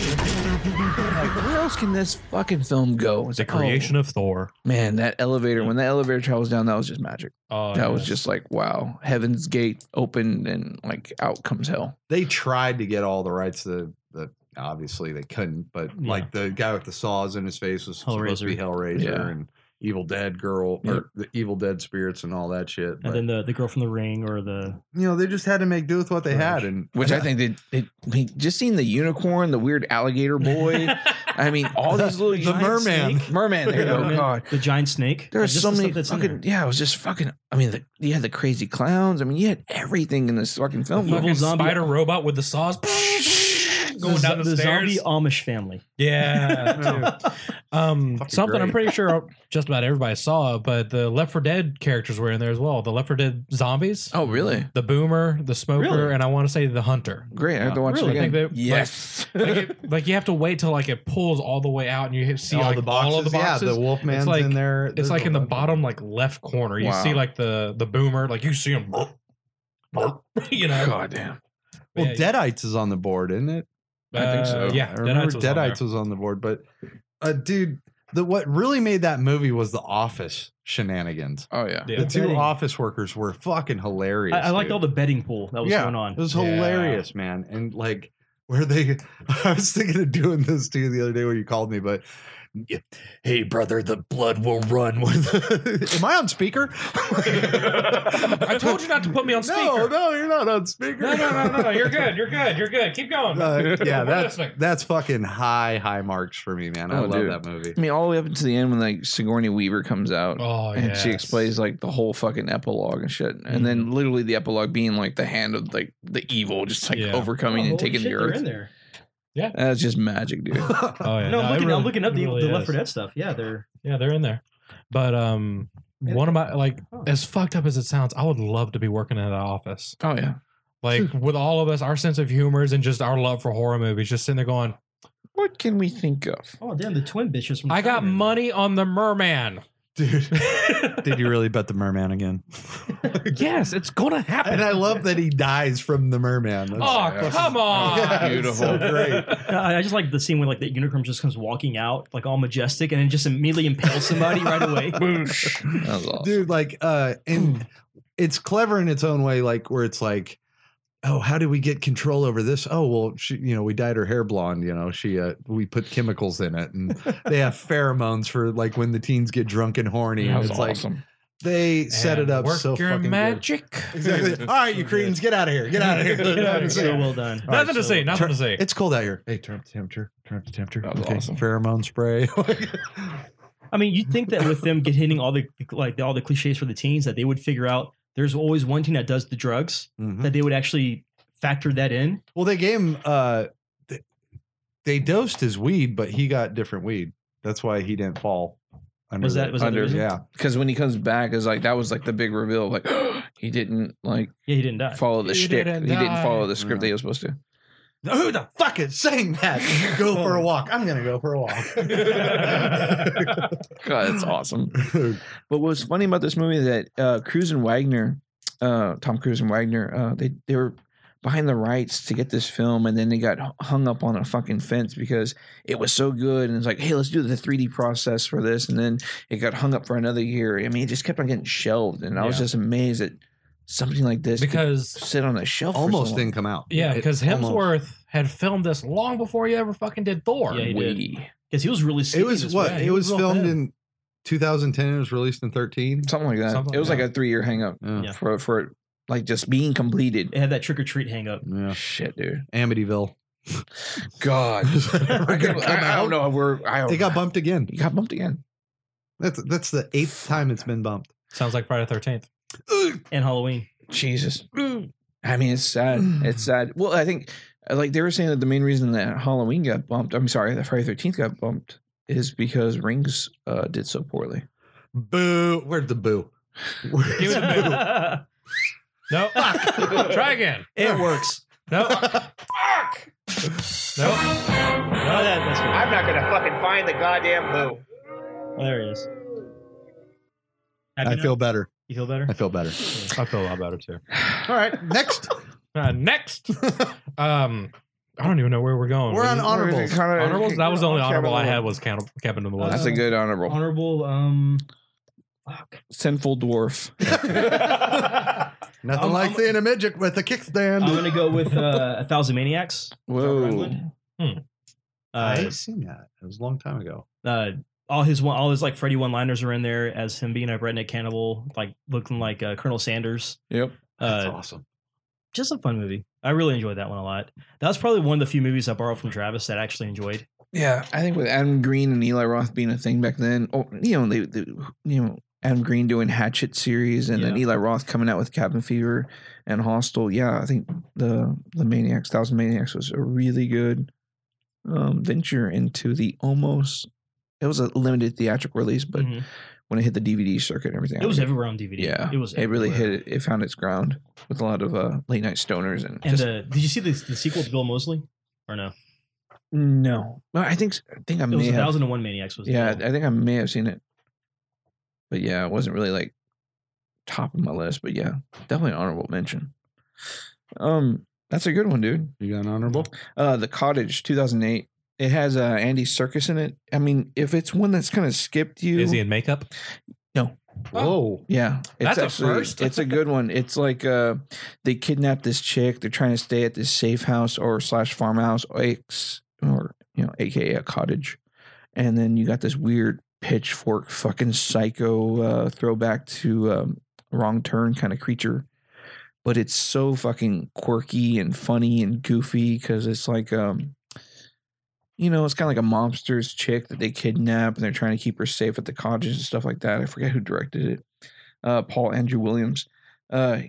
Speaker 6: Like, where else can this fucking film go? It's
Speaker 7: the
Speaker 6: like, oh,
Speaker 7: creation of Thor.
Speaker 6: man, that elevator. When that elevator travels down, that was just magic.
Speaker 7: <laughs> Oh,
Speaker 6: that was
Speaker 7: yes.
Speaker 6: just like, wow, heaven's gate opened and like out comes hell.
Speaker 5: They tried to get all the rights to the obviously they couldn't, but
Speaker 8: Yeah.
Speaker 5: like the guy with the saws in his face was supposed to be Hellraiser
Speaker 6: Yeah.
Speaker 5: and Evil Dead girl
Speaker 6: Yep.
Speaker 5: or the Evil Dead spirits and all that shit. But
Speaker 8: And then the, the girl from the ring or the
Speaker 5: you know, they just had to make do with what they
Speaker 8: Right.
Speaker 5: had and
Speaker 6: Which I think they, they, they just seen the unicorn, the weird
Speaker 7: <laughs>
Speaker 6: alligator boy. I mean, all these little
Speaker 8: The
Speaker 6: giant
Speaker 5: merman.
Speaker 8: <laughs>
Speaker 6: snake- merman. There you
Speaker 7: Oh,
Speaker 6: go.
Speaker 8: Merman.
Speaker 6: God,
Speaker 8: the giant snake.
Speaker 6: There are
Speaker 8: Like, just
Speaker 6: so
Speaker 8: the
Speaker 6: many
Speaker 8: stuff that's in
Speaker 6: fucking yeah. It was just fucking. I mean, the, you had the crazy clowns. I mean, you had everything in this fucking film.
Speaker 8: Evil
Speaker 7: Fucking
Speaker 8: zombie-
Speaker 7: spider robot with the saws
Speaker 8: there.
Speaker 7: going
Speaker 8: the,
Speaker 7: down the,
Speaker 8: the
Speaker 7: stairs. Oh,
Speaker 8: zombie Amish family. <laughs>
Speaker 7: Yeah. um,
Speaker 5: Fucking
Speaker 7: something I'm
Speaker 5: great.
Speaker 7: pretty sure just about everybody saw, but the Left 4 Dead characters were in there as well. The Left 4 Dead zombies,
Speaker 6: Oh, really?
Speaker 7: the Boomer, the Smoker,
Speaker 8: Really?
Speaker 7: and I want to say the Hunter.
Speaker 6: Great. I have to watch
Speaker 7: Really?
Speaker 6: it again.
Speaker 7: I think they-
Speaker 6: yes. <laughs>
Speaker 7: Like, it, like you have to wait till like it pulls all the way out and you see like, all of the boxes.
Speaker 5: Yeah, the Wolfman's
Speaker 7: like-
Speaker 5: in there.
Speaker 7: it's like in the bottom like left corner. You
Speaker 6: Wow.
Speaker 7: see like the the Boomer, like you see him. <laughs> You know,
Speaker 6: God damn.
Speaker 5: Well,
Speaker 7: Yeah,
Speaker 5: Deadites is on the board, isn't it?
Speaker 6: I think so.
Speaker 7: Uh,
Speaker 5: I
Speaker 7: yeah, Deadites
Speaker 5: remember
Speaker 7: was on there.
Speaker 5: Deadites was on the board, but uh, dude, the what really made that movie was the office shenanigans.
Speaker 6: Oh yeah.
Speaker 7: Yeah.
Speaker 5: The two
Speaker 8: Betting.
Speaker 5: office workers were fucking hilarious.
Speaker 8: I, I liked
Speaker 5: dude.
Speaker 8: all the betting pool that was
Speaker 5: Yeah,
Speaker 8: going
Speaker 5: It
Speaker 8: on.
Speaker 5: was
Speaker 7: Yeah.
Speaker 5: hilarious, man. And like where they <laughs> I was thinking of doing this too the other day where you called me, but hey brother, the blood will run with <laughs> Am I on speaker?
Speaker 7: <laughs> <laughs> I
Speaker 5: I
Speaker 7: told you not to put me on speaker.
Speaker 5: <laughs> No, no, you're not on speaker.
Speaker 7: No, no, no, no,
Speaker 5: <laughs>
Speaker 7: no. You're good. You're good. You're good. Keep going.
Speaker 5: Uh,
Speaker 7: <laughs>
Speaker 5: yeah,
Speaker 7: We're
Speaker 5: that's
Speaker 7: listening.
Speaker 5: that's fucking high high marks for me, man. I
Speaker 6: Oh,
Speaker 5: love
Speaker 6: dude.
Speaker 5: that movie.
Speaker 7: <laughs>
Speaker 6: I mean, all the way up until the end when like Sigourney Weaver comes out
Speaker 7: Oh,
Speaker 6: and she
Speaker 7: yes. Mm-hmm.
Speaker 6: explains like the whole fucking epilogue and shit, and then literally the epilogue being like the hand of like the evil just like
Speaker 7: Yeah.
Speaker 6: overcoming and taking the earth.
Speaker 8: there.
Speaker 6: That's just magic, dude.
Speaker 7: Oh yeah.
Speaker 8: No, I'm
Speaker 7: it
Speaker 8: looking,
Speaker 7: really-
Speaker 8: I'm looking up
Speaker 7: it
Speaker 8: the,
Speaker 7: really
Speaker 8: the
Speaker 7: is.
Speaker 8: Left 4 Dead stuff. Yeah, they're
Speaker 7: Yeah, they're in there. But um,
Speaker 8: Yeah.
Speaker 7: one of my like
Speaker 8: Huh.
Speaker 7: as fucked up as it sounds, I would love to be working in that office.
Speaker 6: Oh yeah.
Speaker 7: Like with all of us, our sense of humors and just our love for horror movies, just sitting there going,
Speaker 6: What can we think of?
Speaker 8: Oh damn, the twin bitches from
Speaker 7: I got
Speaker 8: Spider-Man. <laughs>
Speaker 7: money on the merman.
Speaker 5: Dude,
Speaker 7: <laughs>
Speaker 5: did you really bet the merman again?
Speaker 7: yes, it's gonna happen.
Speaker 5: And
Speaker 7: <laughs>
Speaker 5: I love that he dies from the merman.
Speaker 7: Oh,
Speaker 5: That's-
Speaker 7: come on.
Speaker 5: <laughs> Yeah, it's so
Speaker 6: Beautiful.
Speaker 5: great.
Speaker 8: I I just like the scene where like the unicorn just comes walking out like all majestic and then just immediately impales somebody right away.
Speaker 6: That was awesome. Hmm.
Speaker 5: dude like uh and it's clever in its own way like where it's like oh how did we get control over this oh well she you know we dyed her hair blonde you know she uh we put chemicals in it and
Speaker 6: <laughs>
Speaker 5: they have pheromones for like when the teens get drunk and horny
Speaker 6: that
Speaker 5: and
Speaker 6: was
Speaker 5: it's like
Speaker 6: awesome.
Speaker 5: they set it
Speaker 7: And
Speaker 5: up
Speaker 7: work
Speaker 5: so
Speaker 7: your
Speaker 5: fucking good.
Speaker 7: magic.
Speaker 5: <laughs> exactly
Speaker 6: <laughs>
Speaker 5: all right you cretins get out of here get out
Speaker 8: <laughs>
Speaker 5: of here
Speaker 8: Get out of here. so well done.
Speaker 7: Nothing to say. Nothing
Speaker 5: Tur-
Speaker 7: to say.
Speaker 5: it's cold out here hey turn up the temperature turn up the temperature
Speaker 6: That was awesome.
Speaker 5: pheromone spray <laughs>
Speaker 8: I mean, you'd think that with them get hitting all the like all the cliches for the teens that they would figure out there's always one team that does the drugs
Speaker 5: Mhm.
Speaker 8: that they would actually factor that in.
Speaker 5: Well, they gave him. Uh, th- they dosed his weed, but he got different weed. That's why he didn't fall. Under
Speaker 8: Was
Speaker 5: the-
Speaker 8: that- was that the
Speaker 5: under-
Speaker 8: reason?
Speaker 5: yeah?
Speaker 6: Because when he comes back, is like that was like the big reveal. Like <gasps> he didn't like
Speaker 8: Yeah, he didn't die.
Speaker 6: follow the
Speaker 7: He
Speaker 6: shtick.
Speaker 7: didn't
Speaker 6: he didn't
Speaker 7: die.
Speaker 6: follow the script
Speaker 5: No.
Speaker 6: that he was supposed to.
Speaker 5: Who the fuck is saying that? Go
Speaker 8: Oh.
Speaker 5: for a walk. I'm gonna go for a
Speaker 6: <laughs>
Speaker 8: <laughs>
Speaker 5: walk.
Speaker 6: God,
Speaker 7: Mm.
Speaker 6: that's awesome. But what's funny about this movie is that uh, Cruz and Wagner, uh, Tom Cruise and Wagner, uh, they they were behind the rights to get this film, and then they got hung up on a fucking fence because it was so good, and it's like, hey, let's do the 3D process for this, and then it got hung up for another year. I mean, it just kept on getting shelved, and I was
Speaker 7: Yeah.
Speaker 6: just amazed that something like this could
Speaker 7: Because
Speaker 6: sit on a shelf. for so
Speaker 5: almost
Speaker 6: long.
Speaker 5: didn't come out.
Speaker 7: yeah,
Speaker 5: It
Speaker 7: because
Speaker 5: almost-
Speaker 7: Hemsworth had filmed this long before he ever fucking did Thor.
Speaker 8: Yeah, he did.
Speaker 6: Wiggy.
Speaker 8: Because he was really
Speaker 5: It
Speaker 8: skinny
Speaker 5: was
Speaker 8: as
Speaker 5: what?
Speaker 8: well.
Speaker 7: he
Speaker 5: it
Speaker 7: was
Speaker 5: was
Speaker 7: real
Speaker 5: filmed
Speaker 7: thin.
Speaker 5: in 2010. It was released in 13.
Speaker 6: something like that.
Speaker 7: Something
Speaker 6: it was
Speaker 7: like
Speaker 6: like a three year hang up
Speaker 5: Yeah.
Speaker 8: Yeah.
Speaker 6: for for it, like just being completed.
Speaker 8: It had that trick or treat hang up.
Speaker 5: yeah.
Speaker 6: Shit, dude.
Speaker 5: Amityville.
Speaker 6: <laughs>
Speaker 5: <laughs>
Speaker 6: God. I,
Speaker 5: Never gonna come
Speaker 6: I
Speaker 5: out.
Speaker 6: don't know. if We're I don't, <laughs>
Speaker 5: It got bumped again.
Speaker 6: It got bumped again.
Speaker 5: That's that's the eighth time it's been bumped.
Speaker 7: Sounds like Friday Thirteenth.
Speaker 5: <laughs>
Speaker 8: And Halloween.
Speaker 6: Jesus. I mean, it's sad. It's sad. Well, I think uh, like they were saying that the main reason that Halloween got bumped. I'm sorry, that Friday Thirteenth got bumped is because Rings uh, did so poorly.
Speaker 5: Boo! Where'd the boo?
Speaker 7: Give it
Speaker 8: <laughs>
Speaker 7: a boo. No. Fuck. Try again.
Speaker 8: It works.
Speaker 7: No. Fuck. No.
Speaker 8: Oh, that- that's good.
Speaker 10: I'm not gonna fucking find the goddamn boo.
Speaker 8: Oh, there he is. Happy
Speaker 5: I
Speaker 8: now?
Speaker 5: feel better.
Speaker 8: You feel better?
Speaker 5: I feel better.
Speaker 7: I feel a lot better too.
Speaker 5: All right, next.
Speaker 7: Uh, next. Um, I don't even know Oh, where we're going.
Speaker 5: We're
Speaker 7: What
Speaker 5: on
Speaker 7: is-
Speaker 5: honorables.
Speaker 7: honorables. That was the only
Speaker 6: Cabin
Speaker 7: honorable I
Speaker 6: Lord.
Speaker 7: had was Count- Captain of the Woods.
Speaker 6: That's a good honorable.
Speaker 5: <laughs>
Speaker 8: Honorable. Um,
Speaker 6: Sinful dwarf.
Speaker 5: Nothing
Speaker 8: I'm-
Speaker 5: like
Speaker 8: I'm-
Speaker 5: seeing a midget with a
Speaker 8: I'm
Speaker 5: kickstand.
Speaker 8: gonna go with uh, a thousand maniacs.
Speaker 6: Whoa.
Speaker 7: Hmm.
Speaker 8: Uh,
Speaker 5: seen that. It was a long time ago.
Speaker 8: uh, all his one, all his like Freddy one liners are in there as him being a redneck cannibal, like looking like uh, Colonel Sanders.
Speaker 6: Yep.
Speaker 5: That's
Speaker 8: Uh,
Speaker 5: awesome.
Speaker 8: just a fun movie. I really enjoyed that one a lot. That was probably one of the few movies I borrowed from Travis that I actually enjoyed.
Speaker 6: Yeah, I think with Adam Green and Eli Roth being a thing back then, oh, you know, they, they you know, Adam Green doing Hatchet series, and then
Speaker 8: Yeah.
Speaker 6: Eli Roth coming out with Cabin Fever and Hostel. Yeah, I think the the Maniacs, Thousand Maniacs, was a really good um, venture into the almost. It was a limited theatrical release, but
Speaker 8: Mhm.
Speaker 6: when it hit the DVD circuit and everything,
Speaker 8: it was
Speaker 6: I-
Speaker 8: everywhere on DVD.
Speaker 6: Mm-hmm. Yeah,
Speaker 8: it was.
Speaker 6: It really
Speaker 8: everywhere.
Speaker 6: hit it. It found its ground with a lot of uh, late night stoners and,
Speaker 8: And
Speaker 6: just-
Speaker 8: uh, did you see the, the sequel to Bill Mosley? Or no?
Speaker 6: no, Well, I think I think I
Speaker 8: It was
Speaker 6: may
Speaker 8: a
Speaker 6: have
Speaker 8: thousand and one maniacs. Was the
Speaker 6: Yeah,
Speaker 8: title.
Speaker 6: I think I may have seen it. But yeah, it wasn't really like top of my list. But yeah, definitely an honorable mention. Um, that's a good one, dude.
Speaker 5: You got an honorable?
Speaker 6: Uh, The Cottage, two thousand eight. It has uh Andy Circus in it. I mean, if it's one that's kind of skipped you,
Speaker 7: Is he in makeup? Oh.
Speaker 5: Whoa.
Speaker 6: yeah, it's
Speaker 7: That's a
Speaker 6: actually-
Speaker 7: first.
Speaker 6: it's a good one. It's like uh, they kidnap this chick. They're trying to stay at this safe house or slash farmhouse or, ex, or you know, aka a cottage. And then you got this weird pitchfork fucking psycho uh, throwback to um, wrong turn kind of creature. But it's so fucking quirky and funny and goofy because it's like um, you know, it's kind of like a mobster's chick that they kidnap and they're trying to keep her safe at the cottages and stuff like that. I forget who directed it. Uh, Paul Andrew Williams. Uh,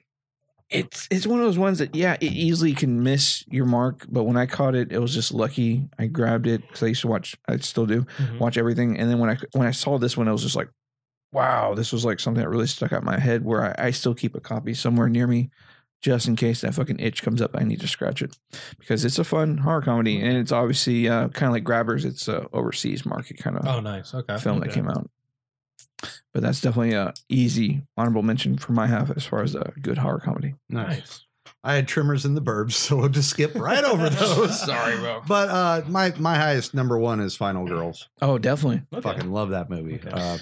Speaker 6: it's it's one of those ones that yeah, it easily can miss your mark. But when I caught it, it was just lucky. I grabbed it because I used to watch. I still do
Speaker 8: Mhm.
Speaker 6: watch everything. And then when I when I saw this one, I was just like, wow, this was like something that really stuck out in my head. Where I, I still keep a copy somewhere near me. just in case that fucking itch comes up. I need to scratch it because it's a fun horror comedy, and it's obviously uh, kind of like Grabbers. It's a overseas market kind of
Speaker 7: Oh, nice. Okay.
Speaker 6: film that
Speaker 7: Okay.
Speaker 6: came out. But that's definitely a easy honorable mention for my half as far as a good horror comedy.
Speaker 7: Nice.
Speaker 5: I had trimmers in the burbs, <laughs> so we'll just skip right over those.
Speaker 7: Sorry, bro.
Speaker 5: But uh, my my highest number one is Final Girls.
Speaker 6: Oh, definitely.
Speaker 8: Okay.
Speaker 5: Fucking love that movie.
Speaker 7: Okay.
Speaker 5: Uh,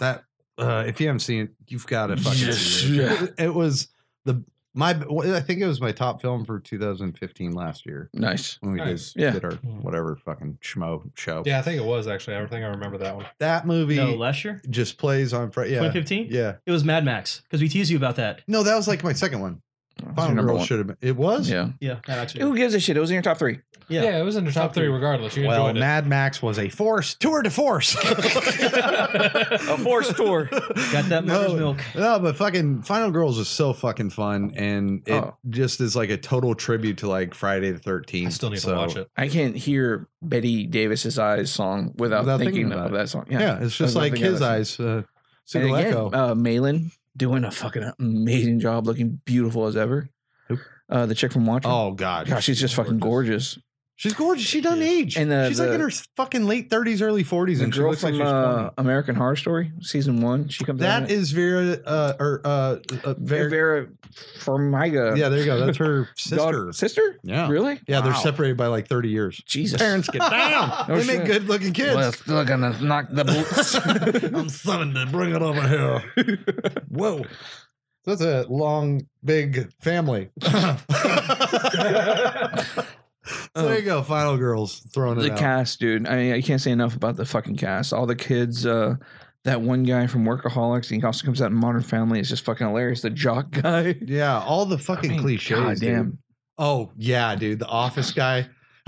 Speaker 5: that uh, if you haven't seen it, you've got to fucking see it.
Speaker 6: Yeah.
Speaker 5: It was the my I think it was my top film for 2015 last year
Speaker 6: Nice.
Speaker 5: when we
Speaker 7: Nice.
Speaker 5: did,
Speaker 6: Yeah.
Speaker 5: did our whatever fucking schmo show.
Speaker 7: Yeah, I think it was actually. I think I remember that one.
Speaker 5: That movie
Speaker 8: No, last year,
Speaker 5: just plays on Friday. Yeah,
Speaker 8: 2015,
Speaker 5: yeah.
Speaker 8: it was Mad Max because we teased you about that.
Speaker 5: No, that was like my second one.
Speaker 6: That's your
Speaker 5: Final
Speaker 6: number
Speaker 5: Girls
Speaker 6: one.
Speaker 5: should have been. It was.
Speaker 6: Yeah.
Speaker 8: Yeah, Mad Max.
Speaker 6: Who gives a shit? It was in your top three.
Speaker 8: Yeah.
Speaker 7: Yeah, it was in the top three regardless. You
Speaker 5: Well,
Speaker 7: enjoyed it.
Speaker 5: Mad Max was a force tour
Speaker 7: <laughs>
Speaker 5: de force.
Speaker 8: A forced tour. Got that mother's milk.
Speaker 5: No, but fucking Final Girls is so fucking fun, and it
Speaker 6: Oh.
Speaker 5: just is like a total tribute to like Friday the Thirteenth.
Speaker 7: I still need to watch it.
Speaker 6: I can't hear Betty Davis's eyes song without,
Speaker 5: Without
Speaker 6: thinking,
Speaker 5: thinking
Speaker 6: of
Speaker 5: about it.
Speaker 6: that song.
Speaker 5: Yeah,
Speaker 6: Yeah.
Speaker 5: it's
Speaker 6: That's
Speaker 5: just like
Speaker 6: nothing
Speaker 5: his
Speaker 6: I've
Speaker 5: eyes. Uh,
Speaker 6: And
Speaker 5: Pseudo
Speaker 6: again,
Speaker 5: Echo.
Speaker 6: uh, Malin doing a fucking amazing job, looking beautiful as ever.
Speaker 5: Who?
Speaker 6: Uh, the chick from Watcher.
Speaker 5: oh god,
Speaker 6: gosh, she's just fucking gorgeous.
Speaker 5: She's gorgeous. She doesn't age.
Speaker 6: And, uh,
Speaker 5: she's like
Speaker 6: the-
Speaker 5: in her fucking late thirties, early forties,
Speaker 6: The
Speaker 5: and she
Speaker 6: girl
Speaker 5: looks like
Speaker 6: from
Speaker 5: she's
Speaker 6: uh,
Speaker 5: twenty.
Speaker 6: American Horror Story season one. She comes. out
Speaker 5: That
Speaker 6: in it.
Speaker 5: is Vera uh, or uh, uh,
Speaker 6: Vera,
Speaker 5: Vera.
Speaker 6: Vera Farmiga.
Speaker 5: Yeah, there
Speaker 6: <laughs>
Speaker 5: you go. That's her
Speaker 6: Daughter-
Speaker 5: sister.
Speaker 6: Sister?
Speaker 5: Yeah,
Speaker 6: Really?
Speaker 5: yeah. They're
Speaker 6: Wow.
Speaker 5: separated by like thirty years.
Speaker 6: Jesus.
Speaker 5: Parents
Speaker 6: <laughs>
Speaker 5: get down.
Speaker 6: No
Speaker 5: they
Speaker 6: shit.
Speaker 5: make good looking kids.
Speaker 6: Well, still gonna knock
Speaker 5: <laughs>
Speaker 6: the
Speaker 5: I'm summoned to bring it over here. Whoa. That's a long, big
Speaker 6: <laughs>
Speaker 5: family. <laughs> so there you go, Final Girls throwing it
Speaker 6: the
Speaker 5: out.
Speaker 6: cast, dude. I mean, I can't say enough about the fucking cast. All the kids. Uh, that one guy from Workaholics, he also comes out in Modern Family. It's just fucking hilarious. The jock <laughs> guy.
Speaker 5: yeah, all the fucking
Speaker 6: I mean,
Speaker 5: cliches.
Speaker 6: God
Speaker 5: dude.
Speaker 6: damn.
Speaker 5: Oh yeah, dude. The office guy. <laughs>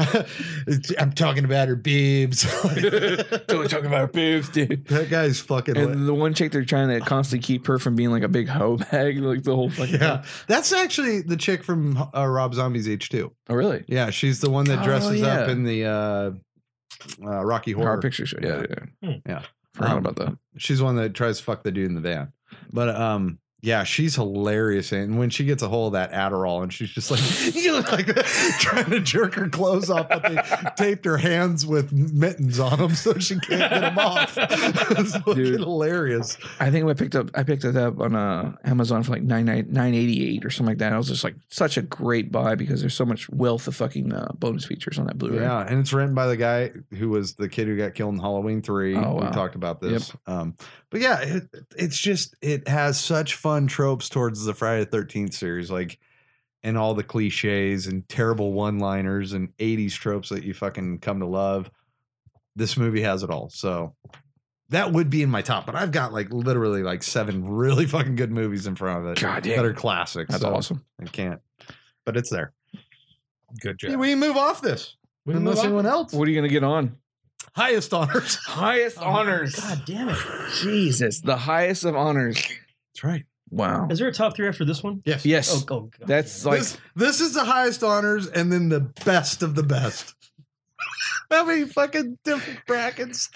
Speaker 5: I'm talking about her bibs.
Speaker 6: Totally talking about her boobs, dude.
Speaker 5: <laughs> that guy's fucking
Speaker 6: And the one chick they're trying to constantly keep her from being like a big hoe bag, like the whole fucking.
Speaker 5: yeah, that's actually the chick from uh, Rob Zombie's H2.
Speaker 6: Oh, really?
Speaker 5: Yeah, she's the one that
Speaker 6: Oh,
Speaker 5: dresses up
Speaker 6: yeah.
Speaker 5: in the uh, uh, Rocky Horror.
Speaker 6: Horror Picture Show. Yeah, yeah. yeah.
Speaker 7: Hmm.
Speaker 5: Yeah.
Speaker 6: Forgot
Speaker 5: Um,
Speaker 6: about that.
Speaker 5: she's the one that tries to fuck the dude in the van. But um, yeah, she's hilarious. And when she gets a hold of that Adderall, and she's just like, <laughs> you know, like trying to jerk her clothes off, but they taped her hands with mittens on them so she can't get them off. <laughs> it's fucking
Speaker 6: Dude.
Speaker 5: hilarious.
Speaker 6: I think I picked up. I picked it up on uh, Amazon for like nine nine eighty eight or something like that. I was just like such a great buy because there's so much wealth of fucking uh, bonus features on that Blu-ray.
Speaker 5: Yeah, and it's written by the guy who was the kid who got killed in Halloween three.
Speaker 6: Oh, wow.
Speaker 5: We talked about this. Um, but yeah, it, it's just it has such fun tropes towards the Friday the Thirteenth series, like and all the cliches and terrible one liners and '80s tropes that you fucking come to love. This movie has it all, so that would be in my top. But I've got like literally like seven really <laughs> fucking good movies in front of it
Speaker 6: God
Speaker 5: that are
Speaker 6: damn,
Speaker 5: classics.
Speaker 6: that's
Speaker 5: so
Speaker 6: awesome.
Speaker 5: I can't, but it's there.
Speaker 7: Good job.
Speaker 5: We move off this.
Speaker 7: We can
Speaker 5: Unless
Speaker 7: move on.
Speaker 5: anyone else
Speaker 6: What are you gonna get on?
Speaker 5: highest honors. <laughs>
Speaker 6: Highest honors.
Speaker 8: Oh God damn it!
Speaker 6: Jesus, the highest of honors.
Speaker 5: That's right.
Speaker 6: Wow.
Speaker 8: Is there a top three after this one?
Speaker 5: Yes.
Speaker 6: Yes,
Speaker 8: Oh, oh God.
Speaker 6: that's like
Speaker 5: this, this is the highest honors and then the best of the best. <laughs> How many fucking different brackets?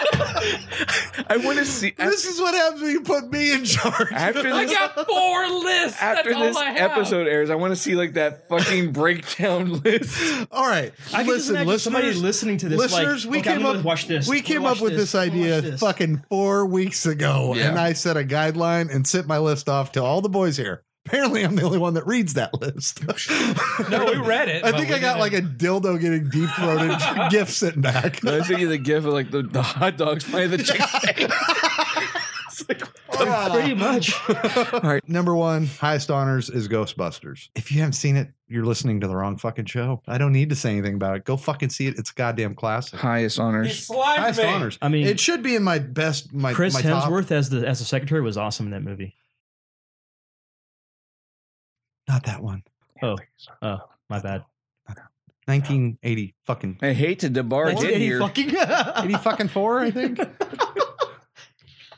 Speaker 6: I want to <laughs> see.
Speaker 5: this is what happens when you put me in charge. <laughs>
Speaker 6: After
Speaker 4: I
Speaker 6: this-
Speaker 4: got four lists.
Speaker 6: after
Speaker 4: That's
Speaker 6: this
Speaker 4: all I have.
Speaker 6: episode airs, I want to see like that <laughs> fucking breakdown list.
Speaker 5: All right.
Speaker 8: I can just
Speaker 5: listen,
Speaker 8: imagine somebody
Speaker 5: listeners.
Speaker 8: listening to this.
Speaker 5: listeners,
Speaker 8: like,
Speaker 5: we
Speaker 8: okay, I'm
Speaker 5: came
Speaker 8: gonna
Speaker 5: up-
Speaker 8: watch this.
Speaker 5: We
Speaker 8: I'm
Speaker 5: came
Speaker 8: gonna
Speaker 5: up
Speaker 8: watch
Speaker 5: with this,
Speaker 8: I'm gonna
Speaker 5: idea
Speaker 8: watch this.
Speaker 5: fucking four weeks ago,
Speaker 6: Yeah.
Speaker 5: and I set a guideline and sent my list off to all the boys here. Apparently, I'm the only one that reads that list.
Speaker 7: No,
Speaker 5: <laughs>
Speaker 7: we read it.
Speaker 5: I
Speaker 7: but
Speaker 5: think
Speaker 7: we
Speaker 5: I got
Speaker 7: didn't-
Speaker 5: like a dildo getting deep throated <laughs> gift sitting back.
Speaker 6: I see the gif of like the, the hot dogs playing <laughs> the chicken.
Speaker 8: <laughs> Pretty much.
Speaker 5: <laughs> All right. Number one, highest honors is Ghostbusters. If you haven't seen it, you're listening to the wrong fucking show. I don't need to say anything about it. Go fucking see it. It's a goddamn classic.
Speaker 6: Highest
Speaker 4: He
Speaker 6: honors.
Speaker 4: slimed
Speaker 5: Highest
Speaker 4: me.
Speaker 5: honors.
Speaker 8: I mean-
Speaker 5: it should be in my best, my
Speaker 8: Chris
Speaker 5: my top.
Speaker 8: Hemsworth as the as the secretary was awesome in that movie.
Speaker 5: Not that one.
Speaker 8: My bad.
Speaker 5: 1980
Speaker 8: <laughs>
Speaker 5: fucking.
Speaker 6: I hate to debar it in
Speaker 8: 1980
Speaker 6: here.
Speaker 8: fucking
Speaker 5: 80
Speaker 8: <laughs>
Speaker 5: fucking four, I think.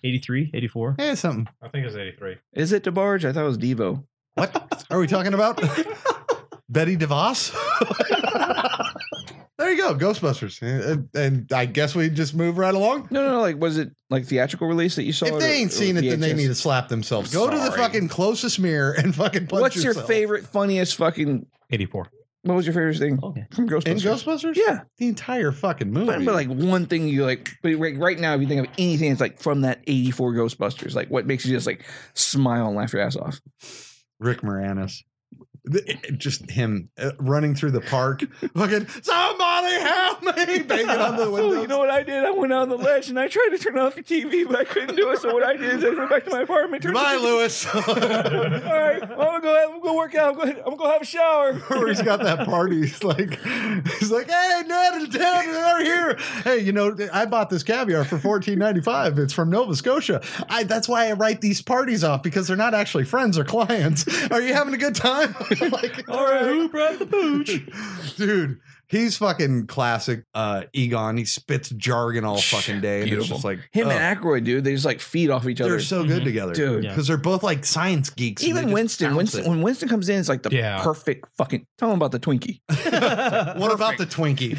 Speaker 8: 83, 84.
Speaker 5: Yeah, something.
Speaker 7: I think it was 83.
Speaker 6: Is it DeBarge? I thought it was Devo.
Speaker 8: <laughs>
Speaker 5: What are we talking about? Betty DeVos? <laughs> there
Speaker 11: there you go, Ghostbusters.
Speaker 5: And, and I guess we just move right along.
Speaker 6: No, no, no. Like, was it like theatrical release that you saw?
Speaker 5: If they ain't seen it, then they need to slap themselves. Go to the
Speaker 6: Sorry.
Speaker 5: fucking closest mirror and fucking punch
Speaker 6: What's your
Speaker 5: yourself.
Speaker 6: favorite, funniest fucking?
Speaker 7: 84.
Speaker 6: What was your favorite thing
Speaker 8: Okay.
Speaker 6: from Ghostbusters?
Speaker 5: in Ghostbusters?
Speaker 6: Yeah,
Speaker 5: the entire fucking movie.
Speaker 6: but, but like one thing you like, but right, right now, if you think of anything, it's like from that '84 Ghostbusters. Like, what makes you just like smile and laugh your ass off?
Speaker 11: Rick Moranis.
Speaker 5: Th- just him uh, running through
Speaker 6: <laughs>
Speaker 5: the park, fucking somebody help me, banging on the window.
Speaker 6: you know what I did? I went on the ledge and I tried to turn off the TV, but I couldn't do it. So what I did is I went back to my apartment. Turned
Speaker 5: Goodbye,
Speaker 6: the TV
Speaker 5: Lewis.
Speaker 6: <laughs>
Speaker 5: <laughs>
Speaker 6: All right, I'm gonna go. I'm gonna go work out. I'm gonna, I'm gonna have a shower.
Speaker 5: Where he's got that party. He's like, he's like, hey, Ned and Ted are here. Hey, you know, I bought this caviar for fourteen ninety five. It's from Nova Scotia. I that's why I write these parties off because they're not actually friends or clients. Are you having a good time? <laughs> like,
Speaker 6: All right, who
Speaker 5: brought the pooch, dude? He's fucking classic uh, Egon. He spits jargon all fucking day, and
Speaker 6: Beautiful. Mm-hmm.
Speaker 5: it's just
Speaker 6: Him
Speaker 5: like oh,
Speaker 6: and Aykroyd, dude, they just like feed off each other.
Speaker 5: they're so good together,
Speaker 6: Dude.
Speaker 8: Yeah.
Speaker 5: because they're both like science geeks. and they
Speaker 6: Even
Speaker 5: just
Speaker 6: Winston,
Speaker 5: bounce
Speaker 6: Winston
Speaker 5: it.
Speaker 6: when Winston comes in, it's like the
Speaker 7: Yeah.
Speaker 6: perfect fucking. Tell him about the Twinkie.
Speaker 5: What about the Twinkie?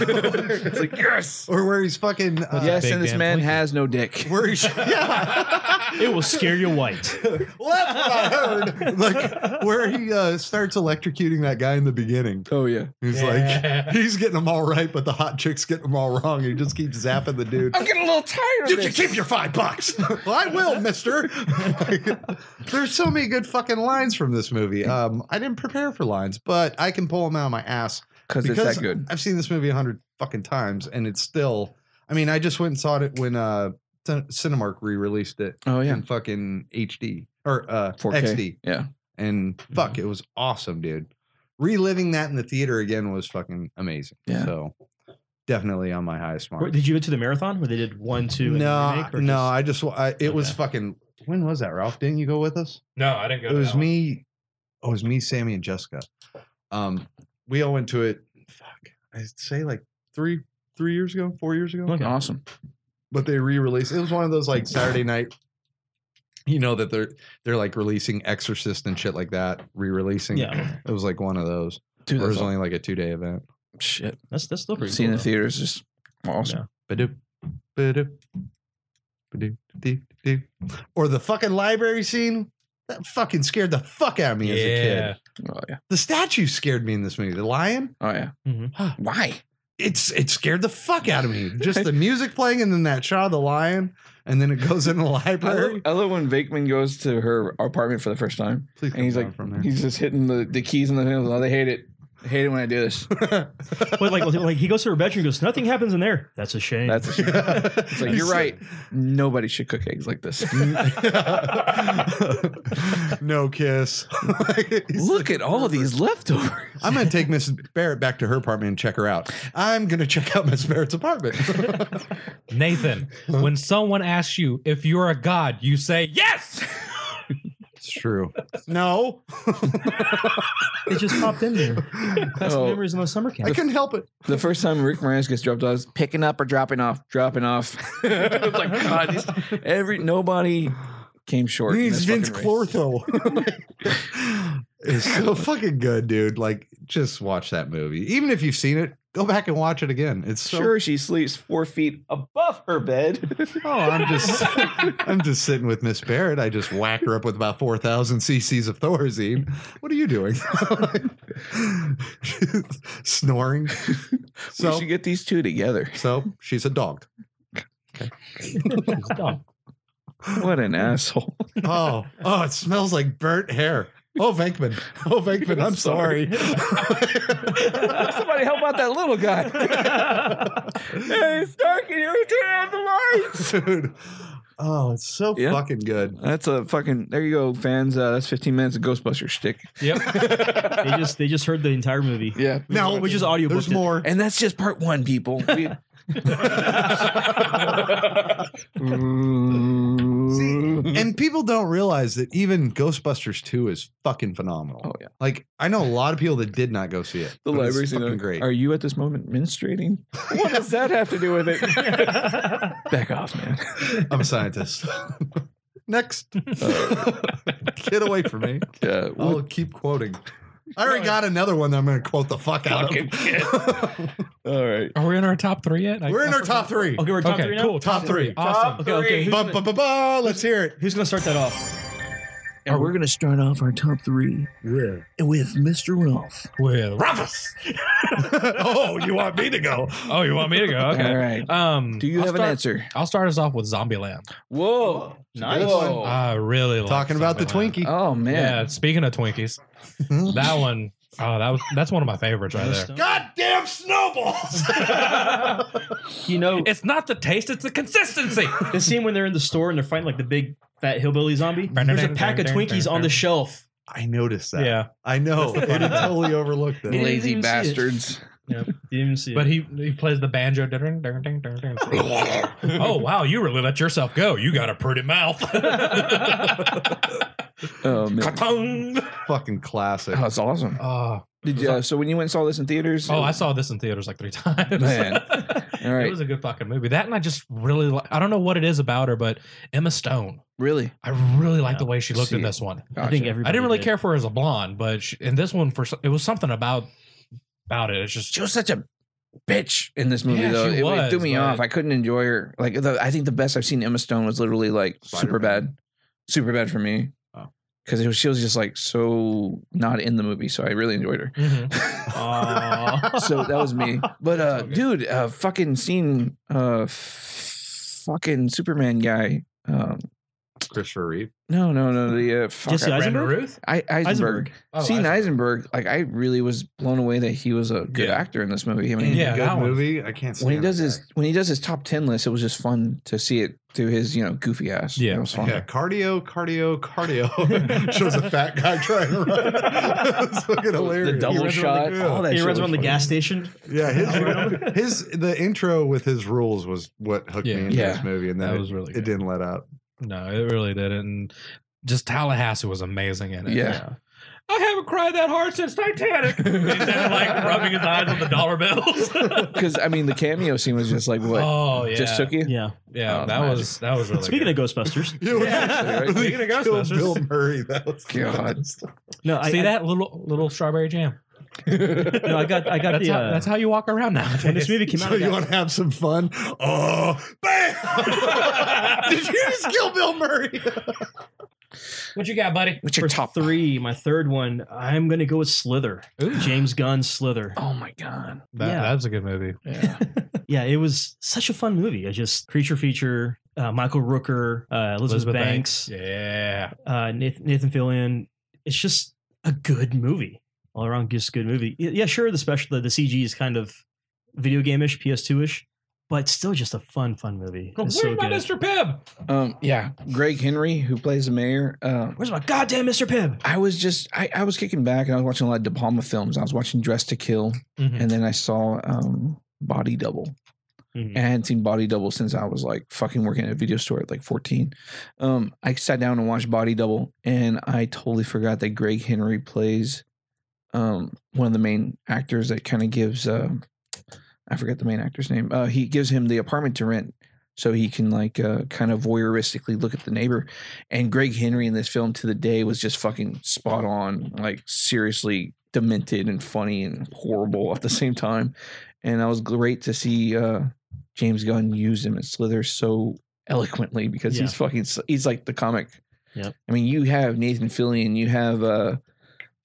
Speaker 6: <laughs> It's like yes,
Speaker 5: or where he's fucking uh,
Speaker 6: yes,
Speaker 7: big
Speaker 6: and this
Speaker 7: damn
Speaker 6: man
Speaker 7: Twinkie.
Speaker 6: has no dick.
Speaker 5: where he's yeah.
Speaker 8: It will scare you white.
Speaker 5: <laughs> well, that's what I heard. Like where he uh, starts electrocuting that guy in the beginning.
Speaker 6: Oh yeah,
Speaker 5: He's like he's getting them all right, but the hot chick's getting them all wrong. He just keeps zapping the dude.
Speaker 6: I'm getting a little tired of
Speaker 5: You can
Speaker 6: this.
Speaker 5: keep your five
Speaker 6: <laughs>
Speaker 5: bucks. well, I will, Mister. <laughs> There's so many good fucking lines from this movie. Um, I didn't prepare for lines, but I can pull them out of my ass
Speaker 6: Because it's that good.
Speaker 5: I've seen this movie a hundred fucking times, and it's still. I mean, I just went and saw it when uh Cin- Cinemark re-released it
Speaker 6: Oh yeah,
Speaker 5: in fucking HD or uh
Speaker 6: 4K.
Speaker 5: XD,
Speaker 6: Yeah,
Speaker 5: and fuck,
Speaker 6: Mm-hmm.
Speaker 5: it was awesome, dude. Reliving that in the theater again was fucking amazing.
Speaker 6: Yeah.
Speaker 5: So definitely on my highest mark.
Speaker 8: Where- Did you go to the marathon where they did one, two, and
Speaker 5: no,
Speaker 8: then remake, or
Speaker 5: no,
Speaker 8: just-
Speaker 5: I just I, it was
Speaker 8: Okay.
Speaker 5: fucking. When was that, Ralph? Didn't you go with us?
Speaker 7: <laughs> No, I didn't go.
Speaker 5: it was me. Oh, it was me, Sammy, and Jessica. Um, we all went to it. Fuck, I'd say like three, three years ago, four years ago.
Speaker 8: Okay.
Speaker 6: awesome.
Speaker 5: But they re-released. It was one of those like Saturday night. You know that they're they're like releasing Exorcist and shit like that, re-releasing.
Speaker 8: Yeah,
Speaker 5: It was like one of those. Or
Speaker 6: Dude,
Speaker 5: it
Speaker 6: that's
Speaker 5: was
Speaker 6: all-
Speaker 5: only like a two day event.
Speaker 6: shit.
Speaker 8: that's that's still pretty.
Speaker 6: Seeing
Speaker 8: cool,
Speaker 6: the theater is just awesome.
Speaker 5: Ba-doop, ba-doop, ba-doop, dee, dee. Or the fucking library scene. That fucking scared the fuck out of me as a
Speaker 7: Yeah.
Speaker 5: kid.
Speaker 6: Oh yeah,
Speaker 5: The statue scared me in this movie. The lion.
Speaker 6: oh yeah. Why?
Speaker 5: it's it scared the fuck out of me.
Speaker 6: <laughs>
Speaker 5: Just the music playing and then that shot of the lion, and then it goes in the
Speaker 6: I love,
Speaker 5: library.
Speaker 6: I love when Vakeman goes to her apartment for the first time, <laughs>
Speaker 5: Please
Speaker 6: and he's like, he's just hitting the, the keys in the thing. Oh, they hate it. I hate it when I do this.
Speaker 8: though. But like, like he goes to her bedroom, and goes, nothing happens in there. That's a shame.
Speaker 6: That's
Speaker 5: <laughs>
Speaker 6: a shame. It's <laughs> like you're right. Nobody should cook eggs like this. <laughs>
Speaker 5: no kiss. He's
Speaker 6: Look
Speaker 5: like,
Speaker 6: at all these leftovers.
Speaker 5: I'm gonna take Miss Barrett back to her apartment and check her out. I'm gonna check out Miss Barrett's
Speaker 6: <laughs>
Speaker 5: apartment.
Speaker 7: Nathan, when someone asks you if you're a god, you say yes.
Speaker 5: it's true. No,
Speaker 8: it just popped in
Speaker 6: <laughs>
Speaker 8: there. That's
Speaker 6: Oh.
Speaker 8: the memories of my summer
Speaker 5: I
Speaker 8: camp.
Speaker 5: couldn't help it.
Speaker 6: The first time Rick Moranis gets dropped off, is picking up or dropping off, dropping off. <laughs> it's like God, these- every nobody came short. in
Speaker 5: He's
Speaker 6: this
Speaker 5: Vince
Speaker 6: fucking race.
Speaker 5: Clortho.
Speaker 6: <laughs>
Speaker 5: it's so fucking good, dude. Like, just watch that movie. Even if you've seen it, go back and watch it again. It's so.
Speaker 6: Sure, she sleeps four feet above her <laughs> bed.
Speaker 5: Oh, I'm
Speaker 8: <laughs>
Speaker 5: just, I'm just sitting with Miss Barrett. I just whack her up with about four thousand cc's of Thorazine. What are you doing? <laughs> She's Snoring.
Speaker 6: we
Speaker 5: So,
Speaker 6: should get these two together.
Speaker 5: so she's a dog.
Speaker 8: Stop.
Speaker 6: What an <laughs> asshole.
Speaker 5: Oh, oh, it smells like burnt hair. Oh, Venkman. Oh, Venkman. I'm
Speaker 8: <laughs>
Speaker 5: sorry.
Speaker 6: Somebody help out that little guy. <laughs> hey, Starkey, you turn on the lights.
Speaker 5: <laughs> dude. Oh, it's so
Speaker 6: Yeah.
Speaker 5: fucking good.
Speaker 6: That's a fucking. There you go, fans. Uh, that's 15 minutes of Ghostbuster shtick.
Speaker 7: Yep.
Speaker 8: They just they just heard the entire movie.
Speaker 6: Yeah.
Speaker 5: Now
Speaker 8: We just audiobooked
Speaker 5: There's
Speaker 8: it. <laughs>
Speaker 5: more.
Speaker 6: And that's just part one, <laughs> people. We-
Speaker 8: Mm-hmm.
Speaker 5: See, and people don't realize that even Ghostbusters 2 is fucking phenomenal.
Speaker 6: Oh, yeah.
Speaker 5: Like I know a lot of people that did not go see it.
Speaker 6: the
Speaker 5: but it's
Speaker 6: library's
Speaker 5: Oh, fucking
Speaker 6: gonna-
Speaker 5: great.
Speaker 6: Are you at this moment menstruating? What does that have to do with it? Back off, man.
Speaker 5: I'm
Speaker 9: <laughs>
Speaker 5: a scientist.
Speaker 7: <laughs>
Speaker 5: Next. Get away from me.
Speaker 6: Uh,
Speaker 5: I'll
Speaker 6: what,
Speaker 7: <laughs>
Speaker 5: keep quoting.
Speaker 9: I already got another one that I'm going to quote the fuck out
Speaker 4: Fucking kid.
Speaker 9: of.
Speaker 6: All right.
Speaker 7: Are we in our top three yet?
Speaker 9: <laughs>
Speaker 7: I-
Speaker 9: We're in
Speaker 7: I
Speaker 9: our top three.
Speaker 8: Okay, we're top
Speaker 7: Okay,
Speaker 8: three now.
Speaker 7: cool.
Speaker 9: Top three.
Speaker 7: Awesome.
Speaker 8: Okay, okay. Who's,
Speaker 9: Ba,
Speaker 8: gonna,
Speaker 9: ba, ba, ba, let's hear it.
Speaker 8: who's gonna start that off?
Speaker 12: And we're going to start off our top three with Mr. Ralph.
Speaker 7: With Rumpus.
Speaker 9: <laughs> oh, you want me to go?
Speaker 7: Oh, you want me to go?
Speaker 6: All
Speaker 7: Okay.
Speaker 6: right.
Speaker 7: Um,
Speaker 6: Do you
Speaker 7: I'll
Speaker 6: have
Speaker 7: start-
Speaker 6: an answer?
Speaker 7: I'll start us off with Zombieland.
Speaker 6: Whoa.
Speaker 8: Nice.
Speaker 6: Whoa.
Speaker 7: I really like
Speaker 9: Talking about the
Speaker 7: Zombieland.
Speaker 9: Twinkie.
Speaker 6: Oh man.
Speaker 7: Yeah. Speaking of Twinkies,
Speaker 6: <laughs>
Speaker 7: that one. Oh, that was that's one of my favorites right there.
Speaker 9: Goddamn
Speaker 7: <laughs>
Speaker 9: snowballs!
Speaker 8: You know,
Speaker 7: It's not the taste; it's
Speaker 6: <laughs>
Speaker 7: the consistency.
Speaker 8: the scene when they're in the store and they're fighting like the big fat hillbilly zombie. There's a pack of Twinkies on the shelf.
Speaker 9: <laughs> I noticed that.
Speaker 7: yeah,
Speaker 9: I know.
Speaker 7: That's the
Speaker 9: I
Speaker 7: part.
Speaker 9: totally overlooked it.
Speaker 8: didn't
Speaker 6: Lazy
Speaker 8: even see it.
Speaker 6: bastards.
Speaker 8: Yep. Didn't even see it.
Speaker 7: but he he plays the banjo.
Speaker 6: <laughs>
Speaker 7: oh wow, you really let yourself go. You got a pretty mouth. <laughs>
Speaker 6: Oh man.
Speaker 7: Ka-tung.
Speaker 9: Fucking classic.
Speaker 6: Oh, that's awesome.
Speaker 7: oh,
Speaker 6: Did you, uh, so when you went and saw this in theaters?
Speaker 7: oh, I saw this in theaters like three <laughs> times.
Speaker 6: Man. All
Speaker 7: It
Speaker 6: right.
Speaker 7: was a good fucking movie. That and I just really like, I don't know what it is about her, but Emma Stone.
Speaker 6: Really?
Speaker 7: I really like
Speaker 8: Yeah.
Speaker 7: the way she looked in
Speaker 6: See.
Speaker 7: this one.
Speaker 8: I think
Speaker 6: Gotcha.
Speaker 8: everybody.
Speaker 7: I didn't really
Speaker 8: did.
Speaker 7: care for her as a blonde, but she, in this one, for so- it was something about about it. It's just
Speaker 6: she was such a bitch in this movie
Speaker 7: Yeah,
Speaker 6: though.
Speaker 7: she
Speaker 6: It- it,
Speaker 7: was,
Speaker 6: threw me
Speaker 7: but-
Speaker 6: off. I couldn't enjoy her. Like the, I think the best I've seen Emma Stone was literally like super bad, super bad for me.
Speaker 7: Oh.
Speaker 6: Because she was just like so not in the movie, so I really enjoyed her.
Speaker 8: Mm-hmm. Aw.
Speaker 6: so that was
Speaker 7: <laughs>
Speaker 6: me. But uh,
Speaker 7: Okay.
Speaker 6: dude, uh, fucking scene, uh, f- fucking Superman guy. Um,
Speaker 9: Christopher Reeve.
Speaker 6: no, no, no. The uh, fuck,
Speaker 8: Jesse
Speaker 6: I-
Speaker 8: Eisenberg?
Speaker 7: Ruth.
Speaker 6: I, Eisenberg.
Speaker 8: Eisenberg.
Speaker 7: Oh,
Speaker 6: Seeing Eisenberg, like I really was blown away that he was a good
Speaker 7: Yeah.
Speaker 6: actor in this movie. I mean,
Speaker 7: Yeah,
Speaker 9: good
Speaker 7: that one.
Speaker 9: movie. I can't.
Speaker 6: when he
Speaker 9: stand
Speaker 6: does
Speaker 9: that
Speaker 6: his when he does his top ten list, it was just fun to see it through his you know goofy ass.
Speaker 7: Yeah.
Speaker 6: it was
Speaker 9: guy.
Speaker 6: fun.
Speaker 9: Yeah,
Speaker 6: <laughs>
Speaker 9: cardio, cardio, cardio. <laughs> Shows a fat guy trying to run. <laughs> it's fucking hilarious.
Speaker 6: The double
Speaker 9: He runs
Speaker 6: shot,
Speaker 9: around the-
Speaker 6: all that.
Speaker 8: He
Speaker 6: shit
Speaker 8: runs
Speaker 6: was
Speaker 8: around the
Speaker 6: funny.
Speaker 8: gas station.
Speaker 9: Yeah,
Speaker 5: <laughs>
Speaker 9: his, his the intro with his rules was what hooked
Speaker 7: Yeah.
Speaker 9: me into
Speaker 6: Yeah.
Speaker 9: this movie, and then
Speaker 7: That
Speaker 9: it,
Speaker 7: was really
Speaker 9: it
Speaker 7: good.
Speaker 9: didn't let up.
Speaker 7: No, it really didn't. And Just Tallahassee was amazing in it.
Speaker 6: Yeah.
Speaker 7: I haven't cried that hard since
Speaker 8: <laughs>
Speaker 7: Titanic. He's like rubbing his eyes on the dollar bills.
Speaker 6: Because I mean, the cameo scene was just like what
Speaker 7: oh yeah,
Speaker 6: just took you.
Speaker 8: Yeah.
Speaker 7: yeah.
Speaker 6: Oh,
Speaker 7: that
Speaker 6: magic.
Speaker 7: was that was really.
Speaker 8: Speaking
Speaker 7: good.
Speaker 8: of Ghostbusters,
Speaker 9: Yeah, when
Speaker 6: Yeah.
Speaker 7: <laughs>
Speaker 9: he- when he
Speaker 7: Speaking of
Speaker 9: killed
Speaker 7: Ghostbusters.
Speaker 9: <laughs> Bill Murray. That was the
Speaker 6: God.
Speaker 9: best.
Speaker 8: no, I
Speaker 7: see
Speaker 8: I-
Speaker 7: that little little strawberry jam.
Speaker 8: No, I got I got
Speaker 7: That's,
Speaker 8: the.
Speaker 7: how,
Speaker 8: uh,
Speaker 7: that's how you walk around now.
Speaker 8: when this movie came out,
Speaker 9: So
Speaker 8: I
Speaker 9: you
Speaker 8: got-
Speaker 9: want to have some fun? Oh, bam! Did you just kill Bill Murray?
Speaker 7: What you got, buddy?
Speaker 6: What's your
Speaker 8: for
Speaker 6: top
Speaker 8: three, my third one, I'm gonna go with Slither. James Gunn's Slither.
Speaker 6: <laughs> Oh my god!
Speaker 7: That,
Speaker 8: Yeah.
Speaker 7: That was a good movie.
Speaker 6: Yeah,
Speaker 8: Yeah, it was such a fun movie. I just creature feature, uh, Michael Rooker, uh, Elizabeth, Banks,
Speaker 7: Yeah.
Speaker 8: uh, Nathan, Nathan Fillion. It's just a good movie all around. Just a good movie. Y- Yeah, sure. The special, the, the CG is kind of video game ish, PS2 ish, but still just a fun, fun movie.
Speaker 7: Where's
Speaker 8: It's so
Speaker 7: my
Speaker 8: good.
Speaker 7: Mr.
Speaker 6: <laughs>
Speaker 7: Pibb?
Speaker 6: um, yeah. Greg Henry, who plays the mayor. Um,
Speaker 8: Where's my goddamn Mr. Pibb?
Speaker 6: I was just I, I was kicking back and I was watching a lot of De Palma films. I was watching Dress to Kill, and then I saw um, Body Double.
Speaker 8: Mhm.
Speaker 6: And I hadn't seen Body Double since I was like fucking working at a video store at like 14. Um, I sat down and watched Body Double, and I totally forgot that Greg Henry plays um, one of the main actors that kind of gives uh, I forget the main actor's name. Uh, he gives him the apartment to rent so he can like uh, kind of voyeuristically look at the neighbor. And Greg Henry in this film to the day was just fucking spot on, like seriously demented and funny and horrible at the same time. And I was great to see uh, James Gunn use him at Slither so eloquently because he's fucking he's like the comic.
Speaker 8: Yep.
Speaker 6: I mean, you have Nathan Fillion, you have uh,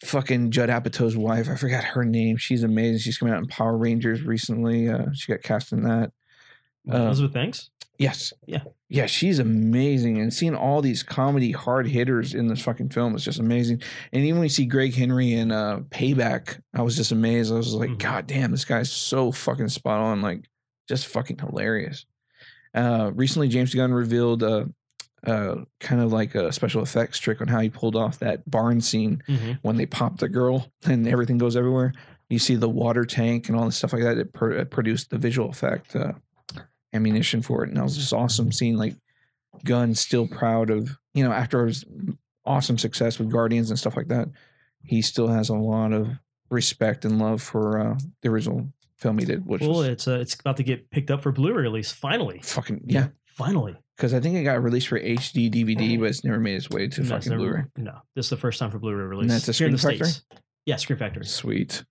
Speaker 6: fucking Judd Apatow's wife. I forgot her name. She's amazing. She's coming out in Power Rangers recently. Uh, she got cast in that. Uh,
Speaker 8: Elizabeth Banks.
Speaker 6: Yes.
Speaker 8: Yeah.
Speaker 6: Yeah, she's amazing. And seeing all these comedy hard hitters in this fucking film is just amazing. And even when you see Greg Henry in uh, Payback, I was just amazed. I was like,
Speaker 8: Mhm.
Speaker 6: God damn, this guy's so fucking spot on. Like, just fucking hilarious. Uh, recently, James Gunn revealed uh, uh, kind of like a special effects trick on how he pulled off that barn scene
Speaker 8: Mhm.
Speaker 6: when they pop the girl and everything goes everywhere. You see the water tank and all this stuff like that. It, pr- it produced the visual effect uh, ammunition for it, and that was just awesome. Seeing like Gunn still proud of you know after his awesome success with Guardians and stuff like that, he still has a lot of respect and love for uh, the original film he did, which
Speaker 8: Well,
Speaker 6: was
Speaker 8: it's uh, it's about to get picked up for Blu-ray release. Finally,
Speaker 6: fucking yeah.
Speaker 8: finally.
Speaker 6: Because I think it got released for HD DVD, but it's never made its way to
Speaker 8: No, it's
Speaker 6: fucking
Speaker 8: never-
Speaker 6: Blu-ray.
Speaker 8: No, this is the first time for Blu-ray release.
Speaker 6: And that's a
Speaker 8: here in
Speaker 6: screen
Speaker 8: the
Speaker 6: factor?
Speaker 8: states. Yeah, Scream Factory.
Speaker 6: Sweet.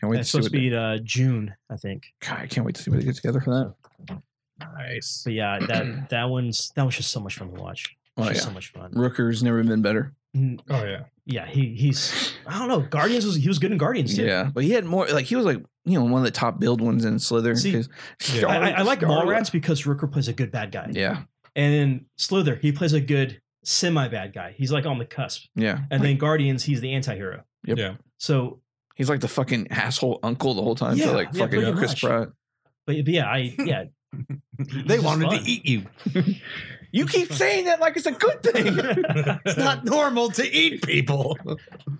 Speaker 6: Can't wait
Speaker 8: That's
Speaker 6: to see
Speaker 8: supposed
Speaker 6: what
Speaker 8: to be uh, June, I think.
Speaker 6: they- God, I can't wait to see what they get together for that.
Speaker 7: Nice.
Speaker 6: <clears throat>
Speaker 8: But yeah, that that one's that was just so much fun to watch. It's
Speaker 6: Oh,
Speaker 8: just
Speaker 6: yeah.
Speaker 8: so much fun.
Speaker 6: Rooker's never been better.
Speaker 8: Mm,
Speaker 7: Oh yeah.
Speaker 8: Yeah, he he's I don't know. Guardians was he was good in Guardians too.
Speaker 6: Yeah, but he had more. Like he was like you know one of the top build ones in Slither.
Speaker 8: See,
Speaker 6: 'cause
Speaker 7: Yeah.
Speaker 8: I, I, I like
Speaker 6: Scarlet-
Speaker 8: Mallrats because Rooker plays a good bad guy.
Speaker 6: Yeah,
Speaker 8: And then Slither, he plays a good semi bad guy. He's like on the cusp.
Speaker 6: yeah.
Speaker 8: And then Guardians, he's the anti hero.
Speaker 6: Yep.
Speaker 7: Yeah.
Speaker 8: So,
Speaker 6: He's like the fucking asshole uncle the whole time. Yeah,
Speaker 8: Yeah,
Speaker 6: like
Speaker 8: yeah,
Speaker 6: fucking
Speaker 8: pretty
Speaker 6: Chris
Speaker 8: much.
Speaker 6: Pratt.
Speaker 8: but, but yeah, I, yeah.
Speaker 5: They wanted to eat you.
Speaker 6: You keep saying that like it's a good
Speaker 8: <laughs>
Speaker 6: thing.
Speaker 5: It's not normal to eat people.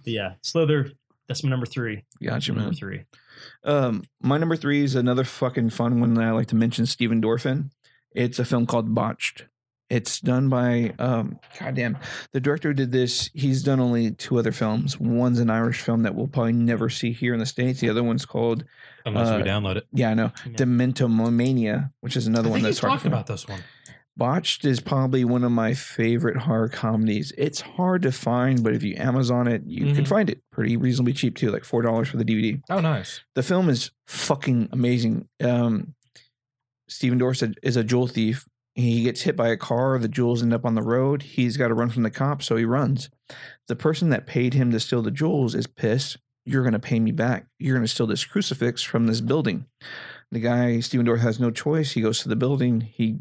Speaker 8: Yeah. Slither, that's my number three.
Speaker 6: gotcha,
Speaker 8: My
Speaker 6: man.
Speaker 8: number three.
Speaker 6: Um, my number three is another fucking fun one that I like to mention, Steven Dorfin. It's a film called Botched. It's done by um goddamn the director who did this. He's done only two other films. One's an Irish film that we'll probably never see here in the States. The other one's called
Speaker 7: Unless we
Speaker 6: Uh,
Speaker 7: download it.
Speaker 6: yeah, I know,
Speaker 8: Yeah.
Speaker 6: Dementomania, which is another
Speaker 7: I
Speaker 6: one
Speaker 7: think you
Speaker 6: that's hard to
Speaker 7: talked
Speaker 6: find.
Speaker 7: about this one.
Speaker 6: Botched is probably one of my favorite horror comedies. It's hard to find, but if you Amazon it, you can
Speaker 7: Mhm.
Speaker 6: find it pretty reasonably cheap too, like four dollars for the DVD.
Speaker 7: Oh, nice.
Speaker 6: The film is fucking amazing. Um, Stephen Dorset is a jewel thief. He gets hit by a car. The jewels end up on the road. He's got to run from the cops, so he runs. The person that paid him to steal the jewels is pissed. You're going to pay me back. You're going to steal this crucifix from this building. The guy, Stephen Dorff, has no choice. He goes to the building. He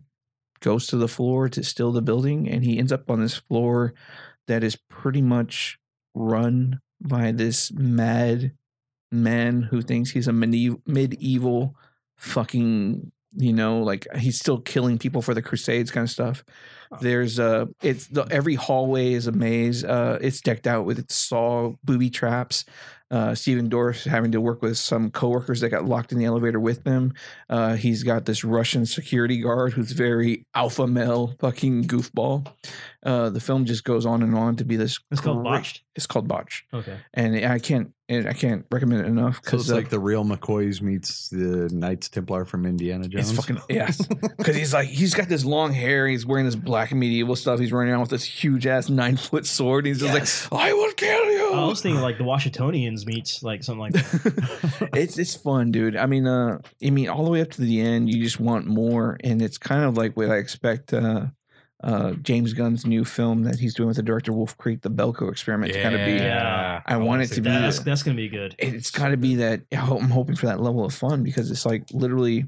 Speaker 6: goes to the floor to steal the building, and he ends up on this floor that is pretty much run by this mad man who thinks he's a medieval, medieval fucking you know like he's still killing people for the crusades kind of stuff there's uh it's the every hallway is a maze uh it's decked out with saw booby traps uh Stephen Dorff having to work with some coworkers that got locked in the elevator with them uh he's got this Russian security guard who's very alpha male fucking goofball uh the film just goes on and on to be this
Speaker 8: It's called
Speaker 6: great-
Speaker 8: Botched.
Speaker 6: it's called Botch
Speaker 8: Okay.
Speaker 6: and I can't and I can't recommend it enough uh,
Speaker 5: So
Speaker 6: because
Speaker 5: it's like the real McCoys meets the Knights Templar from Indiana Jones.
Speaker 6: it's fucking yes because he's like he's got this long hair he's wearing this black medieval stuff he's running around with this huge ass nine foot sword he's just like I will kill you
Speaker 8: I was thinking like the Washingtonians meets like something like that.
Speaker 6: <laughs> it's it's fun, dude. I mean, uh, I mean, all the way up to the end, you just want more, and it's kind of like what I expect. Uh, uh, James Gunn's new film that he's doing with the director Wolf Creek, the Belko Experiment, to kind of be. uh,
Speaker 8: Yeah.
Speaker 6: I want
Speaker 7: wanna
Speaker 6: it
Speaker 7: see
Speaker 6: to be-
Speaker 7: that.
Speaker 8: That's, that's going to be good.
Speaker 6: it- it's got to be that I hope- I'm hoping for that level of fun because it's like literally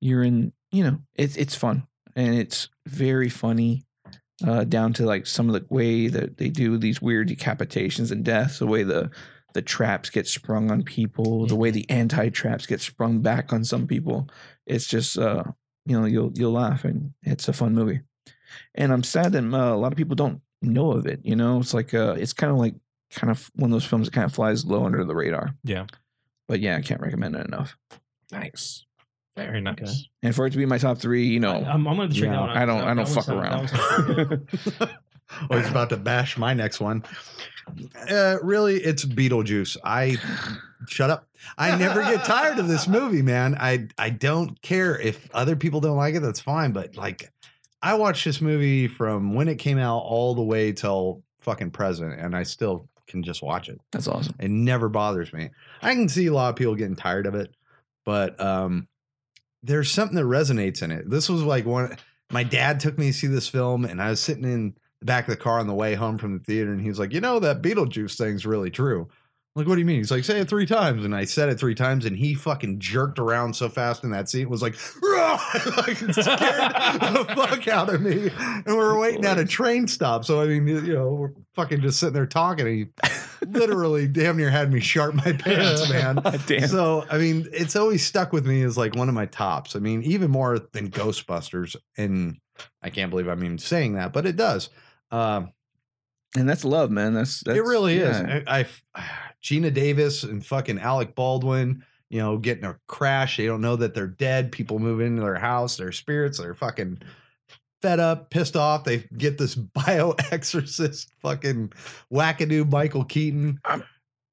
Speaker 6: you're in, you know, it's it's fun and it's very funny uh, down to like some of the way that they do these weird decapitations and deaths, the way the the traps get sprung on people, the way the anti traps get sprung back on some people. It's just uh, you know you'll you'll laugh and it's a fun movie. And I'm sad that uh, a lot of people don't know of it. You know, it's like uh, it's kind of like kind of one of those films that kind of flies low under the radar.
Speaker 7: Yeah.
Speaker 6: But yeah, I can't recommend it enough.
Speaker 7: Nice. Very nice.
Speaker 8: Okay.
Speaker 6: And for it to be my top three, you
Speaker 8: I,
Speaker 6: know,
Speaker 8: am going to check
Speaker 5: Yeah,
Speaker 8: that one out.
Speaker 6: I don't,
Speaker 8: That-
Speaker 6: I don't
Speaker 8: that one's
Speaker 6: fuck
Speaker 8: not- that
Speaker 6: around.
Speaker 8: one's not good.
Speaker 5: <laughs>
Speaker 6: <laughs>
Speaker 5: oh, he's about to bash my next one. Uh, really, it's Beetlejuice. I shut up. I never get tired of this movie, man. I I don't care if other people don't like it. That's fine. But like, I watched this movie from when it came out all the way till fucking present, and I still can just watch it.
Speaker 6: That's awesome.
Speaker 5: It never bothers me. I can see a lot of people getting tired of it, but um, there's something that resonates in it. This was like one. My dad took me to see this film, and I was sitting in the back of the car on the way home from the theater, and he was like, "You know that Beetlejuice thing's really true." I'm like, what do you mean? He's like, say it three times, and I said it three times, and he fucking jerked around so fast in that seat, it was like, "Rah!" <laughs> like it scared the fuck out of me, and we were waiting at a train stop. So I mean, you know, we're fucking just sitting there talking, and he literally damn near had me sharp my pants, <laughs> man.
Speaker 6: Damn.
Speaker 5: So I mean, it's always stuck with me as like one of my tops. I mean, even more than Ghostbusters, and I can't believe I'm even saying that, but it does. Um,
Speaker 6: and that's love, man. That's, that's
Speaker 5: it really is.
Speaker 6: yeah.
Speaker 5: I, I <sighs> Gina Davis and fucking Alec Baldwin, you know, getting a crash. They don't know that they're dead. People move into their house, their spirits, they're fucking fed up, pissed off. They get this <laughs> bio exorcist fucking wackadoo Michael Keaton.
Speaker 6: I'm-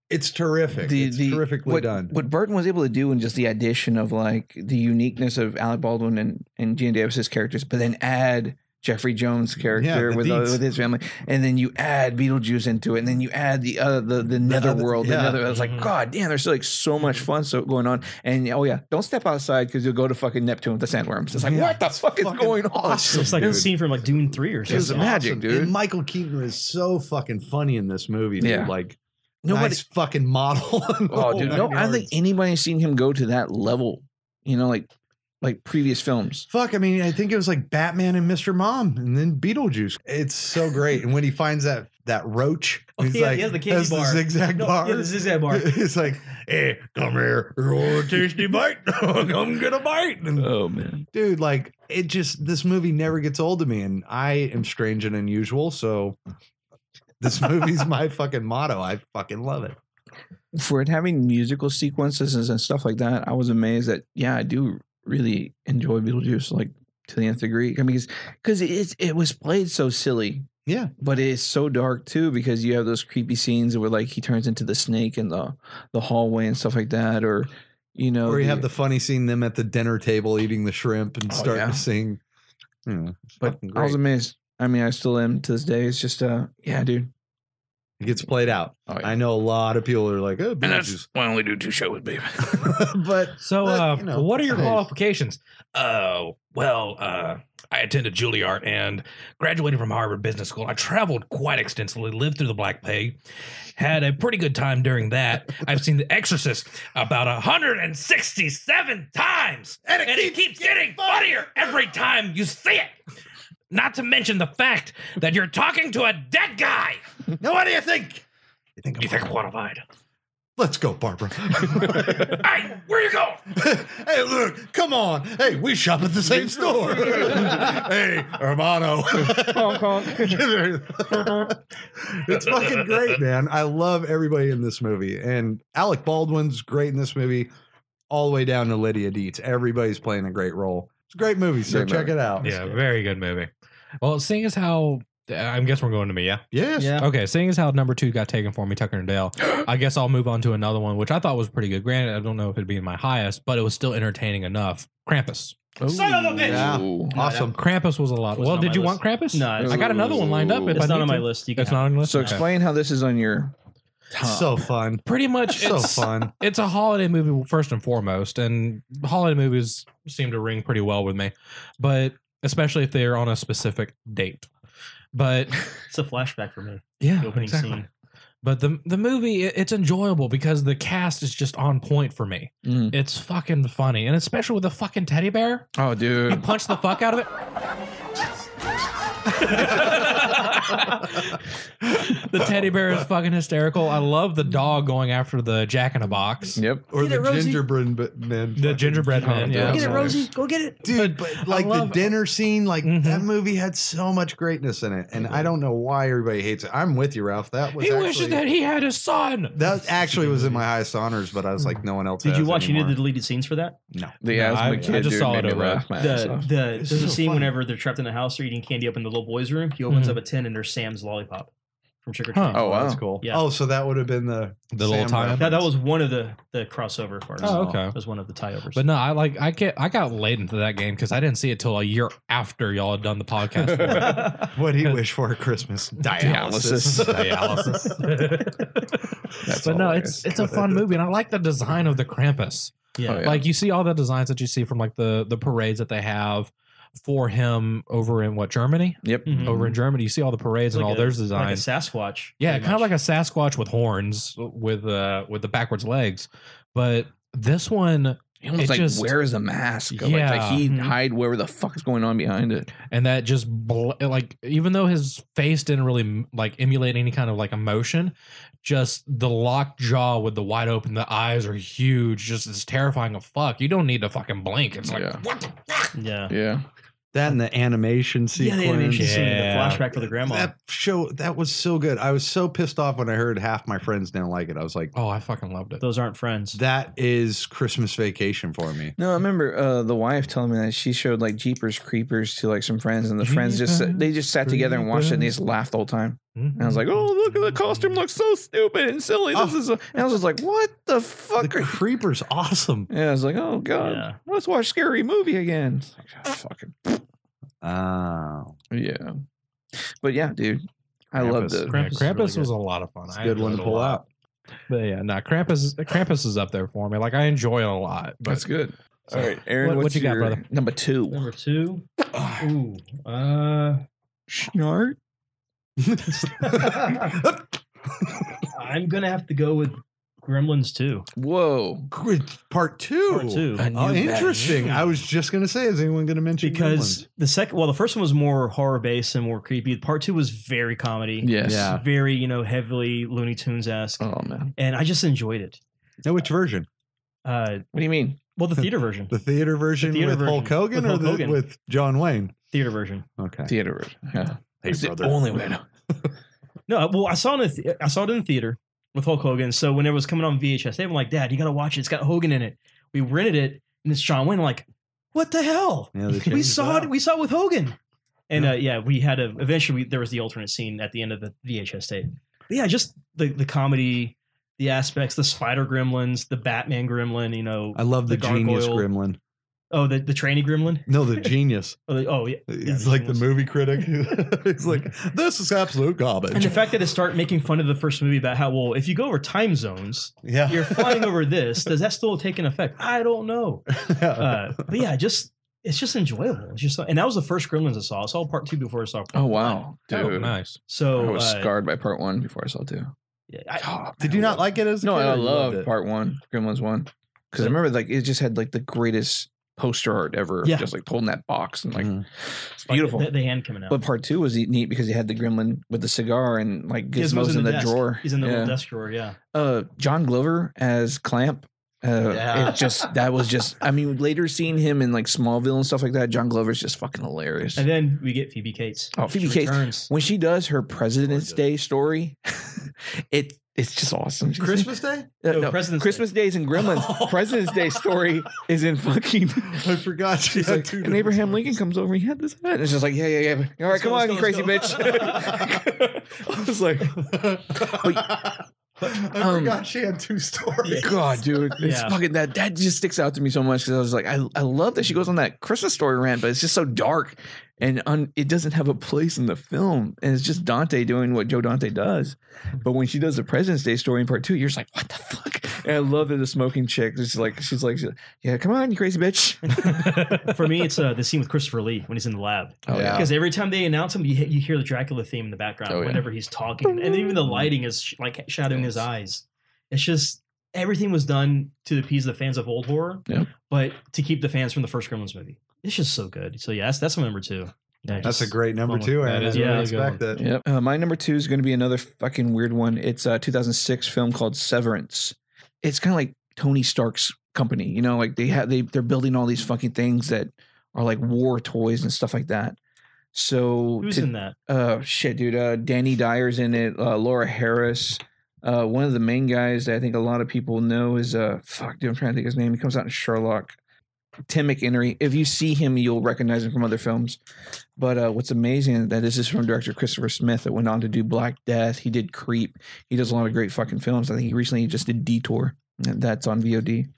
Speaker 5: It's terrific. it's terrifically
Speaker 6: what,
Speaker 5: done.
Speaker 6: <laughs> What Burton was able to do, and just the addition of like the uniqueness of Alec Baldwin and and Gene Davis's characters, but then add Jeffrey Jones character
Speaker 5: the
Speaker 6: with uh,
Speaker 5: deets.
Speaker 6: with his family, and then you add Beetlejuice into it, and then you add the other the the netherworld.
Speaker 5: yeah.
Speaker 6: The nether, I was like,
Speaker 7: Mhm.
Speaker 6: God damn, there's like so much fun so going on. And oh yeah, don't step outside because you'll go to fucking Neptune with the sandworms. It's like
Speaker 5: Yeah,
Speaker 6: what the fuck is
Speaker 5: fucking
Speaker 6: going on?
Speaker 5: awesome.
Speaker 8: It's like a scene from like Dune Three or
Speaker 6: It's
Speaker 8: something.
Speaker 6: magic, dude.
Speaker 5: And Michael Keaton is so fucking funny in this movie. Dude.
Speaker 6: Yeah.
Speaker 5: Like
Speaker 6: Nobody-
Speaker 5: nice fucking model. <laughs>
Speaker 6: Oh, dude, no, I don't think anybody's seen him go to that level. You know, like like previous films.
Speaker 5: Fuck, I mean, I think it was like Batman and Mr. Mom and then Beetlejuice. It's so great. And when he finds that that roach,
Speaker 8: <laughs> Oh,
Speaker 5: he's
Speaker 8: yeah,
Speaker 5: like,
Speaker 8: he has the candy
Speaker 5: has
Speaker 8: bar.
Speaker 5: zigzag
Speaker 8: No,
Speaker 5: bar.
Speaker 8: yeah, the
Speaker 6: <laughs>
Speaker 5: <laughs>
Speaker 8: zigzag bar.
Speaker 5: It's like, hey, come here, you want a tasty bite. <laughs> I'm gonna bite. And
Speaker 8: Uh.
Speaker 6: Oh man.
Speaker 5: dude, like it just this movie never gets old to me, and I am strange and unusual, so
Speaker 8: <laughs>
Speaker 5: this movie's my fucking motto. I fucking love it.
Speaker 6: For it having musical sequences and stuff like that, I was amazed that yeah, I do really enjoy Beetlejuice like to the nth degree. I mean, because it it was played so silly.
Speaker 5: Yeah.
Speaker 6: but it's so dark too because you have those creepy scenes where like he turns into the snake in the the hallway and stuff like that, or you
Speaker 8: Oh,
Speaker 6: know,
Speaker 5: Or you have the funny scene them at the dinner table eating the shrimp and
Speaker 6: Oh,
Speaker 5: starting
Speaker 6: yeah.
Speaker 5: to sing. Mm, it's
Speaker 6: But
Speaker 5: fucking
Speaker 6: I was
Speaker 5: great.
Speaker 6: amazed. I mean, I still am to this day. It's just uh, yeah, dude.
Speaker 5: it gets played out.
Speaker 6: Oh, yeah.
Speaker 5: I know a lot of people are like, oh, Beetlejuice.
Speaker 6: that's why I only do two shows, baby.
Speaker 5: <laughs> but
Speaker 7: So,
Speaker 5: But,
Speaker 7: uh,
Speaker 5: you know,
Speaker 7: what are your
Speaker 5: hey.
Speaker 7: qualifications? Oh, well, uh, I attended Juilliard and graduated from Harvard Business School. I traveled quite extensively, lived through the Black Plague, had a pretty good time during that. I've seen The Exorcist about 167 times, and it, keeps, getting funnier every time you see it. Not to mention the fact that you're talking to a dead guy.
Speaker 5: now, what do you think? You think
Speaker 7: You
Speaker 5: I'm
Speaker 7: think I'm qualified?
Speaker 5: Let's go,
Speaker 6: <laughs>
Speaker 5: Barbara.
Speaker 7: hey, where you going?
Speaker 5: hey, look, come on. Hey, we shop at the
Speaker 6: <laughs>
Speaker 5: same store. hey, Hermano. <laughs> it's fucking great, man. I love everybody in this movie. And Alec Baldwin's great in this movie, all the way down to Lydia Dietz. Everybody's playing a great role. It's a great movie, so
Speaker 6: Great
Speaker 5: check
Speaker 6: movie.
Speaker 5: it out.
Speaker 7: Yeah, very good movie. Well, seeing as how I guess we're going to me, yeah.
Speaker 5: Yes.
Speaker 8: Yeah.
Speaker 7: Okay, seeing as how number two got taken for me, Tucker and
Speaker 8: <gasps>
Speaker 7: Dale, I guess I'll move on to another one, which I thought was pretty good. Granted, I don't know if it'd be my highest, but it was still entertaining enough. Krampus.
Speaker 8: Son of a bitch!
Speaker 5: Yeah.
Speaker 6: Ooh.
Speaker 5: Awesome.
Speaker 7: Krampus was a lot.
Speaker 8: Was
Speaker 7: well,
Speaker 8: on
Speaker 7: did
Speaker 8: my
Speaker 7: you
Speaker 8: list.
Speaker 7: want Krampus?
Speaker 8: No, it's-
Speaker 7: I got another one lined up. If
Speaker 8: It's
Speaker 7: I
Speaker 8: not
Speaker 7: need
Speaker 8: on my
Speaker 7: to.
Speaker 8: list. You can
Speaker 7: It's
Speaker 8: have
Speaker 7: not on your list.
Speaker 6: So
Speaker 7: Okay.
Speaker 6: explain how this is on your top.
Speaker 5: So fun.
Speaker 7: Pretty much,
Speaker 5: So
Speaker 7: it's, <laughs>
Speaker 5: fun.
Speaker 7: it's a holiday movie first and foremost, and holiday movies seem to ring pretty well with me, but especially if they're on a specific date. But
Speaker 8: it. It's a flashback for me.
Speaker 7: yeah,
Speaker 8: The opening
Speaker 7: exactly.
Speaker 8: scene.
Speaker 7: But the the movie it- it's enjoyable because the cast is just on point for me.
Speaker 6: Mm.
Speaker 7: It's fucking funny, and especially with the fucking teddy bear,
Speaker 6: Oh,
Speaker 7: you
Speaker 6: dude.
Speaker 7: punch the fuck out of it. <laughs> the teddy bear is fucking hysterical. I love the dog going after the jack in a box.
Speaker 6: <laughs> Yep.
Speaker 5: Or
Speaker 8: Get
Speaker 5: the
Speaker 8: it, Rosie.
Speaker 5: gingerbread b- man.
Speaker 7: The gingerbread man,
Speaker 6: dude.
Speaker 7: yeah.
Speaker 6: Get it, Rosie.
Speaker 8: Go get it.
Speaker 5: dude but like the
Speaker 7: love-
Speaker 5: dinner scene like
Speaker 7: Mhm.
Speaker 5: that movie had so much greatness in it and i don't know why everybody hates it i'm with you ralph that was
Speaker 7: He
Speaker 5: actually,
Speaker 7: wishes that he Mm. had his son.
Speaker 5: <laughs> that actually was in my highest honors but i was like no one else
Speaker 8: Did
Speaker 5: has
Speaker 8: you watch any of the
Speaker 5: anymore.
Speaker 8: deleted scenes for that?
Speaker 6: The
Speaker 7: No,
Speaker 6: asthma
Speaker 7: I- I
Speaker 6: kid.
Speaker 7: just
Speaker 6: dude,
Speaker 7: saw
Speaker 6: made
Speaker 7: it
Speaker 6: me
Speaker 7: over.
Speaker 6: laugh my ass
Speaker 7: <laughs>
Speaker 8: The
Speaker 6: off.
Speaker 8: the
Speaker 5: It's
Speaker 8: there's a
Speaker 5: so
Speaker 8: scene
Speaker 5: funny.
Speaker 8: whenever they're trapped in the house, they're eating candy up in the little boys' room. He opens
Speaker 7: Mhm.
Speaker 8: up a tin and there's Sam's lollipop from Trick or Treat.
Speaker 7: Huh.
Speaker 6: Oh, wow.
Speaker 5: that's cool
Speaker 8: Yeah.
Speaker 5: oh so that would have been the
Speaker 7: The little tie-up?
Speaker 5: reference.
Speaker 8: That, that was one of the the crossover parts.
Speaker 7: Oh, okay.
Speaker 8: That was one of the tie-overs. <laughs>
Speaker 7: But <laughs> no, I like I get I got late into that game because I didn't see it till a year after y'all had done the podcast. for it.
Speaker 8: <laughs>
Speaker 5: what he wished for at christmas dialysis,
Speaker 6: Dialysis.
Speaker 7: dialysis.
Speaker 6: That's
Speaker 7: but no,
Speaker 6: hilarious. <laughs>
Speaker 7: it's it's a fun movie, and I like the design of the Krampus.
Speaker 8: yeah.
Speaker 6: Oh, yeah.
Speaker 7: Like you see all the designs that you see from like the the parades that they have for him over in what Germany?
Speaker 6: Yep.
Speaker 5: Mm-hmm.
Speaker 8: Mhm.
Speaker 7: Over in Germany, you see all the parades
Speaker 8: It's
Speaker 7: and
Speaker 8: like
Speaker 7: all
Speaker 8: a-
Speaker 7: those
Speaker 8: Like a
Speaker 7: designs.
Speaker 8: Sasquatch.
Speaker 7: yeah,
Speaker 8: pretty
Speaker 7: kind of like
Speaker 8: much.
Speaker 7: a Sasquatch with horns with uh with the backwards legs, but this one
Speaker 6: He almost
Speaker 7: It
Speaker 6: like
Speaker 7: just-
Speaker 6: wears a mask. Like,
Speaker 7: Yeah. mm-hmm.
Speaker 6: like he
Speaker 8: Mhm.
Speaker 6: hide whatever the fuck is going on behind it.
Speaker 7: and that just bl- like even though his face didn't really like emulate any kind of like emotion just the locked jaw with the wide open the eyes are huge just it's terrifying as fuck you don't need to fucking blink it's like
Speaker 6: Yeah.
Speaker 7: what the fuck
Speaker 8: yeah.
Speaker 6: Yeah.
Speaker 5: that and the animation
Speaker 8: Yeah,
Speaker 5: sequence
Speaker 8: the animation scene,
Speaker 7: Yeah.
Speaker 8: the flashback for the grandma.
Speaker 5: that show that was so good i was so pissed off when i heard half my friends didn't like it i was like
Speaker 7: oh i fucking loved it
Speaker 8: Those aren't friends.
Speaker 5: that is christmas vacation for me
Speaker 6: No, I remember uh, the wife telling me that she showed like Jeepers Creepers to like some friends, and the friends just
Speaker 7: Jeepers
Speaker 6: they just sat together and watched it, and they just laughed the whole time.
Speaker 7: Mm-hmm.
Speaker 6: And I was like, "Oh, look at the costume! Looks so stupid and silly. This
Speaker 7: Ah.
Speaker 5: Oh.
Speaker 6: is." A, and I was just like, "What the
Speaker 5: the
Speaker 6: fuck?" are-" <laughs>
Speaker 5: creeper's awesome
Speaker 6: yeah, I was like, "Oh god,
Speaker 8: Yeah.
Speaker 6: let's watch scary movie again." It's like, "Ah, fucking
Speaker 5: Oh,
Speaker 6: Yeah. But yeah, dude. I love
Speaker 5: Krampus.
Speaker 6: the
Speaker 7: Yeah, Krampus,
Speaker 8: Krampus is really
Speaker 7: was
Speaker 8: good.
Speaker 7: a lot of fun.
Speaker 5: it's
Speaker 7: I
Speaker 5: a good one
Speaker 7: enjoyed
Speaker 5: to
Speaker 7: it a
Speaker 5: pull
Speaker 7: lot.
Speaker 5: out.
Speaker 7: But yeah, no, Krampus. Krampus is up there for me. Like I enjoy it a lot. But
Speaker 6: That's good.
Speaker 7: So,
Speaker 6: All right, Aaron,
Speaker 7: what- what
Speaker 6: what's
Speaker 7: you got,
Speaker 6: your
Speaker 7: brother?
Speaker 6: number two?
Speaker 8: Number two.
Speaker 7: Ah.
Speaker 8: Ooh.
Speaker 7: <laughs>
Speaker 8: Uh <laughs>
Speaker 6: Schnart.
Speaker 5: <laughs>
Speaker 8: I'm gonna have to go with Gremlins 2.
Speaker 6: Whoa.
Speaker 5: Part two.
Speaker 8: Part two.
Speaker 5: Oh, interesting. I was just gonna say, is anyone gonna mention
Speaker 8: Because the second well, the first one was more horror based and more creepy. Part two was very comedy.
Speaker 6: Yes.
Speaker 5: Yeah.
Speaker 8: Very, you know, heavily Looney Tunes esque.
Speaker 6: Oh man.
Speaker 8: And I just enjoyed it.
Speaker 5: now which version?
Speaker 8: Uh
Speaker 6: What do you mean?
Speaker 8: well the theater version.
Speaker 5: The theater version
Speaker 8: theater
Speaker 5: with Hulk
Speaker 8: version.
Speaker 5: Hogan
Speaker 8: With Hulk
Speaker 5: or the,
Speaker 8: Hogan.
Speaker 5: with John Wayne?
Speaker 8: theater version.
Speaker 5: Okay.
Speaker 6: Theater. Yeah.
Speaker 5: Hey,
Speaker 6: It's
Speaker 5: brother.
Speaker 6: the only way. to-
Speaker 8: No, well, I saw it. In the th- I saw it in the theater with Hulk Hogan. So when it was coming on VHS, they were like, "Dad, you got to watch it. It's got Hogan in it." We rented it, and it's John Wayne. I'm like, what the hell?
Speaker 5: Yeah, they
Speaker 8: we
Speaker 5: changed
Speaker 8: saw
Speaker 5: out.
Speaker 8: it. We saw it with Hogan. And yeah, uh, yeah we had a. Eventually, we, there was the alternate scene at the end of the VHS tape. But yeah, just the the comedy, the aspects, the Spider Gremlins, the Batman Gremlin. You know,
Speaker 6: Uh,
Speaker 5: I love the,
Speaker 8: The
Speaker 5: genius
Speaker 8: gargoyle.
Speaker 5: gremlin.
Speaker 8: oh the the trainee Gremlin.
Speaker 5: No, the genius.
Speaker 8: Oh, the, oh <laughs> yeah, Yeah,
Speaker 5: He's like the
Speaker 8: genius.
Speaker 5: movie critic.
Speaker 8: <laughs>
Speaker 5: <laughs> He's like, this is absolute
Speaker 8: and
Speaker 5: garbage.
Speaker 8: the fact that they start making fun of the first movie about how well if you go over time zones,
Speaker 5: Yeah. <laughs>
Speaker 8: you're flying over this. Does that still take an effect? I don't know. Uh, but yeah, just it's just enjoyable. It's just and that was the first Gremlins I saw. I saw part two before I saw. Part
Speaker 6: Oh
Speaker 8: one.
Speaker 6: wow, dude.
Speaker 7: Oh, nice.
Speaker 8: So
Speaker 6: I was
Speaker 8: uh,
Speaker 6: scarred by part one before I saw two.
Speaker 8: yeah, I-
Speaker 6: Oh,
Speaker 5: Did
Speaker 6: man,
Speaker 5: you
Speaker 6: I
Speaker 5: not like it as a
Speaker 6: No,
Speaker 5: kid, or
Speaker 6: I
Speaker 5: you loved
Speaker 6: loved
Speaker 5: it?
Speaker 6: part one, Gremlins one, because I remember like it just had like the greatest poster art ever. of
Speaker 8: Yeah.
Speaker 6: just like holding that box and like
Speaker 5: Mhm.
Speaker 6: it's beautiful.
Speaker 8: The, the hand coming out.
Speaker 6: but part two was e-, neat because you had the gremlin with the cigar and like
Speaker 8: Gizmo's
Speaker 6: gizmos, in the,
Speaker 8: desk.
Speaker 6: drawer.
Speaker 8: He's in the
Speaker 6: Yeah.
Speaker 8: little desk drawer. Yeah.
Speaker 6: uh John Glover as Clamp. Uh,
Speaker 8: Yeah. <laughs>
Speaker 6: it just that was just I mean later seeing him in like Smallville and stuff like that. John Glover's just fucking hilarious.
Speaker 8: And then we get Phoebe Cates.
Speaker 6: Oh, Phoebe
Speaker 8: She
Speaker 6: Cates.
Speaker 8: returns.
Speaker 6: when she does her President's Day story, <laughs> it it's just <laughs> awesome. She's-
Speaker 5: Christmas Day?
Speaker 6: uh,
Speaker 8: No,
Speaker 6: no,
Speaker 8: President's Day. Oh.
Speaker 6: Christmas Days and
Speaker 8: <laughs>
Speaker 6: Gremlins. President's Day story is in fucking.
Speaker 5: I forgot. She's
Speaker 6: Like, and Abraham Lincoln comes over. He had this hat. And it's just like, yeah, yeah, yeah. All right,
Speaker 8: Let's
Speaker 6: come
Speaker 8: go,
Speaker 6: on,
Speaker 8: let's
Speaker 6: you crazy
Speaker 8: go, let's <laughs>
Speaker 6: bitch. <laughs> I was like,
Speaker 5: I
Speaker 6: um,
Speaker 5: forgot she had two stories.
Speaker 6: God, dude, it's
Speaker 8: Yeah.
Speaker 6: fucking that. That just sticks out to me so much because I was like, I, I love that she goes on that Christmas story rant, but it's just so dark and un, it doesn't have a place in the film. And it's just Dante doing what Joe Dante does. But when she does the President's Day story in part two, you're just like, what the fuck? And I love that the smoking chick is like, she's like, she's like, yeah, come on, you crazy bitch.
Speaker 8: For me, it's uh, the scene with Christopher Lee when he's in the lab.
Speaker 6: <laughs> Oh, yeah.
Speaker 8: Because every time they announce him, you, he- you hear the Dracula theme in the background
Speaker 6: Oh, yeah.
Speaker 8: whenever he's talking, and even the lighting is sh- like shadowing his
Speaker 6: Yes.
Speaker 8: eyes. It's just everything was done to appease the fans of old horror,
Speaker 6: Yep.
Speaker 8: but to keep the fans from the first Gremlins movie. It's just so good. So yeah, that's that's my number two. Yeah,
Speaker 5: That's a
Speaker 8: just-
Speaker 5: great number
Speaker 7: Fun
Speaker 5: two,
Speaker 7: one.
Speaker 5: Aaron.
Speaker 7: That
Speaker 5: I
Speaker 7: is
Speaker 8: a
Speaker 5: didn't
Speaker 8: really good
Speaker 5: expect that.
Speaker 6: Yep. Uh, my number two is going to be another fucking weird one. It's a 2006 film called Severance. It's kind of like Tony Stark's company, you know, like they have they they're building all these fucking things that are like war toys and stuff like that. So
Speaker 8: Who's
Speaker 6: to-
Speaker 8: in that?
Speaker 6: uh shit, dude. Uh, Danny Dyer's in it. Uh, Laura Harris. Uh, one of the main guys that I think a lot of people know is uh fuck, dude. I'm trying to think of his name. He comes out in Sherlock. Tim McInerney. If you see him, you'll recognize him from other films. But uh, what's amazing that this is from director Christopher Smith that went on to do Black Death. He did Creep. He does a lot of great fucking films. I think he recently just did Detour. and That's on VOD.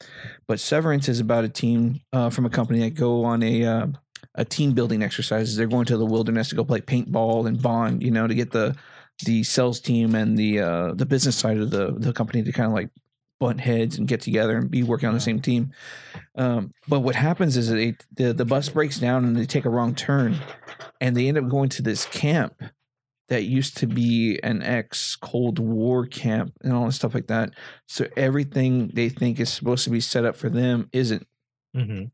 Speaker 6: But Severance is about a team uh, from a company that go on a uh, a team building exercises. They're going to the wilderness to go play paintball and bond, you know, to get the the sales team and the uh, the business side of the the company to kind of like butt heads and get together and be working on the same team. Um, but what happens is they, the the bus breaks down and they take a wrong turn, and they end up going to this camp that used to be an ex Cold War camp and all this stuff like that. So everything they think is supposed to be set up for them isn't.
Speaker 7: Mhm.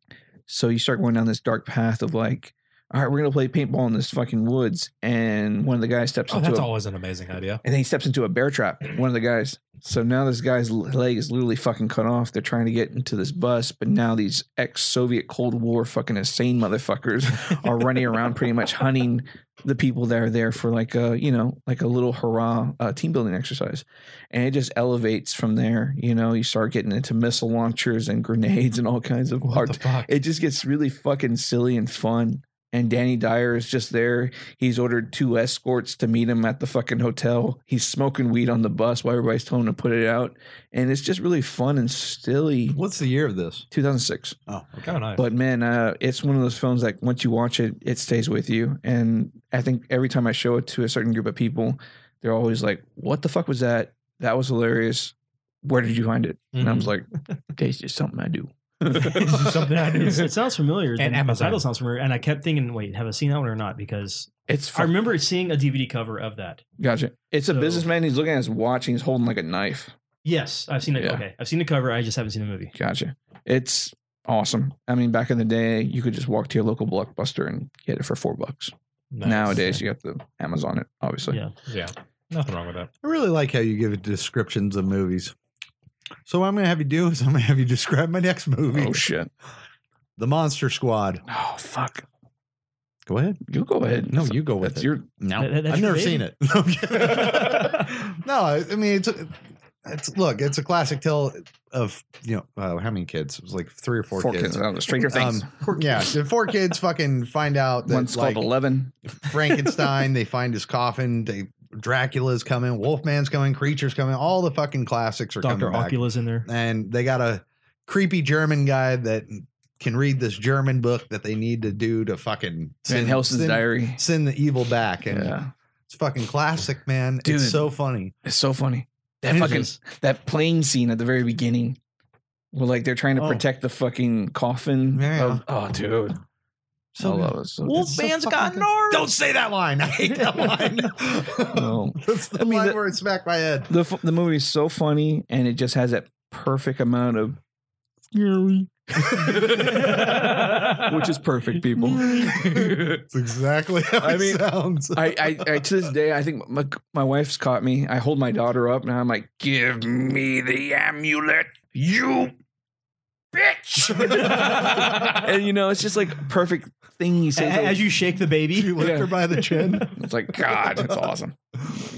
Speaker 6: So you start going down this dark path of like, all right, we're gonna play paintball in this fucking woods, and one of the guys steps
Speaker 7: Oh,
Speaker 6: into
Speaker 7: that's
Speaker 6: a,
Speaker 7: always an amazing idea.
Speaker 6: and then he steps into a bear trap. One of the guys. So now this guy's l- leg is literally fucking cut off. They're trying to get into this bus, but now these ex-Soviet Cold War fucking insane motherfuckers <laughs> are running around pretty much hunting the people that are there for like a you know like a little hurrah uh, team building exercise and it just elevates from there you know you start getting into missile launchers and grenades and all kinds of
Speaker 7: What
Speaker 6: art
Speaker 7: the fuck?
Speaker 6: it just gets really fucking silly and fun. and Danny Dyer is just there. He's ordered two escorts to meet him at the fucking hotel. He's smoking weed on the bus while everybody's telling him to put it out, and it's just really fun and silly.
Speaker 5: What's the year of this?
Speaker 6: 2006.
Speaker 5: Oh, okay.
Speaker 7: Kind of nice. <laughs>
Speaker 6: But man, uh, it's one of those films like once you watch it, it stays with you. And I think every time I show it to a certain group of people, they're always like, "What the fuck was that? That was hilarious. Where did you find it?" And I was like, "It's just something I do." <laughs>
Speaker 8: It's just something I do.
Speaker 7: <laughs>
Speaker 8: It's- it sounds familiar.
Speaker 7: And
Speaker 8: the
Speaker 7: Amazon.
Speaker 8: title sounds familiar, and I kept thinking, wait, have I seen that one or not? Because
Speaker 6: It's
Speaker 8: I
Speaker 6: fun.
Speaker 8: remember seeing a DVD cover of that.
Speaker 6: gotcha. It's a
Speaker 8: So-
Speaker 6: businessman. He's looking at his watch. And he's holding like a knife.
Speaker 8: Yes, I've seen it.
Speaker 6: Yeah.
Speaker 8: Okay, I've seen the cover. I just haven't seen the movie.
Speaker 6: Gotcha. It's awesome. I mean, back in the day, you could just walk to your local blockbuster and get it for four bucks.
Speaker 7: Nice.
Speaker 6: Nowadays, you got the Amazon it, obviously.
Speaker 8: Yeah.
Speaker 7: yeah, nothing wrong with that.
Speaker 5: I really like how you give descriptions of movies. So what I'm going to have you do is I'm going to have you describe my next movie,
Speaker 6: Oh shit.
Speaker 5: The Monster Squad.
Speaker 6: Oh fuck.
Speaker 5: Go ahead.
Speaker 6: You go ahead.
Speaker 5: No, you go with
Speaker 6: That's
Speaker 5: it.
Speaker 6: your
Speaker 5: No,
Speaker 8: That- that- that's
Speaker 5: I've
Speaker 8: your
Speaker 5: never
Speaker 8: baby.
Speaker 5: seen it. <laughs> no, I I mean it's, it's look, it's a classic tale of you know uh, how many kids? It was like three or four,
Speaker 6: four, kids. out of the Stranger Things.
Speaker 5: Um, yeah, the
Speaker 6: <laughs>
Speaker 5: four kids fucking find out that
Speaker 6: One's
Speaker 5: like,
Speaker 6: called Eleven. <laughs>
Speaker 5: Frankenstein. they find his coffin. They Dracula's coming. Wolfman's coming. Creatures coming. All the fucking classics are
Speaker 8: Doctor
Speaker 5: coming back.
Speaker 8: Ocula's
Speaker 5: <laughs>
Speaker 8: in there.
Speaker 5: And they got a creepy German guy that can read this German book that they need to do to fucking
Speaker 6: Van Helsing's
Speaker 5: send,
Speaker 6: Diary.
Speaker 5: send the evil back. And
Speaker 6: Yeah,
Speaker 5: it's fucking classic, man.
Speaker 6: Dude.
Speaker 5: It's so funny.
Speaker 6: it's so funny. That
Speaker 8: It
Speaker 6: fucking
Speaker 8: is.
Speaker 6: that plane scene at the very beginning. Well, like they're trying to
Speaker 5: Oh.
Speaker 6: protect the fucking coffin.
Speaker 5: Yeah,
Speaker 6: of- oh, dude.
Speaker 5: So
Speaker 6: I
Speaker 5: good.
Speaker 6: love it. So
Speaker 5: It's so fucking good. Don't say that line. <laughs> I hate
Speaker 6: <laughs>
Speaker 5: that
Speaker 6: good.
Speaker 5: line.
Speaker 6: Oh.
Speaker 5: <laughs> That's the
Speaker 6: I mean,
Speaker 5: line
Speaker 6: the-
Speaker 5: where it smacked my head.
Speaker 6: <laughs> The f- the movie is so funny, and it just has that perfect amount of scary, which is perfect, people. <laughs>
Speaker 5: It's exactly how
Speaker 6: I
Speaker 5: it
Speaker 6: mean,
Speaker 5: sounds.
Speaker 6: I, I, I to this day, I think my, my wife's caught me. I hold my daughter up and I'm like, "Give me the amulet, you bitch!" <laughs> and you know, it's just like perfect thing he
Speaker 8: <laughs> A-
Speaker 6: says.
Speaker 8: As you shake the
Speaker 5: <laughs>
Speaker 8: baby,
Speaker 5: you lift
Speaker 6: yeah.
Speaker 5: her by
Speaker 6: <laughs>
Speaker 5: the chin.
Speaker 6: it's like God, that's <laughs> awesome.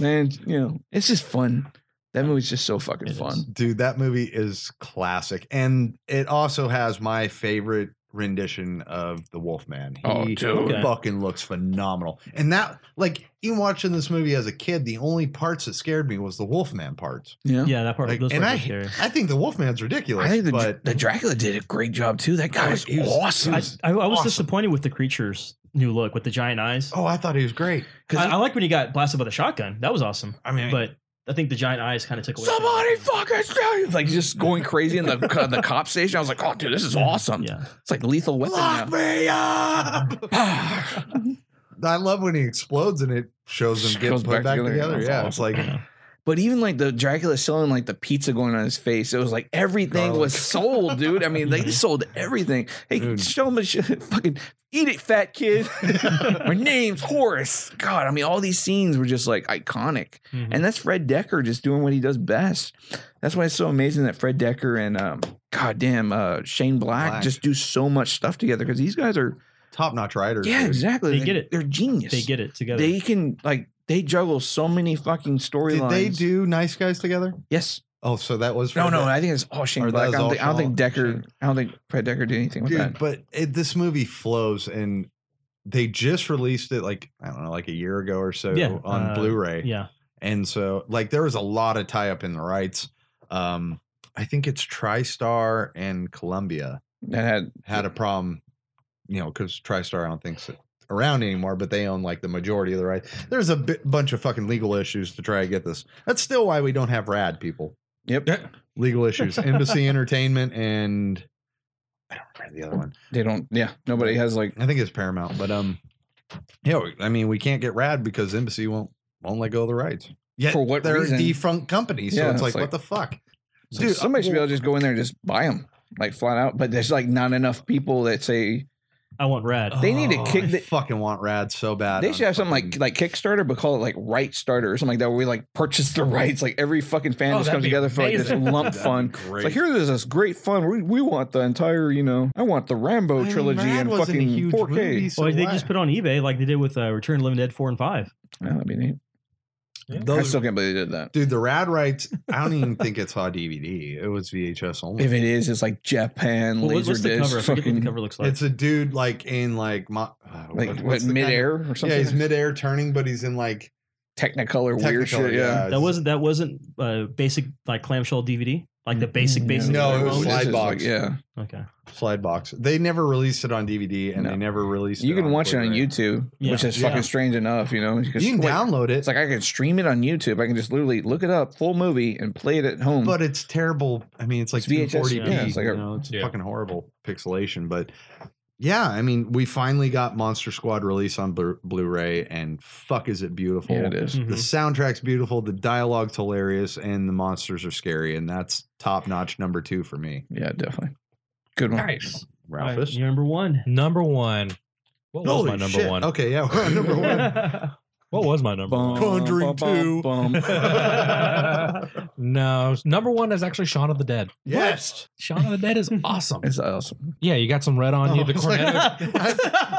Speaker 6: And you know, it's just fun. That movie's just so fucking
Speaker 8: It is.
Speaker 6: fun.
Speaker 5: Dude, that movie is classic. And it also has my favorite rendition of the Wolfman. He
Speaker 6: Oh, dude.
Speaker 8: Okay.
Speaker 5: fucking looks phenomenal. And that, like, even watching this movie as a kid, the only parts that scared me was the Wolfman parts.
Speaker 6: Yeah.
Speaker 8: yeah, that part.
Speaker 5: Like,
Speaker 8: those
Speaker 5: and
Speaker 8: parts
Speaker 5: I,
Speaker 8: are scary.
Speaker 5: I think the Wolfman's ridiculous.
Speaker 6: I think the,
Speaker 5: but
Speaker 6: the Dracula did a great job too. That guy
Speaker 5: Oh,
Speaker 6: was
Speaker 5: he was-
Speaker 6: awesome.
Speaker 8: I, I, I was
Speaker 5: awesome.
Speaker 8: disappointed with the creature's new look with the giant eyes.
Speaker 5: oh, I thought he was great.
Speaker 6: 'Cause
Speaker 8: I,
Speaker 6: he-
Speaker 8: I like when he got blasted by the shotgun. That was awesome.
Speaker 5: I mean,
Speaker 8: But I think the giant eyes kind of took away. from it.
Speaker 6: Somebody fucking shoot you. Like just going crazy in the <laughs> the cop station. I was like, oh, dude, this is awesome.
Speaker 8: Yeah.
Speaker 6: It's like lethal weapon.
Speaker 5: lock
Speaker 6: Now.
Speaker 5: me
Speaker 6: <laughs>
Speaker 5: up. <laughs> I love when he explodes and it shows them
Speaker 6: Goes
Speaker 5: get
Speaker 6: back
Speaker 5: put back
Speaker 6: together.
Speaker 5: together.
Speaker 6: That's
Speaker 5: Yeah, it's like
Speaker 6: but even like the Dracula selling like the pizza going on his face, it was like everything was sold, dude. I mean,
Speaker 8: <laughs>
Speaker 6: they sold everything. Hey,
Speaker 5: Dude.
Speaker 6: show him a sh- fucking eat it, fat
Speaker 8: <laughs>
Speaker 6: kid. My name's Horace. God, I mean, all these scenes were just like iconic.
Speaker 8: Mhm.
Speaker 6: And that's Fred Decker just doing what he does best. That's why it's so amazing that Fred Decker and um, goddamn uh, Shane Black,
Speaker 5: Black.
Speaker 6: just do so much stuff together because these guys are
Speaker 5: top notch writers.
Speaker 6: yeah
Speaker 5: dude.
Speaker 6: exactly
Speaker 8: They get it.
Speaker 6: They're genius.
Speaker 8: They get it together.
Speaker 6: They can like they juggle so many fucking
Speaker 5: Did
Speaker 6: storylines.
Speaker 5: they do Nice Guys together?
Speaker 6: Yes.
Speaker 5: Oh, so that was
Speaker 6: No,
Speaker 5: Fred
Speaker 6: no.
Speaker 5: Decker.
Speaker 6: I think it's all Shane
Speaker 5: Or that
Speaker 6: Black. I
Speaker 5: was
Speaker 6: don't,
Speaker 5: all
Speaker 6: think, I don't think
Speaker 5: Shane-
Speaker 6: Decker. I don't think Fred Decker did anything with
Speaker 5: dude.
Speaker 6: that.
Speaker 5: But it, this movie flows, and they just released it like I don't know, like a year ago or so
Speaker 8: Yeah,
Speaker 5: on
Speaker 8: uh,
Speaker 5: Blu-ray,
Speaker 8: yeah.
Speaker 5: and so like there was a lot of tie up in the rights. Um, I think it's TriStar and Columbia
Speaker 6: That had
Speaker 5: had a problem, you know, because TriStar I don't think's around anymore, but they own like the majority of the rights. There's a bi- bunch of fucking legal issues to try to get this. That's still why we don't have Rad people.
Speaker 6: yep. <laughs>
Speaker 5: Legal issues, Embassy Entertainment, and I don't remember the other one.
Speaker 6: They don't. Yeah. Nobody has like.
Speaker 5: I think it's Paramount, but um, yeah, we- I mean, we can't get rad because Embassy won't won't let go of the rights. Yet
Speaker 6: For what
Speaker 5: they're
Speaker 6: reason?
Speaker 5: a defunct company, so
Speaker 6: Yeah,
Speaker 5: it's,
Speaker 6: it's
Speaker 5: like,
Speaker 6: like-
Speaker 5: what the fuck,
Speaker 6: it's like somebody should be able to just go in there and just buy them like flat out. But there's like not enough people that say
Speaker 8: I want red.
Speaker 6: they need to kick
Speaker 5: uh, oh, I
Speaker 6: the-
Speaker 5: fucking want rad so bad.
Speaker 6: They
Speaker 5: on
Speaker 6: should have something like
Speaker 5: fucking-
Speaker 6: like Kickstarter, but call it like Right Starter or something like that, where we like purchase the rights. Like every fucking fan
Speaker 8: Oh,
Speaker 6: just
Speaker 8: that'd
Speaker 6: comes
Speaker 8: be
Speaker 6: together for like this
Speaker 8: amazing.
Speaker 5: <laughs>
Speaker 6: lump fund. It's like here, there's this great fund. We, we want the entire, you know, I want the Rambo
Speaker 5: I mean,
Speaker 6: trilogy
Speaker 5: Rad
Speaker 6: in
Speaker 5: wasn't a
Speaker 6: fucking
Speaker 5: huge
Speaker 6: 4K.
Speaker 5: movie, so
Speaker 8: Or they
Speaker 5: why-
Speaker 8: just put on eBay like they did with uh, Return of the Living Dead four and five.
Speaker 6: Yeah, that'd be neat. I
Speaker 5: those,
Speaker 6: still can't believe they did that.
Speaker 5: dude. The rad rights. I don't even think it's on DVD. It was VHS only.
Speaker 6: If it is, it's like Japan
Speaker 8: Well,
Speaker 6: Mm.
Speaker 8: what-
Speaker 6: laser
Speaker 8: what's the
Speaker 6: disc.
Speaker 8: cover? I forget what
Speaker 6: Fucking,
Speaker 8: the cover looks like.
Speaker 5: it's a dude like in like my, uh,
Speaker 6: like
Speaker 5: What-
Speaker 6: what
Speaker 5: what's the kind of-
Speaker 6: midair or something.
Speaker 5: Yeah, he's midair turning, but he's in like
Speaker 6: Technicolor, weird
Speaker 5: technicolor,
Speaker 6: shit. Yeah,
Speaker 8: That wasn't that wasn't uh, basic like clamshell DVD, like the basic
Speaker 6: Yeah.
Speaker 8: basic.
Speaker 5: No, it was
Speaker 8: remote?
Speaker 6: Oh, This
Speaker 5: slide
Speaker 6: is
Speaker 5: box.
Speaker 6: Like, yeah,
Speaker 8: Okay.
Speaker 5: slide box. They never released it on DVD, and
Speaker 6: No.
Speaker 5: they never released.
Speaker 6: you
Speaker 5: it
Speaker 6: can watch it on
Speaker 5: Blu-ray.
Speaker 6: YouTube,
Speaker 8: Yeah.
Speaker 6: which is
Speaker 5: Yeah.
Speaker 6: fucking strange enough. You know, because
Speaker 5: You can download it,
Speaker 6: It's like I can stream it on YouTube. I can just literally look it up, full movie, and play it at home.
Speaker 5: but it's terrible. I mean, it's like
Speaker 6: It's VHS,
Speaker 5: 240p.
Speaker 6: yeah, it's like a-
Speaker 5: you know, it's
Speaker 7: Yeah.
Speaker 5: fucking horrible pixelation. But yeah, I mean, we finally got Monster Squad release on Blu- Blu-ray, and fuck, is it beautiful?
Speaker 6: yeah, it is.
Speaker 8: Mm-hmm.
Speaker 5: The soundtrack's beautiful, the dialogue's hilarious, and the monsters are scary, and that's top notch number two for me.
Speaker 6: Yeah, definitely. Good one.
Speaker 7: Nice.
Speaker 8: All
Speaker 5: Ralphus.
Speaker 8: right, you're
Speaker 7: <laughs>
Speaker 8: number one.
Speaker 7: Number one. What was my
Speaker 5: Holy
Speaker 7: number
Speaker 5: shit.
Speaker 7: one?
Speaker 5: Okay, yeah, <laughs> we're
Speaker 7: <laughs>
Speaker 5: on number one.
Speaker 7: What was my number one?
Speaker 5: Conjuring two.
Speaker 7: <laughs> no, number one is actually Shaun of the Dead.
Speaker 5: yes.
Speaker 7: Shaun of the Dead is
Speaker 8: <laughs>
Speaker 7: awesome.
Speaker 6: <laughs> It's awesome.
Speaker 7: Yeah, you got some red on you.
Speaker 5: Oh,
Speaker 7: The
Speaker 5: I was like,
Speaker 7: Cornetto,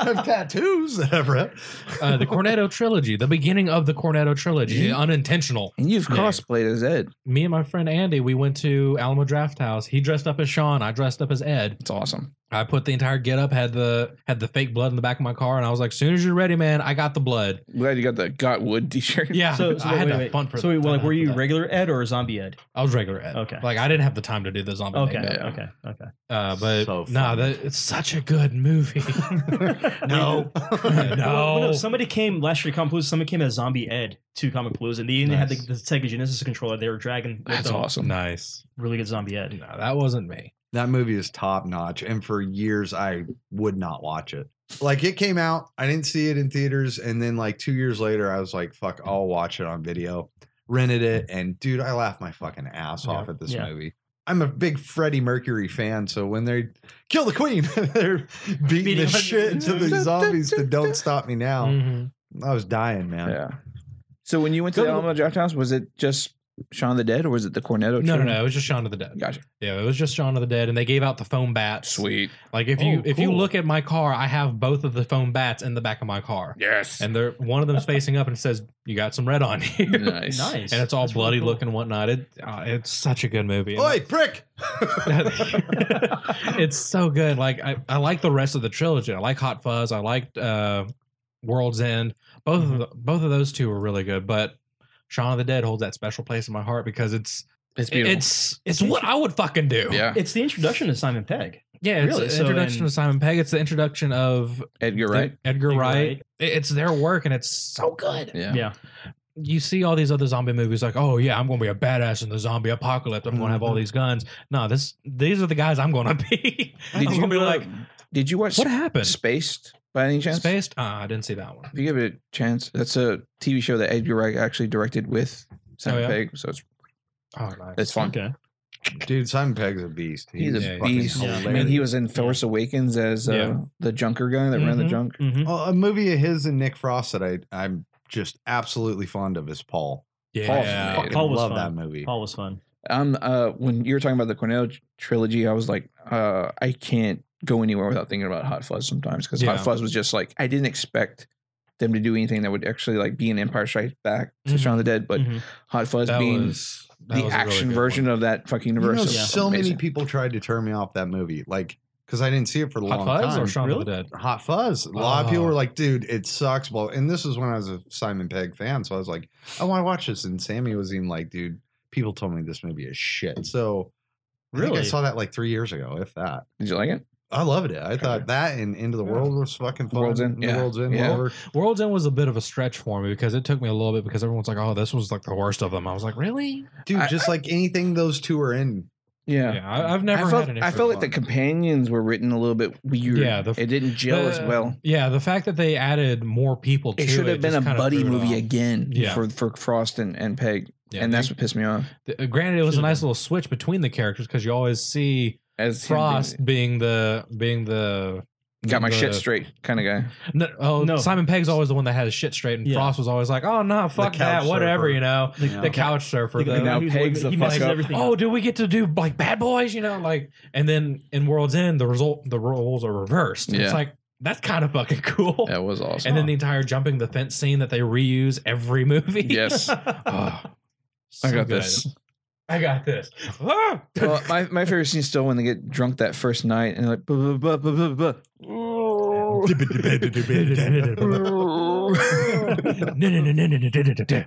Speaker 5: I've, I've tattoos <laughs> that I've read.
Speaker 7: uh, the Cornetto trilogy, the beginning of the Cornetto trilogy,
Speaker 8: Mm-hmm.
Speaker 6: Yeah.
Speaker 7: unintentional.
Speaker 6: And you've
Speaker 7: Yeah.
Speaker 6: cosplayed as Ed.
Speaker 7: Me and my friend Andy, we went to Alamo Draft House. He dressed up as Sean. I dressed up as Ed.
Speaker 6: It's awesome.
Speaker 7: I put the entire getup, had the had the fake blood in the back of my car, and I was like, "Soon as you're ready, man, I got the blood."
Speaker 6: I'm glad you got the Got Wood T-shirt.
Speaker 7: Yeah,
Speaker 8: <laughs> So, so
Speaker 7: I had
Speaker 8: wait,
Speaker 7: a
Speaker 8: wait.
Speaker 7: fun for
Speaker 8: so wait, well, like, were you
Speaker 7: that.
Speaker 8: regular Ed or zombie Ed?
Speaker 7: I was regular Ed.
Speaker 8: Okay.
Speaker 7: like I didn't have the time to do the zombie.
Speaker 8: Okay,
Speaker 7: thing.
Speaker 6: yeah.
Speaker 8: okay, okay. <laughs>
Speaker 7: Uh, but
Speaker 5: So
Speaker 7: nah,
Speaker 5: funny.
Speaker 7: that, it's such a good movie. <laughs>
Speaker 5: No.
Speaker 8: Well, no,
Speaker 7: no.
Speaker 8: somebody came last year. to Comic Palooza, somebody came as Zombie Ed to Comic Palooza, and they had the,
Speaker 7: Nice.
Speaker 8: the Sega Genesis controller. They were dragging. with
Speaker 6: That's
Speaker 8: them.
Speaker 6: awesome.
Speaker 7: Nice.
Speaker 8: Really good Zombie Ed.
Speaker 7: No, that wasn't me.
Speaker 5: That movie is top notch. And for years, I would not watch it. Like it came out, I didn't see it in theaters. And then, like, two years later, I was like, fuck, I'll watch it on video. Rented it. And dude, I laughed my fucking ass off at this
Speaker 8: yeah.
Speaker 5: movie. I'm a big Freddie Mercury fan. So when they kill the queen, <laughs> they're beating,
Speaker 8: Beating
Speaker 5: the
Speaker 8: him.
Speaker 5: shit
Speaker 7: <laughs>
Speaker 5: into the zombies that don't stop me
Speaker 8: Oh.
Speaker 5: now.
Speaker 7: Mhm.
Speaker 5: I was dying, man.
Speaker 6: Yeah. So when you went to
Speaker 5: Go
Speaker 6: the
Speaker 5: to-
Speaker 6: Alamo Draft House, was it just Shaun of the Dead or was it the Cornetto?
Speaker 7: No, no,
Speaker 6: trilogy?
Speaker 7: no. It was just Shaun of the Dead.
Speaker 6: Gotcha.
Speaker 7: Yeah, it was just Shaun of the Dead, and they gave out the foam bats.
Speaker 6: Sweet.
Speaker 7: Like if you
Speaker 8: Oh,
Speaker 7: if you
Speaker 8: cool.
Speaker 7: look at my car, I have both of the foam bats in the back of my car,
Speaker 6: Yes. <laughs>
Speaker 7: and they're one of them's facing up and says, "You got some red on you,"
Speaker 6: nice.
Speaker 7: <laughs>
Speaker 8: Nice.
Speaker 7: and it's all
Speaker 8: That's really
Speaker 7: bloody
Speaker 8: cool.
Speaker 7: looking and whatnot. It uh, it's such a good movie.
Speaker 5: Oi, prick!
Speaker 7: <laughs> it's so good. Like I, I like the rest of the trilogy. I like Hot Fuzz. I liked uh, World's End. Both
Speaker 6: Mm-hmm.
Speaker 7: of the, both of those two were really good. But Shaun of the Dead holds that special place in my heart because it's
Speaker 6: It's beautiful.
Speaker 7: it's it's what I would fucking do.
Speaker 6: yeah.
Speaker 8: It's the introduction to Simon Pegg.
Speaker 7: yeah. It's
Speaker 8: Really?
Speaker 7: the
Speaker 8: So,
Speaker 7: introduction
Speaker 8: and-
Speaker 7: to Simon Pegg. It's the introduction of
Speaker 6: Edgar Wright.
Speaker 7: Edgar, Wright.
Speaker 8: Edgar Wright.
Speaker 7: It- It's their work and it's so good.
Speaker 6: Yeah.
Speaker 8: Yeah.
Speaker 7: You see all these other zombie movies like, oh yeah, I'm gonna be a badass in the zombie apocalypse. I'm gonna have all these guns. No, this these are the guys I'm gonna <laughs> be.
Speaker 6: Did
Speaker 7: I'm
Speaker 6: you
Speaker 7: gonna be
Speaker 6: uh,
Speaker 7: like,
Speaker 6: Did you watch
Speaker 7: what happened?
Speaker 6: Spaced by any chance?
Speaker 7: Spaced? Uh, I didn't see that one.
Speaker 6: If you give it a chance, that's a TV show that Edgar Wright actually directed with Simon
Speaker 7: yeah?
Speaker 6: Pegg. So it's
Speaker 7: Oh, nice.
Speaker 6: it's fun.
Speaker 8: Okay.
Speaker 5: Dude, Simon Pegg's a beast.
Speaker 6: He's
Speaker 7: Yeah,
Speaker 6: a
Speaker 7: he's
Speaker 6: beast.
Speaker 8: Yeah.
Speaker 6: I mean, he was in Force Awakens as uh,
Speaker 7: Yeah.
Speaker 6: the junker guy that ran the
Speaker 7: Mhm.
Speaker 6: junk.
Speaker 8: Mhm.
Speaker 5: a a movie of his and Nick Frost that I I'm just absolutely fond of is Paul.
Speaker 7: Yeah.
Speaker 6: Paul-
Speaker 5: I
Speaker 8: Paul was
Speaker 5: love
Speaker 8: fun.
Speaker 5: that movie.
Speaker 8: Paul was fun.
Speaker 6: Um, uh, when you were talking about the Cornell tr- trilogy, I was like, uh, I can't go anywhere without thinking about Hot Fuzz sometimes because
Speaker 7: Yeah.
Speaker 6: Hot Fuzz was just like I didn't expect them to do anything that would actually like be an Empire Strikes Back to
Speaker 7: Mhm.
Speaker 6: Shaun of the Dead, but
Speaker 8: Mhm.
Speaker 6: Hot Fuzz
Speaker 7: That
Speaker 6: being
Speaker 7: was
Speaker 6: the
Speaker 7: that was a really
Speaker 6: action
Speaker 7: good
Speaker 6: version
Speaker 7: one.
Speaker 6: of that fucking
Speaker 5: You know,
Speaker 6: universe. is
Speaker 5: so many
Speaker 6: amazing.
Speaker 5: people tried to turn me off that movie, like because I didn't see it for a long
Speaker 7: Hot Fuzz
Speaker 5: time.
Speaker 7: or Shaun
Speaker 8: Really?
Speaker 7: of the Dead.
Speaker 5: Hot Fuzz. A lot of people
Speaker 7: Oh.
Speaker 5: were like, "Dude, it sucks." Well, and this is when I was a Simon Pegg fan, so I was like, "I want to watch this." And Sammy was even like, "Dude, people told me this movie is shit." So I, think I
Speaker 8: Really?
Speaker 5: saw that like three years ago, if that.
Speaker 6: Did you like it?
Speaker 5: I loved it. I thought that and Into the World was fucking fun.
Speaker 6: World's End,
Speaker 5: The
Speaker 6: yeah.
Speaker 5: World's End.
Speaker 6: Yeah.
Speaker 5: whatever.
Speaker 7: World's End was a bit of a stretch for me because it took me a little bit because everyone's like, oh, this was like the worst of them. I was like, really?
Speaker 5: Dude,
Speaker 6: I-
Speaker 5: just like anything those two
Speaker 6: <laughs>
Speaker 5: are in, <laughs>
Speaker 6: Yeah.
Speaker 7: Yeah, I, I've never
Speaker 6: I felt,
Speaker 7: had an
Speaker 6: I
Speaker 7: issue
Speaker 6: felt
Speaker 7: with
Speaker 6: like the companions were written a little bit weird.
Speaker 7: Yeah, the-
Speaker 6: it didn't gel as
Speaker 7: the-
Speaker 6: well.
Speaker 7: Yeah, the fact that they added more people to
Speaker 6: It
Speaker 7: it
Speaker 6: should have been
Speaker 7: just
Speaker 6: a
Speaker 7: kinda
Speaker 6: buddy
Speaker 7: threw it
Speaker 6: movie
Speaker 7: off.
Speaker 6: again
Speaker 7: Yeah.
Speaker 6: for for Frost and, and Peg,
Speaker 7: Yeah,
Speaker 6: and
Speaker 7: they-
Speaker 6: that's what pissed me off.
Speaker 7: th- granted, it was a
Speaker 8: Should've
Speaker 7: nice
Speaker 8: been.
Speaker 7: little switch between the characters because you always see
Speaker 6: As him being-
Speaker 7: Frost being the being the
Speaker 6: got my
Speaker 7: the-
Speaker 6: shit straight kind of guy.
Speaker 7: No, oh,
Speaker 8: No.
Speaker 7: Simon Pegg's always the one that had his shit straight, and
Speaker 8: Yeah.
Speaker 7: Frost was always like, "Oh no, fuck
Speaker 5: couch
Speaker 7: that, whatever,"
Speaker 5: surfer.
Speaker 7: you know.
Speaker 8: The,
Speaker 7: The couch surfer,
Speaker 8: the guy
Speaker 7: though.
Speaker 6: now
Speaker 8: who's-
Speaker 6: pegs the
Speaker 8: "Oh, he
Speaker 6: fuck
Speaker 8: messes
Speaker 6: up.
Speaker 8: everything
Speaker 6: <laughs>
Speaker 7: oh,
Speaker 8: up.
Speaker 7: do we get to do like bad boys? You know, like, and then in World's End, the result, the roles are reversed.
Speaker 6: Yeah.
Speaker 7: It's like that's kind of fucking cool.
Speaker 6: <laughs> That was awesome.
Speaker 7: <laughs> and then the entire jumping the fence scene that they reuse every movie. <laughs>
Speaker 8: <laughs>
Speaker 6: Yes. Oh,
Speaker 7: So
Speaker 6: I got
Speaker 7: good. <laughs>
Speaker 6: this.
Speaker 7: I got
Speaker 6: <laughs>
Speaker 7: this. <laughs> Ah!
Speaker 6: Well, my, my favorite scene is still when they get drunk that first night and they're like, buh, buh, buh, buh, buh, buh.
Speaker 7: <laughs>
Speaker 5: I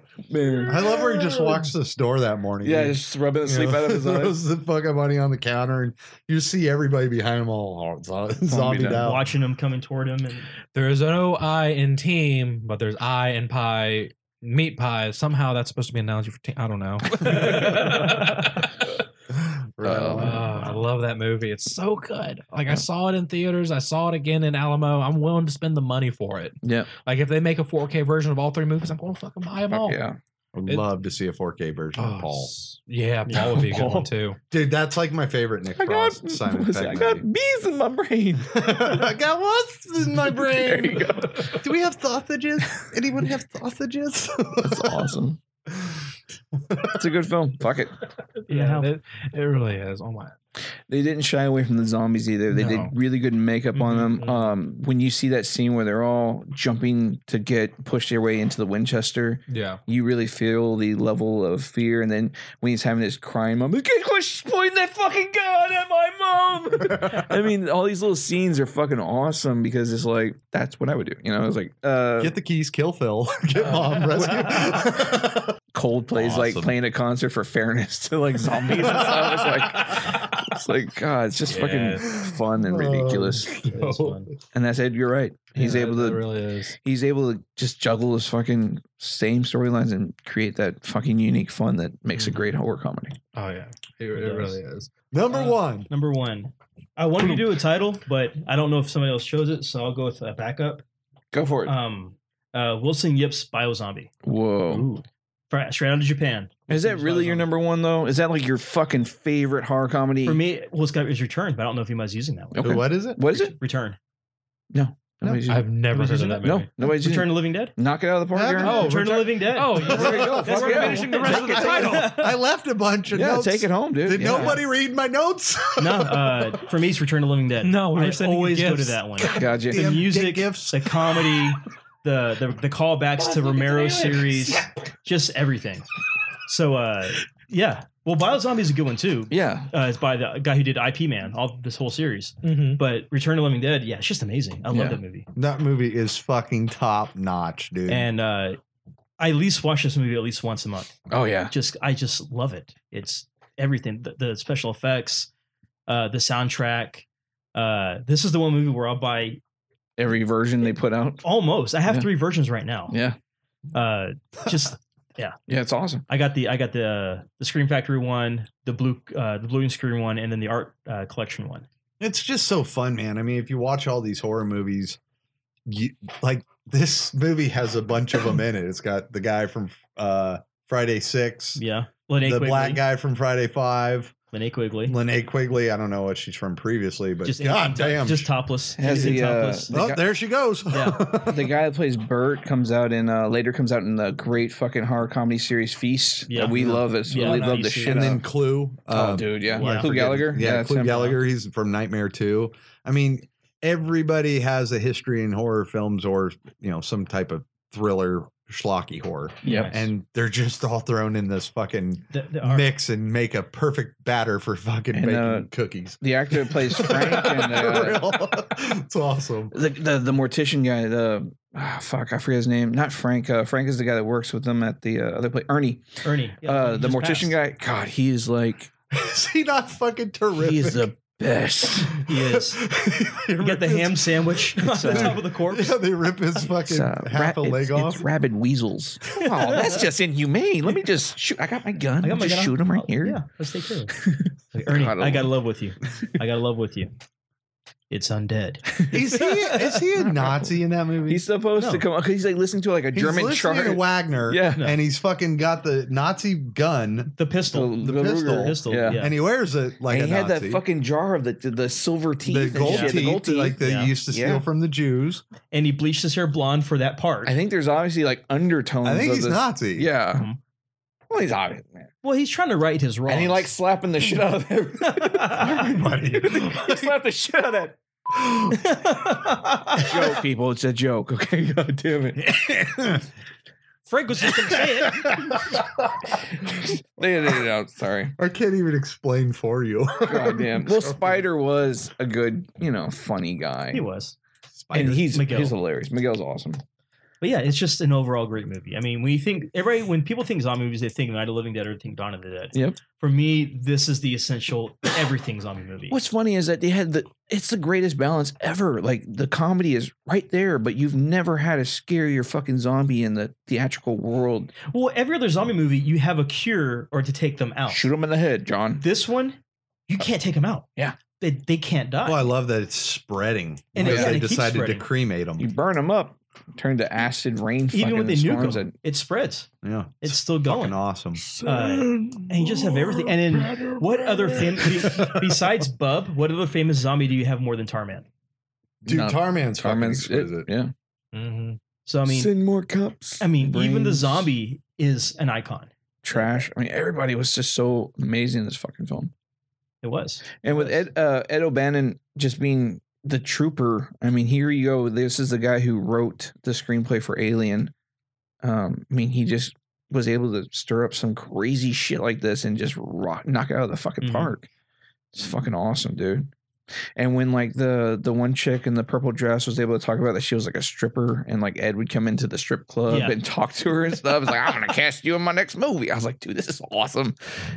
Speaker 5: love where he just walks to the store that morning.
Speaker 6: Yeah,
Speaker 5: He
Speaker 6: just rubbing the sleep
Speaker 5: you know,
Speaker 6: out of his eyes.
Speaker 5: <laughs> throws the fucking money on the counter, and you see everybody behind him all <laughs> zo- zombied
Speaker 6: out.
Speaker 5: out.
Speaker 8: watching him coming toward him.
Speaker 6: <laughs>
Speaker 8: And
Speaker 7: There is no I in team, but there's I in pie, meat pie. Somehow that's supposed to be an analogy for team. I
Speaker 6: <laughs>
Speaker 7: don't know. <laughs>
Speaker 5: Right
Speaker 7: Oh,
Speaker 5: on.
Speaker 7: I love that movie. It's so good. Like I saw it in theaters. I saw it again in Alamo. I'm willing to spend the money for it.
Speaker 6: Yeah.
Speaker 7: Like if they make a 4K version of all three movies, I'm going to fucking buy them all.
Speaker 6: Fuck yeah.
Speaker 5: I'd
Speaker 7: It-
Speaker 5: love to see a 4K version
Speaker 7: Oh,
Speaker 5: of Paul.
Speaker 7: s- Yeah, Paul would be a good
Speaker 6: <laughs>
Speaker 7: one too.
Speaker 5: Dude, that's like my favorite Nick Frost <laughs> Simon Pegg movie.
Speaker 6: bees in my brain.
Speaker 5: I got wasps in
Speaker 6: <laughs>
Speaker 5: my
Speaker 6: There you
Speaker 5: brain.
Speaker 6: go.
Speaker 5: Do we have sausages? Anyone have sausages?
Speaker 6: That's awesome. It's a good film. Fuck it.
Speaker 8: Yeah.
Speaker 7: it, it really is. Oh my.
Speaker 6: They didn't shy away from the zombies either. They did
Speaker 7: No.
Speaker 6: really good makeup on them.
Speaker 5: Mm-hmm.
Speaker 7: Mhm.
Speaker 6: Um, when you see that scene where they're all jumping to get pushed their way into the Winchester,
Speaker 7: Yeah.
Speaker 6: you really feel the level of fear. And then when he's having his crying moment, "Get- quit pointing that fucking gun at my mom. <laughs> I mean, all these little scenes are fucking awesome because it's like that's what I would do. You know, I was like, uh,
Speaker 5: Get the keys, kill Phil. <laughs>
Speaker 7: Uh,
Speaker 5: Get
Speaker 7: <laughs>
Speaker 5: mom, rescue.
Speaker 6: Coldplay's like
Speaker 5: Awesome.
Speaker 6: playing a concert for fairness <laughs> to like zombies. and stuff. It's like, it's like God, it's just
Speaker 7: Yeah.
Speaker 6: fucking fun and ridiculous. And that's Edgar Wright. He's able to
Speaker 7: It really is.
Speaker 6: he's able to just juggle his fucking same storylines and create that fucking unique fun that makes a
Speaker 7: Mhm.
Speaker 6: great horror comedy.
Speaker 7: Oh yeah. It, Um,
Speaker 8: It
Speaker 7: it
Speaker 8: is.
Speaker 7: really is.
Speaker 5: Number
Speaker 8: Uh,
Speaker 5: one.
Speaker 8: Number one, I wanted to do a title, but I don't know if somebody else chose it, so I'll go with a backup.
Speaker 6: Go for it.
Speaker 8: Um, uh, Wilson Yip's Biozombie,
Speaker 6: Whoa.
Speaker 8: Fra- straight out of Japan.
Speaker 6: Is that really your number one though? Is that like your fucking favorite horror comedy?
Speaker 8: For me, well, it's got his return, but I don't know if anybody's using that one.
Speaker 6: Okay.
Speaker 5: What is it?
Speaker 6: What is it?
Speaker 8: Return.
Speaker 6: Nobody's
Speaker 7: I've never
Speaker 8: Nobody's
Speaker 7: heard of
Speaker 8: using
Speaker 7: that
Speaker 8: that?
Speaker 7: movie.
Speaker 6: no, nobody's
Speaker 8: Return
Speaker 6: using
Speaker 8: to Living Dead.
Speaker 6: Knock it out of the park.
Speaker 5: Haven't-
Speaker 6: Aaron.
Speaker 5: Oh,
Speaker 8: Return to
Speaker 5: Return-
Speaker 8: Living Dead.
Speaker 7: Oh, you- <laughs>
Speaker 5: There you go.
Speaker 7: That's
Speaker 5: Fuck
Speaker 7: we're
Speaker 5: yeah.
Speaker 7: finishing the rest of
Speaker 6: <laughs>
Speaker 7: the
Speaker 5: I-
Speaker 7: title.
Speaker 5: <laughs> I left a bunch of
Speaker 6: yeah,
Speaker 5: notes.
Speaker 6: take it home, dude.
Speaker 5: Did
Speaker 6: Yeah.
Speaker 5: nobody read
Speaker 6: <laughs>
Speaker 5: my notes?
Speaker 8: no, uh, for me, it's Return to Living Dead.
Speaker 7: No, we were
Speaker 8: I
Speaker 7: sending you
Speaker 8: always go to
Speaker 7: gifts.
Speaker 8: that one.
Speaker 6: Gotcha.
Speaker 5: Damn
Speaker 8: The music,
Speaker 5: gifts.
Speaker 8: the comedy, the the, the callbacks to Romero series, just everything. So, uh, yeah. Well, Biozombie is a good one too.
Speaker 6: Yeah.
Speaker 8: Uh, it's by the guy who did IP Man, all this whole series.
Speaker 7: <laughs> Mhm.
Speaker 8: But Return to Living Dead, yeah, it's just amazing. I love
Speaker 6: Yeah.
Speaker 8: that movie.
Speaker 5: That movie is fucking top notch, dude.
Speaker 8: And uh, I at least watch this movie at least once a month.
Speaker 6: Oh yeah.
Speaker 8: just I just love it. It's everything the, the special effects, uh, the soundtrack. Uh, this is the one movie where I'll buy
Speaker 6: Every version they put out.
Speaker 8: almost. I have
Speaker 6: Yeah.
Speaker 8: three versions right now.
Speaker 6: Yeah.
Speaker 8: Uh,
Speaker 6: <laughs>
Speaker 8: just
Speaker 6: Yeah, it's awesome.
Speaker 8: I got the I got the the Screen Factory one, the blue uh, the blue and screen one, and then the art uh, collection one.
Speaker 5: it's just so fun, man. I mean, if you watch all these horror movies, you like this movie has a bunch of them in it. It's got the guy from uh Friday Six,
Speaker 8: Yeah, Lene
Speaker 5: the
Speaker 8: Quigley.
Speaker 5: black guy from Friday Five,
Speaker 8: Lene Quigley.
Speaker 5: Lene Quigley. I don't know what she's from previously, but
Speaker 8: just
Speaker 5: god
Speaker 8: anything-
Speaker 5: damn,
Speaker 8: just topless.
Speaker 6: Has
Speaker 8: anything
Speaker 6: the, uh,
Speaker 8: topless.
Speaker 6: the
Speaker 5: oh,
Speaker 6: guy-
Speaker 5: there she goes.
Speaker 8: Yeah.
Speaker 6: the guy that plays Bert comes out in uh, later comes out in the great fucking horror comedy series Feast.
Speaker 8: Yeah.
Speaker 6: that we
Speaker 8: Yeah.
Speaker 6: love it.
Speaker 8: Yeah,
Speaker 6: we
Speaker 8: no,
Speaker 6: love
Speaker 8: you
Speaker 6: the
Speaker 8: see
Speaker 6: shit.
Speaker 5: <laughs>
Speaker 8: it.
Speaker 5: and
Speaker 6: out
Speaker 5: then
Speaker 6: of it.
Speaker 5: Clue.
Speaker 6: oh,
Speaker 5: um,
Speaker 6: dude, yeah,
Speaker 8: yeah, I
Speaker 6: Clue
Speaker 5: forget-
Speaker 6: Gallagher.
Speaker 5: Yeah,
Speaker 6: that's
Speaker 5: Clue
Speaker 6: him.
Speaker 5: Gallagher. He's from Nightmare 2. I mean, everybody has a history in horror films or, you know, some type of thriller, schlocky horror.
Speaker 6: Yep.
Speaker 5: And they're just all thrown in this fucking
Speaker 8: The- the art-
Speaker 5: mix and make a perfect batter for fucking
Speaker 6: And,
Speaker 5: baking
Speaker 6: uh,
Speaker 5: cookies.
Speaker 6: The actor that plays
Speaker 5: <laughs>
Speaker 6: Frank and
Speaker 5: For
Speaker 6: uh,
Speaker 5: real. it's awesome. <laughs>
Speaker 6: the, the the mortician guy. The ah, fuck, I forget his name. Not Frank. Uh, Frank is the guy that works with them at the uh, other place. Ernie,
Speaker 8: Ernie. Yeah,
Speaker 6: uh,
Speaker 8: he
Speaker 6: the
Speaker 8: just
Speaker 6: mortician
Speaker 8: passed.
Speaker 6: guy. God, he is like
Speaker 5: Is he not fucking terrific?
Speaker 6: he is
Speaker 5: <laughs>
Speaker 6: the best.
Speaker 8: He is. You got the ham sandwich on
Speaker 6: It's, uh,
Speaker 8: the top of the
Speaker 5: <laughs>
Speaker 8: corpse.
Speaker 5: Yeah, they rip his
Speaker 6: It's,
Speaker 5: fucking
Speaker 6: uh,
Speaker 5: half
Speaker 6: ra-
Speaker 5: a
Speaker 6: it's-
Speaker 5: leg off.
Speaker 6: It's rabid
Speaker 5: <laughs>
Speaker 6: weasels. Oh, that's just inhumane. Let me just shoot. I got my gun. I got my just
Speaker 8: gun
Speaker 6: shoot
Speaker 8: on-
Speaker 6: him right
Speaker 8: oh,
Speaker 6: here.
Speaker 8: Yeah, let's take care of it.
Speaker 6: <laughs>
Speaker 8: Like, Ernie,
Speaker 6: God,
Speaker 8: I got
Speaker 6: oh.
Speaker 8: to love with you. I got to
Speaker 6: <laughs>
Speaker 8: love with you. It's undead.
Speaker 5: is he is he
Speaker 6: <laughs>
Speaker 5: a Nazi in that movie?
Speaker 6: He's supposed to
Speaker 8: No.
Speaker 6: come up. He's like listening to like a
Speaker 5: He's
Speaker 6: German
Speaker 5: listening
Speaker 6: chart.
Speaker 5: to Wagner.
Speaker 6: Yeah.
Speaker 8: No.
Speaker 5: and he's fucking got the Nazi gun
Speaker 8: <laughs> The pistol.
Speaker 5: The pistol.
Speaker 6: Ruger.
Speaker 8: pistol,
Speaker 6: Yeah.
Speaker 8: yeah.
Speaker 5: and he wears it like
Speaker 6: and
Speaker 5: a
Speaker 6: he had
Speaker 5: Nazi.
Speaker 6: that fucking jar of the the silver teeth.
Speaker 5: the
Speaker 6: and
Speaker 5: gold,
Speaker 6: shit,
Speaker 5: teeth,
Speaker 6: the gold teeth.
Speaker 5: like they
Speaker 8: yeah.
Speaker 5: used to steal
Speaker 6: Yeah.
Speaker 5: from the Jews.
Speaker 8: And he bleached his hair blonde for that part.
Speaker 6: I think there's obviously like undertones.
Speaker 5: I think
Speaker 6: of
Speaker 5: he's
Speaker 6: this-
Speaker 5: Nazi.
Speaker 6: Yeah.
Speaker 8: Mhm.
Speaker 6: Well, he's obvious, man.
Speaker 8: well, he's trying to right his wrongs.
Speaker 6: And he likes slapping the shit out of
Speaker 8: <laughs>
Speaker 6: everybody. he slapped the shit out of that. joke, people. It's a joke. Okay, god damn it.
Speaker 8: Frank was just going to say it.
Speaker 6: <laughs> no, no, no, no, Sorry.
Speaker 5: I can't even explain
Speaker 8: <laughs>
Speaker 5: for you.
Speaker 6: God damn. Well, Spider was a good, you know, funny guy.
Speaker 8: <laughs> He was. Spider-
Speaker 6: and he's
Speaker 8: Miguel.
Speaker 6: he's hilarious. Miguel's awesome.
Speaker 8: But yeah, it's just an overall great movie. I mean, when you think everybody, when people think zombie movies, they think Night of the Living Dead or they think Dawn of the Dead.
Speaker 6: Yep.
Speaker 8: For me, this is the essential everything zombie movie.
Speaker 6: What's funny is that they had the it's the greatest balance ever. Like the comedy is right there, but you've never had a scarier fucking zombie in the theatrical world.
Speaker 8: well, every other zombie movie, you have a cure or to take them out.
Speaker 6: Shoot him in the head, John.
Speaker 8: This one, you can't take them out.
Speaker 6: Yeah.
Speaker 8: They, they can't die.
Speaker 5: Oh, I love that it's spreading.
Speaker 8: And it-
Speaker 5: because
Speaker 8: yeah,
Speaker 5: they
Speaker 8: it keeps
Speaker 5: decided to
Speaker 8: spreading.
Speaker 5: cremate them.
Speaker 6: You burn him up, turn to acid rain.
Speaker 8: Even when
Speaker 6: fucking
Speaker 8: they nuke
Speaker 6: storms
Speaker 8: them,
Speaker 6: and-
Speaker 8: it spreads.
Speaker 5: Yeah.
Speaker 8: It's still going.
Speaker 5: Fucking awesome.
Speaker 8: Uh, and you just have everything. And then what other fam- be- besides Bub, what other famous zombie do you have more than Tarman?
Speaker 9: Dude,
Speaker 6: No,
Speaker 9: Tarman's fucking
Speaker 6: Carmen's it-
Speaker 9: exquisite.
Speaker 6: yeah.
Speaker 7: Mm-hmm.
Speaker 8: So I mean,
Speaker 6: send more cups.
Speaker 8: I mean, even the
Speaker 6: brains,
Speaker 8: zombie is an icon.
Speaker 6: trash. I mean, everybody was just so amazing in this fucking film.
Speaker 8: It was.
Speaker 6: And with Ed, uh, Ed O'Bannon just being the trooper, I mean, here you go. This is the guy who wrote the screenplay for Alien. Um, I mean, he just was able to stir up some crazy shit like this and just rock, knock it out of the fucking
Speaker 8: Mhm.
Speaker 6: park. It's fucking awesome, dude. And when like the the one chick in the purple dress was able to talk about that she was like a stripper, and like Ed would come into the strip club
Speaker 8: Yeah.
Speaker 6: and talk to her and stuff. It's like I'm gonna cast you in my next movie. I was like, dude, this is awesome.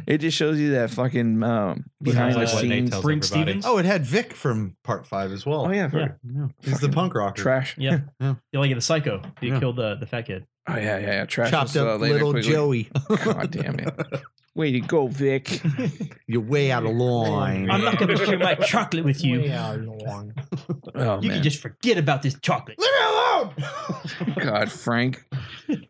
Speaker 6: It just shows you that fucking um, behind the
Speaker 8: like what
Speaker 7: Nate
Speaker 6: scenes.
Speaker 7: tells
Speaker 8: Brink
Speaker 7: everybody.
Speaker 8: Stevens.
Speaker 5: Oh, it had Vic from part five as well.
Speaker 6: Oh yeah, for
Speaker 8: Yeah.
Speaker 5: He's the
Speaker 6: fucking
Speaker 5: punk rocker.
Speaker 6: trash.
Speaker 8: Yeah.
Speaker 5: Yeah.
Speaker 8: You like the psycho. You
Speaker 5: Yeah.
Speaker 8: killed the, the fat kid.
Speaker 6: Oh yeah, yeah, yeah. Trash.
Speaker 5: Chopped
Speaker 6: was, uh,
Speaker 5: up
Speaker 6: later
Speaker 5: little
Speaker 6: quickly.
Speaker 5: Joey.
Speaker 6: God damn it. Way to go,
Speaker 8: <laughs>
Speaker 6: Vic.
Speaker 5: You're way out of line.
Speaker 8: I'm not going to share my chocolate with you.
Speaker 6: Oh
Speaker 8: you
Speaker 6: man.
Speaker 8: can just forget about this chocolate.
Speaker 6: God,
Speaker 8: <laughs>
Speaker 6: Frank.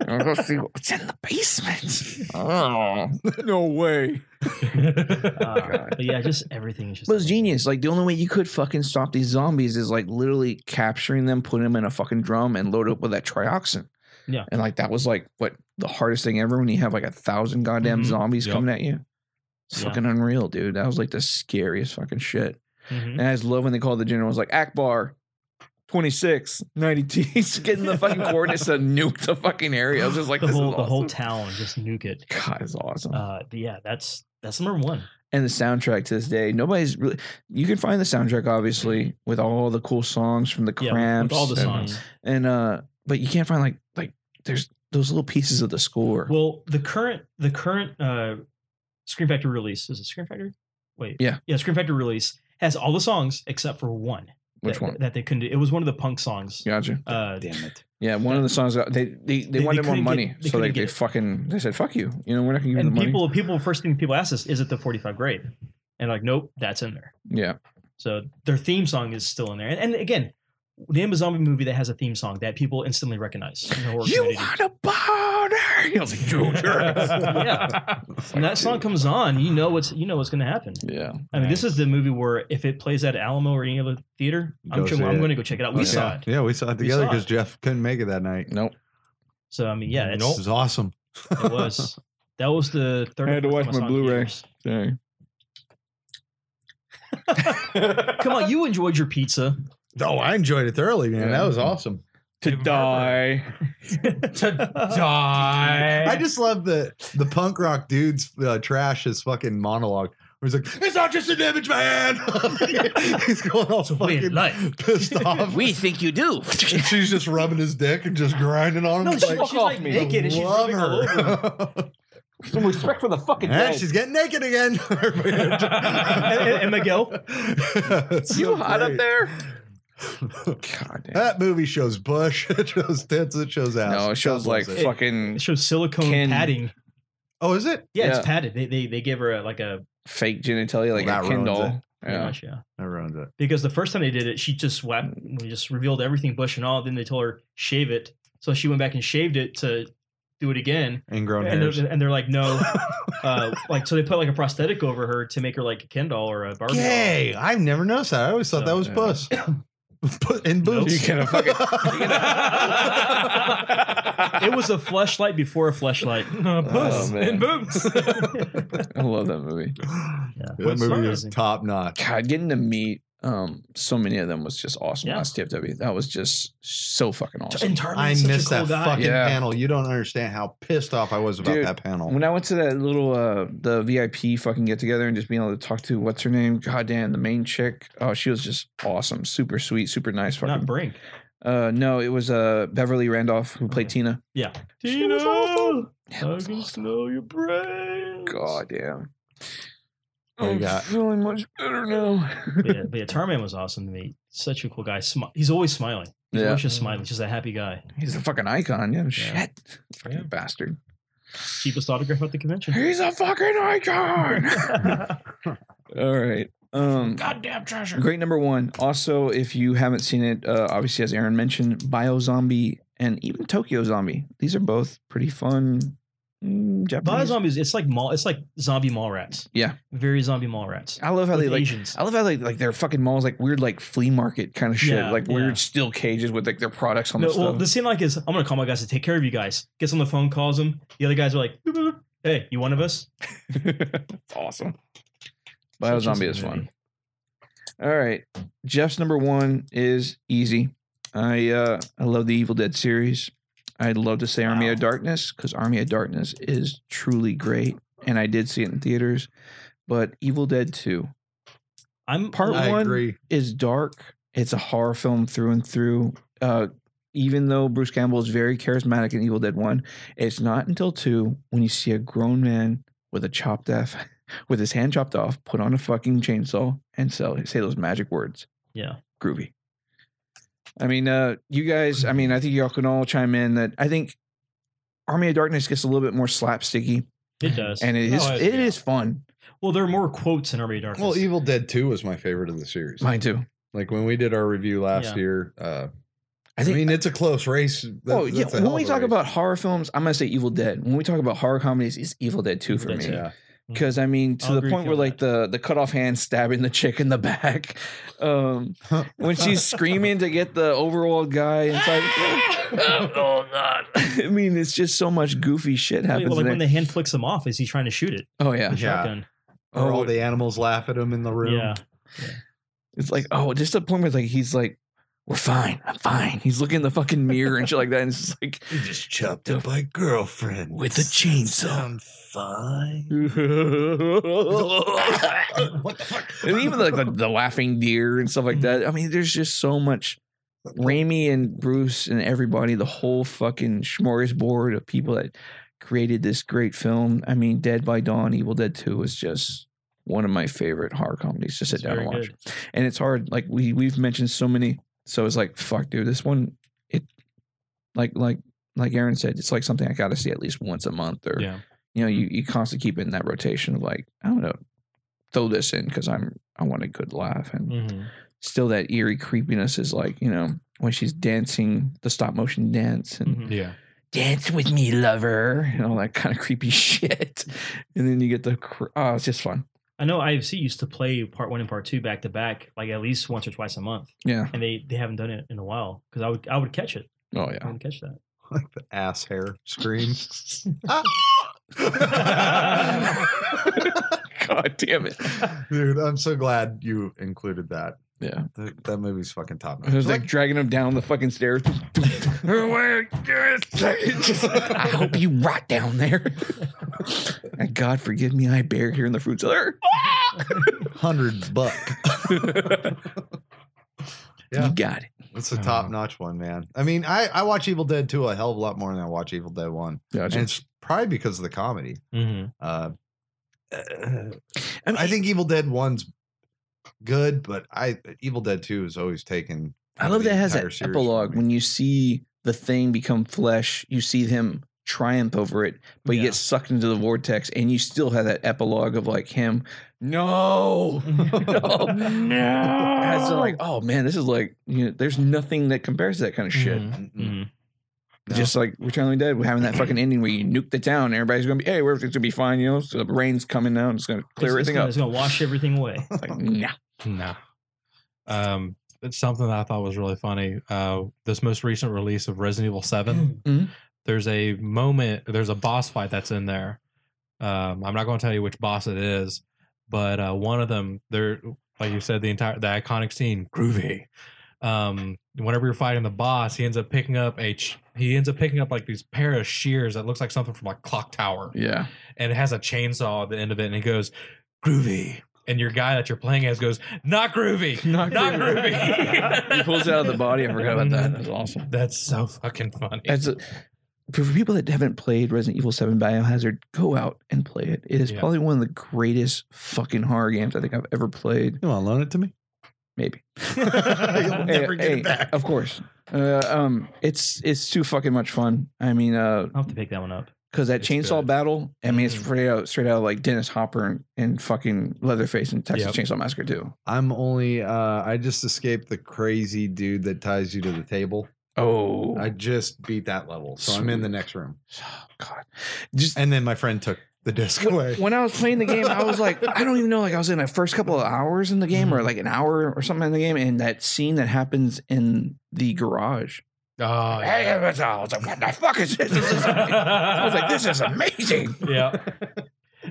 Speaker 6: I'm gonna see what's in the basement. Oh no way.
Speaker 8: Uh, but yeah, just everything is just.
Speaker 6: But it's genius. Like the only way you could fucking stop these zombies is like literally capturing them, putting them in a fucking drum, and load up with that trioxin.
Speaker 8: Yeah.
Speaker 6: And like that was like what the hardest thing ever when you have like a thousand goddamn
Speaker 7: Mhm.
Speaker 6: zombies
Speaker 7: Yep.
Speaker 6: coming at you. It's
Speaker 8: Mm-hmm. Yeah.
Speaker 6: fucking unreal, dude. That was like the scariest fucking shit.
Speaker 8: Mhm.
Speaker 6: And I just love when they called the general. It was like Akbar, 26, 90 <laughs> He's getting the fucking coordinates to nuke the fucking area. I was just like,
Speaker 8: the
Speaker 6: this
Speaker 8: whole
Speaker 6: is
Speaker 8: the whole
Speaker 6: awesome.
Speaker 8: town just nuke it.
Speaker 6: God, it's awesome.
Speaker 8: Uh, but yeah, that's that's number one.
Speaker 6: and the soundtrack to this day, nobody's really. You can find the soundtrack obviously with all the cool songs from the
Speaker 8: Yeah, with-
Speaker 6: Cramps,
Speaker 8: with all the
Speaker 6: and-
Speaker 8: songs.
Speaker 6: and, uh, but you can't find like like there's those little pieces of the score.
Speaker 8: Well, the current the current uh, Screen Factory release is it Screen Factory? Wait,
Speaker 6: Yeah.
Speaker 8: yeah. Screen Factory release has all the songs except for one.
Speaker 6: Which
Speaker 8: that,
Speaker 6: one?
Speaker 8: that they couldn't do? It was one of the punk songs.
Speaker 6: Gotcha.
Speaker 8: Uh,
Speaker 5: Damn it.
Speaker 6: Yeah, one of the songs that- they they, they,
Speaker 8: they
Speaker 6: wanted more
Speaker 8: couldn't get-
Speaker 6: money,
Speaker 8: they
Speaker 6: so
Speaker 8: couldn't
Speaker 6: like
Speaker 8: get
Speaker 6: they
Speaker 8: it.
Speaker 6: fucking they said fuck you. You know we're not gonna give you
Speaker 8: and
Speaker 6: the money.
Speaker 8: people people first thing people ask us is it the 45 grade and like nope that's in there
Speaker 6: Yeah,
Speaker 8: so their theme song is still in there and, and again name a zombie movie that has a theme song that people instantly recognize in the horror
Speaker 6: you <laughs>
Speaker 8: community.
Speaker 6: want a boner? <laughs> I was like, dude,
Speaker 8: <laughs>
Speaker 6: you're
Speaker 8: yeah when that song comes on you know what's you know what's going to happen
Speaker 6: <laughs> Yeah.
Speaker 8: i mean this is the movie where if it plays at alamo or any other theater i'm,
Speaker 5: Go
Speaker 8: sure,
Speaker 5: see
Speaker 8: I'm
Speaker 5: it.
Speaker 8: going to go check it out we
Speaker 5: yeah.
Speaker 8: saw it
Speaker 5: Yeah, we saw it
Speaker 8: We
Speaker 5: together
Speaker 8: saw
Speaker 5: because
Speaker 8: it.
Speaker 5: Jeff couldn't make it that night.
Speaker 6: Nope.
Speaker 8: so i mean yeah it's,
Speaker 5: This is awesome.
Speaker 8: it
Speaker 5: <laughs>
Speaker 8: was that was the third
Speaker 6: I had to watch my Blu-ray. Dang.
Speaker 8: come on you enjoyed your pizza
Speaker 6: <laughs>
Speaker 5: Oh, I enjoyed it thoroughly, man.
Speaker 6: Yeah.
Speaker 5: That was awesome.
Speaker 6: To
Speaker 7: Tim Burton.
Speaker 6: die.
Speaker 7: <laughs> Die.
Speaker 5: I just love the the punk rock dude's uh, trash his fucking monologue. Where he's like, "It's not just an image, man." <laughs> he's going all
Speaker 8: weird
Speaker 5: fucking <laughs>
Speaker 8: life. <laughs>
Speaker 5: pissed off.
Speaker 6: think you do.
Speaker 5: and she's just rubbing his dick and just grinding on him.
Speaker 8: No,
Speaker 5: It's
Speaker 8: she-
Speaker 5: like,
Speaker 8: she's like naked and she's
Speaker 5: love
Speaker 8: rubbing all over him.
Speaker 5: her.
Speaker 6: Some respect
Speaker 8: <laughs>
Speaker 6: for the fucking
Speaker 5: <laughs> and she's getting naked again. <laughs>
Speaker 8: and, and- and Miguel,
Speaker 6: you hot up there?
Speaker 5: <laughs>
Speaker 6: God damn.
Speaker 5: That movie
Speaker 9: <laughs>
Speaker 5: shows bush. It shows tits. It shows ass.
Speaker 6: No, it shows
Speaker 5: God
Speaker 6: like
Speaker 5: bless it.
Speaker 6: fucking
Speaker 8: it shows silicone
Speaker 6: Ken-
Speaker 8: padding.
Speaker 5: Oh, is it?
Speaker 8: Yeah,
Speaker 6: Yeah.
Speaker 8: it's padded. They, they they gave her a, like a
Speaker 6: fake genitalia like
Speaker 5: Well,
Speaker 6: a
Speaker 5: that ruins
Speaker 6: Kindle.
Speaker 8: pretty
Speaker 6: Yeah.
Speaker 8: much, yeah.
Speaker 5: That ruins it.
Speaker 8: Because the first time they did it, she just swept, we just revealed everything, bush and all. Then they told her shave it, so she went back and shaved it to do it again.
Speaker 5: Ingrown
Speaker 8: And
Speaker 5: hairs.
Speaker 8: they're, and they're like, no, uh, like so they put like a prosthetic over her to make her like a Ken doll or a Barbie. doll. <laughs>
Speaker 5: Gay. I've never noticed that. I always thought
Speaker 8: So,
Speaker 5: that was
Speaker 6: yeah.
Speaker 8: <coughs>
Speaker 5: puss. Pu- and
Speaker 6: <laughs>
Speaker 5: boobs.
Speaker 6: You can fucking.
Speaker 9: <laughs>
Speaker 8: It was a fleshlight before
Speaker 6: <laughs>
Speaker 8: a fleshlight.
Speaker 7: Uh, puss
Speaker 6: Oh, man.
Speaker 7: and
Speaker 8: <laughs>
Speaker 7: boobs.
Speaker 6: I love that movie.
Speaker 5: That
Speaker 9: <gasps>
Speaker 8: What's
Speaker 5: movie
Speaker 8: wrong?
Speaker 5: is top notch.
Speaker 6: God, getting to meet Um, so many of them was just awesome.
Speaker 8: Yeah.
Speaker 6: Last TFW, that was just so fucking awesome.
Speaker 8: And Tarman
Speaker 9: I
Speaker 8: is such a
Speaker 9: missed
Speaker 8: cool
Speaker 9: that
Speaker 8: guy.
Speaker 9: fucking
Speaker 6: Yeah.
Speaker 9: panel. You don't understand how pissed off I was about
Speaker 6: Dude,
Speaker 9: that panel.
Speaker 6: When I went to that little uh the VIP fucking get together and just being able to talk to what's her name, goddamn the main chick. Oh, she was just awesome, super sweet, super nice.
Speaker 8: Not
Speaker 6: Fucking.
Speaker 8: Brink.
Speaker 6: uh, no, it was uh Beverly Randolph who played Tina.
Speaker 8: Yeah.
Speaker 6: She was awful.
Speaker 8: I can smell your brain.
Speaker 6: Goddamn.
Speaker 9: What do you
Speaker 6: I'm
Speaker 9: got?
Speaker 6: feeling much better now.
Speaker 8: But yeah, but yeah, Tarman was awesome to me. Such a cool guy. Smi- he's always smiling. He's
Speaker 6: Yeah.
Speaker 8: always just smiling. He's just a happy guy.
Speaker 6: He's a fucking icon. Yeah, shit. Fucking
Speaker 7: Yeah.
Speaker 6: bastard.
Speaker 8: Cheapest autograph at the convention.
Speaker 6: He's a fucking icon.
Speaker 8: <laughs>
Speaker 6: <laughs> All right. Um,
Speaker 7: Goddamn treasure.
Speaker 6: Great number one. Also, if you haven't seen it, uh, obviously as Aaron mentioned, Bio Zombie and even Tokyo Zombie. These are both pretty fun mm,
Speaker 8: Bio
Speaker 6: Japanese.
Speaker 8: zombies. It's like mall. It's like zombie mall rats.
Speaker 6: Yeah.
Speaker 8: Very zombie mall rats.
Speaker 6: I love how they
Speaker 8: With
Speaker 6: like.
Speaker 8: Asians.
Speaker 6: I love how like like their fucking malls like weird like flea market kind of shit
Speaker 8: Yeah,
Speaker 6: like
Speaker 8: yeah.
Speaker 6: weird steel cages with like their products on
Speaker 8: No,
Speaker 6: the
Speaker 8: well,
Speaker 6: stuff.
Speaker 8: the scene like is I'm gonna call my guys to take care of you guys. Gets on the phone, calls them. The other guys are like, "Boop, boop, boop. "Hey, you one of us?"
Speaker 6: it's awesome. Bio
Speaker 8: Such a
Speaker 6: Zombie is
Speaker 8: movie.
Speaker 6: fun. All right, Jeff's number one is easy. I uh, I love the Evil Dead series. I'd love to say Army of Darkness because Army of Darkness is truly great, and I did see it in theaters. But Evil Dead Two
Speaker 8: I'm
Speaker 6: Part
Speaker 9: I
Speaker 6: one
Speaker 9: agree.
Speaker 6: is dark. It's a horror film through and through. Uh, even though Bruce Campbell is very charismatic in Evil Dead One, it's not until two when you see a grown man with a chopped off, <laughs> with his hand chopped off, put on a fucking chainsaw and sell, say those magic words.
Speaker 8: Yeah.
Speaker 6: groovy. I mean, uh, you guys. I mean, I think y'all can all chime in that I think Army of Darkness gets a little bit more slapsticky,
Speaker 8: It does.
Speaker 6: and it
Speaker 7: Oh,
Speaker 6: is
Speaker 7: it's-
Speaker 6: it
Speaker 7: yeah.
Speaker 6: is fun.
Speaker 8: well, there are more quotes in Army of Darkness.
Speaker 9: Well, Evil Dead 2 was my favorite of the series.
Speaker 6: Mine too.
Speaker 9: like when we did our review last
Speaker 8: Yeah.
Speaker 9: year, uh,
Speaker 6: I
Speaker 9: I,
Speaker 6: think
Speaker 9: mean, it's a close race. That-
Speaker 6: oh yeah,
Speaker 9: that's a hell
Speaker 6: when we
Speaker 9: of a
Speaker 6: talk
Speaker 9: race.
Speaker 6: about horror films, I'm gonna say Evil Dead. When we talk about horror comedies, it's Evil Dead 2
Speaker 8: Evil
Speaker 6: for
Speaker 8: Dead
Speaker 6: me.
Speaker 8: two.
Speaker 9: yeah,
Speaker 6: Because I mean, to
Speaker 8: I'll
Speaker 6: the
Speaker 8: agree
Speaker 6: point where
Speaker 8: with you on
Speaker 6: like the the cut off hand stabbing the chick in the back,
Speaker 9: <laughs>
Speaker 6: <laughs> um, when she's screaming to get the overworld guy, it's
Speaker 8: <laughs>
Speaker 6: like, oh god. <laughs> I mean, it's just so much goofy shit
Speaker 8: Well,
Speaker 6: happens.
Speaker 8: like when
Speaker 6: there.
Speaker 8: the hand flicks him off, is he trying to shoot it?
Speaker 6: oh yeah,
Speaker 8: <laughs> The
Speaker 9: Yeah.
Speaker 8: Shotgun.
Speaker 9: or
Speaker 6: Oh,
Speaker 9: all the animals laugh at him in the room.
Speaker 8: Yeah.
Speaker 6: it's like oh, just the point where like he's like, we're fine, I'm fine. He's looking in the fucking mirror and shit like that, and it's just like.
Speaker 1: You just chopped up my girlfriend
Speaker 6: With a chainsaw.
Speaker 1: I'm
Speaker 6: <laughs>
Speaker 1: fine.
Speaker 6: what the fuck? And even like the, the laughing deer and stuff like that. I mean, there's just so much. Raimi and Bruce and everybody, the whole fucking smorgasbord of people that created this great film. I mean, Dead by Dawn, Evil Dead 2 is just one of my favorite horror comedies to sit
Speaker 8: It's
Speaker 6: down and
Speaker 8: very
Speaker 6: watch. And it's hard. Like we we've mentioned so many. So it's like, fuck, dude, this one it like like like Aaron said, it's like something I gotta see at least once a month or
Speaker 7: Yeah.
Speaker 6: you know, you, you constantly keep it in that rotation of like, I don't know, throw this in because I'm I want a good laugh. And
Speaker 7: Mm-hmm.
Speaker 6: still that eerie creepiness is like, you know, when she's dancing the stop motion dance and
Speaker 8: Mhm.
Speaker 7: Yeah.
Speaker 6: dance with me, lover, and all that kind of creepy <laughs> shit. And then you get the cr- oh, it's just fun.
Speaker 8: I know IFC used to play part one and part two back to back, like at least once or twice a month,
Speaker 6: Yeah.
Speaker 8: and they they haven't done it in a while because I would I would catch it.
Speaker 6: Oh
Speaker 8: I
Speaker 6: yeah. <laughs>
Speaker 8: would catch that.
Speaker 7: <laughs>
Speaker 9: like the ass hair scream.
Speaker 6: God damn it.
Speaker 9: <laughs> Dude, I'm so glad you included that.
Speaker 6: Yeah.
Speaker 9: That, that movie's fucking top
Speaker 6: It
Speaker 9: notch.
Speaker 6: was like dragging him down the fucking stairs. <laughs> I hope you rot down there. <laughs> and God forgive me, I buried here in the fruit cellar.
Speaker 9: <laughs> hundred buck.
Speaker 6: <laughs>
Speaker 9: Yeah.
Speaker 6: You got it.
Speaker 9: It's a top notch one, man. I mean, I I watch Evil Dead 2 a hell of a lot more than I watch Evil Dead 1. And it's probably because of the comedy.
Speaker 7: Mm-hmm.
Speaker 9: Uh,
Speaker 6: I mean,
Speaker 9: I think Evil Dead 1's good, but I Evil Dead 2 is always taken.
Speaker 6: I
Speaker 9: out of
Speaker 6: love
Speaker 9: the
Speaker 6: that it has
Speaker 9: entire
Speaker 6: that
Speaker 9: series for
Speaker 6: epilogue
Speaker 9: me.
Speaker 6: when you see the thing become flesh, you see him triumph over it, but you
Speaker 8: Yeah.
Speaker 6: get sucked into the vortex, and you still have that epilogue of like him, no, <laughs>
Speaker 8: <laughs>
Speaker 6: no, no. And it's like, oh man, this is like, you know, there's nothing that compares to that kind of shit.
Speaker 9: Mm-mm. No.
Speaker 6: Just like Return of the Dead, we're having that fucking ending where you nuke the town, everybody's gonna be, hey, everything's gonna be fine, you know, so the rain's coming out, it's gonna clear
Speaker 8: it's,
Speaker 6: everything
Speaker 8: it's gonna,
Speaker 6: up.
Speaker 8: It's gonna wash everything
Speaker 7: <laughs>
Speaker 8: away.
Speaker 6: It's like, nah.
Speaker 7: No. Um, it's something that I thought was really funny. Uh, this most recent release of Resident Evil 7,
Speaker 6: Mhm.
Speaker 7: there's a moment, there's a boss fight that's in there. Um, I'm not going to tell you which boss it is, but uh, one of them, there, like you said, the entire the iconic scene, groovy. Um, whenever you're fighting the boss, he ends up picking up a ch- he ends up picking up like these pair of shears that looks like something from like Clock Tower,
Speaker 6: Yeah.
Speaker 7: and it has a chainsaw at the end of it, and he goes groovy, and your guy that you're playing as goes not
Speaker 6: <laughs>
Speaker 7: groovy,
Speaker 6: Not
Speaker 7: not
Speaker 6: groovy. <laughs>
Speaker 7: groovy. <laughs>
Speaker 6: he pulls it out of the body. I forgot about that. That's awesome.
Speaker 7: That's so fucking funny.
Speaker 6: That's a, for people that haven't played Resident Evil 7 Biohazard, go out and play it. It is
Speaker 7: Yeah.
Speaker 6: probably one of the greatest fucking horror games I think I've ever played.
Speaker 5: You want to loan it to <laughs> me?
Speaker 6: Maybe.
Speaker 9: You'll never get
Speaker 6: hey,
Speaker 9: it back.
Speaker 6: Of course. Uh, um, it's it's too fucking much fun. I mean, uh,
Speaker 8: I'll have to pick that one up.
Speaker 6: because that
Speaker 7: It's
Speaker 6: chainsaw
Speaker 7: good.
Speaker 6: battle, I mean, it's
Speaker 7: Mhm.
Speaker 6: straight out straight out of, like Dennis Hopper and, and fucking Leatherface and Texas
Speaker 7: Yep.
Speaker 6: Chainsaw Massacre too.
Speaker 5: I'm only uh I just escaped the crazy dude that ties you to the table.
Speaker 6: Oh,
Speaker 5: I just beat that level. So I'm in the next room.
Speaker 6: god! Just
Speaker 5: And then my friend took the disc away.
Speaker 6: <laughs> when I was playing the game, I was like, I don't even know. Like I was in the first couple of hours in the game, or like an hour or something in the game, and that scene that happens in the garage.
Speaker 7: Oh,
Speaker 6: Hey,
Speaker 7: yeah.
Speaker 6: I was like, what the fuck is this? This is amazing. I was like, this is amazing.
Speaker 7: <laughs> yeah.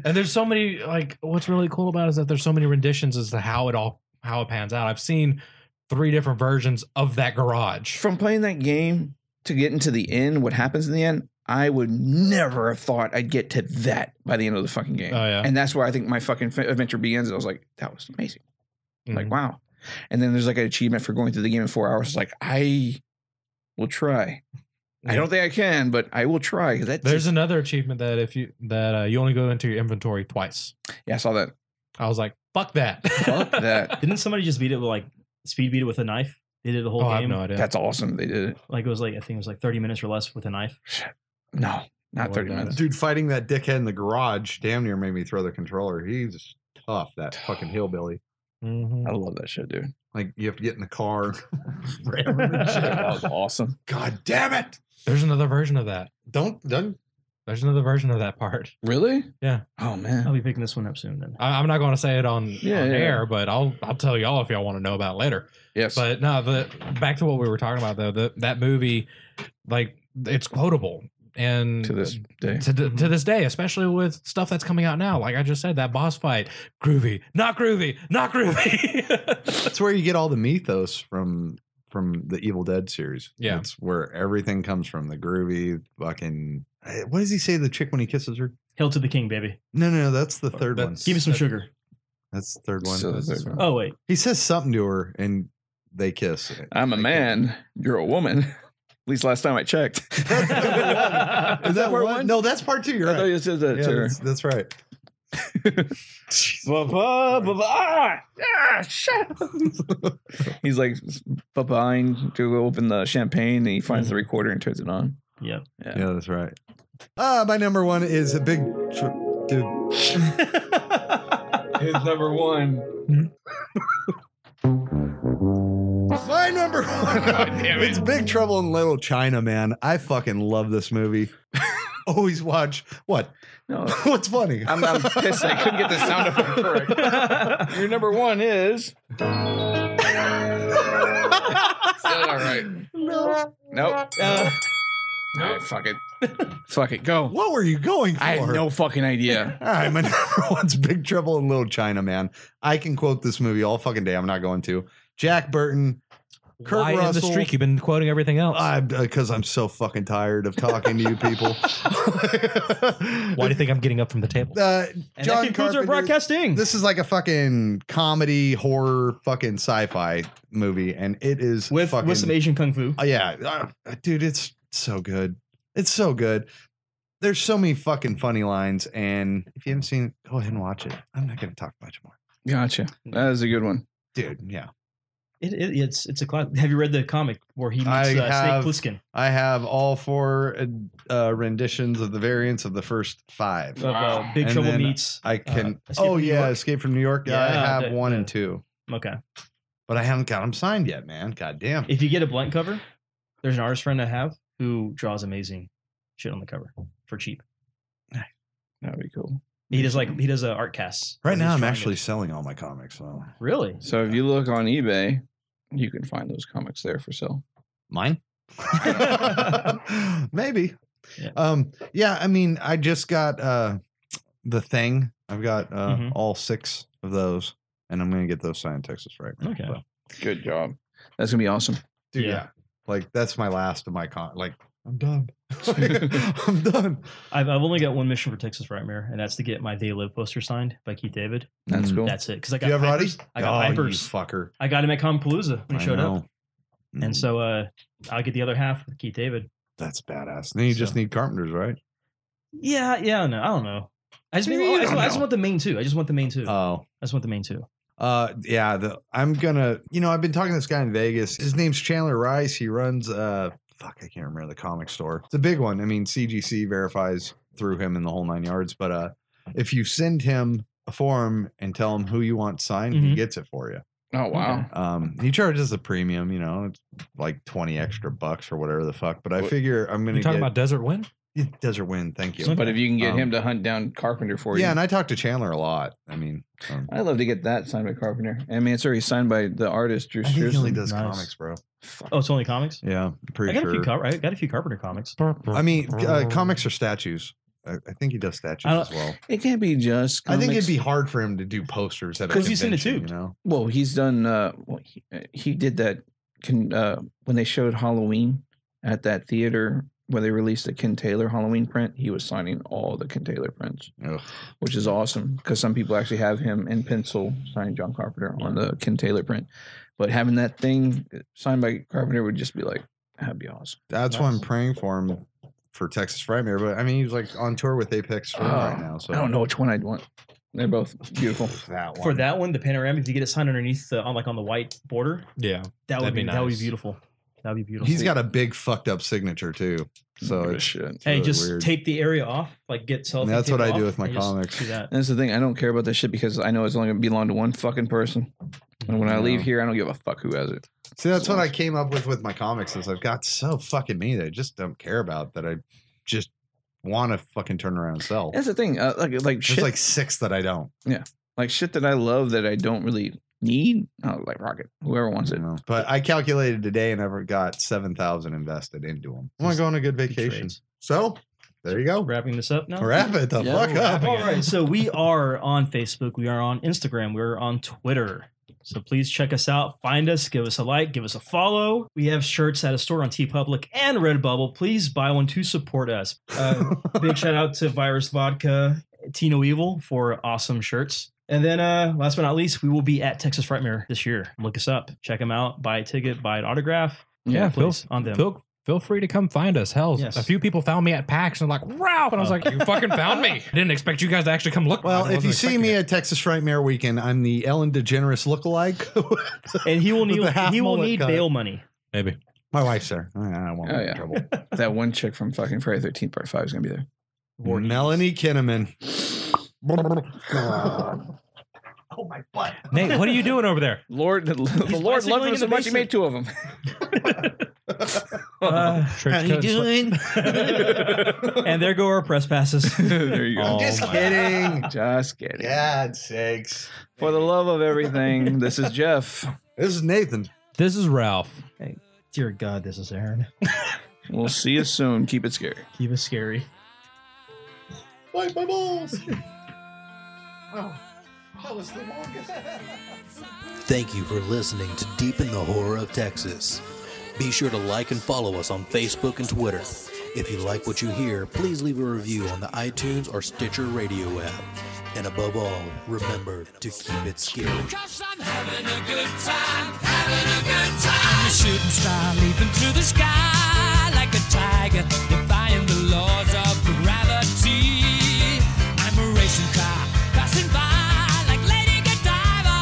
Speaker 7: And there's so many like what's really cool about it is that there's so many renditions as to how it all how it pans out. I've seen three different versions of that garage.
Speaker 6: From playing that game to getting to the end, what happens in the end, I would never have thought I'd get to that by the end of the fucking game.
Speaker 7: Oh, yeah.
Speaker 6: And that's where I think my fucking fa- adventure begins. I was like, that was amazing. Like,
Speaker 7: Mhm.
Speaker 6: wow. And then there's like an achievement for going through the game in four hours. It's like, I will try. I don't think I can, but I will try. 'cause That
Speaker 7: There's
Speaker 6: just-
Speaker 7: another achievement that if you that uh, you only go into your inventory twice.
Speaker 6: yeah, I saw that.
Speaker 7: I was like, fuck that.
Speaker 6: Fuck that.
Speaker 8: Didn't somebody just beat it with like speed beat it with a knife? They did the whole
Speaker 7: <laughs> Oh, I have
Speaker 8: game.
Speaker 7: no idea.
Speaker 6: That's awesome. They did it.
Speaker 8: Like it was like I think it was like thirty minutes or less with a knife.
Speaker 6: No, not
Speaker 7: Well
Speaker 6: 30
Speaker 7: done.
Speaker 6: minutes.
Speaker 5: Dude, fighting that dickhead in the garage damn near made me throw the controller. He's tough, that fucking hillbilly.
Speaker 7: Mhm.
Speaker 6: I love that shit, dude.
Speaker 5: Like you have to get in the car. <laughs> ram
Speaker 7: <laughs>
Speaker 5: him and shit.
Speaker 6: that was awesome.
Speaker 5: God damn it.
Speaker 7: There's another version of that.
Speaker 5: Don't don't
Speaker 7: There's another version of that part.
Speaker 6: Really?
Speaker 7: Yeah.
Speaker 6: Oh, man.
Speaker 8: I'll be picking this one up soon then.
Speaker 7: I, I'm not going to say it on,
Speaker 6: Yeah,
Speaker 7: on
Speaker 6: yeah.
Speaker 7: air, but I'll I'll tell y'all if y'all want to know about it later.
Speaker 6: Yes.
Speaker 7: But no, the back to what we were talking about though, the, that movie, like it's quotable and
Speaker 6: to this day.
Speaker 7: to, th- to this day, especially with stuff that's coming out now. Like I just said, that boss fight, groovy, not groovy, not groovy. <laughs>
Speaker 5: that's where you get all the mythos from from the Evil Dead series.
Speaker 7: Yeah.
Speaker 5: That's where everything comes from. The groovy fucking eh, what does he say to the chick when he kisses her?
Speaker 8: Hail to the king, baby.
Speaker 5: No, no, no, that's the third one.
Speaker 7: That's-
Speaker 8: Give me some sugar.
Speaker 5: That's the third one.
Speaker 6: So the third one.
Speaker 8: Oh
Speaker 7: <laughs>
Speaker 8: wait,
Speaker 5: He says something to her and they kiss.
Speaker 6: I'm a
Speaker 5: They
Speaker 6: man. You're a woman. <laughs> At least last time I checked. <laughs>
Speaker 5: That's the
Speaker 6: I
Speaker 5: kiss.
Speaker 6: part
Speaker 5: Is that part
Speaker 6: one?
Speaker 5: one? No, that's part two. You're
Speaker 6: thought
Speaker 5: right.
Speaker 6: you said that
Speaker 5: Yeah,
Speaker 6: to her.
Speaker 5: that's, that's right.
Speaker 6: Ba- ba- ba- ba- ah, ah, shut up. He's like behind to open the champagne and he finds the recorder and turns it on.
Speaker 8: yeah.
Speaker 5: Yeah, that's right. Uh, my number one is a big tr- dude.
Speaker 6: <laughs> His number one.
Speaker 5: <laughs>
Speaker 6: <laughs>
Speaker 5: My number one. It's Big Trouble in Little China, man. I fucking love
Speaker 6: <laughs>
Speaker 5: this movie. Always watch. What? <laughs>
Speaker 6: No,
Speaker 5: What's funny?
Speaker 6: I'm, I'm pissed. I couldn't get the sound effect correct. Your number one is. Still not right. Nope. Alright, fuck it. fuck it. Go.
Speaker 5: what were you going for?
Speaker 6: I have
Speaker 5: <laughs>
Speaker 6: no fucking idea.
Speaker 5: All right, my <laughs> number one's Big Trouble in Little China, man. I can quote this movie all fucking day. I'm not going to. Jack Burton, Kurt
Speaker 7: Why in the
Speaker 5: Russell.
Speaker 7: streak? You've been quoting everything else.
Speaker 5: because I'm so fucking tired of talking to you
Speaker 8: <laughs>
Speaker 5: people.
Speaker 7: Why do you think I'm getting up from the table?
Speaker 5: <laughs> Uh,
Speaker 8: And that
Speaker 5: John
Speaker 8: concludes our
Speaker 5: Carpenter.
Speaker 8: broadcasting.
Speaker 5: This is like a fucking comedy horror fucking sci-fi movie, and it is
Speaker 8: with
Speaker 5: fucking,
Speaker 8: with some Asian kung fu.
Speaker 5: Uh, yeah, uh, dude, it's so good. It's so good. There's so many fucking funny lines, and if you haven't seen, it, go ahead and watch it. I'm not going to talk much more,
Speaker 6: Gotcha. That is a good one.
Speaker 5: dude. Yeah,
Speaker 8: It, it, it's it's a cla- Have you read the comic where he meets
Speaker 5: I
Speaker 8: uh,
Speaker 5: have-
Speaker 8: Snake
Speaker 5: I have all four uh, uh, renditions of the variants of the first five.
Speaker 8: Plissken of uh, Big
Speaker 5: And
Speaker 8: Trouble
Speaker 5: then
Speaker 8: meets.
Speaker 5: I can.
Speaker 8: Uh, Escape
Speaker 5: oh
Speaker 8: from New
Speaker 5: yeah,
Speaker 8: York.
Speaker 5: Escape from New York. Yeah, I
Speaker 8: Yeah,
Speaker 5: have
Speaker 8: that-
Speaker 5: one and
Speaker 8: yeah.
Speaker 5: two,
Speaker 8: Okay,
Speaker 5: but I haven't got them signed yet, man. God damn.
Speaker 8: if you get a blank cover, there's an artist friend I have who draws amazing shit on the cover for cheap.
Speaker 6: That'd be cool.
Speaker 8: He does like he does uh, art casts.
Speaker 5: Right
Speaker 8: He's
Speaker 5: now, I'm
Speaker 8: drawing
Speaker 5: actually
Speaker 8: it.
Speaker 5: selling all my comics. So
Speaker 8: really.
Speaker 6: So if you look on eBay, you can find those comics there for sale.
Speaker 5: mine, <laughs> maybe.
Speaker 8: <laughs> Yeah.
Speaker 5: Um, yeah. I mean, I just got uh, the thing. I've got uh,
Speaker 8: Mhm.
Speaker 5: all six of those. and I'm gonna get those signed Texas right now.
Speaker 8: Okay.
Speaker 5: So,
Speaker 6: Good job. That's gonna be awesome.
Speaker 5: dude,
Speaker 8: Yeah.
Speaker 5: yeah. Like that's my last of my con. Like I'm done. <laughs>
Speaker 8: <laughs>
Speaker 5: I'm done.
Speaker 8: I've, I've only got one mission for Texas Frightmare, and that's to get my They Live poster signed by Keith David.
Speaker 6: That's
Speaker 5: Mm.
Speaker 6: cool.
Speaker 8: That's it. Because I got
Speaker 5: Do you have Roddy?
Speaker 8: Hypers- I got
Speaker 5: oh,
Speaker 8: Hypers.
Speaker 5: You fucker.
Speaker 8: I got him at Compalooza when he
Speaker 5: I
Speaker 8: showed up,
Speaker 5: know.
Speaker 8: and
Speaker 5: Mm,
Speaker 8: so uh, I'll get the other half with Keith David.
Speaker 5: that's badass. Then you just
Speaker 8: So-
Speaker 5: need carpenters, right?
Speaker 8: Yeah, yeah, no, I don't know. I just,
Speaker 5: Maybe
Speaker 8: mean,
Speaker 5: you
Speaker 8: I, just
Speaker 5: don't
Speaker 8: I just
Speaker 5: know.
Speaker 8: want the main two. I just want the main two.
Speaker 5: Oh,
Speaker 8: I just want the main two.
Speaker 5: Uh, yeah, the, I'm gonna. You know, I've been talking to this guy in Vegas. His name's Chandler Rice. He runs uh, fuck, I can't remember the comic store. It's a big one. I mean, CGC verifies through him in the whole nine yards. But uh, if you send him a form and tell him who you want signed, he
Speaker 8: Mhm.
Speaker 5: gets it for you.
Speaker 6: Oh wow.
Speaker 5: Um, he charges a premium. You know, it's like twenty extra bucks or whatever the fuck. But I
Speaker 6: What-
Speaker 5: figure I'm
Speaker 7: You
Speaker 5: gonna
Speaker 7: talking
Speaker 5: get
Speaker 7: about Desert Wind?
Speaker 5: Desert Wind. Thank you.
Speaker 6: But if you can get
Speaker 5: Um,
Speaker 6: him to hunt down Carpenter for you,
Speaker 5: yeah, and I talk to Chandler a lot. I mean, um,
Speaker 6: I'd love to get that signed by Carpenter. I mean, it's already signed by the artist Drew
Speaker 5: I think he only
Speaker 6: Struzan.
Speaker 5: does
Speaker 8: Nice.
Speaker 5: comics, bro.
Speaker 8: Oh, it's only comics.
Speaker 5: Yeah, I'm pretty
Speaker 8: I got
Speaker 5: sure.
Speaker 8: a few. Car- I got a few Carpenter comics.
Speaker 5: I mean, uh, comics are statues. I, I think he does statues
Speaker 8: I don't-
Speaker 5: as well.
Speaker 6: It can't be just.
Speaker 5: I think it'd
Speaker 6: comics.
Speaker 5: be hard for him to do posters at a
Speaker 8: 'Cause
Speaker 5: convention.
Speaker 8: he's in a
Speaker 5: You
Speaker 8: tube.
Speaker 5: know,
Speaker 6: Well, he's done. Uh, well, he, uh, he did that can, uh, when they showed Halloween at that theater where they released the Ken Taylor Halloween print. He was signing all the Ken Taylor prints,
Speaker 5: Ugh.
Speaker 6: which is awesome because some people actually have him in pencil signing John Carpenter on the Ken Taylor print. But having that thing uh, signed by Carpenter would just be like that'd be awesome.
Speaker 5: that's why I'm
Speaker 8: Nice.
Speaker 5: praying for him for Texas Frightmare. But I mean, he's like on tour with Apex Twin right
Speaker 8: Ah,
Speaker 6: Oh,
Speaker 5: now. So
Speaker 6: I don't know which one I'd want. They're both beautiful.
Speaker 5: that one.
Speaker 8: For that one, the panoramic, if you get it signed underneath, the, on like on the white border,
Speaker 7: Yeah.
Speaker 8: that would
Speaker 7: That'd
Speaker 8: be,
Speaker 7: be
Speaker 8: that would be
Speaker 7: nice.
Speaker 8: beautiful. That would be beautiful.
Speaker 5: he's got a big fucked up signature too. So
Speaker 6: Give a
Speaker 5: it's,
Speaker 6: shit.
Speaker 8: Oh hey,
Speaker 5: really
Speaker 8: just
Speaker 5: weird.
Speaker 8: tape the area off, like get cellophane.
Speaker 5: That's
Speaker 8: tape
Speaker 5: what
Speaker 8: it
Speaker 5: I do with
Speaker 8: off,
Speaker 5: my
Speaker 8: and just
Speaker 5: comics.
Speaker 8: Do that.
Speaker 6: That's the thing. I don't care about this shit because I know it's only gonna belong to one fucking person. And when I leave
Speaker 5: Yeah.
Speaker 6: here, I don't give a fuck who has it.
Speaker 5: See, that's what I came up with with my comics. Is I've got so fucking many that I just don't care about that I just want to fucking turn around and sell.
Speaker 6: That's the thing. Uh, like like
Speaker 5: There's
Speaker 6: shit,
Speaker 5: like
Speaker 6: like,
Speaker 5: six that I don't.
Speaker 6: shit that I love that I don't really need. Oh, like rocket. Whoever wants it.
Speaker 5: you know. But I calculated today and I've got 7,000 invested into them. I'm going to go on a good vacation.
Speaker 8: Trades.
Speaker 5: So there you go. Wrap,
Speaker 8: Oh, Wrapping this up now.
Speaker 5: it the
Speaker 6: Yeah,
Speaker 5: fuck up.
Speaker 8: All right, so we are on Facebook, we are on Instagram, we're on Twitter. So please check us out, find us, give us a like, give us a follow. We have shirts at a store on TeePublic and Redbubble. Please buy one to support us.
Speaker 5: <laughs>
Speaker 8: Uh, <laughs> big shout out to Virus Vodka, Tino Evil for awesome shirts. And then uh, last but not least, we will be at Texas Frightmare this year. Look us up, check them out, buy a ticket, buy an autograph.
Speaker 7: Yeah, Phil.
Speaker 8: please, on them.
Speaker 7: Feel, feel free to come find us. Hell,
Speaker 8: Yes.
Speaker 7: a few people found me at PAX and like, Ralph. And I was
Speaker 8: Oh.
Speaker 7: like, you fucking found <laughs> me. I didn't expect you guys to actually come look.
Speaker 5: Well,
Speaker 7: I
Speaker 5: if you
Speaker 7: wasn't
Speaker 5: see
Speaker 7: expecting
Speaker 5: me
Speaker 7: it.
Speaker 5: at Texas Frightmare Weekend, I'm the Ellen DeGeneres lookalike. <laughs>
Speaker 8: And he will
Speaker 5: With
Speaker 8: need
Speaker 5: the half
Speaker 8: he will
Speaker 5: mullet
Speaker 8: need
Speaker 5: cut.
Speaker 8: bail money.
Speaker 7: Maybe.
Speaker 5: My wife's there. I- I won't
Speaker 6: Oh,
Speaker 5: get in
Speaker 6: yeah.
Speaker 5: trouble.
Speaker 6: That one chick from fucking Friday Thirteenth Part Five is gonna be there.
Speaker 5: Melanie Kinneman.
Speaker 7: Nate, what are you doing over there?
Speaker 6: Lord, <laughs> the
Speaker 8: He's
Speaker 6: Lord loved
Speaker 8: bicycling in
Speaker 6: him so
Speaker 8: the
Speaker 6: much he made two of them. <laughs> Uh,
Speaker 8: Uh,
Speaker 7: Trench coat and sweat-
Speaker 8: Oh, <laughs> and there go our press passes.
Speaker 6: there you go.
Speaker 7: Oh
Speaker 5: <laughs> Just
Speaker 7: my-
Speaker 5: kidding. <laughs>
Speaker 6: Just kidding.
Speaker 5: God's sakes.
Speaker 6: For the love of everything, this is Jeff.
Speaker 5: This is Nathan.
Speaker 7: This is Ralph.
Speaker 8: Dear God, this is Aaron.
Speaker 6: We'll see you soon. Keep it scary.
Speaker 8: He was scary.
Speaker 5: Bite my <laughs> balls. oh, that was the longest. <laughs>
Speaker 1: Thank you for listening to Deep in the Horror of Texas. Be sure to like and follow us on Facebook and Twitter. If you like what you hear, please leave a review on the iTunes or Stitcher radio app. And above all, remember to keep it scary.
Speaker 4: Cause I'm having a good time, having a good time. A shooting star leaping through the sky like a tiger, defying the laws of gravity. I'm a racing car passing by like Lady Godiva.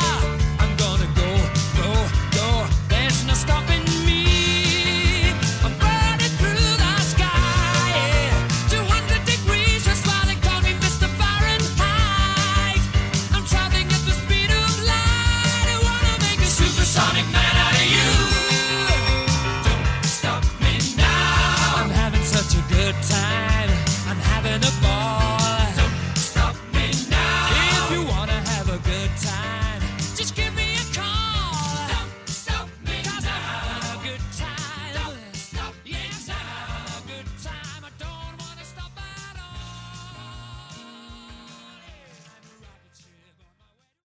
Speaker 4: I'm gonna go, go, go. There's no stopping me. I'm burning through the sky, yeah. 200 degrees, just while they call me Mr. Fahrenheit. I'm traveling at the speed of light. I wanna make a supersonic man.